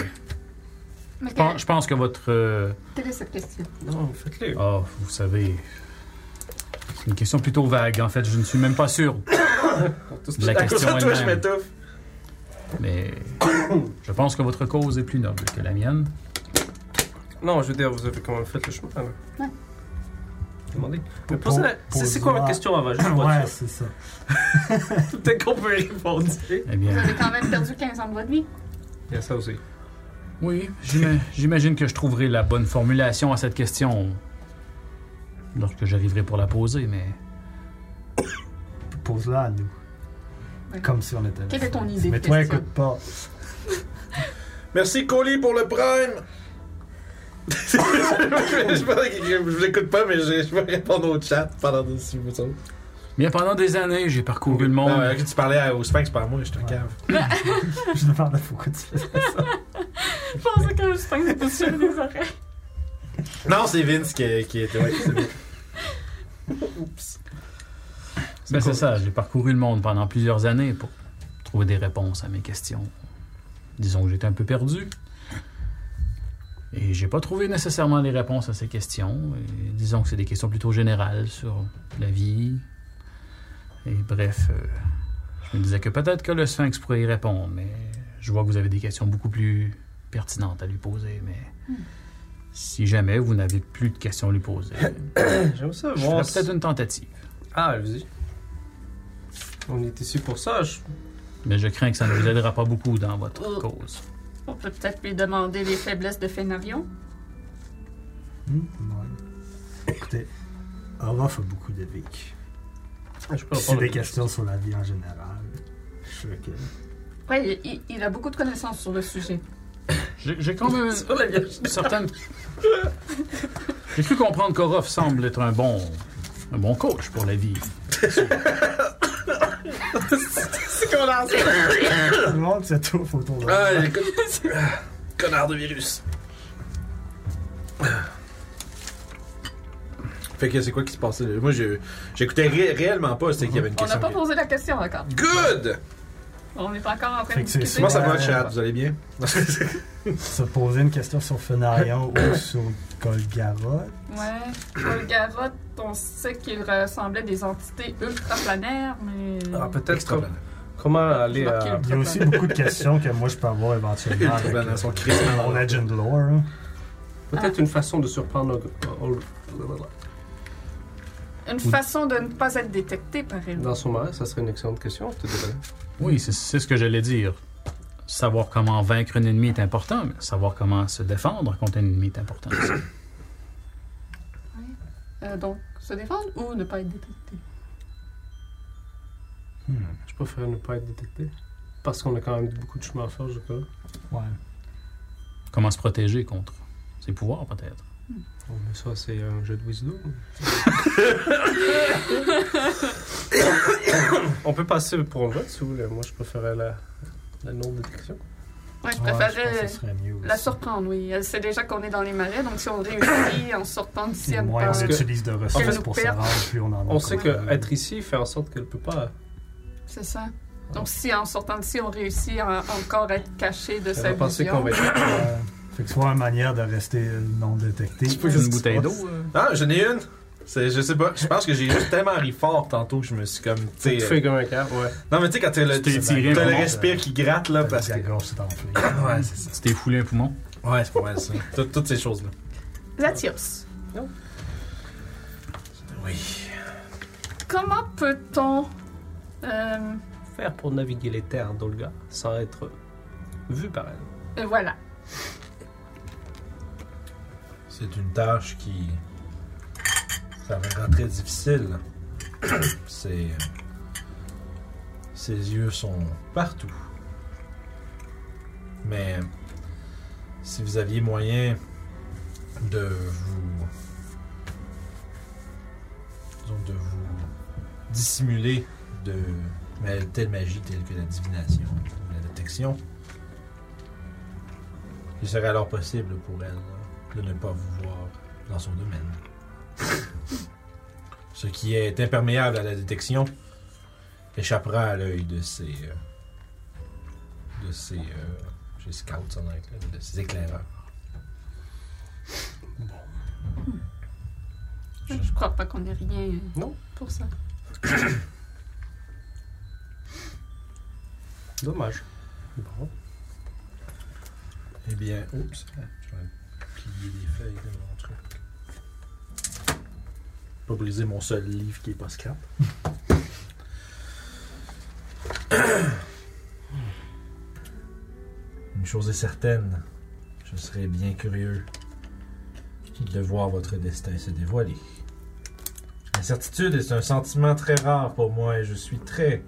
S3: Mais
S5: je pense- je pense que votre. euh,
S3: quelle est cette question?
S2: Non, faites-le.
S5: Ah, vous savez. C'est une question plutôt vague, en fait. Je ne suis même pas sûr de la
S6: À cause de toi,
S5: question
S6: je
S5: elle-même.
S6: m'étouffe.
S5: Mais je pense que votre cause est plus noble que la mienne.
S2: Non, je veux dire, vous avez quand même fait le chemin, là.
S3: Ouais.
S2: Demandez. Mais
S4: Pour-
S2: posez la-
S4: pour
S2: C'est c'est quoi
S4: dire-
S2: votre question avant? Juste pour
S4: Ouais,
S2: être
S4: c'est ça.
S2: sûr. Peut-être qu'on peut y répondre.
S5: Eh
S3: Vous
S5: bien,
S3: avez quand même perdu 15 ans de votre vie.
S2: Il y a ça aussi.
S5: oui, j'ima- j'imagine que je trouverai la bonne formulation à cette question lorsque j'arriverai pour la poser, mais
S4: Pose-la à nous.
S3: Ouais.
S4: Comme si on était là.
S3: Quelle est ton idée de
S4: Mais toi,
S3: question?
S4: écoute pas.
S6: Merci Coley pour le prime. je, pensais qu'il- je vous écoute pas, mais je, je vais répondre au chat pendant des six minutes.
S5: bien pendant des années, j'ai parcouru
S1: ben,
S5: le monde.
S6: Ah, ok, tu parlais à- au Sphinx par moi, je te
S4: Ouais.
S6: cave.
S4: Je me demande pourquoi tu fais ça.
S3: Je pensais que je pensais que sur les oreilles.
S6: Non, c'est Vince qui, qui était. Ouais, c'est bon.
S5: Ben, c'est ça, j'ai parcouru le monde pendant plusieurs années pour trouver des réponses à mes questions. Disons que j'étais un peu perdu. Et j'ai pas trouvé nécessairement les réponses à ces questions. Et disons que c'est des questions plutôt générales sur la vie. Et bref, euh, je me disais que peut-être que le sphinx pourrait y répondre, mais je vois que vous avez des questions beaucoup plus pertinentes à lui poser. Mais si jamais vous n'avez plus de questions à lui poser,
S2: J'aime ça.
S5: je
S2: voir
S5: ferais
S2: si-
S5: peut-être une tentative.
S2: Ah, allez-y. On est ici pour ça. Je...
S5: Mais je crains que ça ne vous aidera pas beaucoup dans votre
S3: Oh.
S5: cause.
S3: On peut peut-être lui demander les faiblesses de Fénarion.
S4: Hum, ouais. Écoutez, Orof a beaucoup de vécu.
S2: je peux
S4: C'est
S2: répondre.
S4: des questions sur la vie en général. Je suis sûr que.
S3: Oui, il, il a beaucoup de connaissances sur le sujet.
S5: J'ai j'ai quand même
S2: Sur la vierge.
S5: une certaine. J'ai cru comprendre qu'Orof semble être un bon, un bon coach pour la vie.
S6: C'est qu'on lance.
S4: Tout le monde s'étouffe autour de
S6: Ah,
S4: moi.
S6: écoute. Connard de virus. Fait que c'est quoi qui se passait là? Moi, je- j'écoutais ré- réellement pas, c'était qu'il y avait une
S3: On n'a
S6: question.
S3: pas posé la question encore.
S6: Good!
S3: On n'est pas encore en train
S4: Fait
S3: de
S4: que c'est
S3: discuter.
S6: Comment ça va,
S4: Ouais.
S6: chat? Vous allez bien?
S4: Se poser une question sur Fenarion ou sur Golgara.
S3: Ouais. Paul Garotte, on sait qu'il ressemblait à des entités ultraplanaires, mais.
S2: Ah, peut-être
S6: Extra
S2: com- comment aller à...
S3: Marquer.
S4: Il y a aussi beaucoup de questions que moi je peux avoir éventuellement avec
S6: Ultraplanaire, son Christ.
S4: euh, mon agent de lore. hein.
S2: Peut-être une façon de surprendre... oh, Ol- Ol-
S3: Une façon de ne pas être détecté par elle.
S2: Dans son mari, ça serait une excellente question. Je te dirais.
S5: Oui, c'est- c'est ce que j'allais dire. Savoir comment vaincre un ennemi est important, mais savoir comment se défendre contre un ennemi est important. aussi.
S3: Euh, donc, se défendre ou ne pas être détecté.
S2: Je préfère ne pas être détecté. Parce qu'on a quand même beaucoup de chemin à faire, je crois.
S4: Ouais.
S5: Comment se protéger contre ses pouvoirs, peut-être.
S2: Oh, mais ça, c'est un jeu de wisdom. On peut passer pour un vote, si vous voulez. Moi, je préférais la, la non-détection.
S3: Ouais, je
S4: Ouais, pense
S3: préférerais
S4: que ce serait mieux.
S3: la
S4: aussi.
S3: surprendre, oui. Elle sait déjà qu'on est dans les marais, donc si on réussit en sortant d'ici,
S4: Plus
S3: elle
S4: ou
S3: nous
S4: moins on
S3: parle.
S2: que-
S4: utilise de
S3: qu'elle
S4: ressources
S3: nous
S4: pour se
S3: perd.
S4: rendre, plus on en a.
S2: On sait
S4: comme-
S2: qu'être ici fait en sorte qu'elle peut pas.
S3: C'est ça. Donc, si en sortant d'ici, on réussit à encore être caché de
S2: Elle
S3: sa
S2: va penser qu'on
S3: vision.
S2: va être.
S4: Euh, fait que c'est pas une manière de rester euh, non détecté.
S5: Une bouteille d'eau. euh,
S6: Ah, j'en ai une! C'est- je sais pas, je pense que j'ai juste tellement ri fort tantôt que je me suis comme.
S2: Tu
S6: tu sais,
S2: fais comme un cœur, ouais.
S6: euh, Non, mais tu sais, quand t'as le,
S5: Tu t'es tiré
S6: t'as le
S5: vraiment,
S6: respire qui gratte là, parce que.
S4: La gorge s'est enflée.
S6: Ouais, c'est ça.
S5: Tu t'es foulé un poumon.
S6: Ouais, c'est pas mal ça. Tout- toutes ces choses-là.
S3: Latios,
S6: Oui.
S3: comment peut-on. euh,
S2: Faire pour naviguer les terres d'Olga sans être vu par elle.
S3: euh, voilà.
S1: C'est une tâche qui. Ça va être très difficile. C'est. Ses yeux sont partout. Mais si vous aviez moyen de vous. disons, de vous dissimuler de ma- telle magie telle que la divination ou la détection, il serait alors possible pour elle de ne pas vous voir dans son domaine. Ce qui est imperméable à la détection échappera à l'œil de ses. euh, de ses. euh, j'ai scouts en anglais, de ses éclaireurs.
S3: Je crois pas qu'on ait rien euh,
S2: Non.
S3: pour ça.
S2: Dommage. Bon.
S1: Eh bien, oups, je vais plier les feuilles de mon truc. Pas briser mon seul livre qui est pas scrap. Une chose est certaine, je serais bien curieux de voir votre destin se dévoiler. L'incertitude est un sentiment très rare pour moi et je suis très,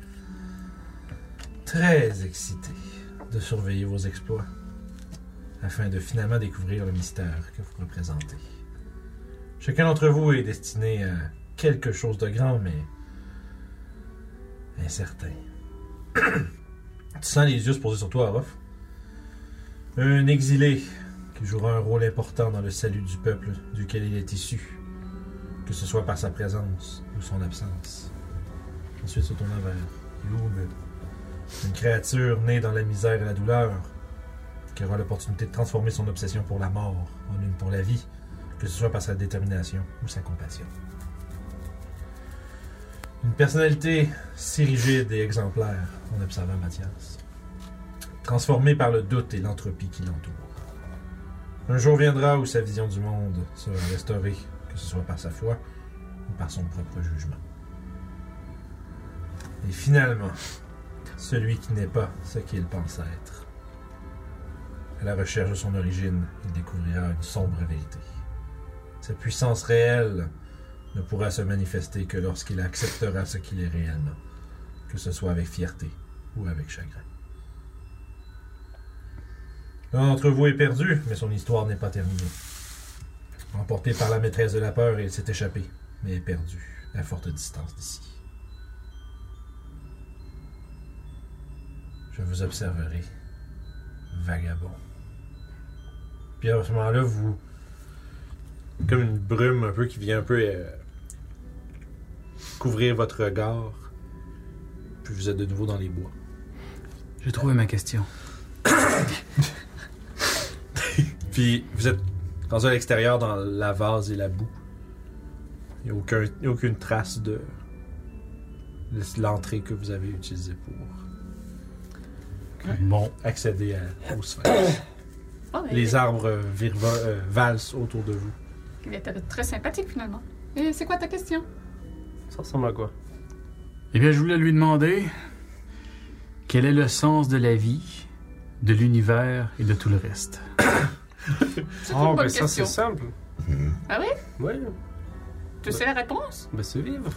S1: très excité de surveiller vos exploits afin de finalement découvrir le mystère que vous représentez. Chacun d'entre vous est destiné à quelque chose de grand, mais incertain. tu sens les yeux se poser sur toi, Arof. Un exilé qui jouera un rôle important dans le salut du peuple duquel il est issu, que ce soit par sa présence ou son absence. Ensuite, se tourna vers Youb, une créature née dans la misère et la douleur, qui aura l'opportunité de transformer son obsession pour la mort en une pour la vie, que ce soit par sa détermination ou sa compassion. Une personnalité si rigide et exemplaire, en observant Mathias, transformée par le doute et l'entropie qui l'entoure. Un jour viendra où sa vision du monde sera restaurée, que ce soit par sa foi ou par son propre jugement. Et finalement, celui qui n'est pas ce qu'il pense être. À la recherche de son origine, il découvrira une sombre vérité. Sa puissance réelle ne pourra se manifester que lorsqu'il acceptera ce qu'il est réellement, que ce soit avec fierté ou avec chagrin. L'un d'entre vous est perdu, mais son histoire n'est pas terminée. Emporté par la maîtresse de la peur, il s'est échappé, mais est perdu à forte distance d'ici. Je vous observerai vagabond. Puis à ce moment-là, vous.
S6: Comme une brume un peu qui vient un peu euh, couvrir votre regard. Puis vous êtes de nouveau dans les bois.
S5: J'ai trouvé ma question.
S6: Puis vous êtes rendu à l'extérieur dans la vase et la boue. Il n'y a aucun- il y a aucune trace de de l'entrée que vous avez utilisée pour
S5: Bon,
S6: accéder à, aux sphères.
S3: Bon, ben,
S6: Les arbres euh, virva- euh, valsent autour de vous.
S3: Il était très sympathique finalement. Et c'est quoi ta question?
S2: Ça ressemble à quoi
S5: Eh bien, je voulais lui demander quel est le sens de la vie, de l'univers et de tout le reste.
S3: C'est
S2: Oh,
S3: une bonne
S2: ben ça,
S3: question. Ah
S2: c'est simple.
S10: Mhm.
S2: Ouais,
S3: tu sais la réponse?
S2: ben c'est vivre.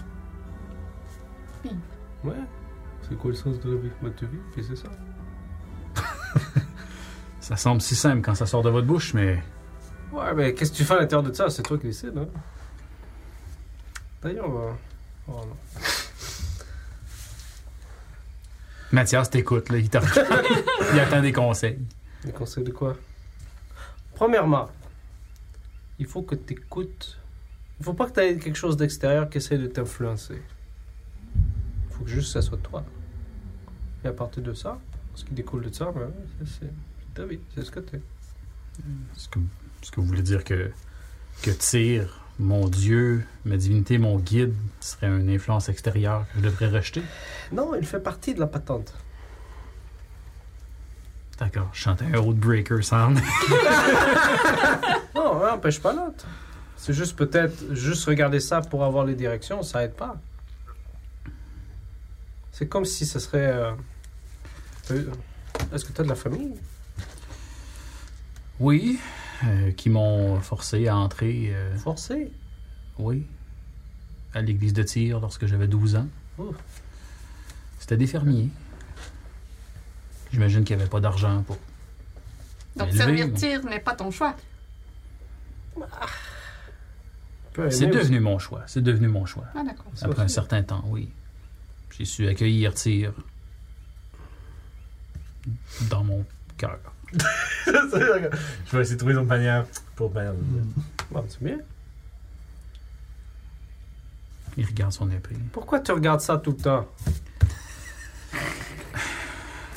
S3: Vivre.
S2: Ouais. C'est quoi le sens de la vie Bah, tu vis, puis c'est ça.
S5: Ça semble si simple quand ça sort de votre bouche, mais
S2: Ouais, ben qu'est-ce que tu fais à l'intérieur de ça C'est toi qui décides, hein. D'ailleurs, euh, oh non.
S5: Mathias t'écoute, là, il, t'en- il attend des conseils.
S2: Des conseils de quoi Premièrement, il faut que tu écoutes. Il faut pas que tu aies quelque chose d'extérieur qui essaie de t'influencer. Il faut que juste ça soit toi. Et à partir de ça, ce qui découle de ça, ben, c'est- c'est c'est ta vie, c'est ce que t'es.
S5: Ce que, ce que vous voulez dire que, que Tyr, mon dieu, ma divinité, mon guide, serait une influence extérieure que je devrais rejeter?
S2: Non, il fait partie de la patente.
S5: D'accord, je chantais un old breaker sound.
S2: Non, on n'empêche pas l'autre. C'est juste peut-être, juste regarder ça pour avoir les directions, ça aide pas. C'est comme si ce serait. euh, euh, Est-ce que tu as de la famille
S5: Oui, euh, qui m'ont forcé à entrer, euh,
S2: Forcée.
S5: oui, à l'église de Tyr lorsque j'avais 12 ans.
S2: Ouf.
S5: Oh. C'était des fermiers. J'imagine qu'il n'y avait pas d'argent pour.
S3: Donc,
S5: élever,
S3: servir
S5: mais-
S3: tir n'est pas ton choix.
S2: Peu
S5: C'est
S2: aimé
S5: devenu mon choix. C'est devenu mon choix.
S3: Ah, d'accord.
S2: aussi.
S5: Après un certain temps, oui. J'ai su accueillir Tyr dans mon cœur.
S1: Je vais essayer de trouver une autre manière pour Ben.
S2: Bon, c'est bien.
S5: Il regarde son épée.
S2: Pourquoi tu regardes ça tout le temps?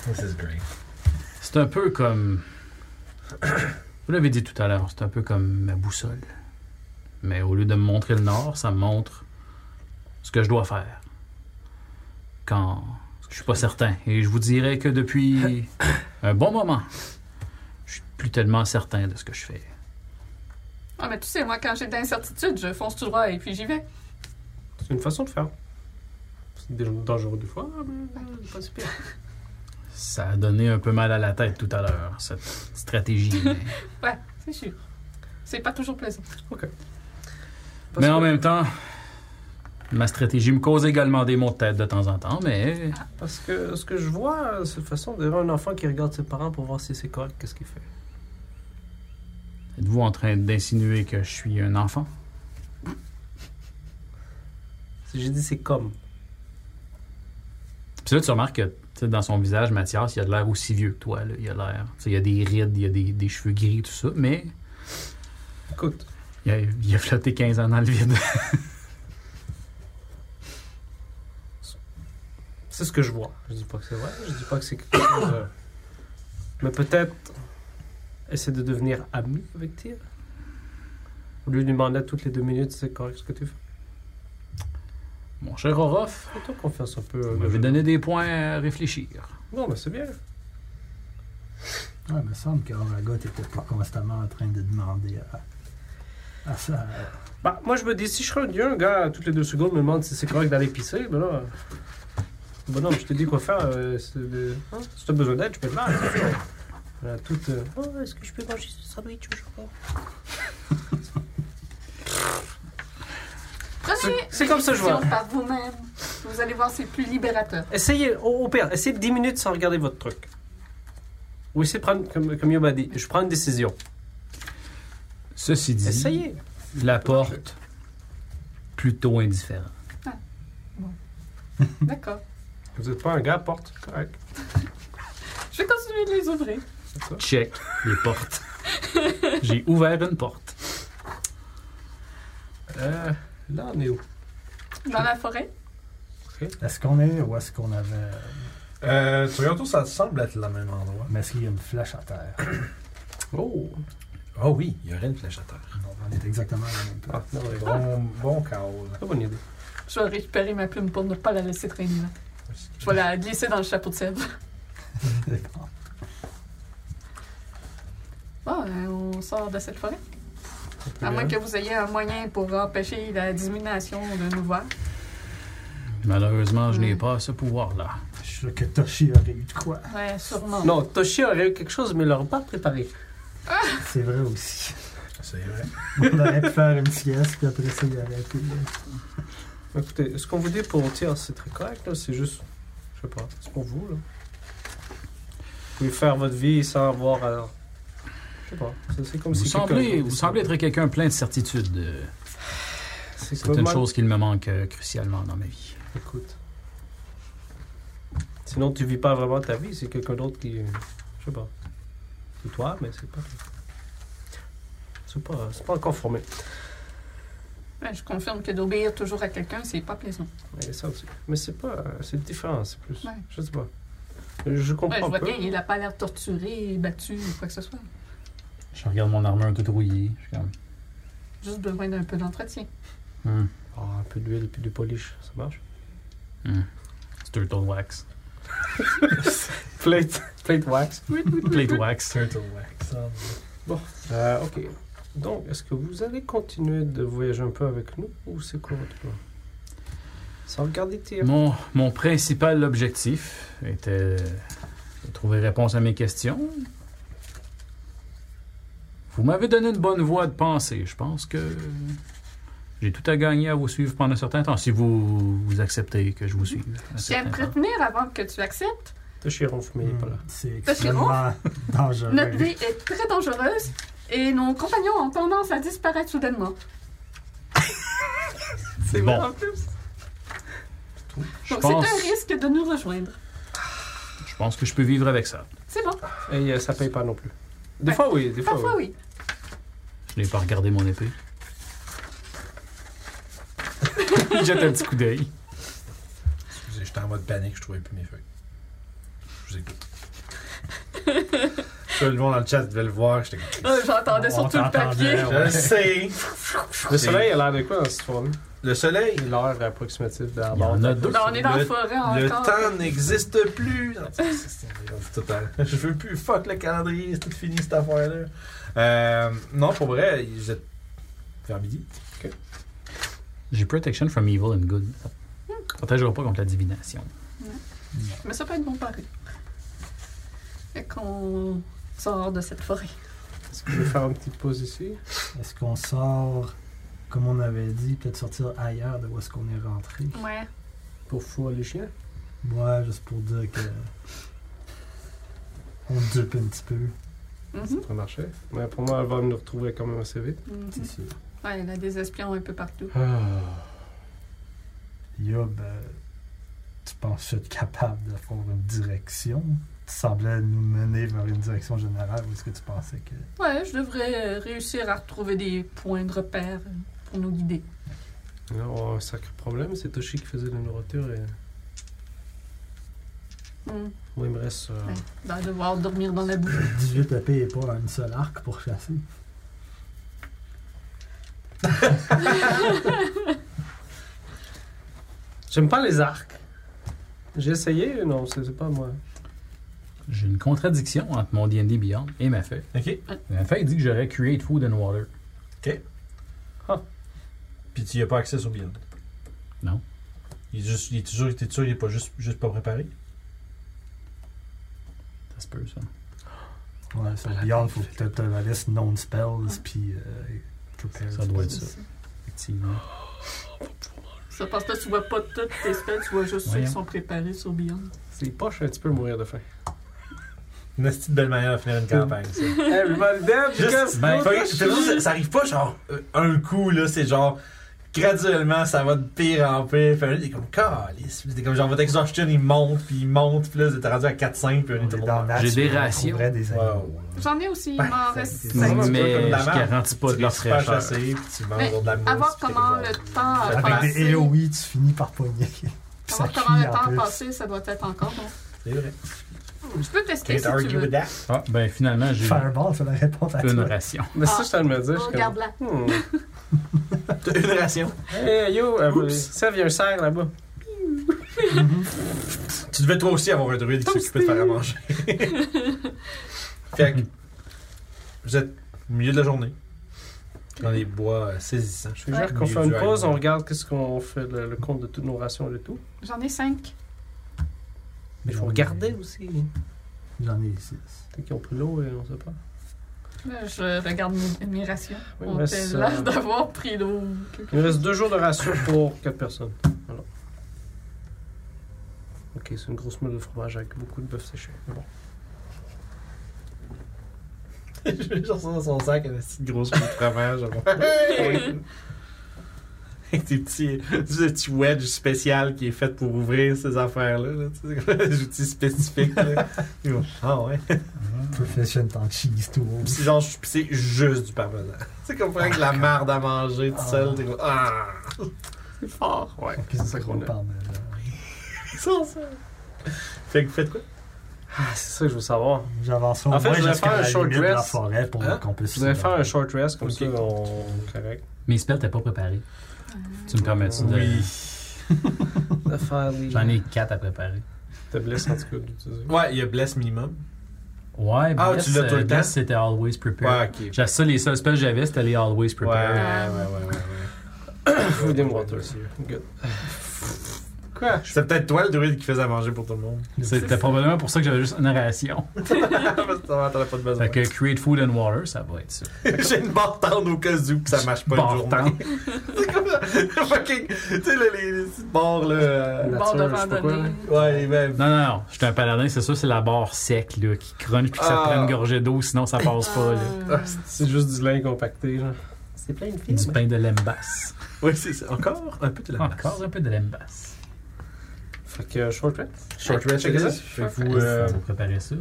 S1: This is great.
S5: C'est un peu comme. Vous l'avez dit tout à l'heure, c'est un peu comme ma boussole. Mais au lieu de me montrer le nord, ça me montre ce que je dois faire. Quand je suis pas certain. Et je vous dirais que depuis un bon moment, je suis plus tellement certain de ce que je fais.
S3: Ah, mais tu sais, moi, quand j'ai d'incertitude, je fonce tout droit et puis j'y vais.
S2: C'est une façon de faire. C'est déjà dangereux des fois, mais euh, c'est pas si pire.
S5: Ça a donné un peu mal à la tête tout à l'heure, cette stratégie. mais-
S3: C'est sûr. C'est pas toujours plaisant.
S2: Pas
S5: mais
S2: si
S5: en
S2: pire.
S5: même temps, ma stratégie me cause également des maux de tête de temps en temps, mais
S2: Parce que ce que je vois, euh, c'est une façon de un enfant qui regarde ses parents pour voir si c'est correct, qu'est-ce qu'il fait.
S5: Êtes-vous en train d'insinuer que je suis un enfant?
S2: Si j'ai dit c'est comme.
S5: Puis là, tu remarques que tu sais, dans son visage, Mathias, il a de l'air aussi vieux que toi. là. Il a l'air. tu sais, Il y a des rides, il y a des, des cheveux gris, tout ça, mais
S2: Écoute,
S5: il a, il a flotté 15 ans dans le vide.
S2: c'est ce que je vois. Je dis pas que c'est vrai, je dis pas que c'est quelque chose. euh, Mais peut-être essayer de devenir ami avec Tyr. Au lieu de lui demander toutes les deux minutes c'est correct ce que tu fais.
S5: Mon cher Orof,
S2: Fais-toi confiance un peu. euh,
S5: vous
S2: le
S5: m'avez
S2: jeune
S5: donné des points à réfléchir.
S2: homme. Non, mais c'est bien.
S4: Ouais, il me semble qu'Oraga n'était pas constamment en train de demander à, à ça.
S2: Bah, moi je me dis, si je serais un dieu, un gars, toutes les deux secondes me demande si c'est correct d'aller pisser, ben là. Bonhomme, je te dis quoi faire. euh, c'est de- hein, si t'as besoin d'aide, je peux te faire. c'est sûr. Voilà, tout. euh,
S8: Oh, est-ce que je peux manger ce sandwich au jambon?
S3: Prenez
S2: C'est- c'est comme ça que je vois.
S3: décision par vous-même. Vous allez voir, c'est plus libérateur.
S2: Essayez, au, au pire, essayez 10 minutes sans regarder votre truc. Ou essayez de prendre, comme, comme Yob a dit, je prends une décision.
S5: Ceci dit,
S2: Essayez.
S5: la porte, plutôt indifférent.
S3: D'accord.
S2: Vous n'êtes pas un gars à porte, correct.
S3: Je vais continuer de les ouvrir.
S5: Check les portes. J'ai ouvert une porte.
S2: Euh, là, on est où
S3: Dans la forêt.
S4: Est-ce qu'on est ou est-ce qu'on avait.
S1: Euh, tu regardes tout, ça semble être le même endroit.
S4: Mais est-ce qu'il y a une flèche à terre?
S2: Oh
S1: Oh oui, il y aurait une flèche à terre.
S4: Non, on est exactement à la même place.
S2: Ah, non, on est bon.
S1: Bon, bon call.
S2: Très bonne idée.
S3: Je vais récupérer ma plume pour ne pas la laisser traîner là. Je vais la glisser dans le chapeau de sève. Bon, euh, on sort de cette forêt. À moins que vous ayez un moyen pour empêcher la dissémination de nous voir.
S5: Malheureusement, je n'ai
S3: Hmm.
S5: pas ce pouvoir-là.
S4: Je suis sûr que Toshi aurait eu de quoi.
S3: Ouais, sûrement.
S2: Non, Toshi aurait eu quelque chose, mais il l'aurait pas préparé.
S4: C'est vrai aussi.
S1: C'est vrai.
S4: On aurait pu faire une sieste, puis après ça, il aurait euh, pu.
S2: Écoutez, ce qu'on vous dit pour tir, c'est très correct, là. C'est juste, je sais pas, c'est pour vous, là. Vous pouvez faire votre vie sans avoir à... Je sais pas, c'est- c'est comme
S5: Vous
S2: si... quelqu'un-
S5: semblez, vous semblez être quelqu'un plein de certitudes. euh,
S2: C'est
S5: C'est une
S2: comment-
S5: chose qu'il me manque euh, crucialement dans ma vie.
S2: Écoute. Sinon, tu vis pas vraiment ta vie, c'est quelqu'un d'autre qui. Je sais pas. C'est toi, mais c'est pas. C'est pas, c'est pas encore formé.
S3: Ouais, je confirme que d'obéir toujours à quelqu'un, c'est pas plaisant.
S2: Mais ça aussi. Mais c'est pas. C'est différent, c'est plus.
S3: Ouais.
S2: Je sais pas. Je
S3: Ouais, je
S2: comprends
S3: vois
S2: un peu.
S3: bien, il a pas l'air torturé, battu ou quoi que ce soit.
S5: Je regarde mon armure toute rouillée. Je suis comme.
S3: Juste besoin d'un peu d'entretien.
S5: Hmm,
S2: Ah, un peu d'huile et puis du polish, ça marche.
S5: c'est Turtle Wax.
S2: Plate, plate wax.
S5: Plate Wax.
S1: Turtle Wax.
S2: Euh, ok. Donc, est-ce que vous allez continuer de voyager un peu avec nous ou c'est quoi votre plan Sans regarder tes.
S5: Mon, mon principal objectif était de trouver réponse à mes questions. Vous m'avez donné une bonne voie de pensée. Je pense que J'ai tout à gagner à vous suivre pendant un certain temps, si vous, vous acceptez que je vous suive. un certain temps.
S3: J'aimerais avant que tu acceptes.
S2: Toshirov,
S5: Hmm.
S2: mais il est pas là.
S4: hmm, C'est
S3: Parce que on-
S4: extrêmement dangereux.
S3: Notre vie est très dangereuse et nos compagnons ont tendance à disparaître soudainement.
S5: C'est bon.
S3: en plus.
S5: Je
S3: Donc c'est
S5: pense,
S3: un risque de nous rejoindre.
S5: je pense que je peux vivre avec ça.
S3: C'est bon.
S2: Et euh, ça paye pas non plus. Des
S3: Ouais.
S2: fois, oui. Des fois,
S3: Parfois,
S2: oui.
S3: oui.
S5: Je n'ai pas regardé mon épée. Il jette un petit coup d'œil.
S1: Excusez, J'étais en mode panique, je trouvais plus mes feuilles. Je vous écoute.
S6: Tout le monde dans le chat devait le voir. J'étais comme,
S3: Euh, J'entendais
S4: On
S3: surtout le
S4: t'entendait,
S3: papier.
S4: ouais.
S1: Je sais!
S2: Le soleil a l'air de quoi dans cette histoire-là?
S1: Le soleil,
S2: Et L'heure approximative de la
S5: Il y en a deux.
S3: Ben, on est dans
S1: Le-
S3: la forêt encore.
S1: le temps n'existe plus! Non, c'est- c'est- c'est- c'est total. Je veux plus, fuck le calendrier, c'est tout fini cette affaire-là. Euh, non, pour vrai, vous êtes vers midi.
S5: J'ai protection from evil and good. Ça ne protégera pas contre la divination.
S3: Mais ça peut être bon pareil. Fait qu'on sort de cette forêt.
S2: Est-ce que je vais faire une petite pause ici?
S4: Est-ce qu'on sort, comme on avait dit, peut-être sortir ailleurs de où est-ce qu'on est rentré?
S3: Ouais.
S2: Pour foutre les chiens?
S4: Moi, juste pour dire que. On dupe un petit peu.
S3: Mm-hmm.
S2: Ça pourrait marcher. Mais pour moi, elle va nous retrouver quand même assez vite.
S4: C'est
S3: Mm-hmm.
S4: sûr.
S3: Ouais, il y a des espions un peu partout.
S4: Yob, euh, tu penses être capable de faire une direction? Tu semblais nous mener vers une direction générale ou est-ce que tu pensais que.
S3: Ouais, je devrais euh, réussir à retrouver des points de repère euh, pour nous guider.
S2: Là, on a un sacré problème. C'est Toshi qui faisait la nourriture et
S3: Hmm.
S2: moi, il me reste. euh,
S3: Ouais. On va devoir Ben, dormir dans la boue.
S4: 18 épées et pas une seule arc pour chasser?
S2: J'aime pas les arcs. J'ai essayé, non, c'est c'est pas moi.
S5: J'ai une contradiction entre mon D&D Beyond et ma feuille.
S1: Ok.
S5: Ma feuille dit que j'aurais create food and water.
S1: Puis tu n'as pas accès au build.
S5: Non.
S1: Il est juste, il est sûr, t'es sûr, il est pas juste, juste pas préparé.
S5: Ça se peut, ça.
S4: Ouais, sur Beyond, faut que tu la liste non-spells puis. euh, prepared.
S5: Ça doit être ça. Effectivement.
S3: Ça parce que tu vois pas toutes tes spells, tu vois juste ceux
S5: Voyons.
S3: qui sont préparés sur Beyond.
S2: C'est poche un petit peu mourir de faim.
S1: Une petite belle manière de finir une campagne, ça.
S2: Everybody dead
S1: Juste, ben, fait que c'est juste- ça, arrive pas genre euh, un coup, là, c'est genre graduellement ça va de pire en pire. Fait il est comme, calice. Puis C'est comme genre votre exhaustion il monte, puis il monte, puis là, vous êtes rendu à 4-5, puis on est tout le monde.
S4: Nats,
S5: J'ai des
S4: puis on
S5: rations.
S4: trouverait des animaux.
S1: Wow.
S3: J'en ai aussi, il
S1: Ben,
S3: m'en
S1: ça,
S3: reste
S1: c'est-
S3: cinq.
S1: tu vois,
S5: mais
S1: comme
S5: je
S1: de la merde.
S5: garantis pas de
S1: Tu
S5: leur
S1: réussis pas à
S5: fraîcheur.
S1: chasser, puis tu manges
S3: Mais
S1: genre de la mousse.
S3: à voir
S1: puis t'es
S3: Ben, comment
S1: comme
S3: le
S1: genre-
S3: temps a
S4: Avec
S3: passé.
S4: des AOE, tu finis par pogner. Puis
S3: À
S4: ça
S3: voir comment
S4: cuit
S3: le
S4: en
S3: temps a
S4: plus.
S3: passé, ça doit être encore bon.
S1: C'est vrai.
S3: Je peux tester
S1: Can't
S3: si tu
S1: argue with
S3: veux.
S1: that.
S5: Ah, ben finalement, j'ai
S4: Fireball, c'est la réponse à
S5: une
S4: toi.
S5: ration.
S2: Mais ça, je t'en me dire. je suis comme,
S3: Ah. Regarde-la.
S2: hmm.
S1: T'as une ration.
S2: Hey, yo, euh,
S1: Oups.
S2: Sèvres, il y a un cerf là-bas.
S1: Tu devais toi aussi avoir un druide qui s'occupait de faire à manger. fait que vous êtes au milieu de la journée. Dans les bois euh, saisissants.
S2: Je suggère qu'on fait une pause, on regarde qu'est-ce qu'on fait, le, le compte de toutes nos rations et tout.
S3: J'en ai cinq.
S2: Mais il faut
S4: J'en ai-
S2: regarder aussi.
S4: J'en ai 6.
S2: Peut-être qu'ils ont pris l'eau et on sait pas.
S3: Là, Euh, je regarde mes, mes rations.
S2: Oui,
S3: On
S2: mais
S3: a
S2: ça-
S3: l'air d'avoir pris l'eau.
S2: Il nous reste deux jours de ration pour quatre personnes. Voilà. Ok, c'est une grosse meule de fromage avec beaucoup de bœuf séché. Mais bon.
S1: Je vais genre ça dans son sac, une petite grosse boule de fromage. genre. Avec des petits, ce petit wedge spécial qui est fait pour ouvrir ces affaires-là. là, tu sais, comme des outils spécifiques. là. Ils vont, Ah ouais.
S4: Profession en cheese tour.
S1: Puis c'est genre, puis c'est juste du parmesan. Tu sais, comme faire
S2: Ah,
S1: que la marde à manger tout seul. T'es comme, ah! C'est fort, ouais.
S4: Qu'est-ce que c'est qu'on
S2: a.
S4: parle euh, de
S1: Sans ça. Fait que faites quoi?
S2: Ah, c'est ça que je veux savoir.
S4: J'avance au
S2: En fait,
S4: moins
S2: je voudrais
S4: jusqu'à
S2: faire un
S4: la
S2: short
S4: limite de la
S2: rest.
S4: forêt pour
S1: Hein?
S4: qu'on puisse...
S2: Je voudrais faire un short rest, comme
S1: Ok.
S2: ça on correct.
S5: Mes spells, t'es pas préparé. Tu me permets-tu de...
S2: De faire les
S5: J'en ai quatre à préparer.
S2: te blesses en tout cas d'utiliser.
S1: Ouais, il y a bless minimum.
S5: Ouais,
S1: Ah,
S5: Bless,
S1: tu l'as tout le
S5: euh, Bless,
S1: temps?
S5: c'était Always Prepared.
S1: Ouais, ok.
S5: J'ai- Ça, les seuls spells que j'avais, c'était les Always
S3: Ah.
S1: Ouais, ouais,
S5: Prepared.
S1: ouais, ouais. ouais.
S2: Food and water. Good. Quoi?
S1: C'est peut-être toi le druide qui faisait à manger pour tout le monde.
S5: C'était probablement pour ça que j'avais juste une ration.
S1: Parce que t'en t'en as pas de besoin.
S5: Fait que create food and water, ça va être ça.
S1: J'ai une barre tendre au cas où que ça marche pas une
S5: Bon,
S1: journée. C'est comme ça. fucking. Tu sais, là, les, les petites barres, là. euh,
S3: Bord de
S2: Nature, je sais pas
S3: randonnée.
S1: Ouais, ben.
S5: Non, non, non. J'étais un paladin, c'est sûr, c'est la barre sec là, qui crunch puis que ça
S1: Ah.
S5: te prend une gorgée d'eau, sinon ça passe Oh, pas. Là.
S3: Ah.
S2: C'est juste du lin compacté, genre. C'est plein de
S5: Du pain de lembasse.
S1: Oui, c'est ça. Encore un peu de Ah, la
S5: Encore un peu de lembasse.
S2: Fait que euh, short rest.
S1: Short rest,
S11: Check
S1: check
S11: ça.
S1: it
S11: Fait que
S5: Vous
S11: vous, euh,
S5: préparez ça.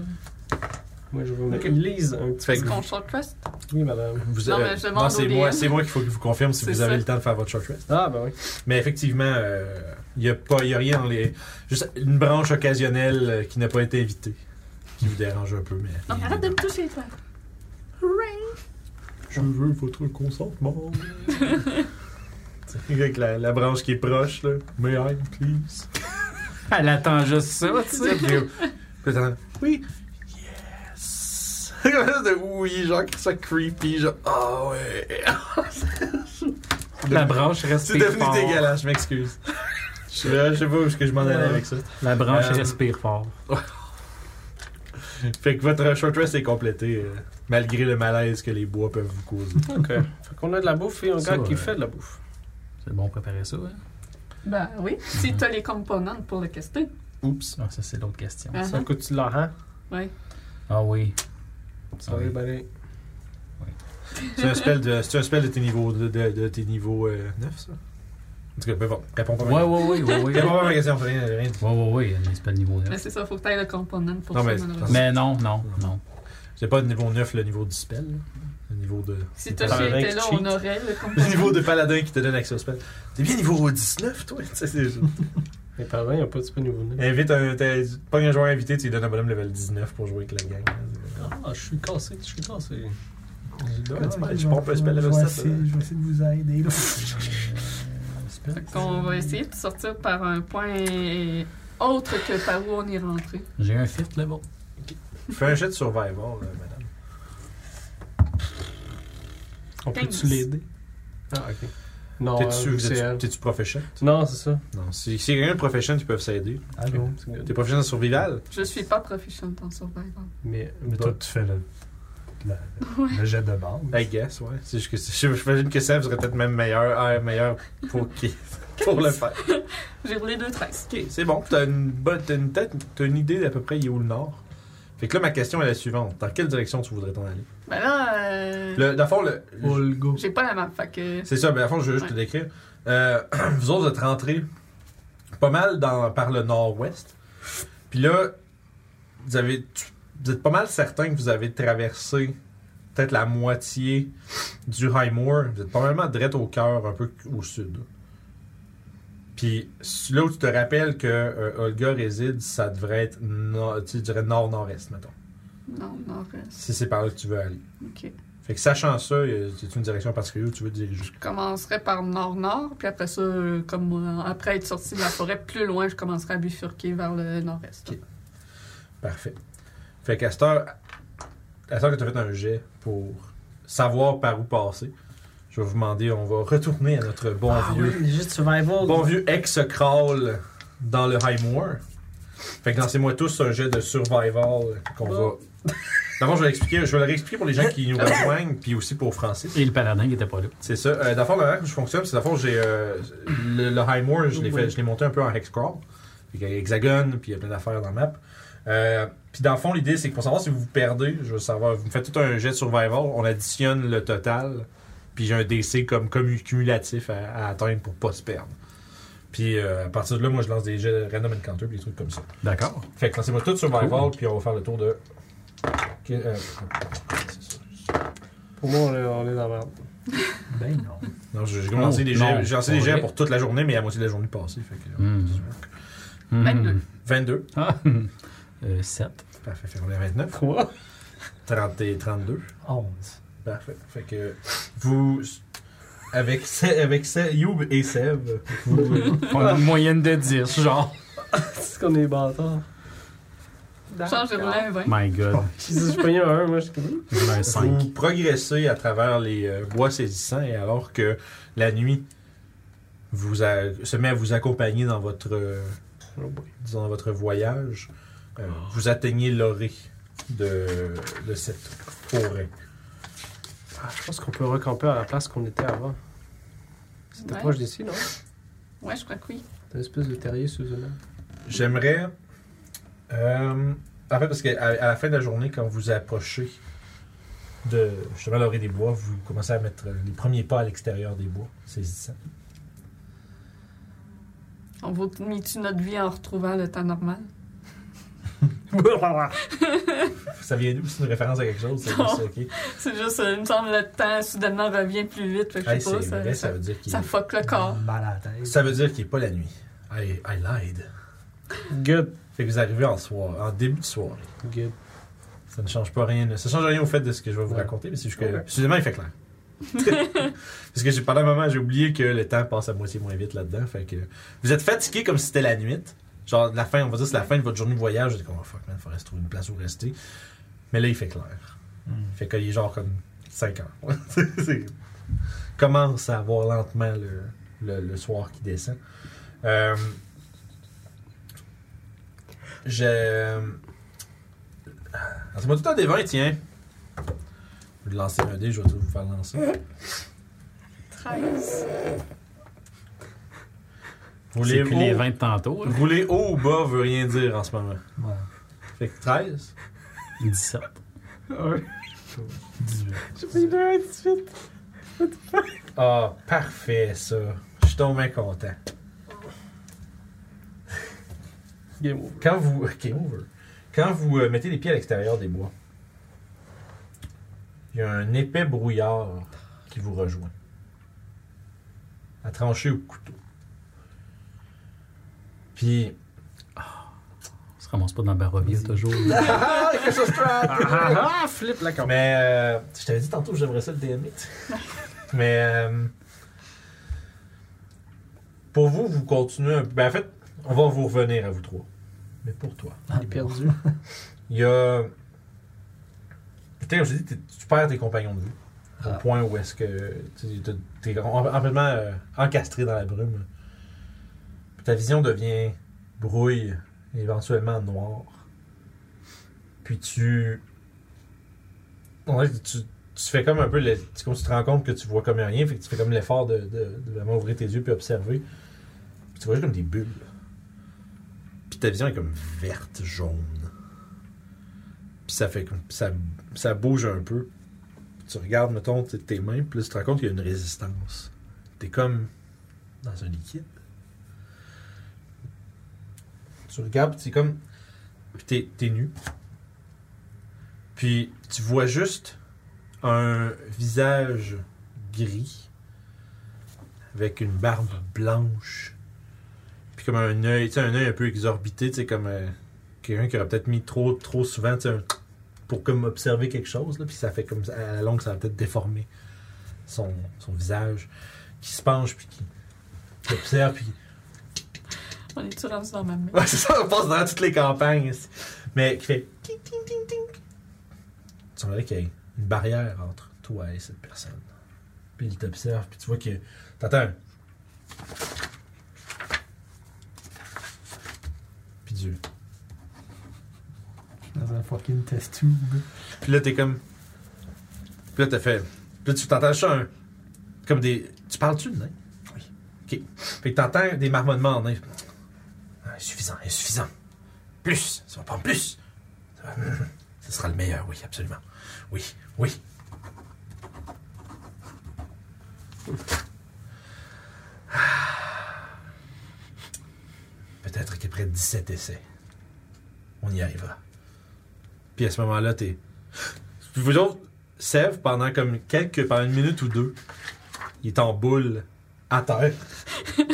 S2: Moi, je vous lise un petit
S1: Fait
S3: Est-ce
S1: que-
S2: peu.
S3: qu'on short rest?
S2: Oui, madame.
S1: Vous,
S3: Non,
S1: euh,
S3: mais je demande
S1: non,
S3: au
S1: c'est
S3: DM.
S1: moi, c'est moi qu'il faut que je vous confirme si
S3: C'est
S1: vous avez
S3: ça.
S1: le temps de faire votre short rest.
S2: Ah, ben oui.
S1: Mais effectivement, il n'y a, rien dans les. Juste une branche occasionnelle euh, qui n'a pas été évitée, qui vous dérange un peu. Mais
S3: Non, arrête de me toucher, toi. Hooray!
S1: Je veux votre consentement. Avec la, la branche qui est proche, là. May I, please?
S5: Elle attend juste ça, tu sais.
S1: Puis, euh, puis t'entends, oui. Yes. De oui, genre, ça creepy, genre, ah ouais.
S5: La branche
S1: C'est
S5: respire
S1: devenu
S5: fort.
S1: dégueulasse, je m'excuse. Je suis là, je sais pas où est-ce que je m'en allais avec ça.
S5: La branche
S1: Euh,
S5: respire fort.
S1: Fait que votre short rest est complété, euh, malgré le malaise que les bois peuvent vous causer.
S2: Ok. Fait qu'on a de la bouffe et un
S5: Ça,
S2: gars qui
S5: ouais.
S2: fait de la bouffe.
S5: C'est bon, préparer ça. Hein?
S3: Ben oui, si t'as les composantes pour le caster.
S1: Oups.
S5: Ah, ça, c'est l'autre question.
S3: Ah,
S2: Ça coûte-tu de l'argent?
S3: ouais.
S5: Ah oui.
S2: Ça va
S5: Oui.
S2: bien aller.
S1: C'est un spell de, c'est un spell de tes niveaux, de, de- de tes niveaux 9, ça? En tout cas, peu importe. Réponds pas à
S5: Ouais,
S1: ma
S5: ouais, ouais, ouais, ouais.
S1: Réponds
S5: Ouais,
S1: pas à ma question, rien, rien dit.
S5: ouais, ouais, mais c'est pas le niveau
S3: Mais
S5: 9.
S3: c'est ça, faut que t'aies le component pour
S1: Non,
S3: ça,
S1: mais-
S3: malheureusement.
S5: Mais non, non, non.
S1: C'est pas le niveau 9, le niveau du spell, là. Le niveau de...
S3: Si t'as
S2: Paladin
S3: été
S2: qui
S3: là,
S2: cheat.
S3: on aurait le
S1: Le
S3: component.
S1: niveau de paladin qui te donne accès au spell. T'es bien niveau 19, toi? Tu sais, c'est-
S2: Les parents, ils n'ont pas de super niveau neuf.
S1: Invite un... t'as- Pas un joueur invité, tu lui donnes un bonhomme level 19 pour jouer avec la gang. hein.
S2: Ah, je suis cassé, je suis cassé.
S1: Je pompe un spell
S4: je
S1: level
S4: vais
S1: 7.
S4: essayer, je vais essayer de vous aider. là.
S3: Fait qu'on va essayer de sortir par un point autre que par où on est rentré.
S5: J'ai un fifth level.
S1: Fais un jet de survival, là, madame.
S2: On peut-tu
S3: Quinze.
S2: l'aider? Ah, ok. Non,
S1: T'es-tu-
S2: euh,
S1: vous
S2: c'est
S1: êtes-
S2: elle.
S1: T'es-tu profession?
S2: Non, c'est ça.
S1: Non, si si quelqu'un est profession, ils peuvent s'aider.
S4: Allô?
S2: C'est good.
S1: T'es profession survival?
S3: Je suis pas proficient en survival.
S2: Mais,
S4: Mais toi, tu fais le, le, le jet de base.
S1: I guess, ouais. C'est juste que je j'imagine que Seb serait peut-être même meilleur, ah, meilleur pour, qui, pour le faire.
S3: J'ai roulé deux 13.
S1: Ok, c'est bon. T'as une, bonne- t'as une tête, t'as une idée d'à peu près il est où le nord. Fait que là, ma question est la suivante. Dans quelle direction tu voudrais t'en aller?
S3: Ben là, euh,
S1: Le, dans le fond, le, le-
S2: Olgo.
S3: j'ai pas la map, fait que...
S1: c'est ça, mais dans le fond, je vais juste te
S3: Ouais.
S1: décrire. Euh, vous autres, vous êtes rentrés pas mal dans, par le nord-ouest. Puis là, vous avez, tu- vous êtes pas mal certain que vous avez traversé peut-être la moitié du High Moor. Vous êtes probablement direct au cœur, un peu au sud. Puis là où tu te rappelles que euh, Olga réside, ça devrait être no- tu sais, je dirais nord-nord-est, mettons.
S3: Non, non, reste.
S1: Si c'est par là que tu veux aller.
S3: Ok.
S1: Fait que sachant ça, euh, c'est une direction particulière où tu veux te diriger.
S3: Je commencerai par nord-nord, puis après ça, euh, comme euh, après être sorti de la forêt plus loin, je commencerai à bifurquer vers le nord-est.
S1: Ok. Parfait. Fait qu'à cette heure, à cette heure que tu as fait un jet pour savoir par où passer, je vais vous demander, on va retourner à notre bon
S2: Ah
S1: vieux,
S2: juste survival.
S1: bon vieux ex-crawl dans le High Moor. Fait que lancez-moi tous un jet de survival qu'on va. D'abord, je vais l'expliquer, je vais le réexpliquer pour les gens qui nous rejoignent, puis aussi pour Francis.
S5: Et le paladin qui était pas là.
S1: C'est ça. Euh, dans le fond, la manière que je fonctionne, c'est dans le fond, j'ai euh, le, le High Moor, je l'ai fait- je l'ai monté un peu en Hexcrawl. Il y a hexagone, puis il y a plein d'affaires dans la map. Euh, puis dans le fond, l'idée, c'est que pour savoir si vous vous perdez, je veux savoir, vous me faites tout un jet de survival, on additionne le total, puis j'ai un DC comme, commu- cumulatif à, à atteindre pour pas se perdre. Puis euh, à partir de là, moi, je lance des jets de random encounter, puis des trucs comme ça.
S5: D'accord.
S1: Fait que lancez-moi tout survival, puis on va faire le tour de. Ok, euh, c'est ça.
S2: Pour moi, on est, on est dans la merde.
S4: Ben non.
S1: Non, j'ai j'ai lancé
S5: Oh,
S1: des
S5: non,
S1: jets, j'ai lancé
S5: pas
S1: des jets
S5: vrai.
S1: pour toute la journée, mais à moitié de la journée passée. Fait que, euh,
S5: Hmm.
S3: 22.
S1: 22.
S5: Ah, 7.
S1: Parfait. Fait qu'on est à 29.
S2: Quoi?
S1: 30 et 32.
S4: 11.
S1: Parfait. Fait que vous. Avec, Se- avec Se- Youb et Seb, vous,
S5: On a une moyenne de 10, genre.
S2: C'est qu'on est bâtard.
S3: Change, j'ai roulé un 20.
S5: My God.
S2: Si je prenais un, moi, je suis
S5: J'ai un 5.
S1: vous progressez à travers les euh, bois saisissants et alors que la nuit vous a- se met à vous accompagner dans votre, euh,
S2: oh
S1: disons, dans votre voyage. Euh, Vous atteignez l'orée de, de cette forêt.
S2: Ah, je pense qu'on peut recamper à la place qu'on était avant. C'était
S3: Ouais.
S2: proche d'ici, non?
S3: Ouais, je crois que oui.
S2: C'est une espèce de terrier sous une
S1: J'aimerais. Euh, en fait, parce qu'à à la fin de la journée, quand vous approchez de justement l'orée des bois, vous commencez à mettre les premiers pas à l'extérieur des bois. Saisissant.
S3: On va tu notre vie en retrouvant le temps normal?
S1: Ça vient d'où C'est une référence à quelque chose C'est
S3: Non.
S1: juste, ok.
S3: C'est juste, euh, il me semble, le temps soudainement revient plus vite. Fait que
S1: Hey,
S3: je sais pas,
S1: c'est
S3: ça,
S1: vrai,
S3: ça-
S1: ça veut dire qu'il
S3: ça fuck le corps.
S4: Mal à la tête.
S1: ça veut dire qu'il est pas la nuit. I, I lied.
S2: Good.
S1: Fait que vous arrivez en soir, en début de soirée.
S2: Good.
S1: Ça ne change pas rien. Ça change rien au fait de ce que je vais vous
S2: Ouais.
S1: raconter, mais c'est juste que
S2: Ok.
S1: soudainement il fait clair. Parce que j'ai pendant un moment, j'ai oublié que le temps passe à moitié moins vite là-dedans. Fait que vous êtes fatigué comme si c'était la nuit. Genre la fin, on va dire c'est la fin de votre journée de voyage. Vous êtes comme oh, fuck man, faudrait se trouver une place où rester. Mais là il fait clair.
S4: Hmm.
S1: Fait qu'il est genre comme 5 heures. C'est- Commence à avoir lentement le, le- le soir qui descend. Euh, je. Lancez-moi tout un des 20, tiens. Je vais lancer un dé, je vais tout vous faire lancer.
S3: 13.
S1: Rouler
S5: C'est plus les
S1: haut,
S5: 20 de tantôt. hein.
S1: rouler haut ou bas veut rien dire en ce moment.
S4: Ouais.
S1: Fait que 13.
S5: 17.
S1: Ah, parfait ça. Je suis tombé content.
S2: Game over.
S1: Quand vous. Game over. Quand vous euh, mettez les pieds à l'extérieur des bois, il y a un épais brouillard qui vous rejoint. À trancher au couteau. Puis.
S5: On se ramasse pas dans Barovia toujours.
S1: Ah, quelque chose de
S2: Ah, ah, ah, flip la caméra.
S1: Mais euh, je t'avais dit tantôt que j'aimerais ça le DM. Mais euh, pour vous, vous continuez un peu. Ben, en fait, on va vous revenir à vous trois. Mais pour toi,
S2: Il est perdu.
S1: il y a. Putain, comme je te dis, t'es- tu perds tes compagnons de vue. Au
S4: Ah.
S1: point où est-ce que tu sais, t'es- t'es en- complètement euh, encastré dans la brume. Puis ta vision devient brouille, et éventuellement noire. Puis tu. on dirait que tu, tu fais comme un peu. le- tu, comme tu te rends compte que tu vois comme rien, fait que tu fais comme l'effort de, de- de vraiment ouvrir tes yeux puis observer. Puis tu vois juste comme des bulles. Puis ta vision est comme verte, jaune. Puis ça fait comme. Ça, ça bouge un peu. Tu regardes, mettons, t- tes mains, puis là, tu te rends compte qu'il y a une résistance. T'es comme dans un liquide. Tu regardes, puis t'es comme. Puis t'es, t'es nu. Puis tu vois juste un visage gris avec une barbe blanche. Puis comme un œil, tu sais, un œil un peu exorbité, tu sais, comme euh, quelqu'un qui aurait peut-être mis trop, trop souvent, tu sais, un pour comme observer quelque chose, là, puis ça fait comme ça- à la longue, ça va peut-être déformer son, son visage, qui se penche, puis qui, qui observe, puis
S3: On est-tu rendu dans ma main?
S1: Ouais, c'est ça, on passe dans toutes les campagnes. ici. Mais qui fait ting, ting, ting, ting. Tu verrais qu'il y a une barrière entre toi et cette personne. Puis il t'observe, puis tu vois que. T'entends. un- Puis Dieu.
S4: Dans un fucking test tube.
S1: Puis là, t'es comme. Puis là, t'as fait. Puis là, tu t'entends juste un. Comme des. Tu parles-tu de nain? Oui. OK. Fait que t'entends des marmonnements en nain. Ah, Insuffisant, insuffisant. Plus, ça va prendre plus. Ça va- hum, Ce sera le meilleur, oui, absolument. Oui, oui. Ah. Peut-être qu'après 17 essais, on y arrivera. Puis à ce moment-là, t'es. Puis vous autres, Sèvres, pendant comme quelques, pendant une minute ou deux, il est en boule à terre,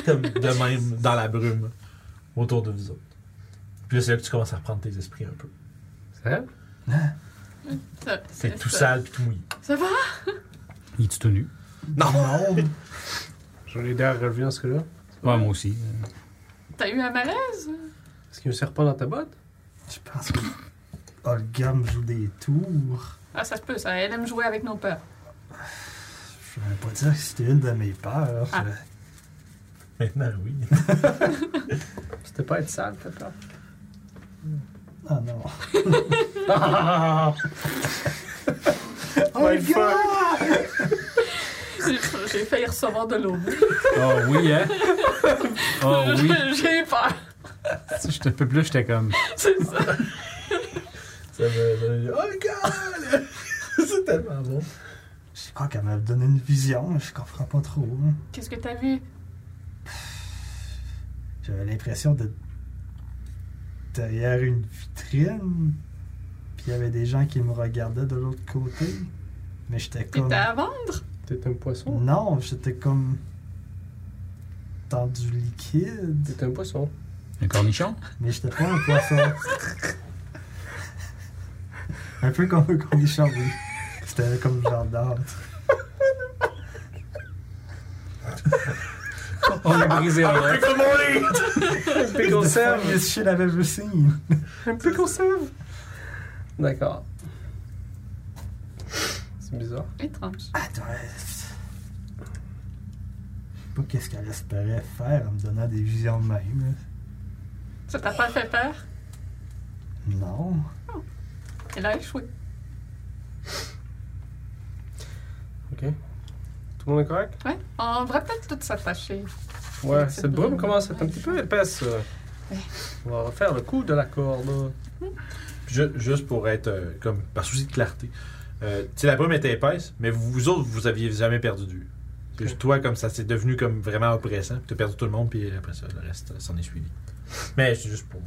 S1: comme de même dans la brume autour de vous autres. Puis là, c'est là que tu commences à reprendre tes esprits un peu.
S2: Hein?
S3: Ça-
S1: T'es
S3: c'est
S1: tout
S3: ça.
S1: sale puis tout mouillé.
S3: Ça va?
S5: Il est tout nu.
S1: Non!
S2: Je vais l'aider à relever dans ce cas-là.
S5: Ouais, moi aussi.
S3: T'as eu un malaise?
S2: Est-ce qu'il y a un serpent dans ta botte?
S4: Je pense que Olgam joue des tours.
S3: Ah, ça se peut, ça. Elle aime jouer avec nos peurs.
S4: Je ne pas dire que c'était une de mes peurs.
S3: Ah.
S4: Je-
S1: Maintenant, oui.
S2: C'était pas être sale, t'as peur.
S4: Ah non.
S6: Oh, le gars!
S3: J'ai j'ai failli recevoir de l'eau.
S5: Oh oui, hein?
S1: Ah
S5: Oh oui.
S3: J'ai eu peur.
S5: Si J'étais un peu plus, j'étais comme.
S3: C'est ça.
S1: Ça me- ça me- Oh, God! c'est tellement bon.
S4: Je crois qu'elle m'a donné une vision, mais je comprends pas trop. hein.
S3: Qu'est-ce que t'as vu?
S4: J'avais l'impression de. derrière une vitrine. Puis il y avait des gens qui me regardaient de l'autre côté. Mais j'étais comme.
S3: T'étais à vendre?
S2: T'es un poisson.
S4: Non, j'étais comme. dans du liquide.
S2: T'es un poisson.
S5: Un cornichon?
S4: Mais j'étais pas un poisson. un peu comme un cornichon, oui. C'était comme une genre d'âtre.
S5: On a brisé un œuf.
S2: Un pickle
S4: The funniest shit I've ever seen.
S2: Un pickle serve. D'accord. C'est bizarre.
S3: Étrange.
S4: Attends. Je sais pas qu'est-ce qu'elle espérait faire en me donnant des visions de même.
S3: Ça t'a pas fait peur?
S4: là. Non.
S3: Elle a échoué.
S2: Ok. Tout le monde est correct?
S3: Ouais. On devrait peut-être tous s'attacher.
S2: Ouais,
S3: Cette
S2: cette brume
S3: brume.
S2: commence à être un petit peu épaisse. euh.
S3: Ouais.
S2: On va refaire le coup de la corde.
S1: Puis ju- juste pour être, euh, comme, par souci de clarté, euh, tu sais, la brume était épaisse, mais vous, vous autres, vous aviez jamais perdu de vue. C'est juste toi, comme ça, c'est devenu comme vraiment oppressant. Tu as perdu tout le monde, puis après ça, le reste euh, s'en est suivi. Mais c'est juste pour.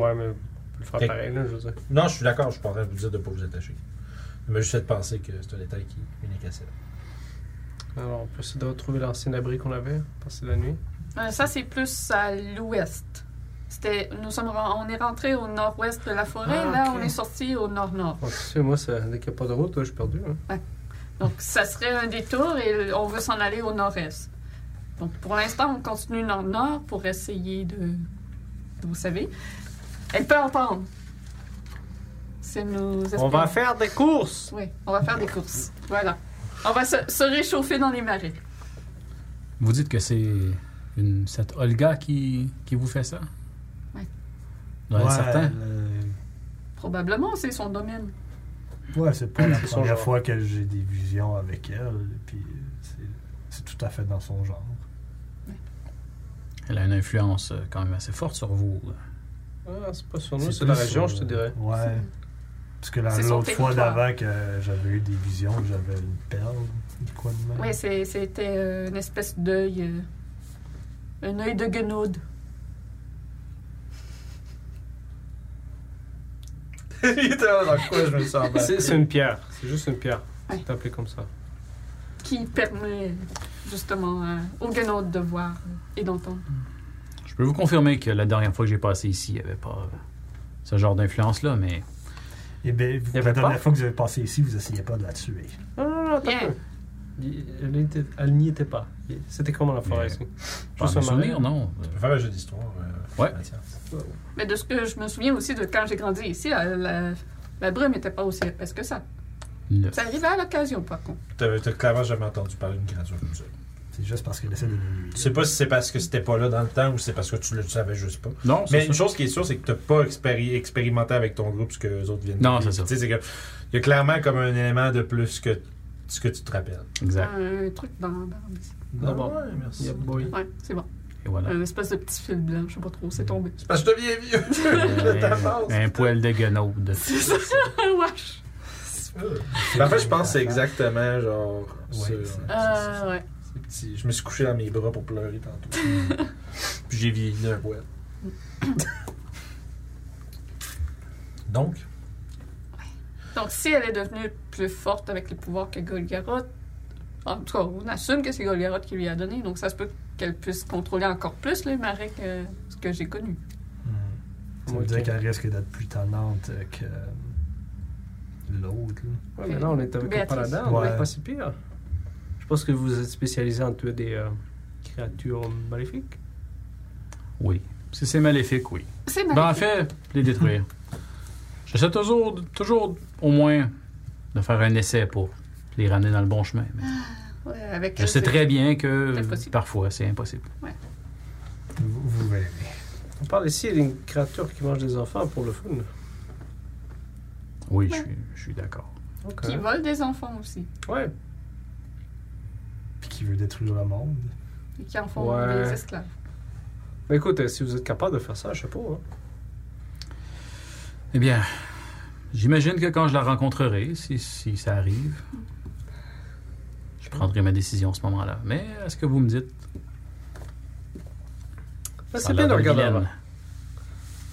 S2: Ouais, mais on peut le faire
S1: Fait-
S2: pareil, là, je veux dire.
S1: Non, je suis d'accord, je suis pas en train de vous dire de ne pas vous attacher. Mais juste fait de penser que c'est un détail qui est unique à celle.
S2: Alors, on peut essayer de retrouver l'ancien abri qu'on avait, passé la nuit.
S3: Euh, ça, c'est plus à l'ouest. C'était, nous sommes, ren- on est rentré au nord-ouest de la forêt.
S2: Ah,
S3: Là,
S2: ok.
S3: on est sorti au nord-nord.
S2: Bon, tu sais, moi, ça, dès qu'il n'y a pas de route, là, je suis perdu. hein.
S3: Donc, ça serait un détour et l- on veut s'en aller au nord-est. Donc, pour l'instant, on continue nord-nord pour essayer de. Vous savez. Elle peut entendre. C'est nos
S2: On va faire des courses!
S3: Oui, on va faire des courses. Voilà. On va se, se réchauffer dans les marais.
S5: Vous dites que c'est une, cette Olga qui, qui vous fait ça?
S3: Ouais.
S5: Dans un certain.
S4: le-
S3: Probablement, c'est son domaine.
S4: ouais, c'est pas la
S2: C'est son
S4: première
S2: genre.
S4: fois que j'ai des visions avec elle. Puis euh, c'est- c'est tout à fait dans son genre.
S5: Elle a une influence euh, quand même assez forte sur vous. là.
S2: Ah, c'est pas sur nous,
S4: C'est
S2: c'est la
S4: plus,
S2: région,
S4: euh,
S2: je te dirais.
S4: Ouais. Parce que la-
S3: C'est son
S4: l'autre fois
S3: territoire.
S4: d'avant que j'avais eu des visions, j'avais une perle ou quoi de même.
S3: Oui, c'est- c'était euh, une espèce d'œil. euh, un œil de guenaude.
S6: Il était là dans quoi je me sens mal.
S2: Ah bah, C'est c'est une pierre, c'est juste une pierre.
S3: Ouais.
S2: C'est appelé comme ça.
S3: qui permet justement euh, aux guenaudes de voir euh, et d'entendre.
S5: Je peux vous confirmer que la dernière fois que j'ai passé ici, il n'y avait pas euh, ce genre d'influence-là, mais
S4: Et Eh bien, vous,
S2: Il y
S4: la
S2: avait
S4: dernière
S2: pas?
S4: fois que vous avez passé ici, vous essayez pas de la tuer.
S2: Non, non, non, attends.
S3: Bien.
S2: un peu. Il- Elle, était- elle n'y était pas. Il- C'était comment la forêt
S5: Mais-
S2: ici?
S5: pas
S2: Juste
S5: un
S2: un marais.
S5: souvenir, non?
S1: Tu peux faire un jeu d'histoire. euh,
S5: Ouais.
S1: Mathias.
S3: Mais de ce que je me souviens aussi de quand j'ai grandi ici, la, la- la brume n'était pas aussi épaisse que ça.
S5: Non.
S3: Ça arrivait à l'occasion, par contre.
S1: T'as t'as clairement jamais entendu parler d'une créature comme ça.
S4: C'est juste parce qu'elle essaie de nous nuire.
S1: Tu sais pas si c'est parce que c'était pas là dans le temps ou c'est parce que tu le savais juste pas.
S5: Non,
S1: Mais
S5: c'est
S1: une
S5: ça.
S1: chose qui est sûre, c'est que t'as pas expéri- expérimenté avec ton groupe ce que les autres viennent. de
S5: Non,
S1: vivre.
S5: c'est ça.
S1: Tu sais, c'est que il y a clairement comme un élément de plus que ce que tu te rappelles.
S5: Exact.
S3: Un truc dans la barbe.
S2: Non, bon.
S1: Ah Ouais, merci.
S2: Yeah, boy.
S3: Ouais, c'est bon.
S5: Et voilà.
S3: Un espèce de petit fil blanc, je sais pas trop, c'est tombé.
S1: C'est parce que je deviens vieux. je
S4: Ben,
S1: t'avance.
S5: Euh, un, un poil de guenaude.
S3: C'est ça, wesh!
S2: Euh. Ben,
S1: Mais Ben, en fait, je pense que c'est
S4: Mmh.
S1: exactement genre. ce-
S4: ben, c'est- c'est-
S3: Euh, ouais.
S1: c'est petit. Je me suis couché dans mes bras pour pleurer tantôt. Puis j'ai vieilli d'un poil. Donc,
S3: Donc, si elle est devenue plus forte avec les pouvoirs que Golgaroth, en tout cas, on assume que c'est Golgaroth qui lui a donné, donc ça se peut qu'elle puisse contrôler encore plus les marais que ce que j'ai connu.
S4: Hmm. Ça veut
S2: Ok.
S4: dire qu'elle risque d'être plus tannante euh, que euh, l'autre. là.
S2: Ouais, mais là, on est avec un
S3: Béatrice.
S2: paladin, on
S4: Ouais.
S2: est pas si pire. Je pense que vous êtes spécialisé en tuer des euh, créatures maléfiques.
S5: Oui. Si c'est maléfique, oui.
S3: C'est
S5: Ben, en
S3: magnifique.
S5: fait, les détruire. J'essaie toujours, toujours au moins de faire un essai pour les ramener dans le bon chemin. mais
S3: Ouais, avec
S5: je sais très bien que
S3: C'est impossible.
S5: parfois, c'est impossible.
S2: On parle ici d'une créature qui mange des enfants pour le fun.
S5: Oui, je suis- je suis d'accord.
S2: Ok.
S3: Qui vole des enfants aussi.
S2: Ouais.
S4: Puis qui veut détruire le monde.
S3: Et qui en font
S2: Ouais.
S3: des esclaves.
S2: Mais écoute, euh, si vous êtes capable de faire ça, je sais pas. hein.
S5: Eh bien, j'imagine que quand je la rencontrerai, si, si ça arrive, je prendrai ma décision à ce moment-là. Mais à ce que vous me dites,
S2: Mais
S5: ça a
S2: C'est bien de
S5: l'air
S2: regarder
S5: vilaine.
S2: avant.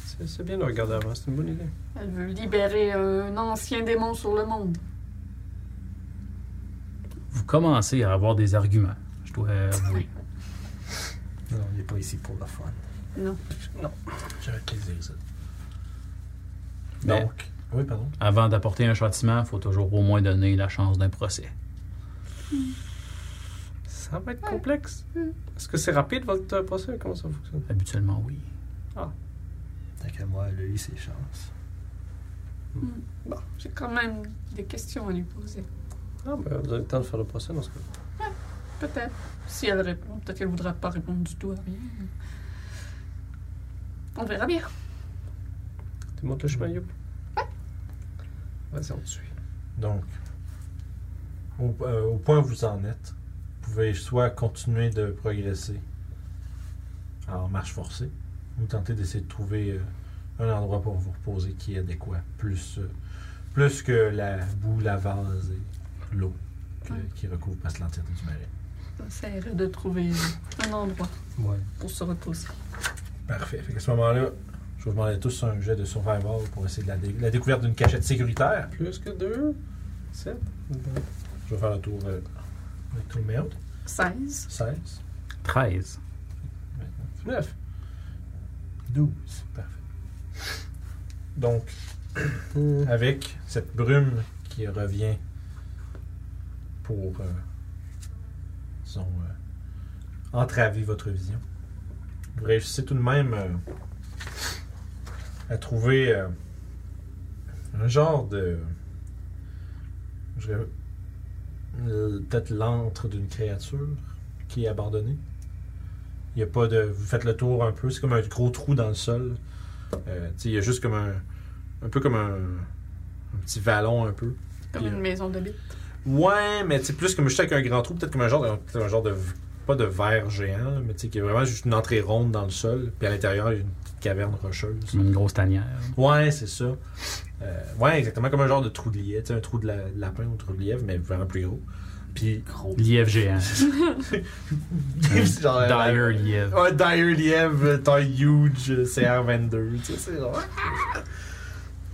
S2: C'est c'est bien de regarder avant, c'est une bonne idée.
S3: Elle veut libérer un ancien démon sur le monde.
S5: Vous commencez à avoir des arguments, je dois avouer.
S4: Non, on n'est pas ici pour le fun.
S3: Non.
S1: J'avais plaisir, ça.
S5: Mais-
S1: Donc. Oui, pardon.
S5: Avant d'apporter un châtiment, il faut toujours au moins donner la chance d'un procès.
S2: Ça va être complexe.
S3: Hmm.
S2: Est-ce que c'est rapide votre euh, procès Comment ça fonctionne
S5: Habituellement, oui.
S4: Tant qu'à moi, elle a eu ses chances.
S3: Bon, j'ai quand même des questions à lui poser.
S2: Ah, ben vous avez le temps de faire le procès dans ce cas.
S3: Peut-être. Si elle répond, peut-être qu'elle voudra pas répondre du tout à rien. On verra bien.
S2: Tu montes le chemin, Youp Vas-y, on te suit.
S1: Donc, au, euh, au point où vous en êtes, vous pouvez soit continuer de progresser en marche forcée, ou tenter d'essayer de trouver euh, un endroit pour vous reposer qui est adéquat, plus, euh, plus que la boue, la vase et l'eau que-
S3: Ouais.
S1: qui recouvre presque l'entièreté du marais.
S3: Ça irait de trouver un endroit
S4: Ouais.
S3: pour se reposer.
S1: Parfait. Fait à ce moment-là, je vous demandais tous un jet de survival pour essayer de la, dé- la découverte d'une cachette sécuritaire.
S2: Plus que deux Sept
S1: Je vais faire le tour euh, avec tout le meilleur.
S3: 16.
S1: 16.
S5: 13.
S2: Neuf
S4: 12.
S1: Donc,
S2: Hmm.
S1: avec cette brume qui revient pour, euh, disons, euh, entraver votre vision. Vous réussissez tout de même euh, à trouver euh, un genre de... je dirais, euh, peut-être l'antre d'une créature qui est abandonnée. Il n'y a pas de... Vous faites le tour un peu, c'est comme un gros trou dans le sol. Euh, tu sais, il y a juste comme un... Un peu comme un, un petit vallon un peu.
S3: Comme
S1: Puis,
S3: une
S1: euh,
S3: maison de bite.
S1: Ouais, mais c'est plus comme juste avec un grand trou, peut-être comme un genre de, peut-être un genre de pas de verre géant, là, mais tu sais qui est vraiment juste une entrée ronde dans le sol, puis à l'intérieur il y a une petite caverne rocheuse.
S5: C'est une grosse tanière.
S1: Ouais, c'est ça. Euh, ouais, exactement comme un genre de trou de lièvre, tu sais, un trou de, la- de lapin ou trou de lièvre, mais vraiment plus gros. Puis gros.
S5: Lièvre géant.
S1: genre, euh,
S5: hein. Dire lièvre.
S1: Un dire lièvre, taille huge, euh, CR22. Tu sais, c'est genre. ah!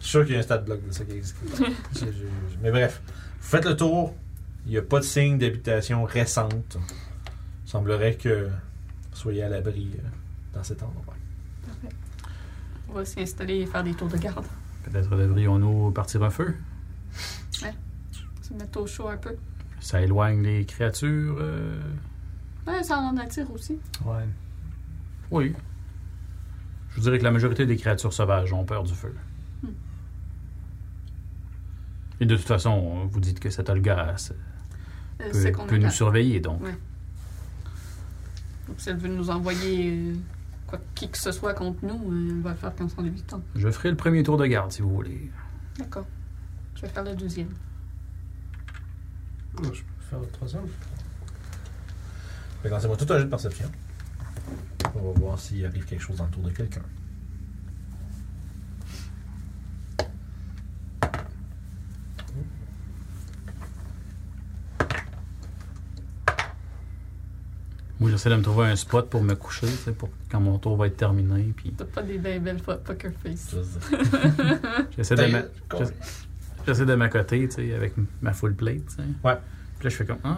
S1: Je suis sûr qu'il y a un stat block de ça qui existe. Je- je- je- Mais bref, vous faites le tour. Il n'y a pas de signe d'habitation récente. Il semblerait que vous soyez à l'abri euh, dans cet endroit.
S3: On va s'y installer et faire des tours de garde.
S5: Peut-être devrions-nous partir un feu.
S3: Se mettre au chaud un peu.
S5: Ça éloigne les créatures. euh,
S3: Ouais, ça en attire aussi.
S4: Ouais.
S5: Oui. Je vous dirais que la majorité des créatures sauvages ont peur du feu.
S3: Hmm.
S5: Et de toute façon, vous dites que cet Olga ça,
S3: Elle
S5: peut,
S3: sait Euh, qu'on
S5: peut
S3: est
S5: nous
S3: là.
S5: surveiller, donc.
S3: Donc, si elle veut nous envoyer euh, quoi, qui que ce soit contre nous, euh, elle va le faire quand on est 8 ans.
S5: Je ferai le premier tour de garde, si vous voulez.
S3: D'accord. Je vais faire le deuxième.
S2: Moi, je peux faire le troisième.
S1: Fait que lancez-moi tout un jeu de perception. On va voir s'il arrive quelque chose dans le tour de quelqu'un.
S5: Moi, j'essaie de me trouver un spot pour me coucher, tu sais, pour quand mon tour va être terminé. Puis
S3: T'as pas des belles, belles fo- poker face.
S5: j'essaie
S1: Ben,
S5: de, m'a- j'essa- j'essaie de m'accoter, tu sais, avec m- ma full plate, tu sais.
S1: Ouais.
S5: Puis là, je fais comme ah.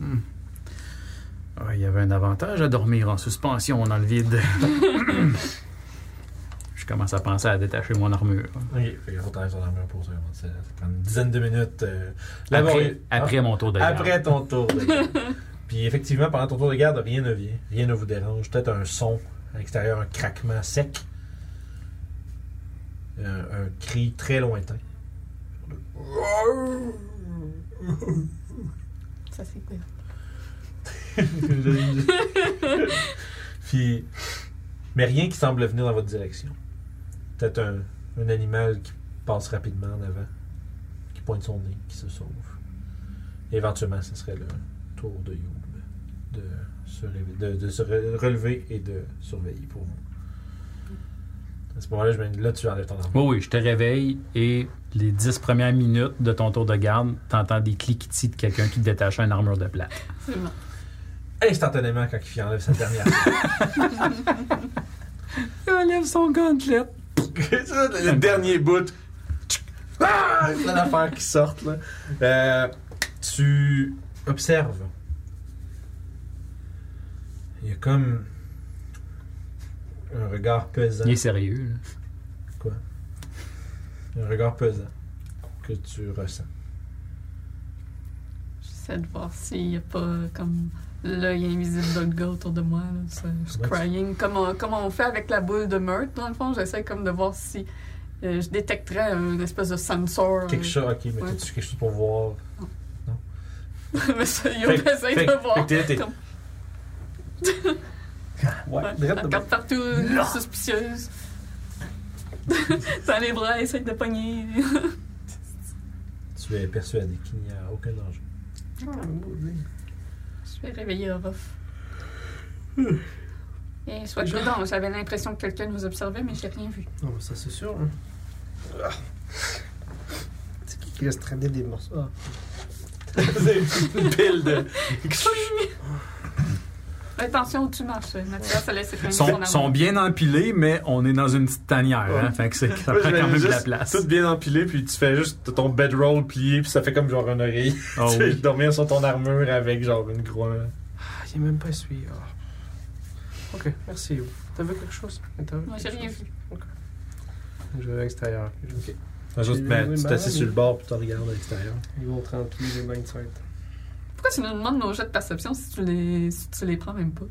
S5: hmm. Ah, il y avait un avantage à dormir en suspension dans le vide. je commence à penser à détacher mon armure. hein.
S1: Ok, fait que faut t'enlever ton armure pour ça. Ça prend une dizaine de minutes. euh, Ah,
S5: Après,
S1: laborieux.
S5: après mon tour de garde.
S1: Après ton tour de garde. Puis effectivement, pendant ton tour de garde, rien ne vient. Rien ne vous dérange. Peut-être un son à l'extérieur, un craquement sec. Un, un cri très lointain.
S3: Ça, c'est clair.
S1: Puis mais rien qui semble venir dans votre direction. Peut-être un, un animal qui passe rapidement en avant, qui pointe son nez, qui se sauve. Et éventuellement, ce serait le tour de Youb de se, réve- de- de se re- relever et de surveiller pour vous. À ce moment-là, je me dis, là, tu enlèves ton arme.
S5: Oui, oui, je te réveille et les dix premières minutes de ton tour de garde, t'entends des cliquetis de quelqu'un qui détache un armure de plate.
S3: C'est bon.
S1: Instantanément, quand il enlève sa dernière
S5: Il enlève son gauntlet.
S1: C'est ça, le dernier bout. Tchic. Ah! Il y a plein d'affaires qui sortent. Là. Euh, tu observes. Il y a comme un regard pesant.
S5: Il est sérieux. là.
S1: Un regard pesant que tu ressens.
S3: J'essaie de voir s'il n'y a pas comme l'œil invisible d'autre gars autour de moi. Là, ce- ce
S1: Ah, Ouais, tu-
S3: crying, comme on, comme on fait avec la boule de meurtre, dans le fond. J'essaie comme de voir si euh, je détecterais une espèce de sensor.
S1: Quelque chose, ok, mais
S3: Ouais.
S1: t'as-tu quelque chose pour voir?
S3: Mais ça, il
S1: Fait-
S3: essaie
S1: fait-
S3: de voir.
S1: fait que t'es- t'es-
S3: comme-
S1: Ouais,
S3: Ouais,
S1: direct de-
S3: regarde partout, suspicieuse. Dans les bras, essaye de pogner.
S1: Tu es persuadé qu'il n'y a aucun danger.
S3: Ah.
S2: Ah,
S3: Je vais réveiller Orof. Et soit dedans, j'avais l'impression que quelqu'un nous observait, mais je n'ai rien vu.
S2: Non, mais ça, c'est sûr. hein. Ah.
S10: C'est qui qui laisse traîner des morceaux Ah.
S6: C'est une pile de.
S3: Attention où tu marches, Mathias a laissé
S5: Ils
S3: traîner
S5: sont,
S3: son
S5: sont
S3: arme.
S5: bien empilés, mais on est dans une petite tanière. hein, fait que c'est- ça
S6: Moi,
S5: prend
S6: je
S5: quand même de la
S6: juste
S5: place.
S6: Tout bien empilé, puis tu fais juste ton bedroll plié, puis ça fait comme genre un oreille.
S5: Ah
S6: tu
S5: oui.
S6: fais dormir sur ton armure avec genre une croix.
S2: Ah, il est même pas essuyé. Ah. Ok, merci. T'avais quelque chose T'avais
S3: Moi, j'ai
S2: quelque
S3: rien
S2: chose?
S3: vu.
S2: Je vais à l'extérieur.
S6: Ok. Juste,
S1: Ah,
S2: Oui,
S6: ben,
S2: oui,
S6: tu
S2: ben,
S6: t'assieds
S2: oui.
S6: sur le bord, puis tu regardes à l'extérieur.
S2: Ils vont tranquille, les 27.
S3: Pourquoi tu nous demandes nos jets de perception si tu les, si tu les prends même pas?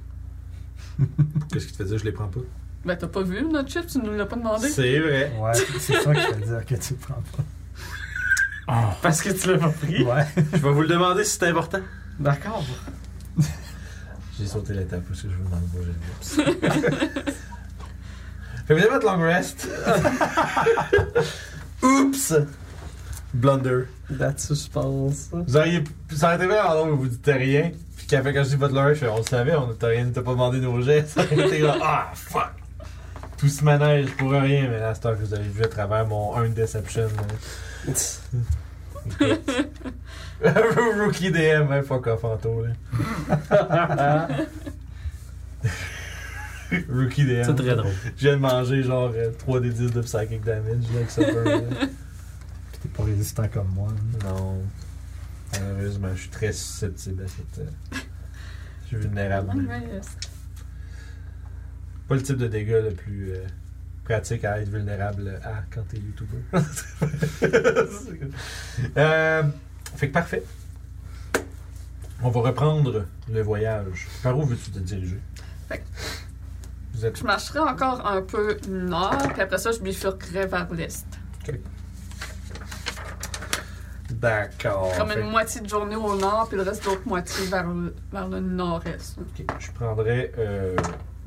S6: Qu'est-ce qui te fait dire je les prends pas?
S3: Ben, t'as pas vu notre chip, tu nous l'as pas demandé.
S6: C'est vrai.
S4: Ouais, c'est ça que je veux dire que tu prends pas.
S5: Oh.
S2: Parce que tu l'as pas pris
S4: Ouais.
S6: je vais vous le demander si c'est important.
S2: D'accord.
S1: J'ai sauté l'étape parce que je vous demande pas, j'ai le dips. Fait que vous avez votre long rest. Oups!
S6: Blunder.
S2: Date suspense.
S1: Vous auriez. Ça aurait été bien alors que vous dites rien. Puis qu'à fait, quand je dis votre long rest, je fais, on le savait, on t'a rien, t'a pas demandé nos gestes. Ça aurait été genre, ah, fuck! Tout ce manège pour rien, mais là, c'est que vous avez vu à travers mon own deception. hein. Rookie DM, hein, fuck off, Anto, là. Rookie DM.
S5: C'est très drôle.
S1: Je viens de manger genre euh, 3 des 10 de psychic damage là, avec ça
S4: Puis t'es pas résistant comme moi. hein.
S1: Non. Malheureusement, je suis très susceptible à cette. euh, Je suis vulnérable.
S3: Ouais, euh, ouais, c'est-
S1: Pas le type de dégâts le plus euh, pratique à être vulnérable à quand t'es YouTuber. Euh, fait que parfait. On va reprendre le voyage. Par où veux-tu te diriger?
S3: Fait que-
S1: Vous êtes
S3: Je marcherai encore un peu nord, puis après ça, je bifurquerai vers l'est.
S1: d'accord.
S3: Comme
S1: Fait que-
S3: une moitié de journée au nord, puis le reste de l'autre moitié vers le, vers le nord-est.
S1: Ok, je prendrais euh,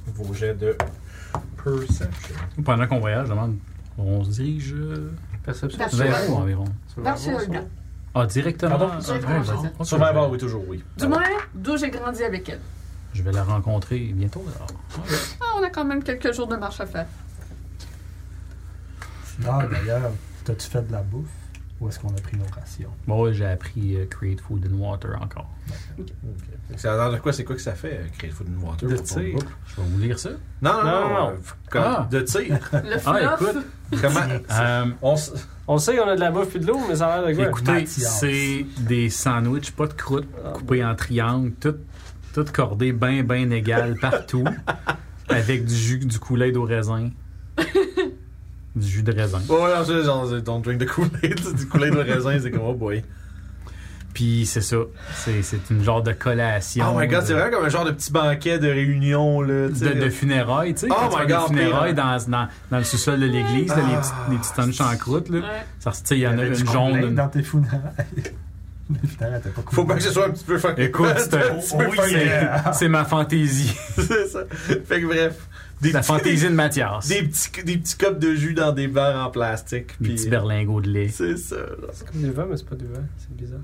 S1: vos jets de perception.
S5: Pendant qu'on voyage, je demande on se dirige euh,
S2: Perception.
S3: Vers
S2: c'est
S5: vers
S3: Cheval.
S5: où environ
S2: C'est
S3: Vers
S2: bon,
S3: chez
S2: ça.
S3: Olga.
S5: Ah, directement.
S1: Pardon?
S5: Ah,
S3: Survivor,
S5: ouais,
S3: c'est
S5: bon. Ok,
S1: Survivor,
S5: je-
S1: oui, toujours, oui.
S3: Du moins, d'où j'ai grandi avec elle.
S5: Je vais la rencontrer bientôt. alors. Ouais.
S3: Ah, on a quand même quelques jours de marche à faire.
S4: Non, d'ailleurs, t'as-tu fait de la bouffe ou est-ce qu'on a pris nos rations?
S5: Bon, ouais, j'ai appris euh, Create Food and Water encore.
S6: Fait que Ça a l'air de quoi? C'est quoi que ça fait, euh, créer le food and water?
S2: De
S6: pour ton
S2: tir.
S6: groupe?
S5: Je vais vous lire ça.
S6: Non, non, non.
S2: Non, non,
S6: euh, comme
S5: Ah.
S6: De tir.
S3: Le fluff,
S5: Ah, écoute.
S6: Comment?
S5: Euh,
S6: On s-
S2: On sait qu'on a de la bouffe et de l'eau, mais ça a l'air de quoi
S5: Écoutez,
S4: Mathias.
S5: c'est des sandwichs, pas de croûte,
S2: Ah,
S5: coupés en triangle, tout, tout cordé bien, bien égal partout, avec du jus, du Kool-Aid au raisin. du jus de raisin.
S6: Oh, là, c'est genre, c'est ton drink de Kool-Aid, c'est du Kool-Aid de raisin, c'est comme, oh boy.
S5: Puis c'est ça, c'est c'est une genre de collation.
S6: Oh my god,
S5: de-
S6: c'est vraiment comme un genre de petit banquet de réunion, là. tu
S5: De,
S6: sais.
S5: Euh, de funérailles, tu sais.
S6: Oh
S5: quand tu
S6: my
S5: fais des
S6: God,
S5: funérailles
S6: pire, hein.
S5: dans, dans, dans le sous-sol de l'église, là, les,
S6: Ah.
S5: petites- les petites sandwichs en croûte, là.
S3: Ouais.
S5: Ça, tu sais, il y en a
S4: Avais-tu
S5: une jaune.
S4: complaint
S5: une-
S4: dans tes funérailles. Les funérailles, t'as pas coupé.
S6: Faut pas que ce soit un petit peu fucking.
S5: Écoute, c'est un-
S6: un petit peu
S5: c'est-
S6: fucking.
S5: c'est ma fantaisie.
S6: C'est ça. Fait que bref.
S1: Des
S5: La
S1: petits-
S5: fantaisie de Mathias.
S1: Des petits, des petits copes de jus dans des verres en plastique.
S5: Des
S1: puis-
S5: petits berlingots de lait.
S1: C'est ça. là.
S2: C'est comme des vins, mais c'est pas du vin. C'est bizarre.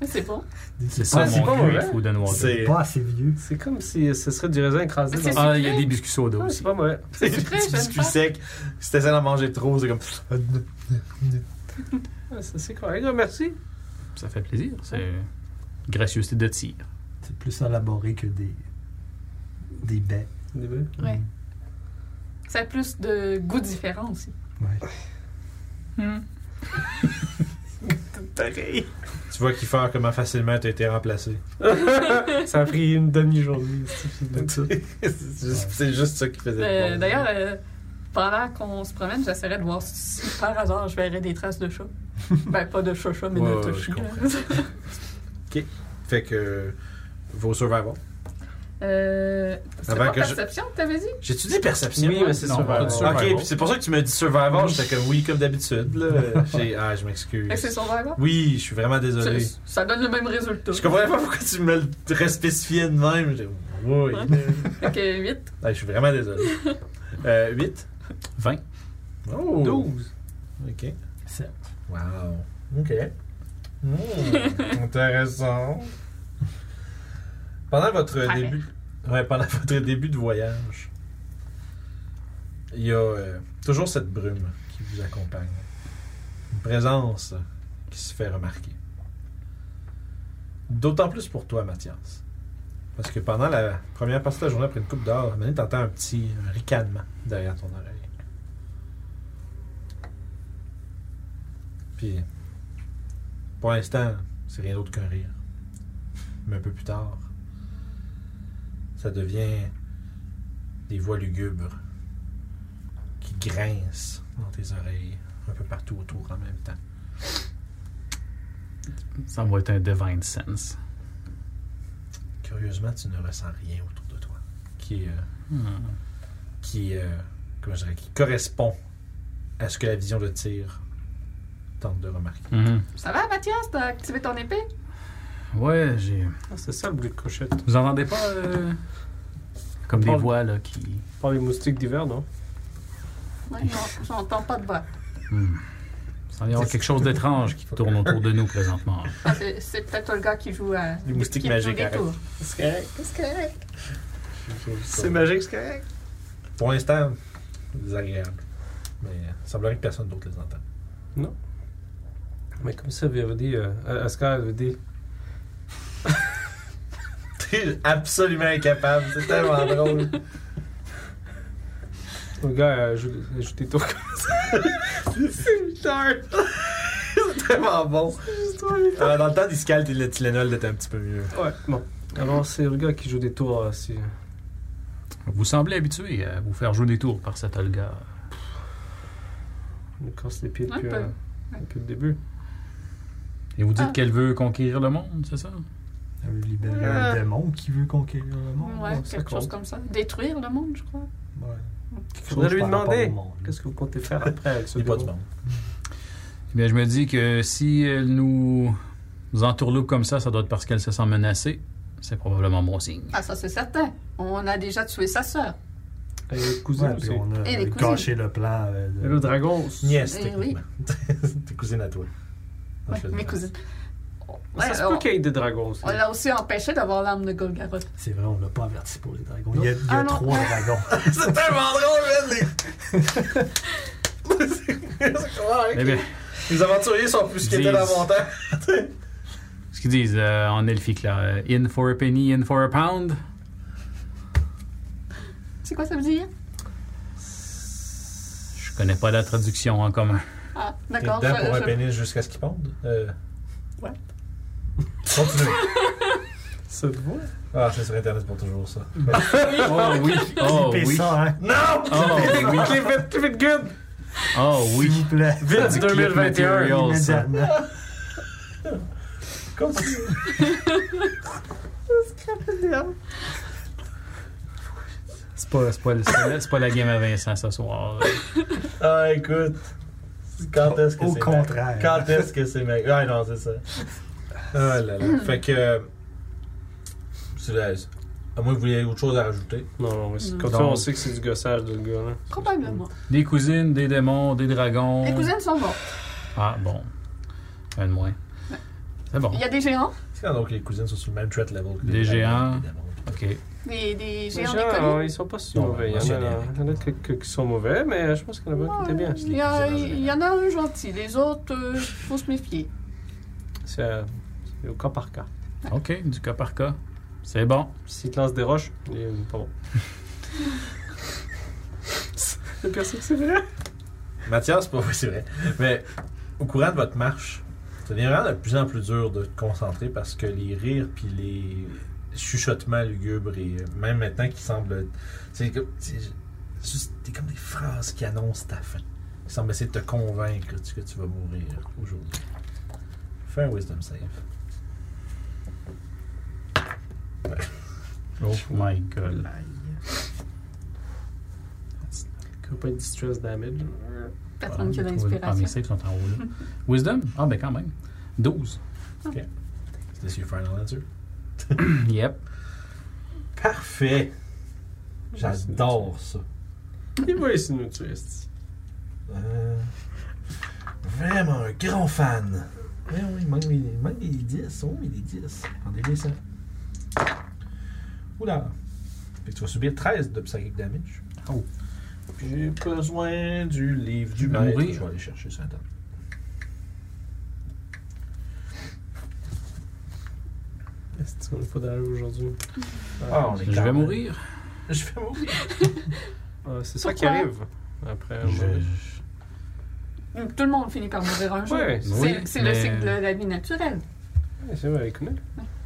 S3: Mais c'est bon.
S5: C'est ça,
S2: Ah, c'est pas
S5: mon cul,
S2: mauvais.
S5: il faut de noir.
S1: C'est.
S4: Pas assez vieux.
S2: C'est comme si ce serait du raisin écrasé.
S3: Mais
S2: dans-
S3: c'est-
S5: Ah, il y a des biscuits soda
S2: Ah,
S5: aussi.
S2: c'est pas mauvais.
S1: C'est des
S3: frais,
S1: petits
S3: j'aime
S1: biscuits
S3: pas.
S1: secs. Si t'essaies d'en manger trop, c'est comme.
S2: Ah, ça, C'est correct. Ah, Merci.
S5: Ça fait plaisir. C'est gracieuseté de tir.
S4: C'est plus élaboré que des. des baies.
S2: Des vins.
S3: Ouais. Ça a plus de goûts différents aussi.
S4: Ouais.
S1: Pareil. Tu vois qu'il fait comment facilement t'as été remplacé.
S2: Ça a pris une demi-journée. c'est fini.
S1: c'est juste, c'est juste ça qui faisait.
S3: Euh,
S1: le bon.
S3: D'ailleurs, euh, pendant qu'on se promène, j'essaierai de voir si par hasard je verrais des traces de chat. ben, pas de chat-chat, mais
S1: Ouais,
S3: de
S1: ouais,
S3: touchy.
S1: je
S3: là.
S1: Fait que. euh, Vos survivants.
S3: Euh, c'est
S1: Avant
S3: pas
S1: que je-
S3: perception, t'avais dit?
S1: J'ai-tu dit perception?
S2: Oui, mais c'est
S5: Non,
S2: survival.
S5: pas de survival.
S1: Ok, puis c'est pour ça que tu m'as dit survivor. J'étais comme oui, comme d'habitude. là. J'ai- Ah, je m'excuse.
S3: Fait que c'est survivor?
S1: Oui, je suis vraiment désolé.
S3: Ça, ça donne le même résultat.
S1: Je comprenais pas pourquoi tu me le respécifiais de même. J'ai- Oui.
S3: Fait que 8.
S1: Ah, je suis vraiment désolé. Euh, 8.
S5: 20.
S1: Oh.
S2: 12.
S1: Ok.
S4: Sept.
S12: Wow. OK. Hmm, Intéressant.
S1: Pendant votre
S3: Parfait.
S1: début, ouais, pendant votre début de voyage, il y a euh, toujours cette brume qui vous accompagne, une présence qui se fait remarquer. D'autant plus pour toi, Mathias, parce que pendant la première partie de la journée après une coupe d'or, tu entends un petit ricanement derrière ton oreille. Puis, pour l'instant, c'est rien d'autre qu'un rire. Mais un peu plus tard, ça devient des voix lugubres qui grincent dans tes oreilles un peu partout autour en même temps.
S5: Ça va être un Divine Sense.
S1: Curieusement, tu ne ressens rien autour de toi qui, euh,
S5: Hmm.
S1: qui, euh, comment je dirais, qui correspond à ce que la vision de tir tente de remarquer.
S5: Mhm.
S3: Ça va, Mathias? T'as activé ton épée?
S5: Ouais, j'ai.
S2: Ah, c'est ça le bruit de cochette.
S5: Vous entendez pas euh, Comme des
S2: Parle-
S5: voix là qui.
S2: Par les moustiques d'hiver, non?
S3: Ouais, non, j'entends pas de voix.
S5: Hmm. Il semble y avoir quelque chose d'étrange qui tourne autour de nous présentement.
S3: Ah, c'est- C'est peut-être le gars qui joue à.
S1: Les moustiques
S3: qui joue
S1: magiques,
S3: des
S1: arrête.
S3: tours.
S2: C'est correct.
S8: Qu'est-ce que.
S2: C'est magique, c'est correct.
S1: Pour l'instant, désagréable. Mais euh, il semblerait que personne d'autre les entende.
S2: Mais comme ça, vous avez dit, euh, Oscar avait dit,
S1: T'es absolument incapable. C'est tellement drôle.
S2: le gars euh, joue, joue des tours.
S1: C'est tellement bon. Euh, dans le temps d'Iscal, le Tylenol était un petit peu mieux.
S2: Ouais, bon. Alors, c'est le gars qui joue des tours. euh, si-
S5: Vous semblez habitué à vous faire jouer des tours par cet Olga.
S2: Il nous casse les pieds
S3: Un
S2: depuis,
S3: peu.
S2: euh, depuis le début.
S5: Et vous dites
S3: Ah.
S5: qu'elle veut conquérir le monde, c'est ça Eh
S4: Ça veut libérer
S2: Euh.
S4: un démon qui veut conquérir le monde.
S3: Ouais,
S2: ça
S3: quelque chose
S2: compte.
S3: comme ça. Détruire le monde, je crois.
S4: Ouais.
S2: Faudrait lui
S4: Par rapport
S2: demander.
S4: au monde.
S2: Qu'est-ce que vous comptez faire après avec ce
S1: Il n'y a pas du
S2: démon?
S1: monde.
S5: Eh bien, je me dis que si elle nous, nous entourloupe comme ça, ça doit être parce qu'elle se sent menacée. C'est probablement bon signe.
S3: Ah, ça, c'est certain. On a déjà tué sa sœur.
S2: Et le cousin
S4: Ouais, puis
S2: aussi.
S4: on a
S3: Et Eh, les
S4: euh,
S3: cousines.
S4: gâché le plan. euh, de-
S2: Et le dragon. c'est-
S1: Nièce,
S3: Eh
S1: techniquement. Tes cousines à toi. En
S3: Ouais,
S1: fait,
S3: mes
S1: non.
S3: cousines.
S2: Ça
S3: Ouais,
S2: se
S3: on-
S2: peut qu'il y ait des dragons aussi.
S3: On l'a aussi empêché d'avoir l'arme de Golgaroth.
S4: C'est vrai, on l'a pas averti pour les dragons. Il y a, il y a
S3: Ah, non.
S4: trois dragons.
S1: C'est tellement drôle, man! les- C'est correct.
S5: Eh bien,
S1: Les aventuriers sont plus ce qu'ils étaient
S5: Dis-
S1: dans mon temps.
S5: ce qu'ils disent euh, en elfique, là, euh, in for a penny, in for a pound.
S3: C'est quoi ça veut dire?
S5: Je connais pas la traduction en commun.
S3: Ah,
S1: T'es
S3: d'accord.
S1: dedans
S3: je-
S1: pour un
S3: je-
S1: pénis jusqu'à ce qu'il ponde? Euh...
S3: Ouais.
S1: Continue.
S2: Ça te voit?
S1: Ah, c'est sur Internet pour toujours, ça.
S5: Oh oui, oh
S4: Clippez
S5: oui,
S4: ça, hein.
S1: Non!
S5: oh oui,
S2: Clip it, clip it good!
S5: oh
S4: S'il
S5: oui.
S4: vous plaît.
S5: Vite,
S2: 2021,
S5: ça.
S4: Immédiatement.
S1: Continue.
S5: C'est pas, c'est pas, le- c'est pas- c'est pas la game à Vincent ce soir.
S1: Ah, écoute. Quand est-ce que
S4: Au
S1: c'est...
S4: contraire.
S1: Quand est-ce que c'est mec? Ah non, c'est ça. Oh là là. Fait que. euh, C'est la- À moins que vous ayez autre chose à ajouter.
S2: Non, non, mais c'est-
S3: Non.
S2: comme ça, on sait que c'est du gossage de ce gars, là.
S3: Probablement.
S5: Des cousines, des démons, des dragons.
S3: Les cousines sont mortes.
S5: Ah, bon. Un de moins. C'est bon.
S3: Il y a des géants,
S1: C'est quand donc les cousines sont sur le même threat level que
S5: Des géants.
S1: évidemment.
S5: OK.
S3: des, des
S2: Les
S3: géants
S2: gens,
S3: déconnus.
S2: ils sont pas si
S1: Non,
S2: mauvais. Il y en a-
S1: mentionné avec.
S2: il y en a quelques qui sont mauvais, mais euh, je pense qu'il y en a beaucoup qui étaient bien.
S3: Il y, a- il y en a un gentil, les autres, euh, faut se méfier.
S2: C'est euh, c'est au cas par cas.
S5: OK, du cas par cas. C'est bon.
S2: S'il te lance des roches, il est pas bon. Le perso, c'est vrai.
S1: Mathias, pas c'est vrai. Mais au courant de votre marche, ça devient vraiment de plus en plus dur de te concentrer parce que les rires puis les chuchotements lugubres et euh, même maintenant qui semblent. C'est comme. c'est juste- T'es comme des phrases qui annoncent ta fin. Ils semblent essayer de te convaincre que tu- que tu vas mourir aujourd'hui. Fais un wisdom save.
S5: Oh my God.
S2: Que pas de distress damage.
S3: Peut-être
S5: Voilà,
S3: un peu
S5: j'ai trouvé- Ah, mes
S3: d'inspiration.
S5: saves sont en haut, là. Wisdom? Ah, ben quand même. 12.
S1: C'était sur Final Answer.
S5: Yep.
S1: Parfait! J'adore ça.
S2: Il va essayer de nous tuer. c'est-tu.
S1: Euh, vraiment un grand fan. Oui, oui, il manque, mes- il manque des 10. Oh, mais des 10. Attendez-les ça. Oula. Fait que tu vas subir 13 de psychic damage.
S5: Oh.
S1: Puis J'ai besoin du livre
S5: Tu
S1: du
S5: vas
S1: maître.
S5: mourir.
S1: Je vais aller chercher ça. Attends.
S2: Est-ce qu'on est pas derrière aujourd'hui?
S1: Ah, on est
S5: Je
S1: quand
S5: vais
S1: même-
S5: mourir.
S1: Je vais mourir.
S2: Ah, c'est ça qui
S3: Pourquoi?
S2: arrive. Après,
S5: Je-
S2: on-
S3: Tout le monde finit par mourir un jour.
S2: Ouais,
S3: C'est
S5: oui,
S3: c'est le
S5: mais-
S3: cycle de la vie naturelle.
S2: Ouais, c'est vrai, il connaît.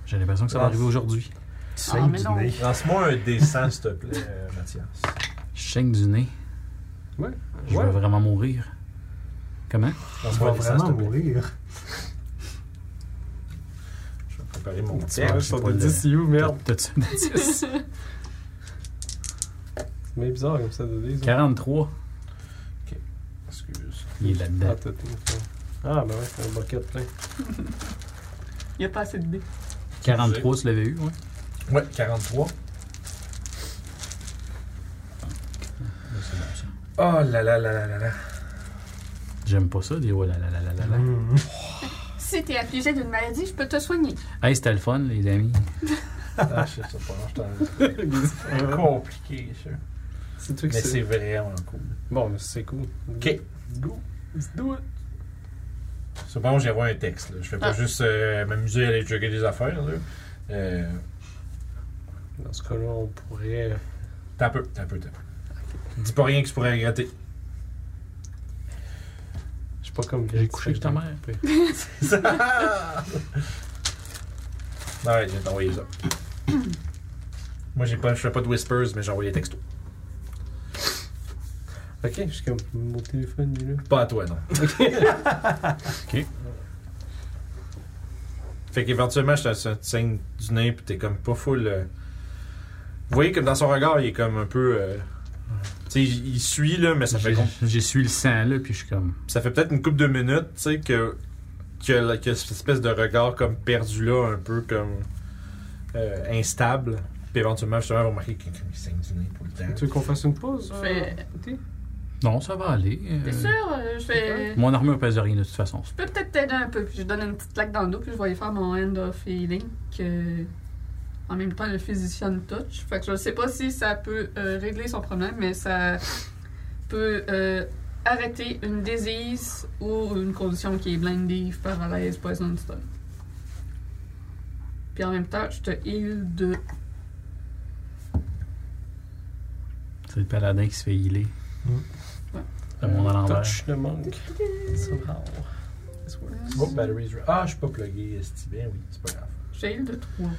S5: J'ai l'impression que ça va arriver aujourd'hui.
S4: Saigne
S3: mais
S4: du
S3: non.
S4: nez.
S1: Lance-moi un dessin, s'il te plaît, euh, Mathias.
S5: Je saigne du nez.
S2: Ouais.
S5: Je vais
S2: Ouais.
S5: vraiment mourir. Comment?
S4: Tu
S1: Lance-moi
S4: vas
S1: un dessin, s'il
S4: vraiment
S1: te plaît.
S4: mourir.
S1: Je vais préparer mon
S2: Tiens,
S1: texte.
S2: ils sont
S5: pas
S2: de
S5: le-
S2: 10 you, merde.
S5: T'as-tu un 10?
S2: C'est bien bizarre comme ça de dire. ça.
S5: 43.
S1: Excuse.
S5: Il est là-dedans.
S2: Ah, t'as tout fait. Ah, ben ouais, c'est un bucket plein.
S3: Il n'y a pas assez de dés.
S5: 43, tu l'avais eu, ouais.
S1: Ouais, 43.
S5: Ouais, c'est bon, ça.
S1: Oh là là là là là là.
S5: J'aime pas ça, des oh là là là là là
S1: Mm.
S5: là.
S4: Mmh.
S3: Si tu es affligé d'une maladie, je peux te soigner.
S5: Hey, c'était le fun, les amis.
S1: Ah, je sais pas, je t'en- C'est compliqué, ça.
S2: c'est toi qui
S1: Mais c'est
S2: sais.
S1: vraiment cool.
S2: Bon, mais c'est cool.
S1: Ok.
S2: Go. Let's do it.
S1: C'est bon, j'ai un texte. là. Je fais pas
S3: Ah.
S1: juste euh, m'amuser à aller jugger des affaires. Là. Euh,
S2: Dans ce cas-là, on pourrait. euh,
S1: t'as un peu, t'as un peu, t'as un peu. Dis pas rien que tu pourrais regretter.
S2: Je sais pas comme.
S5: J'ai couché avec ta mère. après.
S1: Alright, je vais t'envoyer ça. Moi, j'ai pas, je fais pas de whispers, mais j'ai envoyé des textos.
S2: Ok, je suis comme. Mon téléphone, il est là.
S1: Pas à toi, non.
S5: Ok.
S1: Fait qu'éventuellement, je te je te saigne du nez, puis t'es comme pas full. euh, Vous voyez que dans son regard, il est comme un peu. euh, Tu sais, il il suit, là, mais ça fait
S5: J'ai- J'ai suivi le sang, là, puis je suis comme.
S1: ça fait peut-être une couple de minutes, tu sais, que, que, la- que cette espèce de regard comme perdu là, un peu comme euh, instable. Puis éventuellement, justement, vous remarquez qu'il qu'il saigne du nez tout le temps.
S2: Tu veux qu'on fasse une pause?
S3: Je
S2: euh,
S3: fais.
S2: T?
S5: Non, ça va aller. euh,
S3: T'es sûr? euh, Je fais.
S5: Mon armure pèse rien de toute façon.
S3: Je peux peut-être t'aider un peu. Puis je donne une petite claque dans le dos, puis je vais aller faire mon hand of healing. Que... En même temps, le physician touch. Fait que je sais pas si ça peut euh, régler son problème, mais ça peut euh, arrêter une disease ou une condition qui est blindée, paralyse, poison, stun. Puis en même temps, je te heal de.
S5: C'est le paladin qui se fait healer.
S4: Mm.
S5: Le monde à l'envers.
S2: Touch le monk. Ah, Somehow. This works.
S1: Oh, batteries. ra- Ah, je suis pas plugué, c'est bien, oui, c'est pas grave.
S3: Je te heal de 3.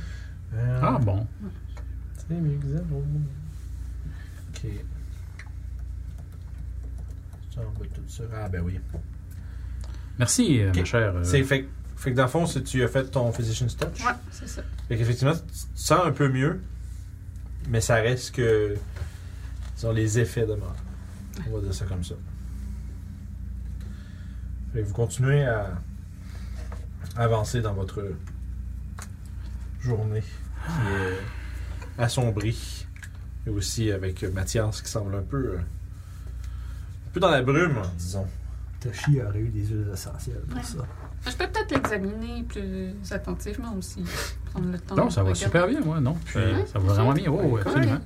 S1: Euh,
S5: Ah bon.
S2: C'est mieux que zéro.
S1: Ok. Ça, on va tout ça. Ah, ben oui.
S5: Merci, euh,
S1: Ok.
S5: ma chère. euh,
S1: C'est fait, que- fait que dans le fond, c'est- tu as fait ton Physician's Touch.
S3: Ouais, c'est ça.
S1: Fait qu'effectivement, tu tu te sens un peu mieux, mais ça reste que. sont les effets de mort. On va dire ça comme ça. Fait que vous continuez à avancer dans votre journée qui est assombri. Et aussi avec euh, Mathias qui semble un peu. euh, un peu dans la brume, disons.
S4: Toshi aurait eu des huiles essentielles pour
S3: Ouais.
S4: ça.
S3: Je peux peut-être l'examiner plus attentivement aussi. Prendre le temps.
S5: Non, ça
S3: de
S5: va
S3: regarder.
S5: super bien, moi, non. Puis,
S1: Hein?
S5: ça va vraiment bien. Oh,
S3: Ouais.
S5: absolument.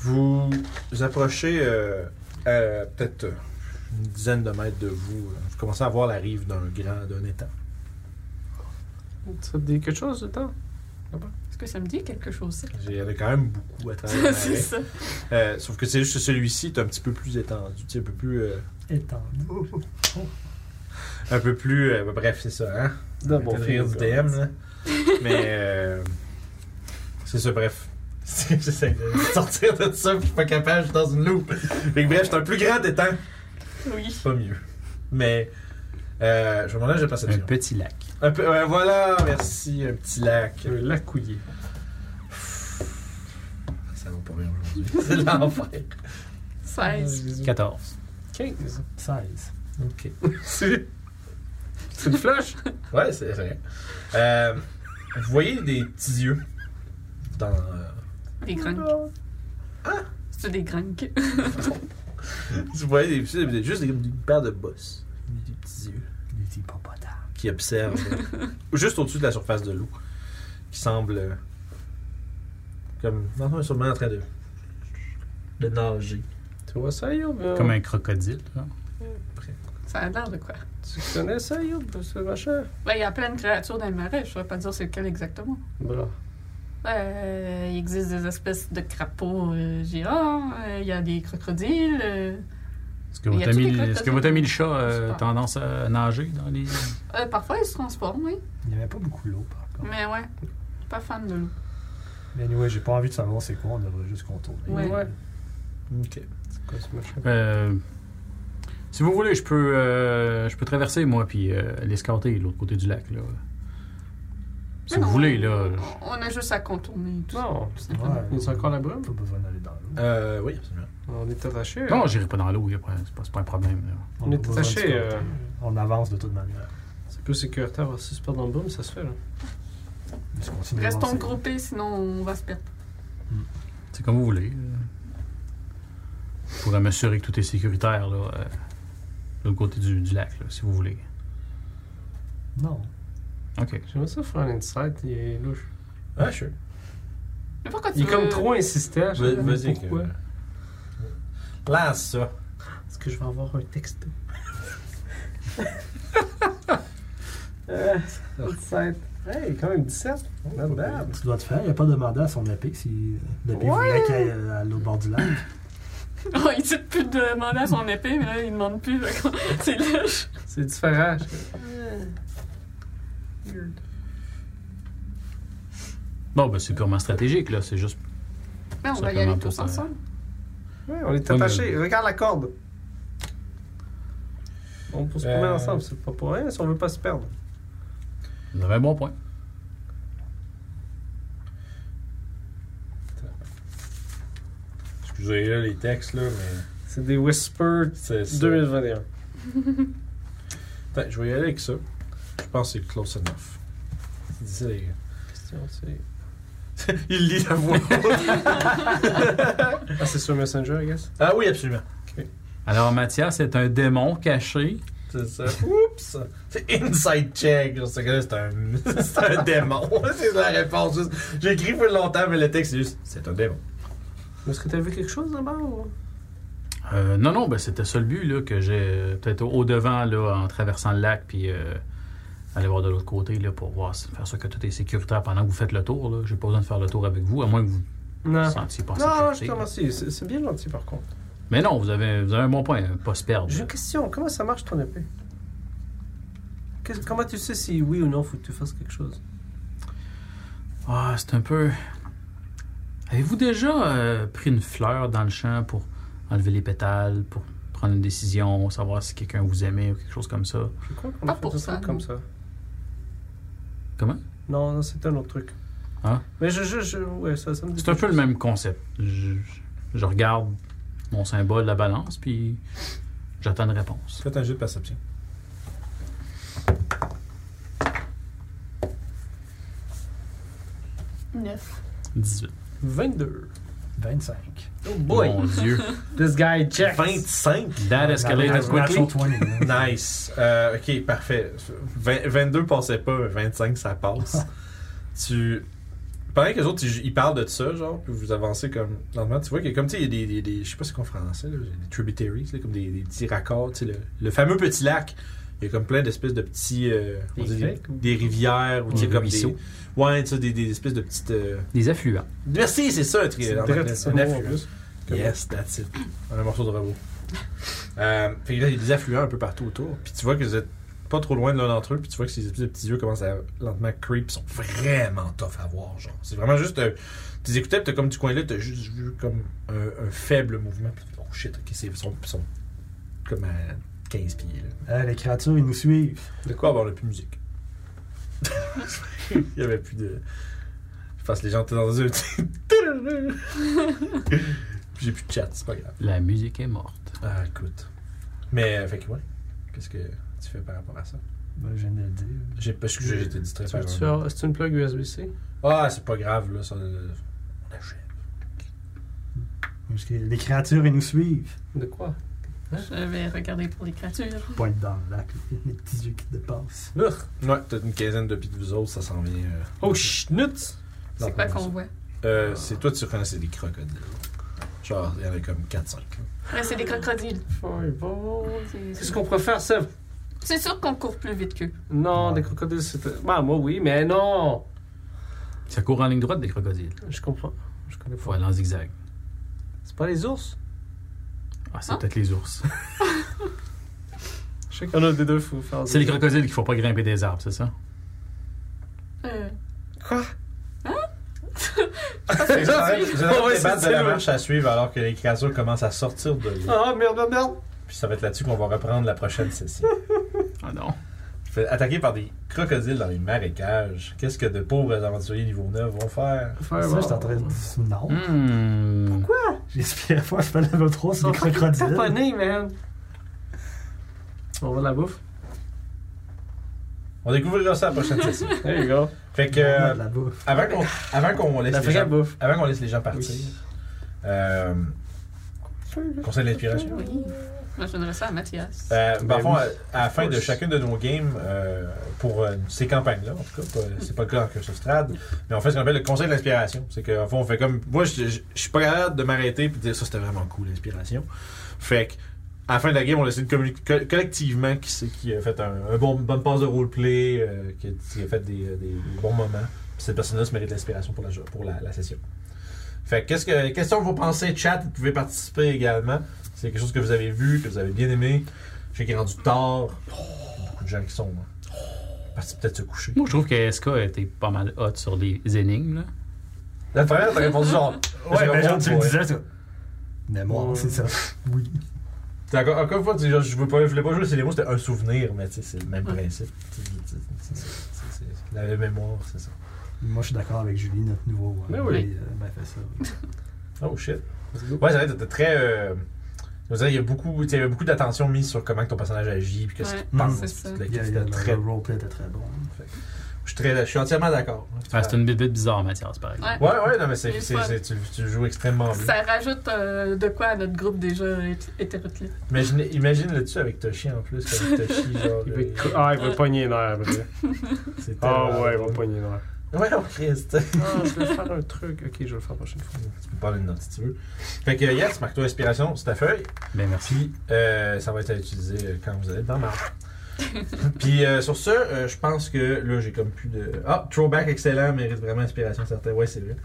S1: Vous vous approchez euh, à peut-être euh, une dizaine de mètres de vous. euh, Vous commencez à voir la rive d'un grand, d'un étang.
S2: Ça te dit quelque chose, dedans?
S3: Est-ce que ça me dit quelque chose, ça?
S1: Il y en a quand même beaucoup à travers. la
S3: c'est
S1: marée.
S3: ça.
S1: Euh, sauf que c'est juste que celui-ci est un petit peu plus étendu, tu sais, un peu plus. euh, Oh,
S4: Étendu.
S1: un peu plus. euh, bref, c'est ça, hein?
S2: Dans
S1: Arrêtez de rire du DM, là. Mais. euh, c'est ça, bref. J'essaie de sortir de ça, puis je suis pas capable, je suis dans une loupe. Fait que bref, c'est un plus grand étang.
S3: Oui.
S1: Pas mieux. Mais. Euh, je vais demander, j'ai pas
S5: Un
S1: perception.
S5: petit lac.
S1: Un peu, ouais, voilà, merci, un petit lac.
S2: Un lac couillé.
S1: Ça va pas bien aujourd'hui. C'est l'enfer.
S2: Ah,
S3: 16.
S5: 14.
S2: 15.
S4: 16.
S1: Ok.
S2: C'est une flèche?
S1: Ouais, c'est vrai. Euh, vous voyez des petits yeux dans. euh,
S3: Des gringues. Ah! C'est des gringues.
S1: Vous voyez des petits, des- juste des, des paires de bosses, des petits yeux
S4: Des petits popotards.
S1: qui observent euh, juste au-dessus de la surface de l'eau, qui semblent euh, comme non, non, ils sont sûrement en train de de nager.
S2: Tu vois ça, Yob?
S5: Comme un crocodile. genre.
S3: Ça a l'air de quoi?
S2: Tu connais ça, Yob, ce machin?
S3: Ben, il y a plein de créatures dans le marais. Je saurais pas dire c'est lequel exactement.
S2: Voilà.
S3: Euh, il existe des espèces de crapauds euh, géants. euh, il y a des crocodiles. euh.
S5: Est-ce que
S3: Mais y a-t-il
S5: votre ami,
S3: des crocodiles?
S5: est-ce que votre ami le chat
S3: Je sais
S5: euh,
S3: pas.
S5: a tendance à nager dans les.
S3: Euh, parfois, ils se transforment, oui.
S4: Il n'y avait pas beaucoup d'eau, par contre.
S3: Mais ouais, pas fan de l'eau.
S4: Mais anyway, j'ai pas envie de savoir c'est quoi, on devrait juste contourner.
S3: Ouais.
S1: Ok.
S2: C'est quoi ce machin?
S5: Euh, si vous voulez, je peux, euh, je peux traverser, moi, puis euh, aller scouter l'autre côté du lac. Là. Si
S3: Mais Ah non,
S5: vous voulez, là.
S3: On on a juste à contourner tout ça.
S2: Non,
S3: tout
S4: Ouais.
S3: simplement.
S2: il y a encore la brume.
S4: Pas besoin d'aller dans l'eau.
S1: Euh, oui, absolument.
S2: On est attaché.
S5: Non, j'irai pas dans l'eau, y a pas- c'est pas, c'est pas un problème. là.
S2: on
S4: a
S2: est
S4: pas besoin de se
S2: attaché.
S4: compter.
S2: euh,
S4: On avance de toute manière.
S2: C'est plus sécuritaire aussi, se perdre dans le brume, ça se fait, là.
S4: Je continue
S3: Restons
S4: d'avancer.
S3: groupés, sinon on va se perdre.
S5: C'est comme vous voulez. Je pourrais m'assurer que tout est sécuritaire, là, euh, de l'autre côté du, du lac, là, si vous voulez.
S4: Non.
S5: OK.
S2: J'aimerais ça faire un insight, il est louche.
S1: Ah, sure.
S3: Mais pourquoi tu
S2: Il est
S3: veux-
S2: comme trop insistant. je sais
S1: Vas-
S2: pas
S1: Vas-y.
S2: Pourquoi?
S1: que- Lance ça.
S2: Est-ce que je vais avoir un texte? Euh, Insight. Hey, quand même 17. Not bad.
S4: Tu dois te faire. Il n'a pas demandé à son épée si l'épée voulait qu'elle aille euh, à l'autre bord du lac.
S3: Oh, il dit de plus de demander à son épée, mais là, il demande plus. fait que C'est lâche.
S2: C'est différent.
S5: Bon, ben, c'est purement stratégique, là. C'est juste.
S3: Mais Ben, on va y
S5: Simplement
S3: aller
S5: pour
S3: tous
S5: ça.
S3: ensemble.
S2: Ouais, on est
S5: Ouais,
S2: attachés.
S5: mais-
S2: Regarde la corde. On peut se promener
S1: Euh.
S2: ensemble, c'est pas pour rien si on veut pas se perdre.
S5: Vous avez un bon point.
S1: Excusez là, les textes là, mais
S2: C'est des Whisper
S1: c'est ça.
S2: 2021.
S1: Attends, je vais y aller avec ça. Je pense que c'est close enough. C'est difficile, les gars.
S2: Question, c'est-
S1: Il lit la voix.
S2: Ah, c'est sur Messenger, I guess.
S1: ah oui, absolument.
S5: Alors, Mathias est un démon caché.
S1: C'est ça. Oups! C'est inside check. Ce gars-là, c'est un, c'est un démon. c'est la réponse. juste. J'ai écrit plus longtemps, mais le texte, c'est juste c'est un démon.
S2: Est-ce que t'as vu quelque chose là-bas ou...
S5: Euh, non, non, ben, c'était ça le but, là, que j'ai euh, peut-être au-devant, là, en traversant le lac, puis euh, aller voir de l'autre côté, là, pour voir, faire sûr que tout est sécuritaire pendant que vous faites le tour, là. J'ai pas besoin de faire le tour avec vous, à moins que vous
S2: Non.
S5: sentiez pas en
S2: Non, non, je
S5: sécurité.
S2: te remercie. C'est c'est bien gentil par contre.
S5: Mais non, vous avez, vous avez un bon point, hein, pas se perdre.
S2: J'ai une question. Comment ça marche ton épée Qu'est-ce- Comment tu sais si oui ou non faut que tu fasses quelque chose
S5: Ah, c'est un peu. Avez-vous déjà euh, pris une fleur dans le champ pour enlever les pétales, pour prendre une décision, savoir si quelqu'un vous aimait ou quelque chose comme ça?
S2: Je crois qu'on
S3: Pas
S2: a fait
S3: pour
S2: des
S3: ça,
S2: trucs
S3: non.
S2: comme ça.
S5: Comment?
S2: Non, non, c'est un autre truc.
S5: Ah.
S2: Mais je, je, je- ouais, ça, ça me dit
S5: C'est un
S2: quelque
S5: peu le
S2: chose.
S5: même concept. Je, je- je regarde mon symbole, la balance, puis j'attends une réponse.
S1: Faites un jeu de perception.
S3: Neuf.
S5: 18.
S2: 22.
S4: 25.
S2: Oh boy!
S5: Mon Dieu.
S2: This guy checks!
S1: 25?
S5: That escalated quickly.
S4: Natural 20, là.
S1: Nice. Euh, ok, parfait. Vingt- 22 passait pas, mais 25 ça passe. tu. Pendant que les autres, ils, ils parlent de ça, genre, puis vous avancez comme. Lentement, tu vois qu'il y a comme, tu sais, il y a des. des- des- je sais pas c'est quoi en français, là, des tributaries, là, comme des, des petits raccords, tu sais, le, le fameux petit lac. Il y a comme plein d'espèces de petits. euh, on
S2: Des
S1: dit des,
S2: creeks ou-
S1: des rivières, ou tu sais,
S5: Des
S1: comme
S5: ruisseaux.
S1: des. Ouais, tu sais, des, des espèces de petites. euh,
S5: Des affluents.
S1: Merci, c'est ça, un tri-
S2: C'est
S1: en
S2: très
S1: anglais,
S2: petit
S1: un
S2: mot, en
S1: affluent.
S2: plus.
S1: Yes, that's it. Un morceau de robot. euh, puis là, il y a des affluents un peu partout autour. Puis tu vois que vous êtes pas trop loin de l'un d'entre eux. Puis tu vois que ces espèces de petits yeux commencent à lentement creep. Ils sont vraiment tough à voir, genre. C'est vraiment juste. euh, tu les écoutais, puis t'as comme du coin là, t'as juste vu comme un, un faible mouvement. Puis oh shit, ok, c'est- ils sont, ils sont comme à 15 pieds. là.
S4: Euh, les créatures, ils nous suivent.
S1: De quoi avoir le plus de musique Il y avait plus de. Je pense que les gens étaient dans eux. J'ai plus de chat, c'est pas grave.
S5: La musique est morte.
S1: Ah, écoute. Mais, euh, fait que, ouais. Qu'est-ce que tu fais par rapport à ça?
S4: Ben, je viens de le dire.
S1: J'ai pas que j'ai été distrait
S2: Tu
S1: par
S2: veux-tu
S1: un...
S2: avoir- C'est une plug USB-C?
S1: Ah, c'est pas grave, là. Ça, euh, on achève.
S4: Parce que les créatures, ils nous suivent.
S2: De quoi?
S3: Je vais regarder pour les créatures.
S4: Pointe dans le lac, là. les petits yeux qui dépassent.
S1: Ouais, t'as une quinzaine de pieds de vous autres, ça s'en vient. euh,
S2: Oh schnutz!
S1: dans
S3: C'est
S1: ton
S3: quoi
S1: maison.
S3: qu'on voit?
S1: Euh, c'est toi, tu connaissais des crocodiles. Genre, il y en a comme 4-5. là.
S3: Ouais, c'est des crocodiles.
S2: Fireball!
S3: C'est-
S2: Qu'est-ce qu'on pourrait faire, ça?
S3: C'est sûr qu'on court plus vite qu'eux.
S2: Non, des crocodiles, c'était. Bah, moi, oui, mais non!
S5: Ça court en ligne droite des crocodiles.
S2: Je comprends. Je connais
S5: Faut
S2: pas.
S5: aller en zigzag.
S2: C'est pas les ours?
S5: Ah, c'est
S3: Hein?
S5: peut-être les ours.
S2: Je sais qu'il y en a des deux, faut faire.
S5: C'est les crocodiles qu'il faut pas grimper des arbres, c'est ça?
S3: Euh,
S2: Quoi?
S1: Vous avez
S2: Ah,
S1: vous avez
S2: ouais,
S1: des
S2: c'est
S1: battes de
S2: ça,
S1: la
S2: ouais.
S1: marche à suivre alors que les créatures commencent à sortir de l'eau.
S2: Ah, merde, merde, merde!
S1: Puis ça va être là-dessus qu'on va reprendre la prochaine session.
S5: Ah non.
S1: Fait- Attaqué par des crocodiles dans les marécages, qu'est-ce que de pauvres aventuriers niveau 9 vont faire?
S4: Ça, je suis en train de. Non.
S1: Hum.
S5: Hmm.
S4: J'espère pas, je fais level 3 sur les crocodiles.
S2: Taponné, man! On va de la bouffe.
S1: On découvrira ça à la prochaine session.
S2: There you go.
S1: Fait que,
S4: On a
S1: euh,
S4: de la bouffe.
S1: avant qu'on avant qu'on laisse,
S2: La
S1: les
S2: vraie
S1: gens-
S2: bouffe.
S1: avant qu'on laisse les gens partir,
S2: Oui.
S1: euh, conseil d'inspiration.
S3: oui. Moi, je donnerais ça à Mathias.
S1: Euh,
S2: Ben
S1: par fond,
S2: oui,
S1: à, à la fin de
S2: course.
S1: chacune de nos games, euh, pour euh, ces campagnes-là, en tout cas, pas- c'est pas le cas en Curse of Strad, mais on fait ce qu'on appelle le conseil de l'inspiration. C'est qu'en fond, on fait comme. Moi, je je- je suis pas capable de m'arrêter et de dire ça, c'était vraiment cool, l'inspiration. Fait que, à la fin de la game, on essaie de communiquer co- collectivement qui, c'est qui a fait un, un bon, bonne passe de roleplay, euh, qui, a, qui a fait des, euh, des- des bons moments. Puis cette personne-là se mérite l'inspiration pour la, jo- pour la, la session. Fait que, qu'est-ce que, question que vous pensez, chat, vous pouvez participer également. C'est quelque chose que vous avez vu, que vous avez bien aimé. Je sais qu'il est rendu tard. Beaucoup de gens qui sont. hein, partis peut-être se coucher.
S5: Moi, je trouve que SK était pas mal hot sur les énigmes. là.
S1: La première, t'as répondu genre.
S4: Ouais,
S1: je
S4: ben,
S1: réponds
S4: genre, tu
S1: pour
S4: me
S1: elle.
S4: disais ça. Mais moi,
S2: Ouais.
S4: c'est ça. Oui.
S1: T'as encore, encore une fois, tu dis genre, je, veux pas, je voulais pas jouer, c'est les mots, c'était un souvenir, mais tu sais, c'est le même
S3: Ouais.
S1: principe. Tu sais, tu sais, c'est- c'est- c'est- c'est La mémoire, c'est ça.
S4: Moi, je suis d'accord avec Julie, notre nouveau. euh,
S2: Mais oui.
S4: Ben, euh, ben, fait ça.
S1: Oh shit. Ouais, c'est vrai, t'étais très. euh, je veux dire, il y a beaucoup, tu sais, il y avait beaucoup d'attention mise sur comment que ton personnage agit, puis qu'est-ce
S3: Ouais,
S1: qu'il
S4: Mm.
S1: pense.
S3: c'est
S1: puis
S3: ça.
S1: toute la-
S4: Il y a- il y a-
S1: c'était très-
S4: Le roleplay était très bon.
S1: Je suis très- je suis entièrement d'accord.
S5: Ah, c'est une bibite bizarre, Mathias, par exemple.
S3: Ouais.
S1: Ouais, ouais, non, mais c'est,
S3: Il est
S1: c'est-
S3: fun.
S1: c'est- tu, tu joues extrêmement bien.
S3: Ça rajoute euh, de quoi à notre groupe déjà hét- hétéroclite.
S1: Imagine, imagine le dessus avec Toshi en plus. Avec Toshi, genre.
S2: Il va
S1: euh,
S2: être cou- Ah, il va pogner l'air,
S1: c'est
S2: Ah,
S1: tellement-
S2: ouais, il va pogner l'air.
S1: Ouais, oh Christ.
S2: Ah, je vais faire un truc. Ok, je vais le faire la prochaine fois.
S1: tu peux parler de notes si tu veux. Fait que, yes, marque-toi inspiration sur ta feuille.
S5: Ben, merci.
S1: Puis, euh, ça va être à utiliser euh, quand vous allez dans marche. Puis, euh, sur ce, euh, je pense que là, j'ai comme plus de. Ah, throwback excellent, mérite vraiment inspiration certaine. Ouais, c'est vrai.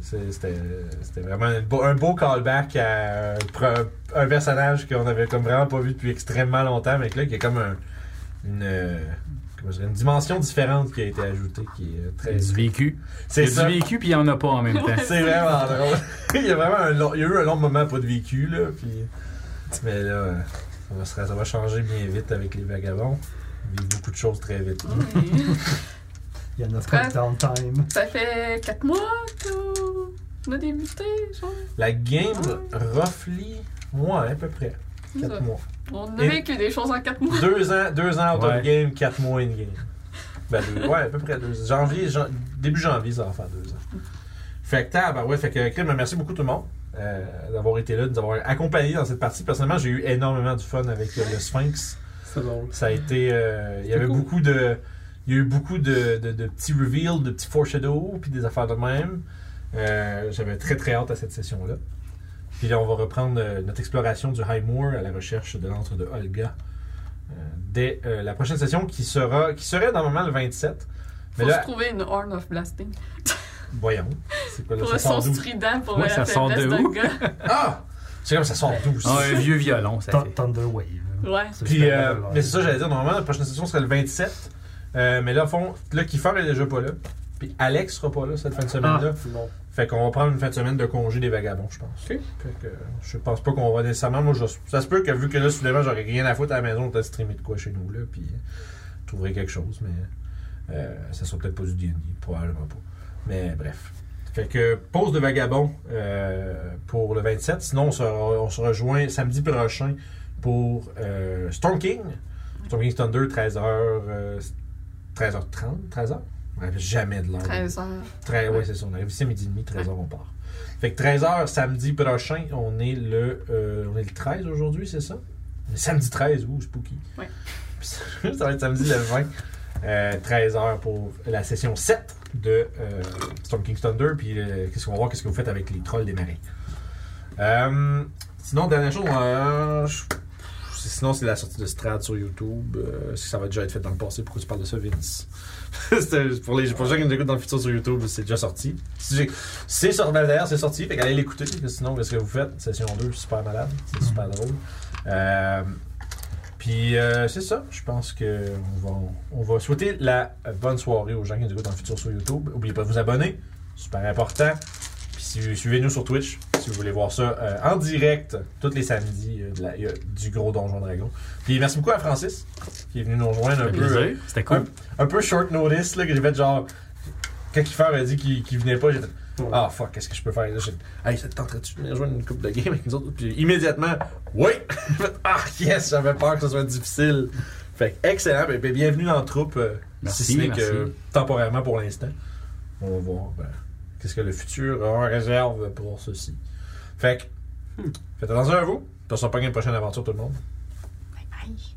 S1: C'est- C'était c'était vraiment un beau, un beau callback à un, pro- un personnage qu'on avait comme vraiment pas vu depuis extrêmement longtemps, mais que là, qui est comme un- une, euh, comment je dirais, une dimension différente qui a été ajoutée, qui est euh,
S5: Il y
S1: très.
S5: a Euh, du vécu. Il
S1: C'est
S5: y a
S1: ça.
S5: du vécu, puis il n'y en a pas en même temps.
S1: C'est vraiment drôle. il y a vraiment un long- il y a eu un long moment pas de vécu, là. Puis... Mais là, euh, ça va, se- ça va changer bien vite avec les vagabonds. Il y a beaucoup de choses très vite.
S4: Il y en a pas de downtime.
S3: ça fait 4 mois qu'on a débuté, genre.
S1: La game roughly, ouais, à peu près.
S3: C'est ça.
S1: 4 mois.
S3: On a
S1: Et-
S3: vécu des choses en 4 mois.
S1: Deux ans, deux ans out
S5: Ouais.
S1: of game, 4 mois in game. Ben, deux- ouais, à peu près deux ans. Janvier, jan- début janvier, ça va faire deux ans. Fait que tab, ouais, fait que crime, merci beaucoup tout le monde euh, d'avoir été là, de nous avoir accompagnés dans cette partie. Personnellement, j'ai eu énormément du fun avec euh, le Sphinx.
S2: C'est drôle.
S1: Ça a été. euh, il y avait
S2: cool.
S1: beaucoup de. Il y a eu beaucoup de, de- de petits reveals, de petits foreshadows, puis des affaires de même. Euh, J'avais très très hâte à cette session-là. Puis là, on va reprendre euh, notre exploration du High Moor à la recherche de l'antre de Olga euh, dès euh, la prochaine session qui sera qui serait normalement le 27. Mais
S3: Faut
S1: là,
S3: se trouver une Horn of Blasting.
S1: voyons. C'est quoi le
S3: Pour le son
S1: 72?
S3: strident, pour
S5: Ouais,
S3: la
S5: ça sort de
S3: faiblesse d'un
S5: où?
S3: gars.
S1: Ah! C'est comme ça sort 12.
S5: Ah, un vieux violon, ça
S4: Thun-
S5: fait.
S4: Thunder Wave.
S3: Ouais.
S4: Ça,
S1: Puis,
S4: c'était
S1: euh,
S4: vraiment-
S1: mais c'est ça, j'allais dire, normalement, la prochaine session serait le 27. Euh, mais là, au fond, là, Kiefer est déjà pas là. Puis Alex sera pas là cette fin de semaine-là.
S2: bon.
S1: Fait qu'on va prendre une fin de semaine de congé des vagabonds, je pense.
S2: Ok.
S1: Fait que euh, je pense pas qu'on va nécessairement. Moi, je- ça se peut que vu que là, soudainement, j'aurais rien à foutre à la maison, peut-être streamer de quoi chez nous, là, puis euh, trouver quelque chose, mais euh, ça sera peut-être pas du D&D, probablement pas. Mais bref. Fait que pause de vagabond euh, pour le 27. Sinon, on se, re- on se rejoint samedi prochain pour euh, Storm King. Storm King Thunder, euh, 13h... 13h30? 13h? Jamais de l'heure.
S3: 13 heures.
S1: Très, ouais, c'est ça. On arrive ici à midi et demi, 13h, on part. Fait que 13h, samedi prochain, on est le, euh, on est le 13 aujourd'hui, c'est ça? Le samedi 13, ouh, spooky.
S3: Ouais.
S1: Puis ça ça va être samedi le 20, 13h pour la session 7 de euh, Storm King's Thunder. Puis euh, qu'est-ce qu'on va voir, qu'est-ce que vous faites avec les trolls des marées. Euh, sinon, dernière chose, euh, je-
S6: Sinon, c'est la sortie de Strad sur YouTube. euh, si ça va déjà être fait dans le passé, pourquoi tu parles de ça, Vince? C'est- pour, les, pour les gens qui nous écoutent dans le futur sur YouTube, c'est déjà sorti. Si j'ai- C'est sorti, ben, d'ailleurs, c'est sorti. Fait qu'allez l'écouter. parce que Sinon, qu'est-ce que vous faites? Session 2, super malade. C'est
S5: Mm-hmm.
S6: super drôle. Euh, puis, euh, c'est ça. Je pense que on va, on va souhaiter la bonne soirée aux gens qui nous écoutent dans le futur sur YouTube. N'oubliez pas de vous abonner. Super important. Puis si- suivez-nous sur Twitch si vous voulez voir ça euh, en direct tous les samedis euh, de la- euh, du gros Donjon Dragon. Puis merci beaucoup à Francis qui est venu nous rejoindre un
S5: Ça fait
S1: peu, euh,
S5: plaisir. C'était cool.
S1: un peu short notice là, que j'ai fait genre quand Kiffer a dit qu'il qu'il venait pas, j'ai fait Ah fuck, qu'est-ce que je peux faire là? J'ai dit, Hey, ça te tenterait-tu de venir joindre une coupe de game avec nous autres? Puis immédiatement, oui! J'ai fait, ah yes, j'avais peur que ce soit difficile. Fait que, excellent, ben, ben, bienvenue dans la troupe, euh,
S5: Merci,
S1: si ce n'est
S5: merci.
S1: que temporairement pour l'instant. On va voir ben, qu'est-ce que le futur en réserve pour ceci.
S5: Hmm.
S1: Fait que, faites attention à vous, puis on se reprend pour une prochaine aventure tout le monde.
S3: Bye bye.